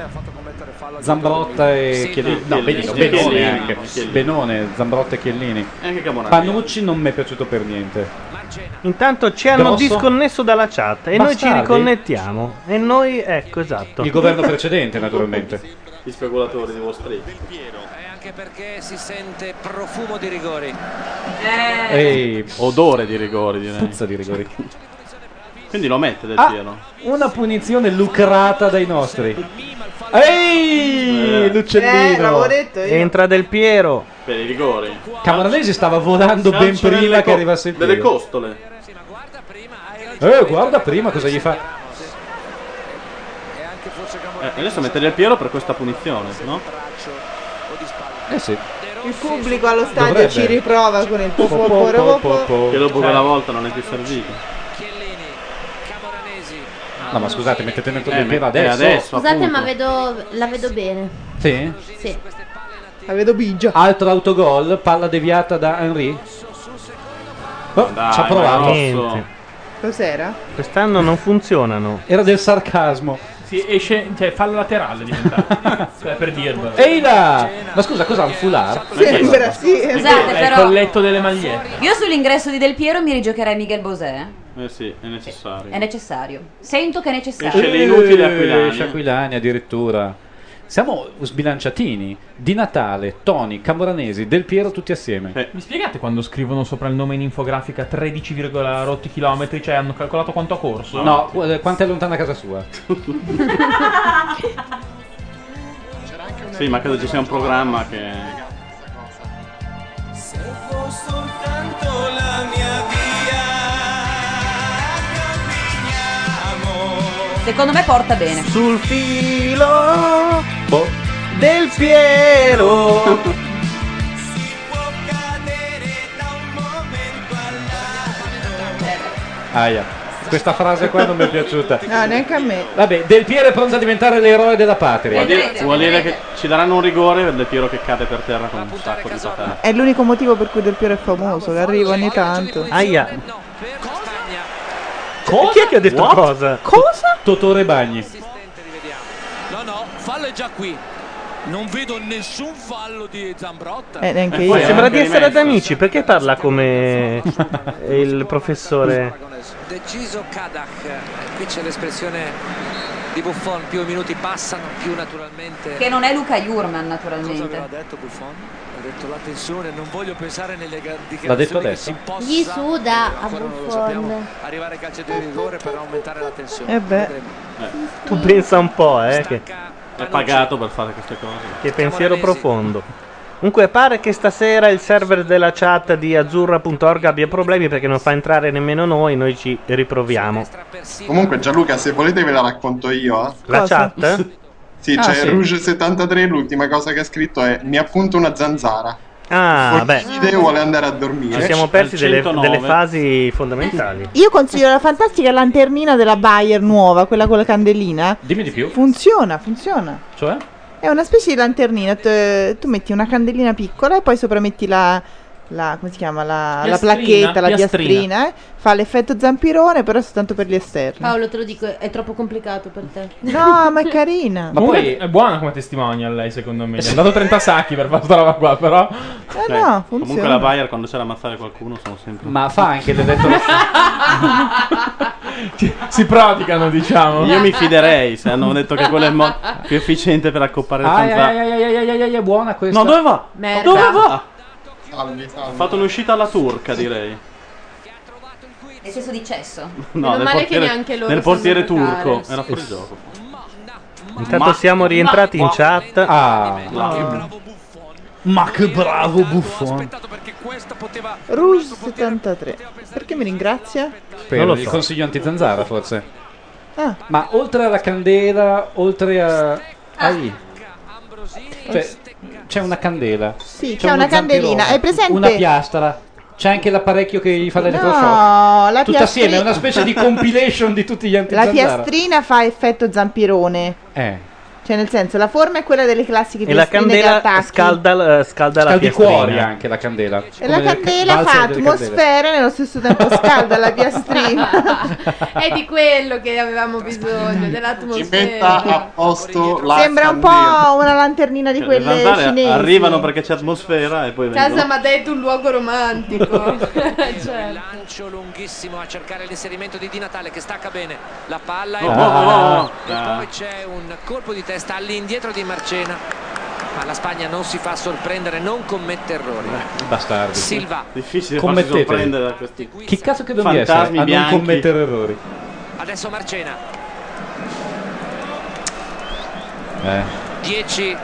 Speaker 6: Zambrotta e
Speaker 8: Sì,
Speaker 6: Chiellini.
Speaker 8: no,
Speaker 6: No, Benino,
Speaker 8: Chiellini,
Speaker 6: Benone
Speaker 8: Chiellini,
Speaker 6: anche.
Speaker 8: Chiellini.
Speaker 6: Benone, Zambrotta e Chiellini.
Speaker 8: E anche Camoranesi.
Speaker 6: Panucci non mi è piaciuto per niente.
Speaker 1: Intanto ci hanno
Speaker 6: Grosso?
Speaker 1: disconnesso dalla chat e noi ci
Speaker 6: Bastardi?
Speaker 1: riconnettiamo. E noi, ecco, esatto.
Speaker 6: Il governo precedente, naturalmente.
Speaker 8: Gli speculatori di Wall Street.
Speaker 11: Anche perché si sente profumo di rigori.
Speaker 8: Eh. Odore di rigori, direi.
Speaker 6: Puzza di rigori.
Speaker 8: Quindi lo mette del
Speaker 6: Ah.
Speaker 8: Piero.
Speaker 6: Una punizione lucrata dai nostri. Ehi,
Speaker 10: Eh, l'avevo
Speaker 6: l'uccellino!
Speaker 10: detto io.
Speaker 1: Entra del Piero.
Speaker 8: Per i rigori.
Speaker 6: Camaranesi stava volando ben
Speaker 8: Calcio nelle
Speaker 6: prima che
Speaker 8: co-
Speaker 6: arrivasse il
Speaker 8: Delle
Speaker 6: tiro.
Speaker 8: costole.
Speaker 6: Eh, guarda prima cosa gli fa.
Speaker 8: Eh, adesso mette del Piero per questa punizione, no?
Speaker 6: Eh sì.
Speaker 10: Il pubblico allo stadio
Speaker 6: Eh,
Speaker 8: Dovrebbe.
Speaker 10: ci riprova con il popo
Speaker 8: po,
Speaker 10: poropo.
Speaker 8: Che dopo
Speaker 6: Cioè,
Speaker 8: quella volta non è più servito.
Speaker 6: No, ma scusate, mettete nel
Speaker 8: Eh,
Speaker 6: del Piero
Speaker 8: mette
Speaker 6: adesso.
Speaker 8: adesso,
Speaker 14: Scusate, ma vedo, la vedo bene.
Speaker 6: Sì.
Speaker 14: Sì.
Speaker 6: La vedo bigia. Altro autogol, palla deviata da Henry. Oh,
Speaker 1: Dai,
Speaker 6: ci ha provato.
Speaker 1: ma niente.
Speaker 10: Cos'era?
Speaker 1: Quest'anno non funzionano.
Speaker 6: Era del sarcasmo.
Speaker 2: Sì, esce, cioè fallo laterale
Speaker 8: *laughs*
Speaker 2: diventa. cioè, per dirvelo.
Speaker 6: Ehi là! Ma scusa, cos'ha il foulard?
Speaker 10: Sembra sì.
Speaker 3: Scusate,
Speaker 2: È il
Speaker 3: però.
Speaker 2: colletto delle magliette.
Speaker 3: Io sull'ingresso di Del Piero mi rigiocherei Miguel Bosé. eh.
Speaker 8: Eh sì, è necessario.
Speaker 3: È necessario. Sento che è
Speaker 8: Esce
Speaker 3: necessario.
Speaker 8: lì. l'inutile Aquilani.
Speaker 6: Esce Aquilani addirittura. Siamo sbilanciatini. Di Natale, Toni, Camoranesi, Del Piero tutti assieme.
Speaker 8: Eh.
Speaker 2: Mi spiegate quando scrivono sopra il nome in infografica 13,8 km, cioè hanno calcolato quanto ha corso?
Speaker 6: No, qu- eh, quanto è lontana casa
Speaker 8: *laughs*
Speaker 6: sua?
Speaker 8: Sì, ma credo ci sia un programma che.
Speaker 4: Se fu soltanto la mia via, camminiamo.
Speaker 3: Secondo me porta bene.
Speaker 4: Sul filo del Piero.
Speaker 6: Aia. Questa frase qua non mi è piaciuta.
Speaker 10: No, Ah, neanche a me.
Speaker 6: Vabbè, Del Piero è pronto a diventare l'eroe della patria.
Speaker 8: Vuol dire, vuol dire che ci daranno un rigore per Del Piero che cade per terra con un sacco di patate.
Speaker 10: È l'unico motivo per cui Del Piero è famoso, che arriva ogni tanto.
Speaker 8: Ah,
Speaker 1: Aia. Chi è che ha detto
Speaker 6: What?
Speaker 1: cosa?
Speaker 10: Cosa?
Speaker 6: Totore Bagni.
Speaker 11: No, no, fallo è Oh, già qui. Non vedo nessun fallo di Zambrotta.
Speaker 1: Eh, poi Sembra di essere ad amici, perché parla come il professore?
Speaker 11: Deciso Kadak. Eh, Qui c'è l'espressione di Buffon, più i minuti passano, più naturalmente
Speaker 3: Che non è Luca Jurman,
Speaker 11: Cosa aveva
Speaker 3: naturalmente.
Speaker 11: detto Buffon? Ha detto la tensione, non voglio pensare nelle ga- dichiarazioni
Speaker 6: L'ha detto
Speaker 11: che
Speaker 6: adesso?
Speaker 11: si possa
Speaker 14: Gli suda a
Speaker 11: ancora non lo
Speaker 14: Buffon.
Speaker 11: arrivare ai calci di rigore per aumentare la tensione.
Speaker 1: Eh beh.
Speaker 8: Eh,
Speaker 1: Tu pensa un po', eh, che,
Speaker 8: è pagato per fare queste cose.
Speaker 1: che pensiero profondo. Comunque pare che stasera il server della chat di azzurra.org abbia problemi perché non fa entrare nemmeno noi, noi ci riproviamo.
Speaker 20: Comunque, Gianluca, se volete ve la racconto io. eh.
Speaker 1: La chat?
Speaker 20: Sì,
Speaker 1: Ah,
Speaker 20: c'è
Speaker 1: sì.
Speaker 20: Rouge73, l'ultima cosa che ha scritto è mi appunto una zanzara.
Speaker 1: Ah, beh.
Speaker 20: Uccide e vuole andare a dormire.
Speaker 1: Ci siamo persi
Speaker 20: Al
Speaker 1: delle,
Speaker 20: 109.
Speaker 1: delle fasi fondamentali.
Speaker 10: Io consiglio la fantastica lanternina della Bayer nuova, quella con la candelina.
Speaker 6: Dimmi di più.
Speaker 10: Funziona, funziona.
Speaker 6: Cioè?
Speaker 10: È una specie di lanternina. t- tu metti una candelina piccola e poi sopra metti la. la- come si chiama? La,
Speaker 9: Piastrina,
Speaker 10: la placchetta, la
Speaker 9: piastrina. Ah.
Speaker 10: piastrina. eh. Fa l'effetto zampirone, però soltanto per gli esterni.
Speaker 14: Paolo, te lo dico, è troppo complicato per te.
Speaker 10: No, ma è carina.
Speaker 2: Ma poi è buona come testimonial lei, secondo
Speaker 6: *laughs*
Speaker 2: me. Gli ha dato 30 sacchi per fare questa roba qua, però.
Speaker 10: Eh no,
Speaker 8: Cioè, Comunque la Bayer quando c'è da ammazzare qualcuno sono sempre.
Speaker 6: Ma fa anche l'elettroshock.
Speaker 2: si prodigano, diciamo.
Speaker 8: Io mi fiderei se hanno detto che quello è il modo più efficiente per accoppare le
Speaker 6: Ai,
Speaker 8: zanzare.
Speaker 6: ai, ai, ai, ai, ai, ai, ai, è buona questa. Ah.
Speaker 8: No, dove va?
Speaker 14: Merda.
Speaker 8: Dove va? Ha fatto un'uscita alla turca, direi.
Speaker 3: Nel senso di cesso.
Speaker 8: No, nel portiere, nel portiere turco. Era fuori gioco.
Speaker 1: Intanto
Speaker 8: Ma-
Speaker 1: siamo rientrati in chat. Ah,
Speaker 6: Ma che bravo buffone.
Speaker 10: Rouge 73. Perché mi ringrazia?
Speaker 6: Non
Speaker 1: lo
Speaker 6: Il
Speaker 1: so.
Speaker 6: consiglio antizanzara, forse.
Speaker 10: Ah.
Speaker 6: Ma oltre alla candela, oltre a. ai- Cioè, c'è una candela.
Speaker 10: Sì, c'è
Speaker 6: uno
Speaker 10: una candelina.
Speaker 6: zampirone,
Speaker 10: È presente-
Speaker 6: Una piastra. C'è anche l'apparecchio che gli fa l'elettroshock.
Speaker 10: No, la
Speaker 6: Tutta
Speaker 10: piastri-
Speaker 6: assieme, è una specie di compilation di tutti gli
Speaker 10: La
Speaker 6: antizanzara.
Speaker 10: piastrina fa effetto zampirone.
Speaker 6: Eh.
Speaker 10: Cioè, nel senso, la forma è quella delle classiche
Speaker 1: E la
Speaker 10: piastrine che
Speaker 1: candela
Speaker 10: attacchi.
Speaker 1: scalda, eh, scalda la
Speaker 6: Scaldi
Speaker 1: piastrina.
Speaker 6: cuori anche la candela.
Speaker 10: E la candela fa atmosfera e nello stesso tempo scalda la piastrina.
Speaker 14: *laughs* È di quello che avevamo bisogno,
Speaker 20: Ci metta
Speaker 14: dell'atmosfera.
Speaker 20: a posto la
Speaker 10: Sembra un po' una lanternina di
Speaker 8: Cioè, le
Speaker 10: quelle
Speaker 8: zanzare
Speaker 10: cinesi.
Speaker 8: arrivano perché c'è atmosfera e poi
Speaker 14: Casa
Speaker 8: vengono.
Speaker 14: Madetto, un luogo
Speaker 11: *laughs*
Speaker 14: romantico. *laughs* Certo.
Speaker 11: Il lancio lunghissimo a cercare l'inserimento di Di Natale che stacca bene la palla e,
Speaker 8: Oh, oh, oh, oh.
Speaker 11: e poi c'è un colpo di testa all'indietro di Marcena ma la Spagna non si fa sorprendere non commette errori
Speaker 6: Eh, Bastardi.
Speaker 11: Silva.
Speaker 8: Difficile farsi
Speaker 6: Commetteteli.
Speaker 8: sorprendere da questi.
Speaker 6: Chi cazzo che dobbiamo
Speaker 8: Fantasmi
Speaker 6: essere a non
Speaker 8: bianchi.
Speaker 6: commettere errori?
Speaker 11: adesso Marcena
Speaker 6: Eh.
Speaker 11: 10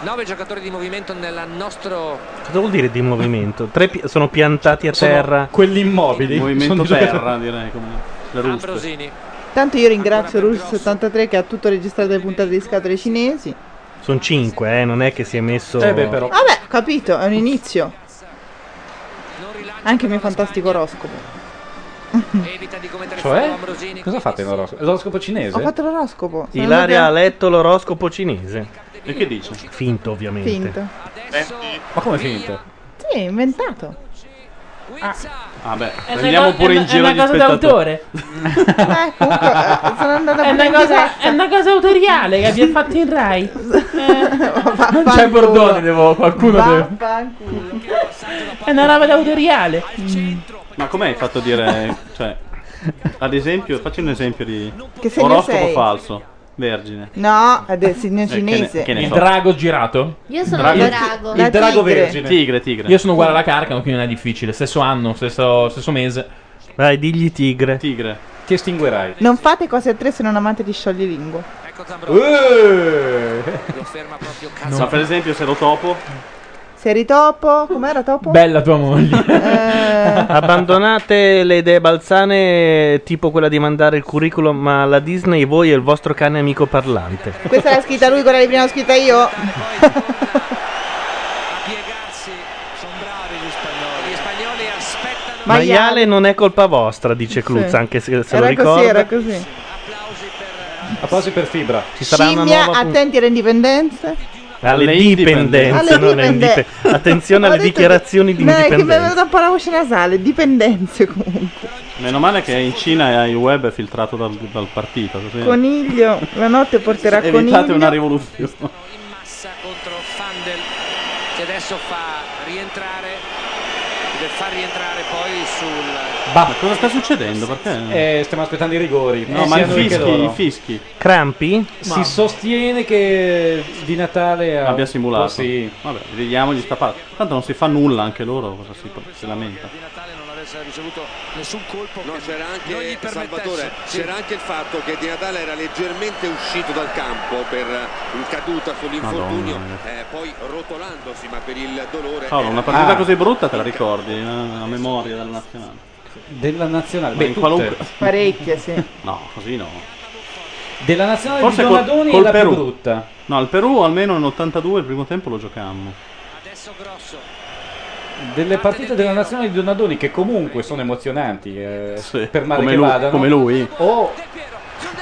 Speaker 11: 9 giocatori di movimento nel nostro
Speaker 1: Cosa vuol dire di movimento? Tre pi- sono piantati a
Speaker 11: Sono
Speaker 1: terra.
Speaker 6: Quelli immobili.
Speaker 8: Movimento
Speaker 1: Sono giocatori-
Speaker 8: terra, direi. Come
Speaker 11: Ah,
Speaker 8: le ruste.
Speaker 11: Ambrosini
Speaker 10: Tanto io ringrazio Rouge 73 che ha tutto registrato le puntate di scatole cinesi.
Speaker 1: Sono cinque, eh, non è che si è messo.
Speaker 6: Eh beh, però.
Speaker 10: Vabbè, ho capito, è un inizio. Anche il mio fantastico oroscopo.
Speaker 6: Cioè? Cosa fate l'oroscopo? L'oroscopo cinese?
Speaker 10: Ho fatto l'oroscopo. sono
Speaker 1: Ilaria ha
Speaker 10: proprio
Speaker 1: letto l'oroscopo cinese.
Speaker 8: E che dice?
Speaker 1: Finto, ovviamente.
Speaker 10: Finto.
Speaker 6: Ma come finto?
Speaker 10: Sì, inventato. Ah.
Speaker 8: *laughs*
Speaker 11: Eh,
Speaker 8: Vabbè,
Speaker 10: È una
Speaker 8: Ah, prendiamo
Speaker 10: co-
Speaker 8: pure
Speaker 10: è
Speaker 8: in
Speaker 10: una- è
Speaker 8: giro
Speaker 10: una
Speaker 8: gli
Speaker 10: cosa
Speaker 8: spettatori.
Speaker 2: d'autore.
Speaker 10: Eh, comunque, eh, sono andata
Speaker 2: È
Speaker 10: pure
Speaker 2: una
Speaker 10: in
Speaker 2: cosa,
Speaker 10: disastro.
Speaker 2: è una cosa autoriale che abbiamo fatto in Rai. non c'è Bordone, devo, qualcuno deve. È una roba d'autoriale.
Speaker 8: Ma com'è hai fatto dire. Cioè, ad esempio, facci un esempio di.
Speaker 10: Che segno
Speaker 8: oroscopo
Speaker 10: sei?
Speaker 8: falso. Vergine.
Speaker 10: No, è del segno
Speaker 8: Eh, che ne-
Speaker 10: cinese.
Speaker 8: che ne
Speaker 2: Il
Speaker 8: so.
Speaker 2: drago girato?
Speaker 14: Io sono il drago.
Speaker 10: La tigre.
Speaker 8: Tigre, tigre.
Speaker 2: Io sono uguale alla Carcano, quindi non è difficile. Stesso anno, stesso, stesso mese.
Speaker 1: Vai, digli tigre.
Speaker 8: Tigre.
Speaker 6: Ti estinguerai.
Speaker 10: Non fate cose a tre se non amate gli scioglilingua.
Speaker 2: Eh.
Speaker 11: lo ferma proprio
Speaker 8: No. Ma per esempio, se lo topo.
Speaker 10: Seri topo, com'era topo?
Speaker 2: Bella tua
Speaker 10: *laughs*
Speaker 2: moglie.
Speaker 10: Eh.
Speaker 1: Abbandonate le idee balzane, tipo quella di mandare il curriculum alla Disney, voi e il vostro cane amico parlante.
Speaker 10: Questa l'ha scritta lui, quella di prima l'ho scritta io.
Speaker 11: gli spagnoli aspettano
Speaker 1: Maiale non è colpa vostra, dice Cluz, anche se, se lo
Speaker 10: era
Speaker 1: ricorda.
Speaker 10: così, era così.
Speaker 6: Applausi per fibra.
Speaker 1: Ci sarà una
Speaker 10: Scimmia,
Speaker 1: nuova pun-
Speaker 10: attenti alle indipendenze.
Speaker 1: alle dipendenze,
Speaker 10: Alle
Speaker 1: non alle
Speaker 10: dipendenze.
Speaker 1: indipe- Attenzione
Speaker 10: Eh. Ho
Speaker 1: alle
Speaker 10: detto che-
Speaker 1: dichiarazioni di
Speaker 10: No, è che mi è
Speaker 1: indipendenza.
Speaker 10: venuta un po' la voce nasale. Dipendenze comunque.
Speaker 8: Meno male che in Cina il web è filtrato dal, dal partito. Così
Speaker 10: Coniglio, la notte porterà
Speaker 8: evitate
Speaker 10: coniglio.
Speaker 8: una rivoluzione.
Speaker 11: in massa contro Fandel che adesso fa rientrare deve far rientrare poi sul
Speaker 8: Ma cosa sta succedendo? Perché?
Speaker 6: Eh, stiamo aspettando i rigori.
Speaker 8: No, ma
Speaker 6: Eh,
Speaker 8: i
Speaker 6: siano anche
Speaker 8: fischi,
Speaker 6: loro.
Speaker 8: i fischi.
Speaker 1: Crampi?
Speaker 6: Si sostiene che di Natale ha-
Speaker 8: Abbia simulato.
Speaker 6: Oh, sì.
Speaker 8: Vabbè, vediamogli sta parte. Tanto non si fa nulla anche loro, cosa si, si lamenta.
Speaker 11: non avesse ricevuto nessun colpo
Speaker 17: No, c'era
Speaker 11: non gli
Speaker 17: anche
Speaker 11: permettesse.
Speaker 17: Salvatore,
Speaker 11: Sì.
Speaker 17: c'era anche il fatto che Di Natale era leggermente uscito dal campo per eh, in caduta sull'infortunio, eh, poi rotolandosi ma per il dolore.
Speaker 8: Paolo,
Speaker 17: era-
Speaker 8: una partita
Speaker 17: Ah.
Speaker 8: così brutta te la ricordi? eh, A memoria della nazionale.
Speaker 6: Della nazionale.
Speaker 8: Ma
Speaker 6: Beh,
Speaker 8: in
Speaker 6: tutte.
Speaker 8: qualunque-
Speaker 10: Parecchie, sì.
Speaker 8: No, così no.
Speaker 6: Della nazionale
Speaker 8: Forse
Speaker 6: di
Speaker 8: col,
Speaker 6: Donadoni
Speaker 8: col
Speaker 6: è la più
Speaker 8: Perù.
Speaker 6: brutta.
Speaker 8: No, il Perù almeno in 82 il primo tempo lo giocammo.
Speaker 11: adesso grosso
Speaker 6: delle partite della nazionale di Donadoni che comunque sono emozionanti eh, per male
Speaker 8: come
Speaker 6: che
Speaker 8: lui-
Speaker 6: vadano
Speaker 8: come lui.
Speaker 6: o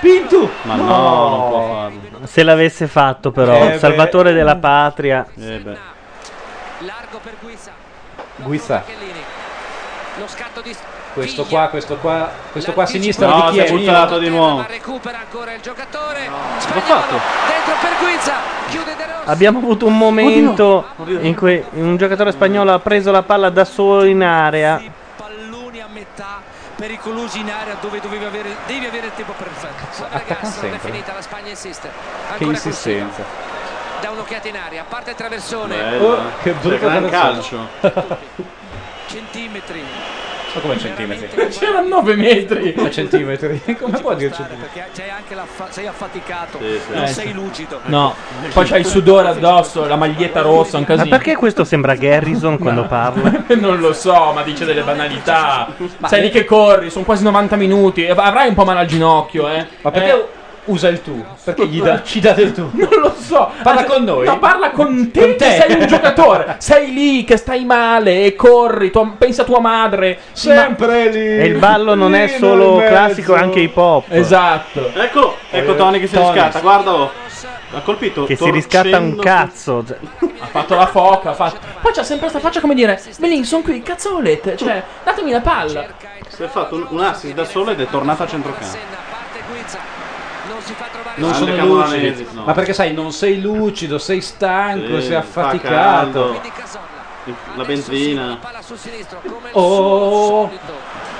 Speaker 6: Pintu
Speaker 8: Ma no, non può farlo.
Speaker 1: Se l'avesse fatto, però,
Speaker 6: Eh, beh.
Speaker 1: Salvatore della Patria.
Speaker 8: Eh,
Speaker 6: Guizza
Speaker 11: Lo scatto di
Speaker 6: questo qua questo qua questo qua a sinistra
Speaker 8: No,
Speaker 6: di chi
Speaker 8: si è
Speaker 6: è Mio?
Speaker 8: buttato di nuovo.
Speaker 11: recupera ancora il giocatore.
Speaker 8: L'ho fatto.
Speaker 11: Dentro per Guizza. Chiude De Rossi.
Speaker 1: Abbiamo avuto un momento in cui un giocatore spagnolo ha preso la palla da solo in area.
Speaker 11: Pericolosi in area dove dovevi avere, devi avere il tempo perfetto.
Speaker 6: attaccano
Speaker 11: Non è
Speaker 6: sempre
Speaker 11: finita, la Spagna insiste.
Speaker 6: che
Speaker 11: Ancora
Speaker 6: insistenza
Speaker 11: da un'occhiata in aria, a parte il traversone.
Speaker 6: Oh, che brutto
Speaker 8: eh. gran
Speaker 6: traversone.
Speaker 11: Centimetri.
Speaker 6: ma
Speaker 8: *laughs*
Speaker 6: come centimetri c'era 9 metri a centimetri come può dirci
Speaker 11: Perché c'è anche la fa- sei affaticato,
Speaker 6: sì.
Speaker 11: non
Speaker 6: Eh,
Speaker 11: sei
Speaker 6: sì.
Speaker 11: lucido.
Speaker 2: No, poi c'hai il sudore addosso, la maglietta rossa, un
Speaker 1: Ma
Speaker 2: casino.
Speaker 1: perché questo sembra Garrison quando parla?
Speaker 2: *laughs* non lo so, ma dice delle banalità. Sai di che corri, sono quasi 90 minuti. Avrai un po' male al ginocchio, eh.
Speaker 6: Ma perché usa il tu? Perché
Speaker 2: *laughs*
Speaker 6: gli dà- ci dà del tu?
Speaker 2: Non lo so. Ah,
Speaker 6: Parla con noi?
Speaker 2: No, parla con te.
Speaker 6: Con te. eh.
Speaker 2: che Sei un giocatore. Sei lì che stai male e corri. tua- pensa a tua madre.
Speaker 6: Sempre lì.
Speaker 1: E il ballo non è solo classico, è anche hip hop.
Speaker 2: Esatto.
Speaker 8: Eccolo, ecco
Speaker 1: Eh,
Speaker 8: Tony che si
Speaker 1: Tony.
Speaker 8: riscatta, guardalo. L'ha colpito.
Speaker 1: Che si riscatta un
Speaker 8: torcendo-
Speaker 1: cazzo. cioè.
Speaker 2: Ha fatto la foca. ha fatto- Poi c'ha sempre questa faccia come dire: Belin, sono qui, cazzo volete? Cioè, datemi la palla.
Speaker 8: Si è fatto un, un assist da solo ed è tornato a centrocampo.
Speaker 6: non sono
Speaker 8: Grande
Speaker 6: lucidi
Speaker 8: Camoranesi, no.
Speaker 6: ma perché sai non sei lucido sei stanco
Speaker 8: Sì,
Speaker 6: sei
Speaker 8: Eh, fa
Speaker 6: affaticato
Speaker 8: caldo. La benzina.
Speaker 6: oh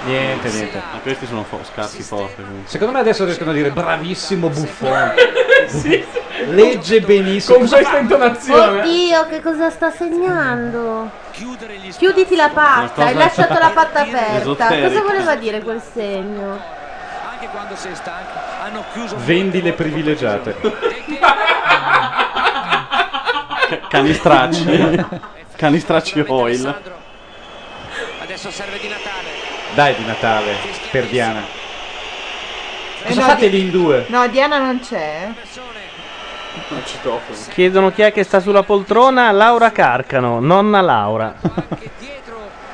Speaker 6: niente niente
Speaker 8: Ma questi sono fo- scarsi forti. comunque.
Speaker 6: secondo me adesso riescono a dire bravissimo *laughs* buffone
Speaker 2: Sì.
Speaker 6: legge benissimo
Speaker 2: Con questa intonazione
Speaker 14: Oddio, che cosa sta segnando? Chiuditi la
Speaker 6: Ma
Speaker 14: patta,
Speaker 6: cosa-
Speaker 14: hai lasciato la patta aperta.
Speaker 6: Esoterica.
Speaker 14: Cosa voleva dire quel segno?
Speaker 11: Anche quando sei stanco, hanno chiuso
Speaker 6: vendi le *laughs* privilegiate
Speaker 8: Ca-
Speaker 6: *laughs*
Speaker 8: Canistracci. Canistracci oil.
Speaker 11: Adesso serve di Natale.
Speaker 6: dai di Natale per Diana cosa
Speaker 10: Eh, no,
Speaker 6: fate
Speaker 10: di-
Speaker 6: lì in due?
Speaker 10: No, Diana non c'è.
Speaker 1: Chiedono chi è che sta sulla poltrona. Laura Carcano, nonna Laura.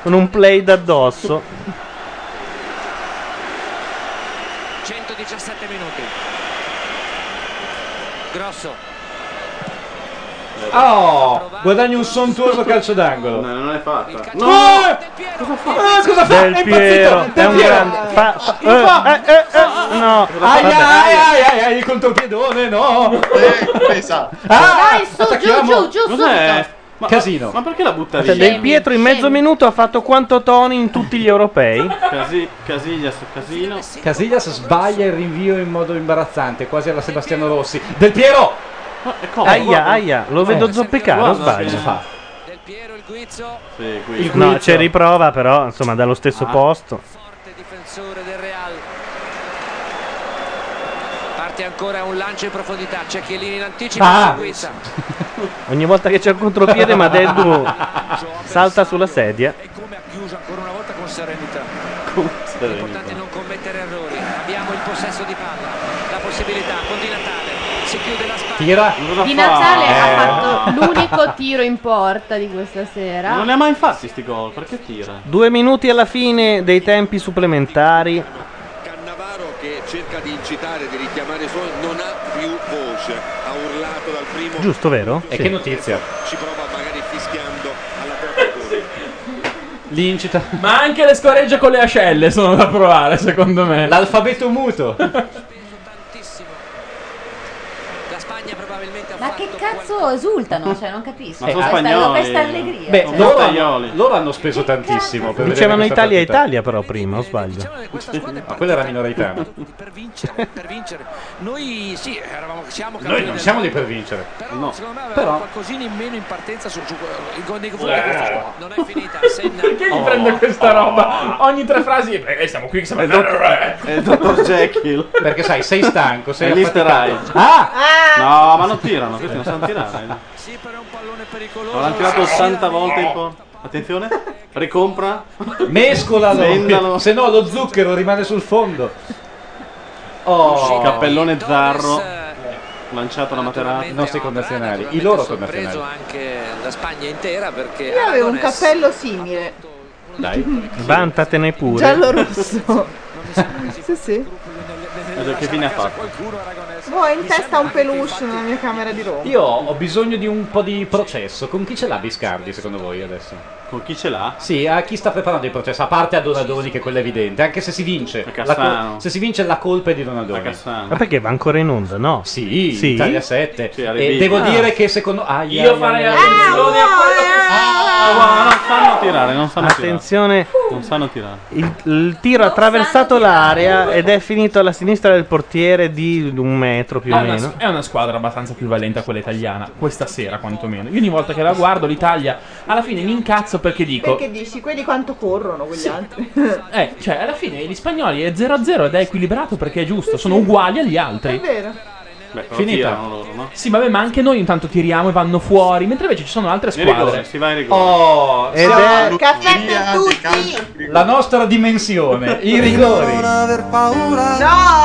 Speaker 1: Con un play d'addosso.
Speaker 11: 117 minuti. Grosso.
Speaker 6: Oh, guadagni un sontuoso calcio d'angolo.
Speaker 8: No, non è fatta.
Speaker 6: No! Eh, cosa fa?
Speaker 1: Del
Speaker 6: è
Speaker 1: Piero,
Speaker 6: impazzito! Del
Speaker 1: è un
Speaker 6: Piero!
Speaker 1: grande. Fa, fa-
Speaker 6: Lo
Speaker 1: eh,
Speaker 6: fa!
Speaker 1: eh, eh, eh, no.
Speaker 6: Ai,
Speaker 1: Vabbè.
Speaker 6: ai, ai,
Speaker 1: Eh,
Speaker 6: ai, ai, il contropiedone, no!
Speaker 20: esatto.
Speaker 6: Ah,
Speaker 1: Dai, su, giù,
Speaker 6: attacchiamo.
Speaker 1: giù, giù, Cos'è? subito.
Speaker 6: Casino.
Speaker 8: Ma perché la butta
Speaker 1: Cioè,
Speaker 8: via?
Speaker 1: Del Pietro in mezzo minuto ha fatto quanto Tony in tutti gli europei.
Speaker 8: Casi- Casillas, Casino.
Speaker 6: Casillas sbaglia il rinvio in modo imbarazzante, quasi alla Sebastiano Rossi. Del Piero!
Speaker 1: Aia, aia, lo vedo
Speaker 8: Eh,
Speaker 1: zoppicare, non sbaglio.
Speaker 8: Del Piero il guizzo.
Speaker 1: No, c'è riprova però, insomma, dallo stesso
Speaker 8: Ah.
Speaker 1: posto.
Speaker 11: Difensore del Real. Parte ancora un lancio in profondità. C'è Chiellini in anticipo.
Speaker 1: Ah.
Speaker 11: su Guizza.
Speaker 6: *laughs*
Speaker 1: Ogni volta che c'è un contropiede, Madeddu salta sulla sedia.
Speaker 11: Chiuso ancora una volta con serenità. Importante non commettere errori. Abbiamo il possesso di palla. La possibilità con Di Natale. Si chiude la spalla.
Speaker 6: Tira.
Speaker 14: Di
Speaker 8: Eh,
Speaker 14: Natale ha
Speaker 6: Ah.
Speaker 14: fatto l'unico tiro in porta di questa sera.
Speaker 8: Non ne ha mai fatti sti gol, perché tira?
Speaker 1: Due minuti alla fine dei tempi supplementari.
Speaker 17: Cannavaro che cerca di incitare, di richiamare i suoi, non ha più voce, ha urlato dal primo.
Speaker 1: Giusto, vero? E Sì. che
Speaker 6: notizia?
Speaker 17: Ci prova magari fischiando alla portatura.
Speaker 6: L'incita.
Speaker 2: Ma anche le scoregge con le ascelle sono da provare, secondo me. *laughs*
Speaker 6: L'alfabeto muto.
Speaker 3: Ma che cazzo
Speaker 11: *laughs*
Speaker 3: esultano? Cioè, non capisco.
Speaker 6: Ma
Speaker 14: Eh,
Speaker 6: sono
Speaker 3: questa,
Speaker 6: spagnoli.
Speaker 3: questa allegria.
Speaker 6: Beh,
Speaker 3: cioè.
Speaker 6: loro hanno, loro hanno speso tantissimo. Per
Speaker 1: Dicevano
Speaker 6: vedere questa
Speaker 1: Italia
Speaker 6: partita.
Speaker 1: Italia però prima, o sbaglio?
Speaker 6: Ma quella era minoritana. *laughs*
Speaker 11: per vincere. Noi sì, eravamo, siamo
Speaker 6: Noi
Speaker 11: campioni
Speaker 6: non
Speaker 11: del
Speaker 6: siamo lì
Speaker 11: mondo.
Speaker 6: per vincere.
Speaker 11: Però, secondo me aveva
Speaker 6: Però-
Speaker 11: qualcosina in meno in partenza sul gioco. Il gol di Cavour
Speaker 6: Eh.
Speaker 11: di questa squadra. Non è finita. Senna.
Speaker 2: Perché gli prende questa roba? Ogni tre frasi. Eh, siamo qui che siamo
Speaker 6: Esatto.
Speaker 8: È Eh, il dottor Jekyll.
Speaker 6: Perché sai, sei stanco, sei
Speaker 8: È Lister
Speaker 6: affaticato.
Speaker 8: Hyde.
Speaker 1: Eh.
Speaker 6: Ah!
Speaker 8: No, ma non tirano, questi non sanno tirare. L'hanno tirato
Speaker 4: Eh,
Speaker 8: 80 volte in porta. Attenzione, ricompra.
Speaker 6: Mescolalo.
Speaker 8: Vendalo.
Speaker 6: Se no lo zucchero rimane sul fondo. Oh.
Speaker 8: Cappellone zarro. lanciato la materata.
Speaker 6: I nostri connazionali, i loro
Speaker 11: Preso
Speaker 6: connazionali.
Speaker 11: anche la Spagna intera perché
Speaker 10: Io avevo un
Speaker 11: Aragonés-
Speaker 10: cappello simile,
Speaker 6: Dai.
Speaker 1: Vantatene pure.
Speaker 10: giallo rosso. *laughs* sì, sì.
Speaker 8: Che fine ha fatto?
Speaker 10: Boh, in testa un peluche nella mia camera di Roma.
Speaker 6: Io ho bisogno di un po' di processo. Con chi ce l'ha Biscardi, secondo voi, adesso? Con chi ce l'ha? Sì, a chi sta preparando il processo, a parte a Donadoni, che quello è evidente, anche se si vince. La
Speaker 8: Cassano.
Speaker 6: col- se si vince la colpa è di Donadoni.
Speaker 1: Ma perché va ancora in onda, no?
Speaker 6: Sì,
Speaker 1: sì.
Speaker 6: Italia 7.
Speaker 1: alle
Speaker 6: e
Speaker 1: B.
Speaker 6: devo
Speaker 1: Ah.
Speaker 6: dire che secondo... Ah,
Speaker 1: Io farei
Speaker 4: eh,
Speaker 8: attenzione
Speaker 6: a quello
Speaker 8: Ah, non sanno tirare, non sanno
Speaker 1: Attenzione.
Speaker 8: tirare. Non sanno tirare.
Speaker 1: Il, il tiro ha attraversato l'area ed è finito alla sinistra del portiere di un metro più
Speaker 2: Ah, è,
Speaker 1: o
Speaker 2: una,
Speaker 1: meno.
Speaker 2: è una squadra abbastanza più valente a quella italiana, questa sera quantomeno. Io ogni volta che la guardo l'Italia, alla fine mi incazzo perché dico...
Speaker 10: Perché dici, quelli quanto corrono quegli altri? *laughs*
Speaker 2: Eh, cioè, alla fine gli spagnoli è 0-0 ed è equilibrato perché è giusto, sono uguali agli altri.
Speaker 10: È vero.
Speaker 8: Beh, però
Speaker 2: Finita.
Speaker 8: tirano loro, no?
Speaker 2: Sì, vabbè, ma anche noi intanto tiriamo e vanno fuori, mentre invece ci sono altre
Speaker 8: Nei rigori,
Speaker 2: squadre.
Speaker 8: si va in rigore.
Speaker 6: Oh,
Speaker 8: Ed
Speaker 6: siamo-
Speaker 8: è-
Speaker 10: Caffè per tutti!
Speaker 6: la nostra dimensione, i rigori.
Speaker 5: Non aver paura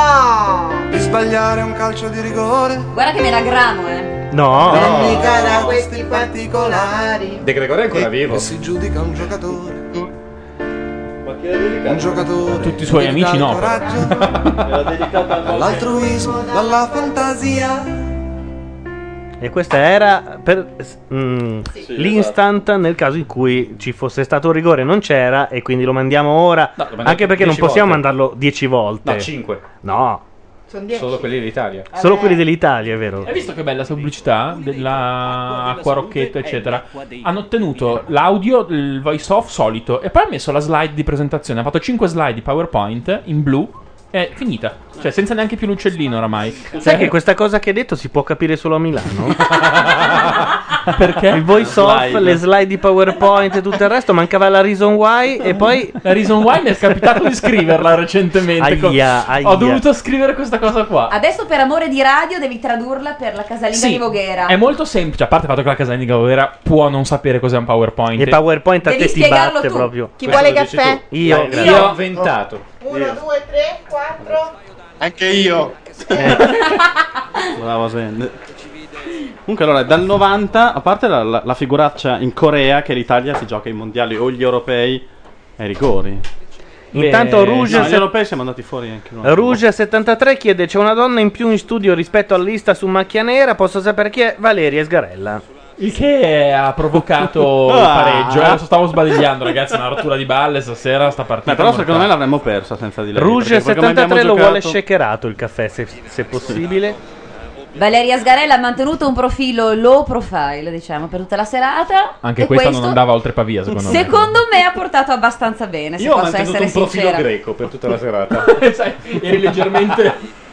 Speaker 10: No!
Speaker 5: di sbagliare un calcio di rigore.
Speaker 3: Guarda che me la grano, eh.
Speaker 1: No.
Speaker 10: da questi particolari.
Speaker 6: De Gregorio è ancora vivo.
Speaker 5: si giudica un giocatore. Un giocatore.
Speaker 2: Tutti i suoi amici no, però.
Speaker 5: Dall'altruismo, dalla fantasia.
Speaker 1: E questa era per s- mm, l'instant nel caso in cui ci fosse stato un rigore, non c'era, e quindi lo mandiamo ora.
Speaker 6: No, lo mandiamo
Speaker 1: anche perché non
Speaker 6: dieci
Speaker 1: possiamo
Speaker 6: volte.
Speaker 1: mandarlo dieci volte.
Speaker 6: No, cinque.
Speaker 1: No,
Speaker 10: Sono
Speaker 6: Solo quelli dell'Italia.
Speaker 2: Eh.
Speaker 1: solo quelli dell'Italia, è vero.
Speaker 2: Hai visto che bella sta pubblicità della acqua rocchetto, eccetera? Hanno ottenuto l'audio, il voice off solito e poi ha messo la slide di presentazione. Ha fatto 5 slide di PowerPoint in blu e finita. Cioè, senza neanche più l'uccellino oramai.
Speaker 1: Sai che questa cosa che hai detto si può capire solo a Milano?
Speaker 2: *laughs* Perché?
Speaker 1: Il voice off,
Speaker 2: Slide.
Speaker 1: le slide di PowerPoint e tutto il resto, mancava la reason why e poi...
Speaker 2: La reason why mi *laughs* è capitato di scriverla recentemente. co-
Speaker 1: Aia, aia.
Speaker 2: Ho dovuto scrivere questa cosa qua.
Speaker 3: Adesso per amore di radio devi tradurla per la casalinga
Speaker 2: Sì,
Speaker 3: di Voghera.
Speaker 2: È molto semplice, a parte il fatto che la casalinga Gavera può non sapere cos'è un PowerPoint.
Speaker 1: E PowerPoint a
Speaker 3: Devi
Speaker 1: te ti
Speaker 3: spiegarlo
Speaker 1: batte
Speaker 3: tu.
Speaker 1: proprio.
Speaker 10: Chi vuole caffè?
Speaker 1: Io,
Speaker 6: Dai,
Speaker 1: io.
Speaker 6: ho inventato.
Speaker 10: 1, 2, 3, 4.
Speaker 20: Anche io.
Speaker 8: *laughs* Bravo Sende. Comunque allora, dal 90, a parte la, la- la figuraccia in Corea che l'Italia si gioca ai mondiali o gli europei ai rigori.
Speaker 1: Intanto Rouge
Speaker 8: No,
Speaker 1: se-
Speaker 8: gli europei siamo andati fuori anche noi.
Speaker 1: Rouge73 chiede: C'è una donna in più in studio rispetto all'ista su macchia nera? Posso sapere chi è? Valeria Sgarella.
Speaker 2: Il che ha
Speaker 1: *laughs*
Speaker 2: provocato il pareggio. eh,
Speaker 1: Ah.
Speaker 2: Adesso stavo sbadigliando, ragazzi. Una rottura di balle stasera. Sta partita.
Speaker 8: Beh, però secondo me
Speaker 2: mortale.
Speaker 8: l'avremmo persa senza di lei. perché poi come abbiamo
Speaker 1: Rouge73 lo
Speaker 8: giocato-
Speaker 1: vuole shakerato il caffè, Eh, se, se possibile.
Speaker 3: Valeria Sgarella ha mantenuto un profilo low profile, diciamo, per tutta la serata.
Speaker 2: Anche
Speaker 3: e
Speaker 2: questa
Speaker 3: questo,
Speaker 2: non andava oltre Pavia, secondo me.
Speaker 3: secondo me, ha portato abbastanza bene. Se
Speaker 6: Io ho
Speaker 3: posso
Speaker 6: mantenuto
Speaker 3: essere
Speaker 6: un profilo
Speaker 3: sincera.
Speaker 6: greco per tutta la serata.
Speaker 2: Eh *laughs* Sai, eri
Speaker 3: *laughs*
Speaker 2: leggermente.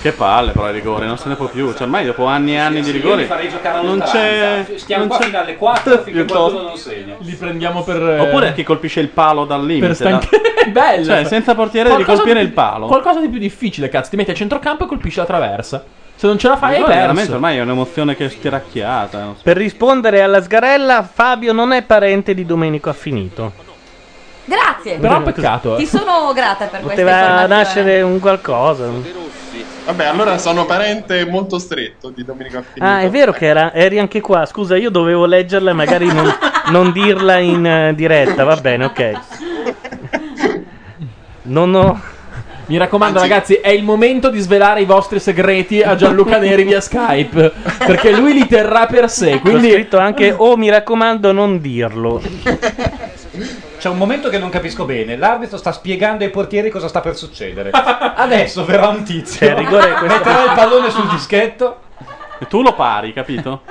Speaker 8: Che palle però i rigori, non se ne può più. Cioè, ormai dopo anni e anni di rigori non c'è... non c'è-
Speaker 6: alle
Speaker 8: *laughs*
Speaker 6: 4
Speaker 8: finché qualcuno non
Speaker 6: segna.
Speaker 2: Li prendiamo per. eh,
Speaker 8: Oppure chi colpisce il palo dal limite.
Speaker 2: Per stanche- *laughs*
Speaker 8: no?
Speaker 2: Bello.
Speaker 8: Cioè, senza portiere devi
Speaker 2: Qualcosa
Speaker 8: colpire
Speaker 2: di
Speaker 8: il
Speaker 2: più-
Speaker 8: palo.
Speaker 2: Qualcosa di più difficile, cazzo. Ti metti a centrocampo e colpisci la traversa. Se non ce la fai,
Speaker 8: Rigore,
Speaker 2: hai
Speaker 8: veramente
Speaker 2: perso.
Speaker 8: ormai è un'emozione che è stiracchiata. non so.
Speaker 1: Per rispondere alla Sgarella, Fabio non è parente di Domenico Affinito.
Speaker 3: Grazie.
Speaker 1: Però peccato, eh.
Speaker 3: Ti sono grata per questa
Speaker 1: Poteva
Speaker 3: informazione.
Speaker 1: nascere un qualcosa.
Speaker 20: Vabbè, allora sono parente molto stretto di Domenico Affinito.
Speaker 1: Ah, è vero che era- eri anche qua. Scusa, io dovevo leggerla e magari non, non dirla in eh, diretta. Va bene, ok.
Speaker 4: eh,
Speaker 1: Non ho.
Speaker 2: Mi raccomando, ragazzi, è il momento di svelare i vostri segreti a Gianluca Neri via Skype. Perché lui li terrà per sé.
Speaker 1: Ho
Speaker 2: Quindi.
Speaker 1: scritto anche, oh mi raccomando, non dirlo.
Speaker 6: C'è un momento che non capisco bene. L'arbitro sta spiegando ai portieri cosa sta per succedere. Adesso verrà un tizio.
Speaker 1: Cioè,
Speaker 6: *laughs*
Speaker 1: il rigore è questo.
Speaker 8: *laughs*
Speaker 6: Metterà il pallone sul dischetto.
Speaker 8: E tu lo pari, capito?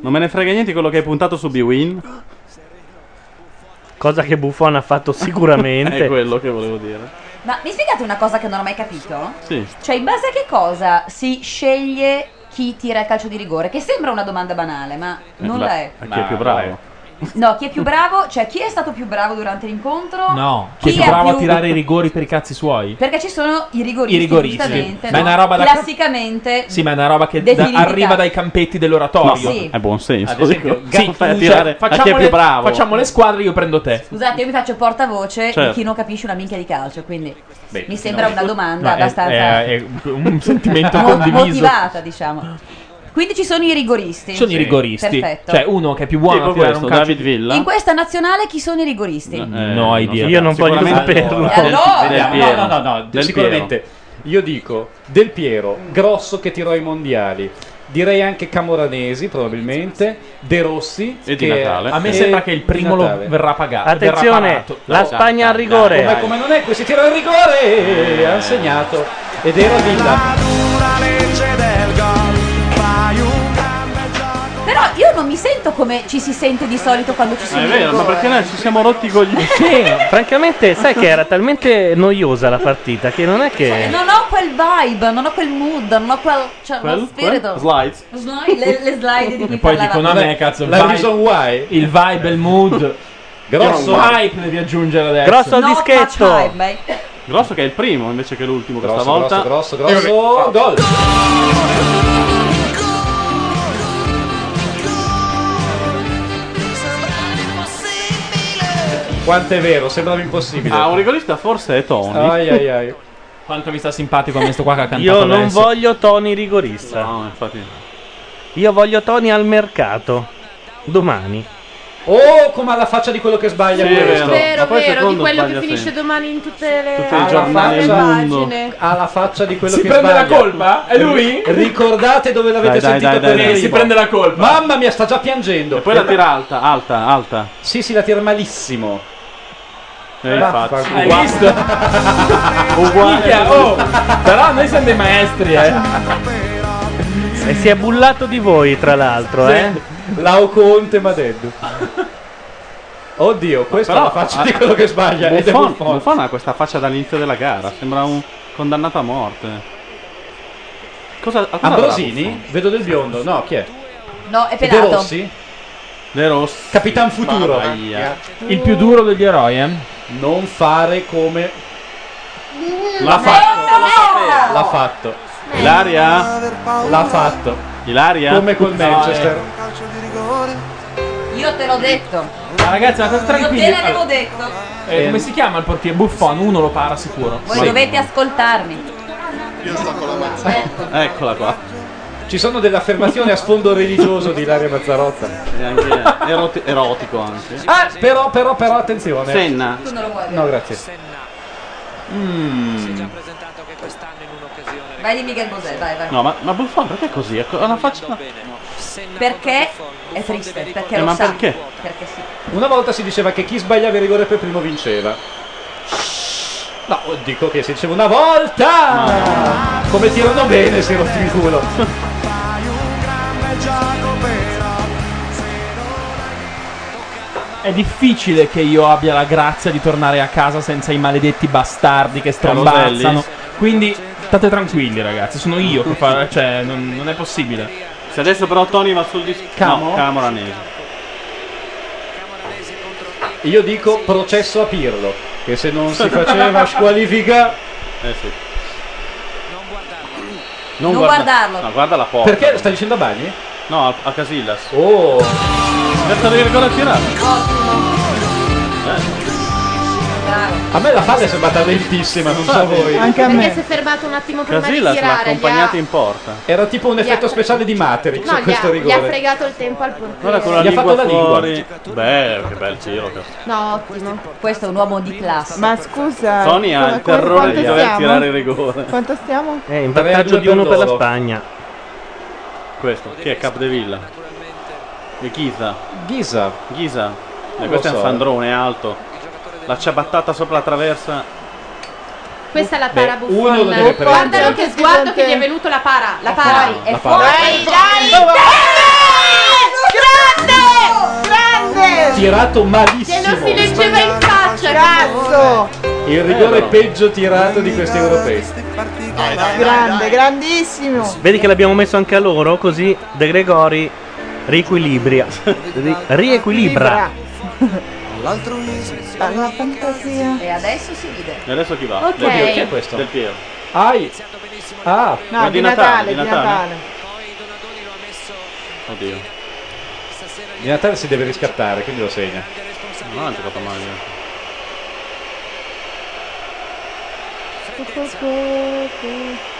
Speaker 8: Non me ne frega niente quello che hai puntato su B-Win.
Speaker 1: Cosa che Buffon ha fatto sicuramente.
Speaker 8: *laughs* È quello che volevo dire.
Speaker 3: Ma mi spiegate una cosa che non ho mai capito?
Speaker 8: Sì.
Speaker 3: Cioè, in base a che cosa si
Speaker 2: Eh,
Speaker 3: sceglie chi tira il calcio di rigore? Che sembra una domanda banale, ma non la è.
Speaker 8: A chi è più bravo?
Speaker 3: No, chi è più bravo? Cioè, chi è stato più bravo durante l'incontro?
Speaker 2: No, chi è
Speaker 3: Chi
Speaker 2: più
Speaker 3: è
Speaker 2: bravo a
Speaker 3: più-
Speaker 2: tirare i rigori per i cazzi suoi?
Speaker 3: Perché ci sono i rigoristi,
Speaker 2: I rigoristi.
Speaker 3: giustamente,
Speaker 2: Ma è
Speaker 3: no?
Speaker 2: una roba da-
Speaker 3: Classicamente...
Speaker 2: Sì, ma è una roba che da-
Speaker 3: Definitività.
Speaker 2: arriva dai campetti dell'oratorio.
Speaker 3: No, Sì. è
Speaker 8: buon senso.
Speaker 2: Ad esempio,
Speaker 8: dico.
Speaker 2: Gattuso,
Speaker 8: Fai a tirare a chi è
Speaker 2: facciamo
Speaker 8: più
Speaker 2: le-
Speaker 8: bravo.
Speaker 2: Facciamo le squadre, io prendo te.
Speaker 3: Scusate, io mi faccio portavoce
Speaker 2: Certo.
Speaker 3: di chi non capisce una minchia di calcio, quindi
Speaker 2: Beh,
Speaker 3: mi sembra
Speaker 2: no.
Speaker 8: ecco.
Speaker 3: una domanda
Speaker 2: No, è-
Speaker 3: abbastanza...
Speaker 2: è- è un
Speaker 3: *laughs*
Speaker 2: sentimento
Speaker 3: mo-
Speaker 2: condiviso.
Speaker 3: motivata, diciamo. Quindi ci sono i rigoristi.
Speaker 2: Sono i rigoristi.
Speaker 3: Perfetto.
Speaker 2: Cioè, uno che è più buono
Speaker 8: Tipo
Speaker 2: a tirare
Speaker 8: questo,
Speaker 2: un calcio.
Speaker 8: David Villa. Eh,
Speaker 3: In questa nazionale chi sono i rigoristi?
Speaker 2: No, idea.
Speaker 1: Io non voglio
Speaker 2: Sicuramente-
Speaker 1: saperlo.
Speaker 3: E allora?
Speaker 8: Del
Speaker 6: no,
Speaker 8: Piero.
Speaker 6: no, no, no,
Speaker 8: Del
Speaker 6: sicuramente. Io dico Del Piero, grosso che tirò i mondiali. Direi anche Camoranesi, probabilmente. De Rossi.
Speaker 8: E di
Speaker 6: che-
Speaker 8: Natale.
Speaker 6: A me
Speaker 8: E
Speaker 6: sembra che il primo
Speaker 2: lo
Speaker 6: Natale.
Speaker 2: verrà pagato, Attenzione, verrà pagato. la
Speaker 6: No,
Speaker 2: Spagna al
Speaker 6: dai,
Speaker 2: rigore.
Speaker 6: dai, Esatto. Come, come non è, qui si tira il rigore. E ha segnato. Ed era Villa.
Speaker 3: Però io non mi sento come ci si sente di solito quando ci sono
Speaker 8: Ah, È
Speaker 3: i
Speaker 8: vero, ma
Speaker 3: rigori.
Speaker 8: perché noi ci siamo rotti i coglioni?
Speaker 1: Sì, francamente, sai che era talmente noiosa la partita che non è che.
Speaker 3: Non ho quel vibe, non ho quel mood, non ho quel, cioè, lo spirito.
Speaker 8: Slides.
Speaker 3: Slide, le, le slide di cui
Speaker 2: E poi
Speaker 3: parlavamo.
Speaker 2: dicono a me, cazzo, il
Speaker 6: La
Speaker 2: vibe,
Speaker 6: reason why.
Speaker 2: il vibe, il
Speaker 6: *laughs*
Speaker 2: mood. Grosso
Speaker 8: Io non-
Speaker 2: hype devi aggiungere adesso.
Speaker 3: Not much hype, babe.
Speaker 8: Grosso che è il primo invece che l'ultimo questa
Speaker 6: Grosso,
Speaker 8: volta.
Speaker 6: grosso, grosso, grosso. Gol. Quanto è vero, sembrava impossibile.
Speaker 8: Ah, un rigorista forse è Tony.
Speaker 6: Ai, ai, ai.
Speaker 2: Quanto mi sta simpatico a me sto qua che ha cantato
Speaker 1: Io non
Speaker 2: adesso.
Speaker 1: voglio Tony rigorista.
Speaker 8: No, infatti.
Speaker 1: Io voglio Tony al mercato. Domani.
Speaker 6: Oh, come alla faccia di quello che sbaglia
Speaker 1: Sì, è
Speaker 6: questo.
Speaker 9: Vero,
Speaker 1: Ma poi
Speaker 9: vero, di
Speaker 1: secondo
Speaker 9: quello che
Speaker 1: sbaglia
Speaker 9: finisce
Speaker 1: sempre.
Speaker 9: domani in tutte le,
Speaker 6: Tutti i giornali
Speaker 9: le
Speaker 6: del mondo.
Speaker 9: pagine.
Speaker 6: Alla faccia di quello
Speaker 2: Si
Speaker 6: che
Speaker 2: prende
Speaker 6: sbaglia.
Speaker 2: la colpa? È lui?
Speaker 6: Ricordate dove
Speaker 8: Dai,
Speaker 6: l'avete
Speaker 8: dai,
Speaker 6: sentito
Speaker 8: dai, dai,
Speaker 6: per
Speaker 8: dai.
Speaker 6: primo.
Speaker 8: Si prende
Speaker 2: la colpa.
Speaker 6: Mamma mia, sta già piangendo.
Speaker 8: Poi la tira alta, alta, alta.
Speaker 6: Sì, sì, la tira malissimo.
Speaker 8: Eh, infatti.
Speaker 6: Vaffanculo.
Speaker 2: Hai
Speaker 8: Uguale.
Speaker 6: *laughs*
Speaker 2: visto? Minchia, oh, però noi siamo dei maestri, eh.
Speaker 1: E si è bullato di voi, tra l'altro,
Speaker 6: Sì.
Speaker 1: eh.
Speaker 6: Lao Conte Madeddu. Oddio, questa è la faccia di quello che sbaglia. ed è
Speaker 8: Buffon,
Speaker 6: Buffon.
Speaker 8: Buffon ha questa faccia dall'inizio della gara. Sembra un condannato a morte. Cosa, a cosa avrà
Speaker 6: Ambrosini?
Speaker 8: Buffon?
Speaker 6: Vedo del biondo. No, chi è?
Speaker 3: No, è
Speaker 6: De
Speaker 3: pelato.
Speaker 6: Rossi?
Speaker 8: De Rossi.
Speaker 6: Capitan Futuro.
Speaker 8: Mamma mia.
Speaker 2: Il più duro degli eroi, eh.
Speaker 6: Non fare come
Speaker 3: Mm.
Speaker 8: L'ha
Speaker 6: fatto.
Speaker 3: Merda!
Speaker 6: L'ha fatto.
Speaker 8: Ilaria?
Speaker 6: L'ha fatto.
Speaker 8: Ilaria?
Speaker 6: Come col
Speaker 8: No, eh.
Speaker 6: Manchester.
Speaker 3: Io te l'ho detto.
Speaker 2: Ma ragazzi, ma state
Speaker 3: Io te
Speaker 2: tranquilli.
Speaker 3: l'avevo detto.
Speaker 2: Eh, come si chiama il portiere? Buffon, uno lo para sicuro.
Speaker 3: Voi dovete ascoltarmi.
Speaker 25: Io sto con la mazza.
Speaker 2: Ecco.
Speaker 8: Eccola qua.
Speaker 6: Ci sono delle affermazioni a sfondo religioso di Ilaria Mazzarotta.
Speaker 8: E anche eroti- erotico anche.
Speaker 6: Ah, però, però, però, attenzione.
Speaker 8: Senna. Mm.
Speaker 3: Tu non lo vuoi.
Speaker 6: No, grazie.
Speaker 3: Vai di Miguel Bosè, vai, vai.
Speaker 8: No, ma, ma Buffon perché è così? Ha una faccia.
Speaker 3: Perché è triste, perché
Speaker 6: Eh,
Speaker 3: lo
Speaker 6: ma
Speaker 3: sa.
Speaker 6: perché?
Speaker 3: Perché sì.
Speaker 6: Una volta si diceva che chi sbagliava il rigore per primo vinceva. No, dico che si diceva una volta! Come tirano bene se rotti il culo.
Speaker 2: È difficile che io abbia la grazia di tornare a casa senza i maledetti bastardi che
Speaker 8: Caroselli.
Speaker 2: strombazzano. Quindi state tranquilli, ragazzi. Sono io che fa. Cioè, non, non è possibile.
Speaker 8: Se adesso però Tony va sul disco.
Speaker 2: Camo?
Speaker 8: No, Camoranesi.
Speaker 6: Io dico processo a Pirlo, che se non si
Speaker 8: *laughs*
Speaker 6: faceva squalifica...
Speaker 8: Eh sì.
Speaker 6: Non Non guarda- guardarlo.
Speaker 8: No, guarda la porta.
Speaker 6: Perché stai dicendo a Bagni?
Speaker 8: No, a, a Casillas.
Speaker 6: Oh!
Speaker 8: Verso di rigore tirato.
Speaker 6: Eh. A me la fase è sembrata lentissima, non so a voi.
Speaker 9: Perché si è fermato un attimo prima di tirare. Gli ha,
Speaker 8: in porta.
Speaker 6: Era tipo un
Speaker 9: gli ha-
Speaker 6: effetto speciale di Matrix
Speaker 9: no, gli
Speaker 6: questo
Speaker 9: ha, gli ha
Speaker 6: rigore.
Speaker 9: fregato il tempo al portiere.
Speaker 8: Guarda con la
Speaker 6: Gli ha
Speaker 8: lingua
Speaker 6: fatto la lingua.
Speaker 8: fuori. Beh, che bel tiro. cazzo.
Speaker 9: No, ottimo.
Speaker 3: Questo è un uomo di classe.
Speaker 10: Ma scusa.
Speaker 8: Tony ha
Speaker 10: come-
Speaker 8: il terrore
Speaker 10: Ah, quanto
Speaker 8: di dover
Speaker 10: siamo?
Speaker 8: tirare il rigore.
Speaker 10: Quanto stiamo?
Speaker 1: È in
Speaker 6: Tre a
Speaker 1: vantaggio
Speaker 6: due
Speaker 1: di uno
Speaker 6: per
Speaker 1: per la
Speaker 6: loro.
Speaker 1: Spagna.
Speaker 8: Questo, chi è Capdevilla? E Ghisa.
Speaker 6: Ghisa.
Speaker 8: Ghisa.
Speaker 6: Non
Speaker 8: E questo
Speaker 6: lo
Speaker 8: è un
Speaker 6: so.
Speaker 8: Sandrone è alto. La ciabattata sopra la traversa.
Speaker 9: Questa è la
Speaker 8: Beh,
Speaker 9: para
Speaker 8: uno lo
Speaker 9: buffon.
Speaker 8: deve prendere.
Speaker 9: Guardalo che sguardo che gli è venuto la para. La para.
Speaker 8: para,
Speaker 9: È
Speaker 8: la
Speaker 9: fuori.
Speaker 8: para.
Speaker 9: Dai, dai,
Speaker 10: Grande!
Speaker 6: Tirato
Speaker 9: Che non
Speaker 6: malissimo.
Speaker 9: si leggeva in faccia.
Speaker 10: Cazzo!
Speaker 6: Il
Speaker 8: Eh,
Speaker 6: rigore peggio tirato di questi europei.
Speaker 10: Grande, grandissimo!
Speaker 1: Vedi che l'abbiamo messo anche a loro, così De Gregori
Speaker 6: *laughs*
Speaker 1: Riequilibria. Ri- riequilibra.
Speaker 10: L'altruismo, la fantasia.
Speaker 3: E adesso si ride.
Speaker 8: E adesso chi va?
Speaker 10: Ok.
Speaker 8: Del Piero.
Speaker 10: Chi è questo?
Speaker 8: Del Piero.
Speaker 2: Ai. Ah,
Speaker 10: No,
Speaker 8: Ma
Speaker 4: eh,
Speaker 10: di, Natale, di Natale.
Speaker 8: Oddio.
Speaker 6: Di Natale si deve riscattare, quindi lo segna.
Speaker 8: Non ha giocato male.
Speaker 10: Forza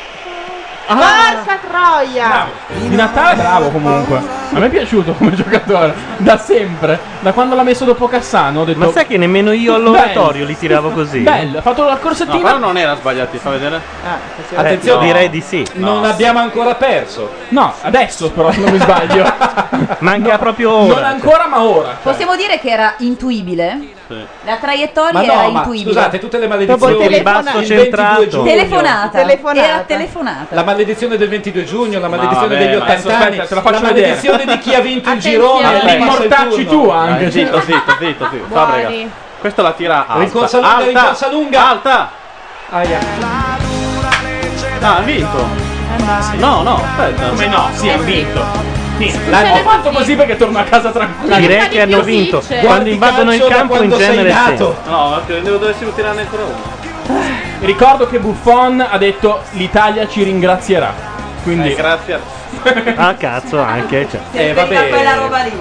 Speaker 10: Ah. Troia!
Speaker 2: Di Natale è bravo comunque. A me è piaciuto come *laughs* giocatore. Da sempre. Da quando l'ha messo dopo Cassano ho detto...
Speaker 1: Ma sai che nemmeno io all'oratorio li tiravo così?
Speaker 2: Bello. Ha fatto la
Speaker 8: No,
Speaker 2: corsettina. Ah,
Speaker 8: però non era sbagliato, ti fa vedere?
Speaker 1: Eh, Attenzione, direi di sì.
Speaker 6: Non abbiamo ancora perso.
Speaker 2: No, adesso però se non
Speaker 6: *laughs*
Speaker 2: mi sbaglio.
Speaker 1: Manca proprio ora.
Speaker 8: cioè.
Speaker 2: Non ancora ma ora.
Speaker 3: Possiamo dire che era intuibile? La traiettoria
Speaker 6: Ma
Speaker 3: era
Speaker 6: no, ma
Speaker 3: intuibile.
Speaker 6: scusate, tutte le maledizioni
Speaker 1: Dopo
Speaker 6: del
Speaker 1: telefonata. Il basso centrato.
Speaker 3: Telefonata.
Speaker 10: Telefonata.
Speaker 3: Era telefonata.
Speaker 6: La maledizione del 22 giugno, la maledizione
Speaker 8: vabbè,
Speaker 6: degli
Speaker 8: ma
Speaker 6: 80 anni,
Speaker 8: aspetta, te la faccio
Speaker 6: maledizione
Speaker 8: vedere.
Speaker 6: di chi ha vinto il
Speaker 8: Attenzione.
Speaker 6: girone,
Speaker 8: Aspetta.
Speaker 6: l'immortacci tu anche.
Speaker 8: Dai, zitto, zitto, zitto, zitto.
Speaker 6: Buoni.
Speaker 8: Fabregas. Questa la tira alta.
Speaker 6: Rincorsa lunga,
Speaker 8: alta.
Speaker 6: rincorsa
Speaker 8: lunga. Alta. Ah, ha vinto. No, no, aspetta.
Speaker 2: Come no? Sì, ha vinto. Sì,
Speaker 8: l'hanno-
Speaker 10: Cioè,
Speaker 2: l'hanno fatto così perché torno a casa tranquillo.
Speaker 1: Direi che hanno vinto. Quando invadono il campo in genere sì.
Speaker 8: No, ma credevo dovessimo tirarne ancora uno.
Speaker 2: Ricordo che Buffon ha detto l'Italia ci ringrazierà. Quindi
Speaker 8: Eh, grazie.
Speaker 1: Ah cazzo anche. Cioè.
Speaker 2: Eh, vabbè.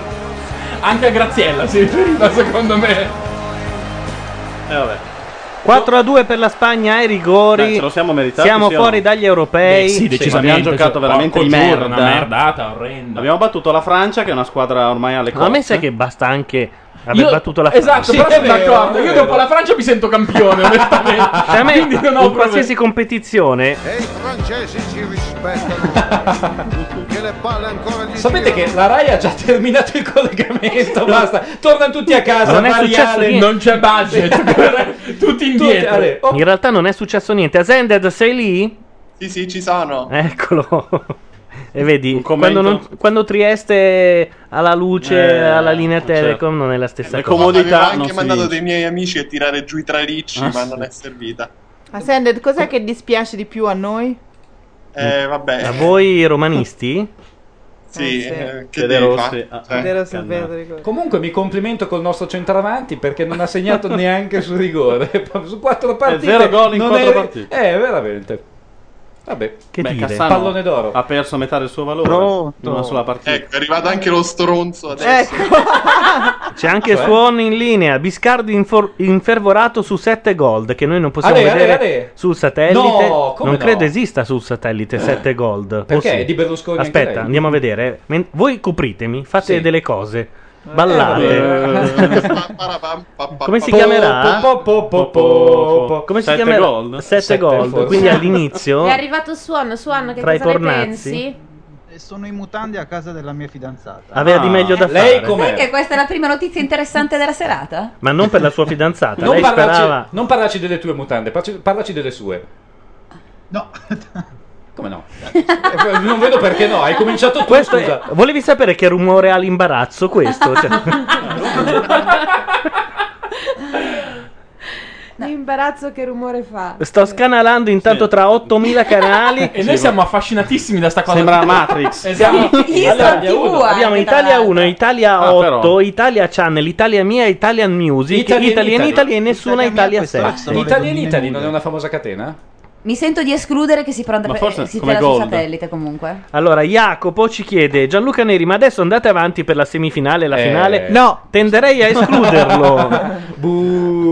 Speaker 2: Anche a Graziella si riferiva secondo me.
Speaker 8: Eh, vabbè.
Speaker 1: 4 a 2 per la Spagna ai rigori.
Speaker 8: Dai, ce lo siamo meritati,
Speaker 1: Siamo
Speaker 8: sì o no?
Speaker 1: fuori dagli europei.
Speaker 8: Abbiamo giocato
Speaker 2: cioè,
Speaker 8: veramente di merda.
Speaker 2: orrenda.
Speaker 8: Abbiamo battuto la Francia, che è una squadra ormai alle cose.
Speaker 1: Ma a me sai che basta anche aver
Speaker 8: Io-
Speaker 1: battuto la Francia.
Speaker 2: Esatto, però sono d'accordo. Io dopo la Francia mi sento
Speaker 1: *laughs*
Speaker 2: campione, onestamente.
Speaker 1: *laughs* Cioè, a me
Speaker 2: Quindi non ho
Speaker 1: in
Speaker 2: problemi. Eh,
Speaker 1: qualsiasi competizione
Speaker 18: I francesi ci rispettano. che le palle ancora gli
Speaker 6: Sapete che la Rai ha già *laughs* terminato il collegamento, basta. Tornano tutti a casa,
Speaker 1: Non è successo
Speaker 6: Mariale,
Speaker 1: niente.
Speaker 2: Non c'è budget. Tutti indietro.
Speaker 8: oh.
Speaker 1: in realtà non è successo niente. Azended, sei lì?
Speaker 20: Sì, sì, ci sono.
Speaker 1: Eccolo. *laughs* E vedi, quando, non- quando Trieste ha la luce,
Speaker 20: Eh,
Speaker 1: ha la linea
Speaker 8: certo.
Speaker 1: Telecom, non è la stessa cosa.
Speaker 20: Avevo Eh, anche mandato dei miei amici a tirare giù i tralicci,
Speaker 1: Ah,
Speaker 20: ma
Speaker 1: sì.
Speaker 20: non è servita.
Speaker 10: Ma Sanded, cos'è che dispiace di più a noi?
Speaker 20: Eh, vabbè.
Speaker 1: Mm. A voi romanisti?
Speaker 20: *laughs* Sì, eh, che
Speaker 8: Fede
Speaker 20: devi
Speaker 8: Rossi,
Speaker 20: fa-
Speaker 8: ah,
Speaker 20: cioè,
Speaker 10: Vero
Speaker 20: canna-
Speaker 10: Silvero Rigori.
Speaker 6: Comunque mi complimento col nostro centravanti perché non ha segnato neanche su rigore. Proprio su quattro partite.
Speaker 8: zero gol in
Speaker 6: non
Speaker 8: quattro
Speaker 6: è-
Speaker 8: partite.
Speaker 6: Eh, veramente. Vabbè,
Speaker 1: che
Speaker 8: Beh,
Speaker 6: dire.
Speaker 8: Cassano
Speaker 6: Pallone d'oro.
Speaker 8: Ha perso metà del suo valore.
Speaker 6: Pronto.
Speaker 8: in Una sola partita.
Speaker 20: Ecco, è arrivato anche lo stronzo adesso.
Speaker 1: C'è anche
Speaker 20: Cioè?
Speaker 1: Suon in linea. Biscardi infor- infervorato su 7 gold. Che noi non possiamo
Speaker 6: Ale, ale,
Speaker 1: vedere
Speaker 6: ale.
Speaker 1: sul satellite.
Speaker 6: No, come
Speaker 1: non
Speaker 6: no?
Speaker 1: credo esista sul satellite 7 gold.
Speaker 6: Perché?
Speaker 1: O sì?
Speaker 6: È di Berlusconi anche
Speaker 1: Aspetta,
Speaker 6: lei.
Speaker 1: andiamo a vedere. Men- voi copritemi, fate
Speaker 6: Sì.
Speaker 1: delle cose.
Speaker 6: Eh,
Speaker 1: Ballate.
Speaker 20: *laughs*
Speaker 1: Come si chiamerà?
Speaker 6: Po, po, po, po, po.
Speaker 1: Come si
Speaker 6: Sette
Speaker 1: chiamerà?
Speaker 6: gol?
Speaker 1: 7
Speaker 6: Sette,
Speaker 1: gold.
Speaker 6: forse.
Speaker 1: Quindi all'inizio.
Speaker 9: È *laughs* arrivato Suon, Suon, che
Speaker 1: Tra i
Speaker 9: cosa ne
Speaker 1: tornazzi?
Speaker 9: pensi?
Speaker 7: Eh, Sono in mutande a casa della mia fidanzata.
Speaker 1: Aveva di meglio da fare.
Speaker 3: Sai che questa è la prima notizia interessante della serata?
Speaker 1: Ma non per la sua fidanzata.
Speaker 6: Non
Speaker 1: Lei
Speaker 6: parlarci,
Speaker 1: sperava.
Speaker 6: non parlarci delle tue mutande, parci- parlaci delle sue. No. Come no? Eh, non vedo perché no, hai cominciato tu,
Speaker 1: Questo è-
Speaker 6: scusa.
Speaker 1: Volevi sapere che rumore ha l'imbarazzo questo? Cioè-
Speaker 14: L'imbarazzo che rumore fa.
Speaker 1: Sto scanalando intanto tra 8000 canali.
Speaker 2: E noi siamo affascinatissimi da sta cosa.
Speaker 1: Sembra Matrix.
Speaker 2: Esatto. Allora, uno.
Speaker 1: Abbiamo Italia 1, Italia
Speaker 2: Ah,
Speaker 1: 8,
Speaker 2: però.
Speaker 1: Italia Channel, Italia Mia, Italian Music,
Speaker 6: Italy
Speaker 1: Italia
Speaker 6: in
Speaker 1: Italia,
Speaker 6: Italy.
Speaker 1: e nessuna Italia, 7.
Speaker 6: Italia in Italy non è una famosa catena?
Speaker 3: Mi sento di escludere che si prenda
Speaker 1: Ma forse
Speaker 3: eh, si
Speaker 1: come
Speaker 3: tira sul
Speaker 1: Gold.
Speaker 3: satellite comunque.
Speaker 1: Allora, Jacopo ci chiede: Gianluca Neri, ma adesso andate avanti per la semifinale e la
Speaker 6: Eh.
Speaker 1: finale?
Speaker 6: No.
Speaker 1: tenderei
Speaker 6: *laughs*
Speaker 1: a escluderlo.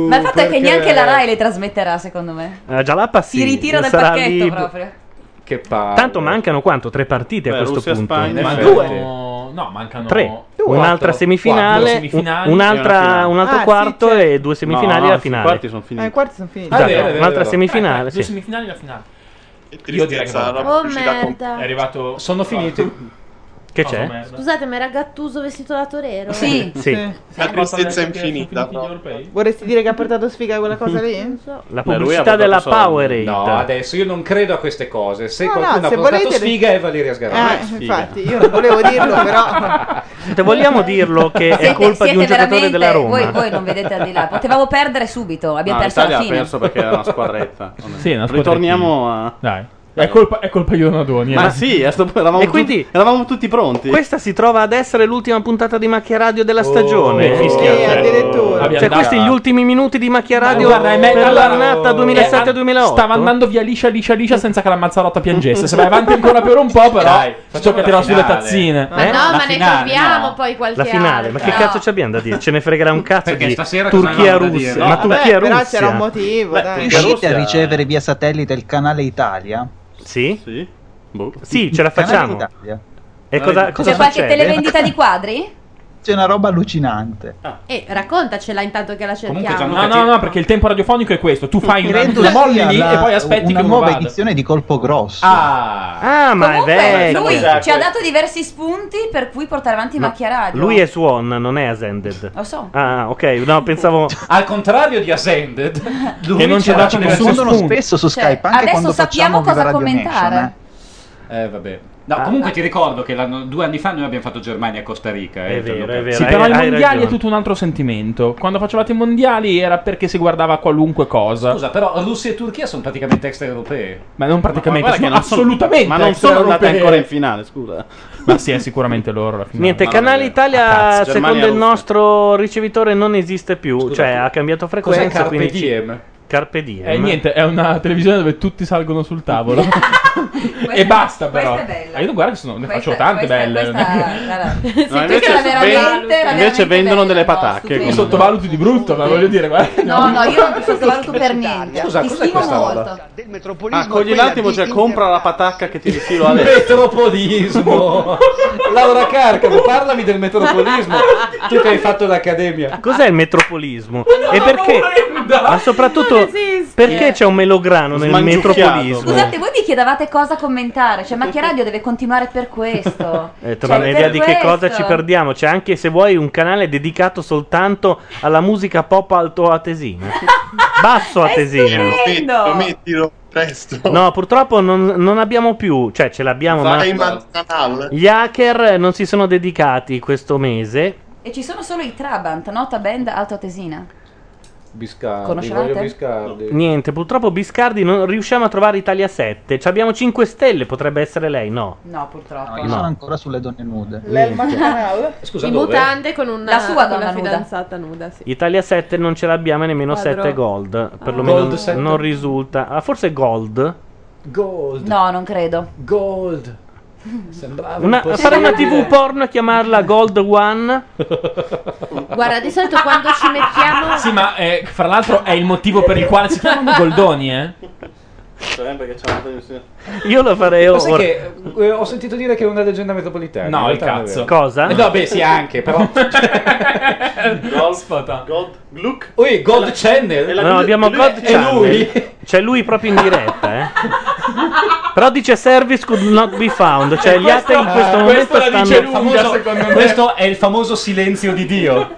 Speaker 3: Ma il fatto è
Speaker 6: Uh, perché-
Speaker 3: che neanche la Rai le trasmetterà, secondo me.
Speaker 1: Eh, già la passi.
Speaker 3: Si ritira dal
Speaker 1: sarà
Speaker 3: pacchetto
Speaker 1: lì-
Speaker 3: proprio.
Speaker 6: Che palle.
Speaker 1: Tanto mancano quanto? Tre partite a
Speaker 6: Beh,
Speaker 1: questo
Speaker 6: Russia,
Speaker 1: punto?
Speaker 6: Spagna,
Speaker 1: Ma
Speaker 6: effetti.
Speaker 2: No, no, mancano
Speaker 1: Tre.
Speaker 2: Quattro.
Speaker 1: Un'altra semifinale,
Speaker 2: Quattro semifinali
Speaker 1: un-
Speaker 2: e una
Speaker 1: un'altra-
Speaker 2: finale.
Speaker 1: un altro
Speaker 10: Ah, sì,
Speaker 1: quarto
Speaker 10: certo.
Speaker 1: e due semifinali
Speaker 8: No,
Speaker 1: e
Speaker 8: no,
Speaker 1: la
Speaker 8: i
Speaker 1: finale.
Speaker 8: quarti sono finiti.
Speaker 10: Eh, i quarti sono finiti.
Speaker 2: Ah,
Speaker 1: Esatto, un'altra semifinale.
Speaker 2: Eh, Due
Speaker 1: sì.
Speaker 2: semifinali e la finale.
Speaker 20: Io
Speaker 2: direi che
Speaker 20: tristezza,
Speaker 2: vale.
Speaker 20: la Oh, pubblicità merda.
Speaker 2: È arrivato.
Speaker 6: Sono finiti.
Speaker 1: Che
Speaker 2: Cosa
Speaker 6: Oh,
Speaker 1: c'è?
Speaker 2: merda.
Speaker 9: Scusate, ma era Gattuso vestito da torero?
Speaker 1: Sì. Eh, Sì.
Speaker 20: La tristezza infinita.
Speaker 10: Vorresti dire che ha portato sfiga quella cosa lì? Non so.
Speaker 1: La pubblicità della Powerade.
Speaker 6: No, adesso io non credo a queste cose. Se
Speaker 10: No, no,
Speaker 6: qualcuno ha
Speaker 10: se
Speaker 6: portato
Speaker 10: volete-
Speaker 6: sfiga è Valeria Sgarra.
Speaker 10: Eh, infatti, io non volevo dirlo,
Speaker 6: *laughs*
Speaker 10: però.
Speaker 1: Te vogliamo dirlo che è
Speaker 3: Siete-
Speaker 1: colpa di un
Speaker 3: siete
Speaker 1: giocatore
Speaker 3: veramente-
Speaker 1: della Roma?
Speaker 3: Voi, voi non vedete al di là. Potevamo perdere subito. Abbiamo
Speaker 8: No,
Speaker 3: perso
Speaker 8: l'Italia
Speaker 3: alla
Speaker 8: ha
Speaker 3: fine.
Speaker 1: *laughs*
Speaker 8: perso perché era una squadretta. Vabbè.
Speaker 2: Sì, è una
Speaker 8: Ritorniamo a.
Speaker 2: Dai. È colpa, è colpa di Donadoni. eh.
Speaker 8: Ma sì, a sto punto eravamo,
Speaker 1: E quindi-
Speaker 8: tutti, eravamo tutti pronti.
Speaker 1: Questa si trova ad essere l'ultima puntata di Macchia Radio della stagione.
Speaker 8: Eh, fischiate. Eh, addirittura.
Speaker 1: Cioè,
Speaker 8: Abbiamo
Speaker 1: questi
Speaker 8: dato-
Speaker 1: gli ultimi minuti di Macchia Radio
Speaker 2: Guarda, è me-
Speaker 1: per
Speaker 2: allora-
Speaker 1: l'annata
Speaker 2: eh,
Speaker 1: 2007-2008.
Speaker 2: Stava andando via liscia, liscia, liscia senza che la Mazzarotta piangesse. Se vai avanti ancora per un po', però.
Speaker 1: Dai,
Speaker 2: so che tirano sulle tazzine.
Speaker 26: Ma no, ma ne troviamo poi qualche
Speaker 1: La finale, ma
Speaker 26: altra.
Speaker 1: che cazzo ci abbiamo da dire? Ce ne fregherà un cazzo
Speaker 6: Perché
Speaker 1: di
Speaker 6: stasera cosa avevamo da
Speaker 1: Turchia-Russia.
Speaker 6: dire?
Speaker 1: Ma
Speaker 6: No,
Speaker 1: Turchia-Russia.
Speaker 6: vabbè, però c'era un
Speaker 27: motivo,
Speaker 6: Beh, dai.
Speaker 10: Riuscite
Speaker 6: Russia-
Speaker 10: a ricevere via satellite il canale Italia?
Speaker 1: Sì? Sì, ce la facciamo.
Speaker 10: Canale Italia.
Speaker 1: E cosa,
Speaker 9: Cioè,
Speaker 1: cosa
Speaker 3: Boh. C'è qualche
Speaker 1: succede?
Speaker 3: televendita di quadri?
Speaker 1: *laughs*
Speaker 10: C'è una roba allucinante.
Speaker 8: Ah.
Speaker 9: E Eh, raccontacela intanto che la cerchiamo.
Speaker 2: No, no, no, perché il tempo radiofonico è questo. Tu fai una,
Speaker 10: Credo
Speaker 2: la molli
Speaker 10: sia
Speaker 2: lì
Speaker 10: la-
Speaker 2: e poi aspetti
Speaker 10: una
Speaker 2: che
Speaker 10: nuova
Speaker 2: uno vada.
Speaker 10: edizione di Colpo Grosso.
Speaker 1: Ah, ma
Speaker 10: Comunque,
Speaker 1: è vecchio.
Speaker 3: Lui ci ha dato diversi spunti per cui portare avanti
Speaker 1: Esatto. No,
Speaker 3: Macchia Radio.
Speaker 1: Lui è Swan, non è Ascended.
Speaker 3: Lo so.
Speaker 1: Ah, ok,
Speaker 6: *laughs*
Speaker 1: no, pensavo.
Speaker 6: Cioè, Al contrario di Ascended,
Speaker 1: Che non ci ha dato nessun spunto.
Speaker 3: Cioè, Adesso sappiamo cosa commentare.
Speaker 6: Eh, vabbè. No,
Speaker 1: Ah.
Speaker 6: comunque ti ricordo che l'anno- due anni fa noi abbiamo fatto Germania e Costa Rica. eh, Gianluca.
Speaker 2: Sì, però i mondiali è tutto un altro sentimento. Quando facevate i mondiali era perché si guardava qualunque cosa.
Speaker 6: Scusa, però Russia e Turchia sono praticamente extraeuropee.
Speaker 2: Ma non praticamente,
Speaker 6: Ma guarda
Speaker 2: sono
Speaker 6: che non sono-
Speaker 2: assolutamente.
Speaker 6: ma non sono
Speaker 2: extraeuropee.
Speaker 6: andate ancora in
Speaker 8: finale, scusa.
Speaker 2: Ma sì, è sicuramente loro la finale.
Speaker 1: Niente, Canale Italia,
Speaker 2: Ah, cazzo,
Speaker 1: secondo il
Speaker 2: Germania-Russia.
Speaker 1: nostro ricevitore, non esiste più.
Speaker 2: Scusa,
Speaker 1: cioè,
Speaker 2: tu-
Speaker 1: ha cambiato
Speaker 2: cos'è
Speaker 1: frequenza.
Speaker 2: Carpe
Speaker 1: quindi ci-
Speaker 2: diem?
Speaker 1: Carpe diem.
Speaker 2: Eh, niente, *laughs* è una televisione dove tutti salgono sul *laughs* tavolo. e basta, però.
Speaker 3: questa è bella.
Speaker 2: Ma io guarda che sono- ne
Speaker 3: Questa-
Speaker 2: faccio tante
Speaker 3: questa-
Speaker 2: belle. non è
Speaker 3: questa-
Speaker 2: che-
Speaker 3: guarda.
Speaker 8: No,
Speaker 3: Sì,
Speaker 8: invece
Speaker 3: questa era
Speaker 8: ven-
Speaker 3: veramente- era
Speaker 8: invece vendono delle patacche.
Speaker 2: Io
Speaker 8: comunque.
Speaker 2: sottovaluti di brutto, ma voglio dire, guarda.
Speaker 3: No, no, io non ti sottovaluto per niente.
Speaker 8: Scusa,
Speaker 3: Ti
Speaker 8: cos'è
Speaker 3: stimo
Speaker 8: questa
Speaker 3: molto.
Speaker 8: Ah, cogli un attimo, cioè, compra la patacca che ti rifilo
Speaker 1: *laughs*
Speaker 8: adesso.
Speaker 6: Metropolismo. Laura Carcamo, parlami del metropolismo. Tu che hai fatto l'accademia.
Speaker 1: Cos'è il metropolismo? e perché? Ma soprattutto,
Speaker 3: esiste.
Speaker 1: perché c'è un melograno nel
Speaker 8: Smangiucchiato.
Speaker 1: metropolismo?
Speaker 3: Scusate, voi vi chiedevate cosa commentare, cioè Macchia Radio deve continuare
Speaker 1: *laughs*
Speaker 3: per questo.
Speaker 1: Eh, torna
Speaker 3: Cioè,
Speaker 1: l'idea
Speaker 3: per
Speaker 1: di che cosa
Speaker 3: questo.
Speaker 1: ci perdiamo. C'è anche, se vuoi, un canale dedicato soltanto alla musica pop
Speaker 3: *laughs*
Speaker 1: altoatesina. Basso atesina.
Speaker 20: Mettilo, mettilo presto.
Speaker 1: No, purtroppo non, non abbiamo più, cioè ce l'abbiamo, ma
Speaker 20: Vai in Mantanal.
Speaker 1: gli hacker non si sono dedicati questo mese.
Speaker 3: E ci sono solo i Trabant, nota band alto tesina.
Speaker 6: Biscardi,
Speaker 3: Conoscevate? voglio
Speaker 6: Biscardi.
Speaker 1: Niente, purtroppo Biscardi non riusciamo a trovare Italia 7. Ci abbiamo 5 stelle, potrebbe essere lei, no.
Speaker 3: No, purtroppo.
Speaker 1: *laughs*
Speaker 10: No, io
Speaker 1: No.
Speaker 10: sono ancora sulle donne nude.
Speaker 1: *laughs*
Speaker 6: Scusa,
Speaker 9: in
Speaker 1: dove?
Speaker 9: mutande con una,
Speaker 3: La sua
Speaker 9: con
Speaker 3: donna
Speaker 9: una
Speaker 3: nuda.
Speaker 9: fidanzata nuda, sì.
Speaker 1: Italia 7 non ce l'abbiamo e nemmeno
Speaker 9: Quadro.
Speaker 1: 7 gold. Perlomeno
Speaker 9: Gold sette?
Speaker 1: non risulta. Ah, forse gold.
Speaker 6: Gold.
Speaker 3: No, non credo. *laughs*
Speaker 6: Gold. Sembrava
Speaker 1: Una- fare una tv porno e chiamarla Gold One.
Speaker 9: Guarda, di solito quando ci mettiamo
Speaker 2: Sì, ma eh, fra l'altro è il motivo per il quale si chiamano Goldoni, eh?
Speaker 8: Cioè, perché c'è una televisione-
Speaker 1: Io lo farei
Speaker 6: Ma
Speaker 1: ora.
Speaker 6: sai che eh, ho sentito dire che è una leggenda metropolitana.
Speaker 1: No,
Speaker 6: in realtà
Speaker 1: il
Speaker 6: non è
Speaker 1: cazzo.
Speaker 6: vero.
Speaker 1: Cosa?
Speaker 6: Eh, No, beh, sì, anche,
Speaker 1: *laughs*
Speaker 6: però.
Speaker 2: eh, Gold,
Speaker 8: Gold, Gluck.
Speaker 6: Ui, Gold Channel.
Speaker 1: No, abbiamo God Channel.
Speaker 6: lui.
Speaker 1: C'è lui proprio in diretta, eh. Però dice service could not be found. Cioè, gli altri in questo
Speaker 8: Ah,
Speaker 1: momento stanno.
Speaker 6: Questo è il famoso silenzio di Dio.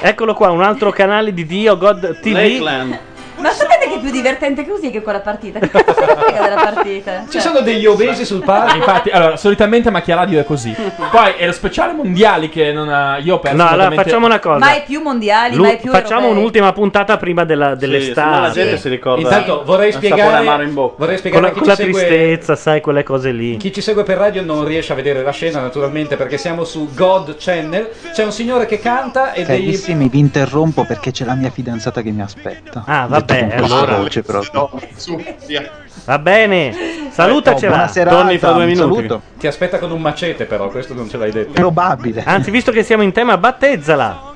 Speaker 1: Eccolo qua, un altro canale di Dio, God TV.
Speaker 6: Lakeland.
Speaker 3: Ma sapete che è più divertente così che quella partita? Che cazzo se ne frega della partita? Cioè,
Speaker 6: degli obesi sul palco.
Speaker 2: Infatti, allora, solitamente Macchia Radio è così. Poi è lo speciale mondiali che non ha. Io ho perso.
Speaker 1: No, allora,
Speaker 2: veramente-
Speaker 1: facciamo una cosa.
Speaker 3: Mai più mondiali,
Speaker 1: Lu-
Speaker 3: mai più
Speaker 1: facciamo
Speaker 3: europei.
Speaker 1: un'ultima puntata prima della- dell'estate.
Speaker 8: la gente si ricorda.
Speaker 6: Intanto vorrei
Speaker 8: il sapore
Speaker 6: spiegare-
Speaker 8: amaro in bocca.
Speaker 6: vorrei
Speaker 1: Con
Speaker 6: spiegare
Speaker 1: la,
Speaker 6: a chi
Speaker 1: con la
Speaker 6: ci segue-
Speaker 1: tristezza, sai, quelle cose lì.
Speaker 6: Chi ci segue per radio non riesce a vedere la scena, naturalmente, perché siamo su God Channel. C'è un signore che canta e degli.
Speaker 10: Carissimi, vi interrompo perché c'è la mia fidanzata che mi aspetta.
Speaker 1: Ah, vabbè,
Speaker 10: Detto con questa
Speaker 1: allora.
Speaker 10: voce proprio.
Speaker 20: Su, via.
Speaker 1: Va bene, salutacela.
Speaker 6: Oh, buona serata,
Speaker 1: Torni fra due
Speaker 6: un
Speaker 1: minuti.
Speaker 6: saluto. Ti aspetta con un macete, però, questo non ce l'hai detto.
Speaker 10: Probabile.
Speaker 1: Anzi, visto che siamo in tema, battezzala.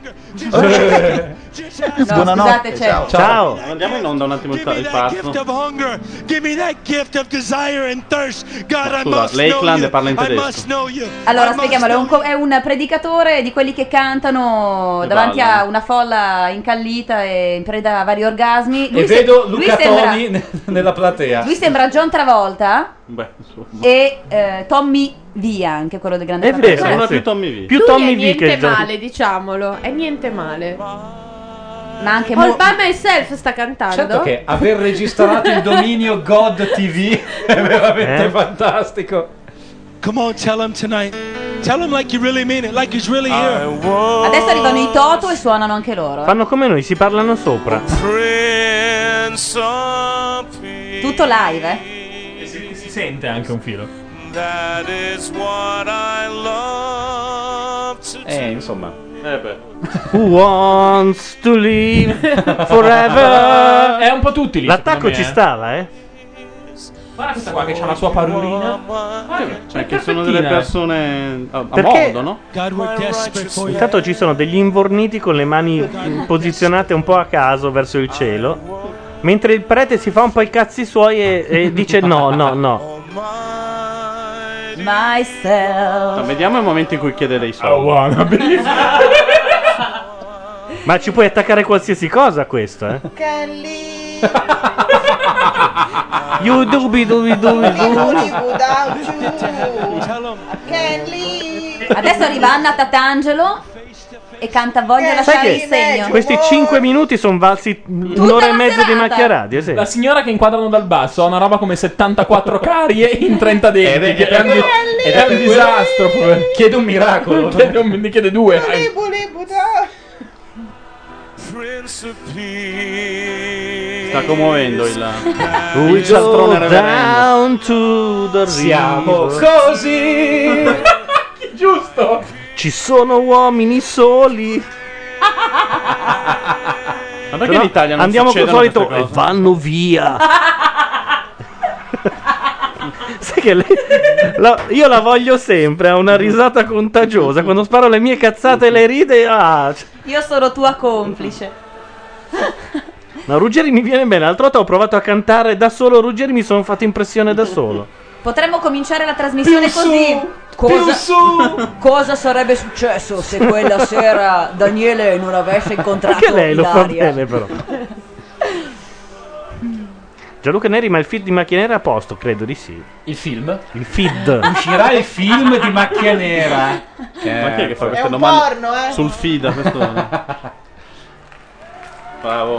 Speaker 3: No, scusate, c'è.
Speaker 4: certo.
Speaker 1: Ciao.
Speaker 8: Andiamo in onda un attimo il, il pazzo.
Speaker 4: Give me that gift of desire and thirst. God, I
Speaker 8: Scusa,
Speaker 4: must know
Speaker 8: Lakeland
Speaker 4: you.
Speaker 8: parla in
Speaker 4: I
Speaker 8: tedesco.
Speaker 4: must know you.
Speaker 3: Allora, spieghiamolo, è un, co- è un predicatore di quelli che cantano
Speaker 8: E
Speaker 3: davanti
Speaker 8: ballano.
Speaker 3: a una folla incallita e in preda a vari orgasmi. Lui
Speaker 6: E
Speaker 3: se-
Speaker 6: vedo
Speaker 3: lui
Speaker 6: Luca
Speaker 3: sembra-
Speaker 6: Toni ne- nella platea.
Speaker 3: Lui sembra John Travolta
Speaker 8: Beh, insomma.
Speaker 3: e eh, Tommy Via, anche quello del grande
Speaker 1: È
Speaker 3: fratello.
Speaker 1: vero, eh,
Speaker 8: Sembra
Speaker 1: sì.
Speaker 8: più Tommy V.
Speaker 1: Più
Speaker 9: Lui
Speaker 1: Tommy
Speaker 9: è
Speaker 1: V
Speaker 9: niente
Speaker 1: che John-
Speaker 9: male, diciamolo. È niente male.
Speaker 3: Ma anche
Speaker 9: All
Speaker 3: mo-
Speaker 9: by myself sta cantando.
Speaker 6: Certo che aver registrato il dominio God
Speaker 3: *laughs*
Speaker 6: TV è veramente
Speaker 4: Eh?
Speaker 6: fantastico.
Speaker 4: Come on, tell him tonight. Tell him like you really mean it, like he's really here.
Speaker 3: Adesso arrivano i Toto e suonano anche loro. eh.
Speaker 1: Fanno come noi, si parlano sopra.
Speaker 3: Tutto live, eh.
Speaker 2: Si, si sente anche un filo.
Speaker 4: That is what I love to
Speaker 16: Eh, insomma. Eh beh.
Speaker 1: Who wants to live forever?
Speaker 2: È un po' tutti lì,
Speaker 1: L'attacco
Speaker 2: secondo me,
Speaker 1: ci
Speaker 2: eh.
Speaker 1: stava, eh.
Speaker 2: Guarda questa qua che c'ha la sua parolina.
Speaker 8: Cioè, che sono delle
Speaker 2: eh.
Speaker 8: persone eh, a, a
Speaker 1: Perché-
Speaker 8: modo, no?
Speaker 1: Intanto ci sono degli invorniti con le mani mm, posizionate un po' a caso verso il cielo. Mentre il prete si fa un po' i cazzi suoi e, e dice no, no, no.
Speaker 8: No,
Speaker 3: Myself.
Speaker 8: vediamo il momento in cui chiede dei soldi.
Speaker 1: *laughs* Ma ci puoi attaccare qualsiasi cosa a questo, eh? You dubi dubi dubi dubi.
Speaker 3: Adesso arriva Anna Tatangelo e canta Voglio lasciare il segno.
Speaker 1: Questi 5 minuti sono valsi un'ora e mezza di macchia radio, sì.
Speaker 2: La signora che inquadrano dal basso ha una roba come 74 carie in 30 denti. che è, un,
Speaker 16: ed è
Speaker 2: è un
Speaker 16: per quello-
Speaker 2: disastro. povero.
Speaker 16: Chiede un miracolo.
Speaker 2: *laughs* Chiede un- ne chiede due.
Speaker 4: Eh,
Speaker 8: Sta commuovendo il,
Speaker 1: We
Speaker 8: il cialtrone
Speaker 1: go
Speaker 8: reverendo.
Speaker 1: down to the
Speaker 8: Siamo
Speaker 1: river. *laughs*
Speaker 16: così. Giusto.
Speaker 1: Ci sono uomini soli.
Speaker 8: Ma perché in Italia non
Speaker 1: andiamo col
Speaker 8: succedono
Speaker 1: solito
Speaker 8: queste
Speaker 1: e
Speaker 8: cose?
Speaker 1: vanno via. Sai che lei, la- io la voglio sempre, ha una risata
Speaker 2: Mm.
Speaker 1: contagiosa. Quando sparo le mie cazzate le ride. Ah.
Speaker 3: Io sono tua complice.
Speaker 1: No, Ruggeri mi viene bene. L'altra volta ho provato a cantare da solo Ruggeri, mi sono fatto impressione da solo.
Speaker 3: Potremmo cominciare la trasmissione
Speaker 4: Più su,
Speaker 3: così.
Speaker 4: più
Speaker 3: cosa sarebbe successo se
Speaker 4: quella sera
Speaker 3: Daniele non avesse
Speaker 1: Anche lei lo fa bene, però. Gianluca Neri, ma il feed di Macchia Nera è a posto? Credo di sì.
Speaker 2: Il film?
Speaker 1: Il
Speaker 2: *laughs*
Speaker 1: feed.
Speaker 6: Uscirà il film di Macchia Nera.
Speaker 8: Ma chi è che fa queste
Speaker 6: un
Speaker 8: domande?
Speaker 6: porno, eh.
Speaker 8: Sul FIDA questo. Bravo.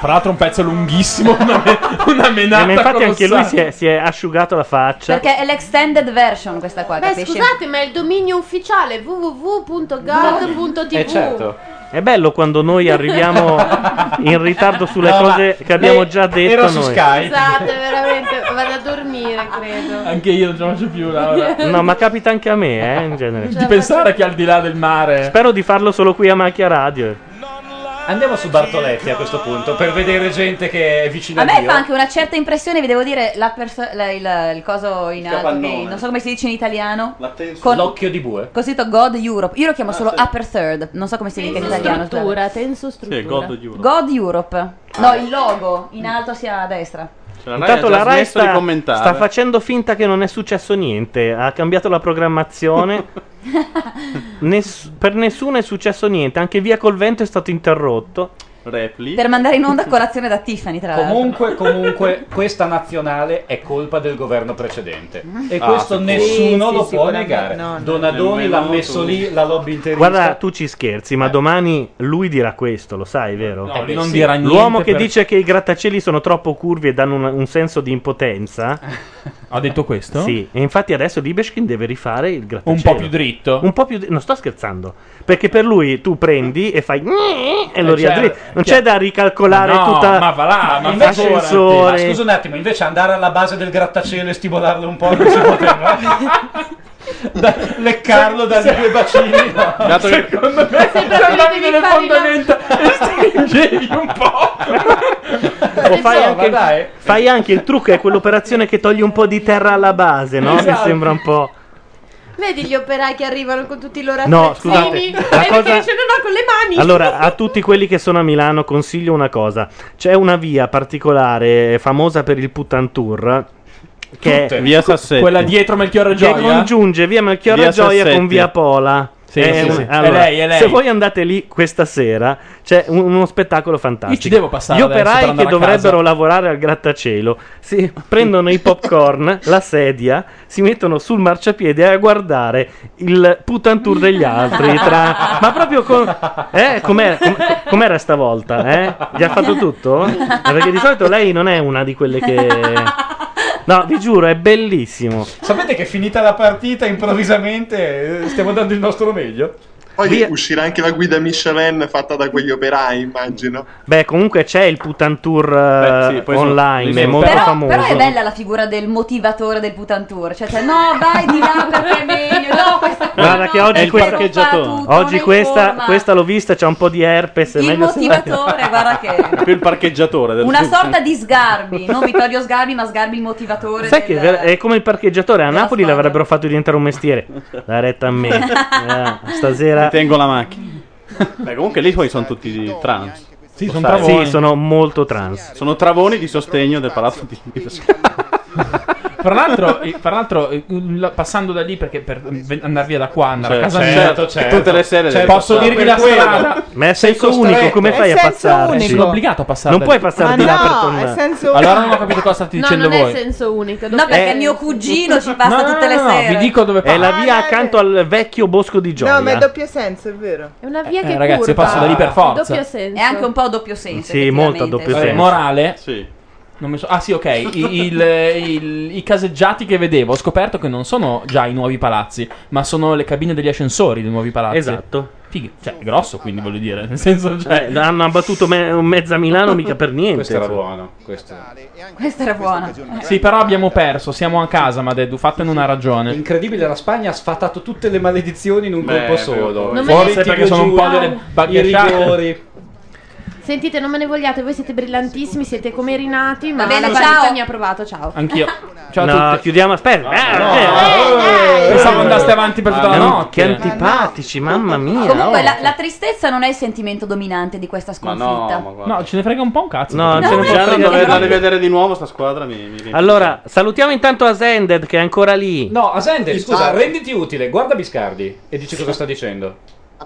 Speaker 2: Fra l'altro un pezzo lunghissimo, una, me- una menata.
Speaker 1: Eh, ma infatti anche lui
Speaker 2: colossale.
Speaker 1: si è, si è asciugato la faccia.
Speaker 2: certo.
Speaker 3: Perché è l'extended version questa qua,
Speaker 9: Beh,
Speaker 3: capisci? Eh, certo.
Speaker 9: scusate, ma è il dominio ufficiale www.god.tv.
Speaker 2: Eh, certo.
Speaker 1: È bello quando noi arriviamo in ritardo sulle
Speaker 2: No, ma
Speaker 1: cose che abbiamo
Speaker 2: lei
Speaker 1: già detto
Speaker 2: era su
Speaker 1: noi.
Speaker 2: Skype.
Speaker 9: Scusate, veramente, vado a dormire, credo.
Speaker 2: Anche io non ce la faccio più, Laura. *laughs*
Speaker 1: No, ma capita anche a me, eh, in genere.
Speaker 2: Di pensare che al di là del mare.
Speaker 1: Spero di farlo solo qui a Macchia Radio.
Speaker 16: Andiamo su Bartoletti a questo punto per vedere gente che è vicina
Speaker 3: A
Speaker 16: a
Speaker 3: me
Speaker 16: Dio.
Speaker 3: fa anche una certa impressione, vi devo dire, la perso- la- il, il coso in alto,
Speaker 16: capannone.
Speaker 3: che non so come si dice in italiano. Con-
Speaker 16: L'occhio di bue.
Speaker 3: Così to God Europe. Io lo chiamo solo Upper Third, non so come si dica in
Speaker 9: Tenso
Speaker 3: italiano.
Speaker 9: struttura,
Speaker 3: scusate.
Speaker 9: tenso struttura.
Speaker 3: God Europe. No, il logo in alto sia a destra.
Speaker 8: Cioè, la Rai
Speaker 1: Intanto
Speaker 8: ha già
Speaker 1: la Rai
Speaker 8: smesso di
Speaker 1: sta,
Speaker 8: commentare.
Speaker 1: sta facendo finta che non è successo niente, ha cambiato
Speaker 8: *laughs*
Speaker 1: la programmazione. Ness- per nessuno è successo niente, anche Via col vento è stato interrotto.
Speaker 8: Repli.
Speaker 3: Per mandare in onda colazione da Tiffany, tra l'altro.
Speaker 6: Comunque, comunque, questa nazionale è colpa del governo precedente. E
Speaker 16: Ah,
Speaker 6: questo
Speaker 16: sì,
Speaker 6: nessuno
Speaker 16: sì,
Speaker 6: lo
Speaker 16: sì,
Speaker 6: può
Speaker 16: sicuramente
Speaker 6: negare.
Speaker 16: no, no.
Speaker 6: Donadoni l'ha
Speaker 16: Nemmeno
Speaker 6: messo
Speaker 16: tu.
Speaker 6: lì la lobby interista.
Speaker 1: Guarda, tu ci scherzi, ma domani lui dirà questo, lo sai, vero?
Speaker 2: Eh. No, lui non dirà niente
Speaker 1: L'uomo che
Speaker 2: per-
Speaker 1: dice che i grattacieli sono troppo curvi e danno un, un senso di impotenza.
Speaker 2: Ha detto questo?
Speaker 1: Sì, e infatti adesso Libeskin deve rifare il grattacielo.
Speaker 2: Un po' più dritto.
Speaker 1: Un po' più dri- Non sto scherzando. Perché per lui tu prendi e fai... E lo
Speaker 6: Eh,
Speaker 1: riaddritti.
Speaker 6: certo.
Speaker 1: Non c'è
Speaker 2: Cioè,
Speaker 1: da ricalcolare
Speaker 6: Ma no,
Speaker 1: tutta...
Speaker 6: ma va là, ma
Speaker 1: il
Speaker 6: figurati. Ma
Speaker 1: ascensore.
Speaker 6: scusa un attimo, invece andare alla base del grattacielo e stimolarlo un po' non si *laughs* poteva. Da- leccarlo dalle due bacini. no.
Speaker 8: Dato che-
Speaker 6: Secondo me
Speaker 2: Andavi nelle
Speaker 3: *laughs*
Speaker 2: fondamenta e stringevi un po'.
Speaker 1: O fai,
Speaker 2: Insomma,
Speaker 1: anche,
Speaker 2: dai.
Speaker 1: fai anche il trucco, è quell'operazione che togli un po' di terra alla base, no?
Speaker 9: Esatto.
Speaker 1: Mi sembra un po'...
Speaker 9: Vedi gli operai che arrivano con tutti i loro
Speaker 1: No,
Speaker 9: attrezzini?
Speaker 1: scusate,
Speaker 9: e
Speaker 1: la
Speaker 9: mi
Speaker 1: cosa-
Speaker 9: dice, no, no, con le mani.
Speaker 1: Allora, a tutti quelli che sono a Milano consiglio una cosa. C'è una via particolare, famosa per il Putan Tour, che è-
Speaker 2: Tutte. Quella dietro Melchiorre
Speaker 1: che
Speaker 2: Gioia.
Speaker 1: congiunge via Melchiorra
Speaker 2: Via
Speaker 1: Gioia
Speaker 2: Sassetti.
Speaker 1: con via Pola. Eh,
Speaker 2: Sì, sì, sì. È lei, è lei.
Speaker 1: Se voi andate lì questa sera, c'è un- uno spettacolo fantastico.
Speaker 2: Io ci devo passare
Speaker 1: Gli
Speaker 2: adesso per
Speaker 1: operai
Speaker 2: andare
Speaker 1: che
Speaker 2: a
Speaker 1: dovrebbero
Speaker 2: casa.
Speaker 1: lavorare al grattacielo si *laughs* prendono i popcorn, la sedia, si mettono sul marciapiede a guardare il putantour degli altri. tra- Ma proprio con. Eh, com'è- com- com'era stavolta? Eh? Gli ha fatto tutto? Eh, Perché di solito lei non è una di quelle che. No, vi giuro, è bellissimo.
Speaker 6: Sapete che finita la partita improvvisamente eh, stiamo dando il nostro meglio?
Speaker 20: Poi uscirà anche la guida Michelin fatta da quegli operai, immagino.
Speaker 1: Beh, comunque c'è il Putantour
Speaker 20: Beh, sì,
Speaker 1: Tour
Speaker 20: poi sono-
Speaker 1: online, è
Speaker 20: sono-
Speaker 1: molto
Speaker 3: Però,
Speaker 1: famoso.
Speaker 3: però è bella la figura del motivatore del Putantour. Cioè, cioè, no,
Speaker 1: *laughs*
Speaker 3: vai di là perché è meglio. No, questa
Speaker 1: Guarda che
Speaker 3: È
Speaker 1: oggi
Speaker 3: il
Speaker 1: questa,
Speaker 3: parcheggiatore. Fa tutto,
Speaker 1: oggi
Speaker 3: non è
Speaker 1: questa,
Speaker 3: forma.
Speaker 1: questa l'ho vista, c'è un po' di herpes. è
Speaker 3: Il
Speaker 1: meglio se-
Speaker 3: motivatore,
Speaker 1: *laughs*
Speaker 3: guarda che.
Speaker 8: È più il parcheggiatore del
Speaker 3: Una sorta di sgarbi, non Vittorio Sgarbi, ma Sgarbi il motivatore.
Speaker 1: Sai
Speaker 3: del-
Speaker 1: che ver- è come il parcheggiatore, a Napoli l'avrebbero fatto diventare un mestiere. La retta a me.
Speaker 3: *laughs*
Speaker 1: Eh, stasera...
Speaker 8: Ti tengo la macchina. Beh, comunque lì poi sono tutti trans.
Speaker 1: Sì,
Speaker 8: Lo
Speaker 1: sono
Speaker 8: sai?
Speaker 1: travoni. Sì, sono molto trans.
Speaker 8: Sono travoni di sostegno del palazzo di di Pescara.
Speaker 2: Fra l'altro, eh, fra l'altro, eh, la- passando da lì perché per eh, andare via da qua, andare
Speaker 8: Cioè,
Speaker 2: a casa
Speaker 8: certo,
Speaker 2: mia,
Speaker 8: certo. Tutte le sere devi
Speaker 2: posso
Speaker 8: passare.
Speaker 2: dirvi
Speaker 8: Per
Speaker 2: la strada.
Speaker 8: quello. Ma è senso unico, come
Speaker 2: Cioè,
Speaker 8: È fai a senso passare? unico.
Speaker 2: Sono obbligato a passare.
Speaker 1: Non
Speaker 2: da
Speaker 1: puoi
Speaker 2: lì.
Speaker 1: passare Ma di là no, per tornare. è senso
Speaker 2: Allora
Speaker 1: unico.
Speaker 2: non ho capito cosa state
Speaker 9: No,
Speaker 2: dicendo
Speaker 9: non
Speaker 2: voi.
Speaker 9: è senso unico.
Speaker 3: No, perché mio cugino ci passa
Speaker 2: No, no,
Speaker 3: tutte le
Speaker 2: no, no,
Speaker 3: sere.
Speaker 2: vi dico dove
Speaker 1: È
Speaker 2: passa.
Speaker 1: la via accanto al vecchio bosco di Gioia.
Speaker 10: No, ma è doppio senso, è vero.
Speaker 14: È una via
Speaker 1: Eh, che ragazzi, curva. passo da lì per forza. Doppio
Speaker 3: È anche un po'
Speaker 10: *laughs*
Speaker 3: a doppio senso.
Speaker 1: Sì, molto a
Speaker 3: effettivamente.
Speaker 1: doppio
Speaker 2: Eh,
Speaker 1: senso.
Speaker 2: morale?
Speaker 8: Sì.
Speaker 2: Non mi so- ah sì, ok. I, il- il- i caseggiati che vedevo, ho scoperto che non sono già i nuovi palazzi, ma sono le cabine degli ascensori dei nuovi palazzi.
Speaker 1: Esatto.
Speaker 2: Fighe, cioè, è grosso quindi voglio dire. Nel senso, cioè,
Speaker 1: Eh, hanno abbattuto me- mezza Milano mica per niente.
Speaker 2: Questo era
Speaker 1: buono.
Speaker 3: Questa era buona.
Speaker 2: Sì, però abbiamo perso. Siamo a casa, Madedu. Fatene una ragione.
Speaker 13: Incredibile, la Spagna ha sfatato tutte le maledizioni in un colpo
Speaker 2: Beh, però
Speaker 13: solo.
Speaker 2: poi- Non me ne-
Speaker 13: Tiro
Speaker 2: Forse perché sono
Speaker 13: giù
Speaker 2: un po'
Speaker 6: ah,
Speaker 2: delle
Speaker 13: i
Speaker 2: bagacciate.
Speaker 13: rigori.
Speaker 9: Sentite, non me ne vogliate, voi siete brillantissimi, siete come rinati, ma
Speaker 3: Va bene,
Speaker 9: la partita
Speaker 3: ciao.
Speaker 9: mi ha provato, ciao.
Speaker 2: Anch'io. Ciao
Speaker 1: no,
Speaker 2: a tutti.
Speaker 1: chiudiamo, aspetta. Eh,
Speaker 2: eh, Pensavo andaste avanti per tutta la
Speaker 1: Che an-
Speaker 2: notte.
Speaker 1: Che antipatici, mamma mia.
Speaker 3: Comunque,
Speaker 1: oh.
Speaker 3: la, la tristezza non è il sentimento dominante di questa sconfitta.
Speaker 2: No, Ah, ce ne frega un po' un cazzo.
Speaker 1: No,
Speaker 2: perché-
Speaker 1: ce ne frega
Speaker 8: Già non
Speaker 1: niente.
Speaker 8: dovrei andare a vedere di nuovo sta squadra. Mi, mi riempie.
Speaker 1: Allora, salutiamo intanto Ascended che è ancora lì.
Speaker 6: No, Asende, scusa,
Speaker 1: Infatti.
Speaker 6: renditi utile, guarda Biscardi e dici cosa sta dicendo.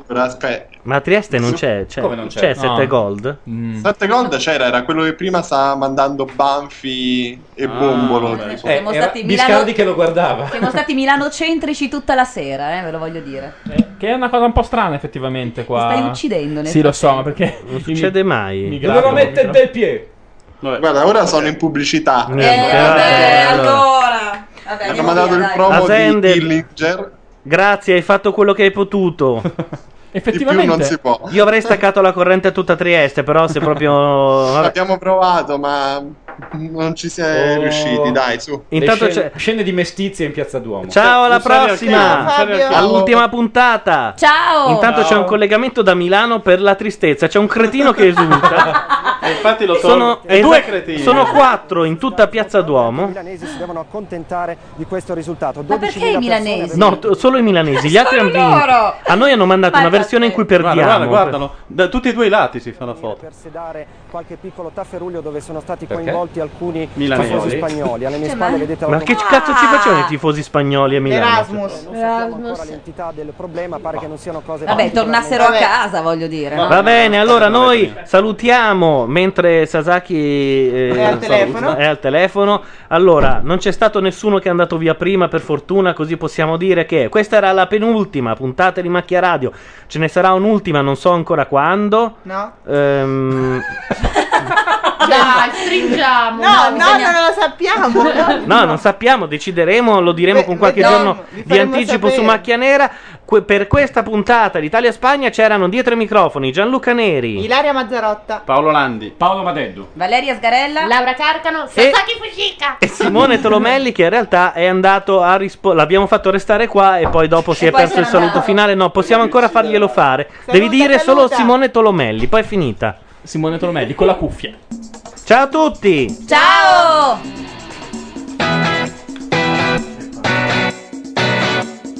Speaker 20: Allora, aspetta.
Speaker 1: Ma a Trieste non c'è, c'è,
Speaker 20: Come non c'è?
Speaker 1: c'è 7
Speaker 20: No.
Speaker 1: gold.
Speaker 2: Mm.
Speaker 20: Sette Gold c'era, era quello che prima stava mandando Banfi
Speaker 1: Ah,
Speaker 20: e Bombolo.
Speaker 3: beh. Siamo
Speaker 6: Eh,
Speaker 3: stati Milano-
Speaker 20: Biscardi
Speaker 6: che lo guardava.
Speaker 3: Siamo stati milanocentrici tutta la sera, eh, ve lo voglio dire.
Speaker 2: Che è una cosa un po' strana, effettivamente. Qua.
Speaker 3: Mi stai uccidendo, nel
Speaker 2: Sì, lo so, ma perché.
Speaker 1: Non succede mai.
Speaker 2: Mi graffio, mi graffio.
Speaker 6: del piede.
Speaker 20: Guarda, ora sono in pubblicità.
Speaker 1: Eh,
Speaker 3: Eh, allora. Vabbè,
Speaker 20: Hanno mandato il promo
Speaker 1: Ascended.
Speaker 20: di Dillinger.
Speaker 1: Grazie, hai fatto quello che hai potuto.
Speaker 20: Effettivamente. Di più non si può.
Speaker 1: Io avrei staccato la corrente a tutta Trieste, però se proprio... vabbè.
Speaker 20: Abbiamo provato, ma non ci siamo
Speaker 6: Oh.
Speaker 20: riusciti, dai, su.
Speaker 1: Intanto
Speaker 6: Le scene,
Speaker 1: c'è-
Speaker 6: scene di mestizia in Piazza Duomo.
Speaker 1: Ciao, alla prossima! All'ultima puntata!
Speaker 3: Ciao!
Speaker 1: Intanto c'è un collegamento da Milano per la tristezza. C'è un cretino che esulta.
Speaker 8: E infatti lo tolgo.
Speaker 1: sono
Speaker 8: E due
Speaker 1: esa-
Speaker 8: cretini.
Speaker 1: Sono quattro in tutta Piazza Duomo.
Speaker 21: milanesi si devono accontentare di questo risultato.
Speaker 3: Ma perché i milanesi?
Speaker 1: No, t- solo i milanesi, gli altri hanno
Speaker 3: Solo
Speaker 1: vinto.
Speaker 3: loro!
Speaker 1: A noi hanno mandato
Speaker 3: Ma
Speaker 1: una versione in cui
Speaker 8: Guarda,
Speaker 1: perdiamo.
Speaker 8: guarda, guardalo. Da tutti e due i lati si fa la foto.
Speaker 21: Per sedare qualche piccolo tafferuglio dove sono stati
Speaker 8: Perché?
Speaker 21: coinvolti alcuni
Speaker 8: Milanesi.
Speaker 21: tifosi spagnoli. Alle mie
Speaker 8: Cioè,
Speaker 21: spalle
Speaker 8: ma-
Speaker 21: vedete la
Speaker 1: Ma che cazzo ci facevano
Speaker 3: Ah!
Speaker 1: i tifosi spagnoli a Milano?
Speaker 21: ancora l'entità del problema, pare che non siano cose
Speaker 3: Vabbè, tornassero a
Speaker 21: Vabbè.
Speaker 3: casa, voglio dire. no?
Speaker 1: Va bene, allora noi salutiamo mentre Sasaki eh,
Speaker 3: È al telefono.
Speaker 1: è al telefono. Allora, non c'è stato nessuno che è andato via prima, per fortuna, così possiamo dire che questa era la penultima puntata di Macchia Radio. Ce ne sarà un'ultima, non so ancora quando.
Speaker 10: No?
Speaker 1: Ehm,
Speaker 9: Dai, stringiamo.
Speaker 10: No, no,
Speaker 9: dai,
Speaker 10: no,
Speaker 9: bisogna-
Speaker 10: non lo
Speaker 3: *laughs*
Speaker 10: sappiamo.
Speaker 1: no, non sappiamo, decideremo, lo diremo con qualche
Speaker 10: vediamo,
Speaker 1: giorno
Speaker 10: vi
Speaker 1: di
Speaker 10: faremo
Speaker 1: anticipo
Speaker 10: sapere.
Speaker 1: su Macchia Nera. Que- per questa puntata di Italia-Spagna c'erano dietro i microfoni Gianluca Neri.
Speaker 10: Ilaria Mazzarotta.
Speaker 1: Paolo Landi,
Speaker 8: Paolo Madeddu
Speaker 3: Valeria Sgarella,
Speaker 9: Laura Carcano, Sasaki Fujika.
Speaker 1: e Simone Tolomelli che in realtà è andato a rispondere. L'abbiamo fatto restare qua e poi dopo si
Speaker 3: E
Speaker 1: è
Speaker 3: poi
Speaker 1: perso
Speaker 3: se
Speaker 1: il
Speaker 3: n'è
Speaker 1: saluto
Speaker 3: andato.
Speaker 1: finale. No, possiamo ancora farglielo fare. Devi dire solo Simone Tolomelli, poi è finita.
Speaker 2: Simone Tolomelli con la cuffia.
Speaker 1: Ciao a tutti!
Speaker 3: Ciao!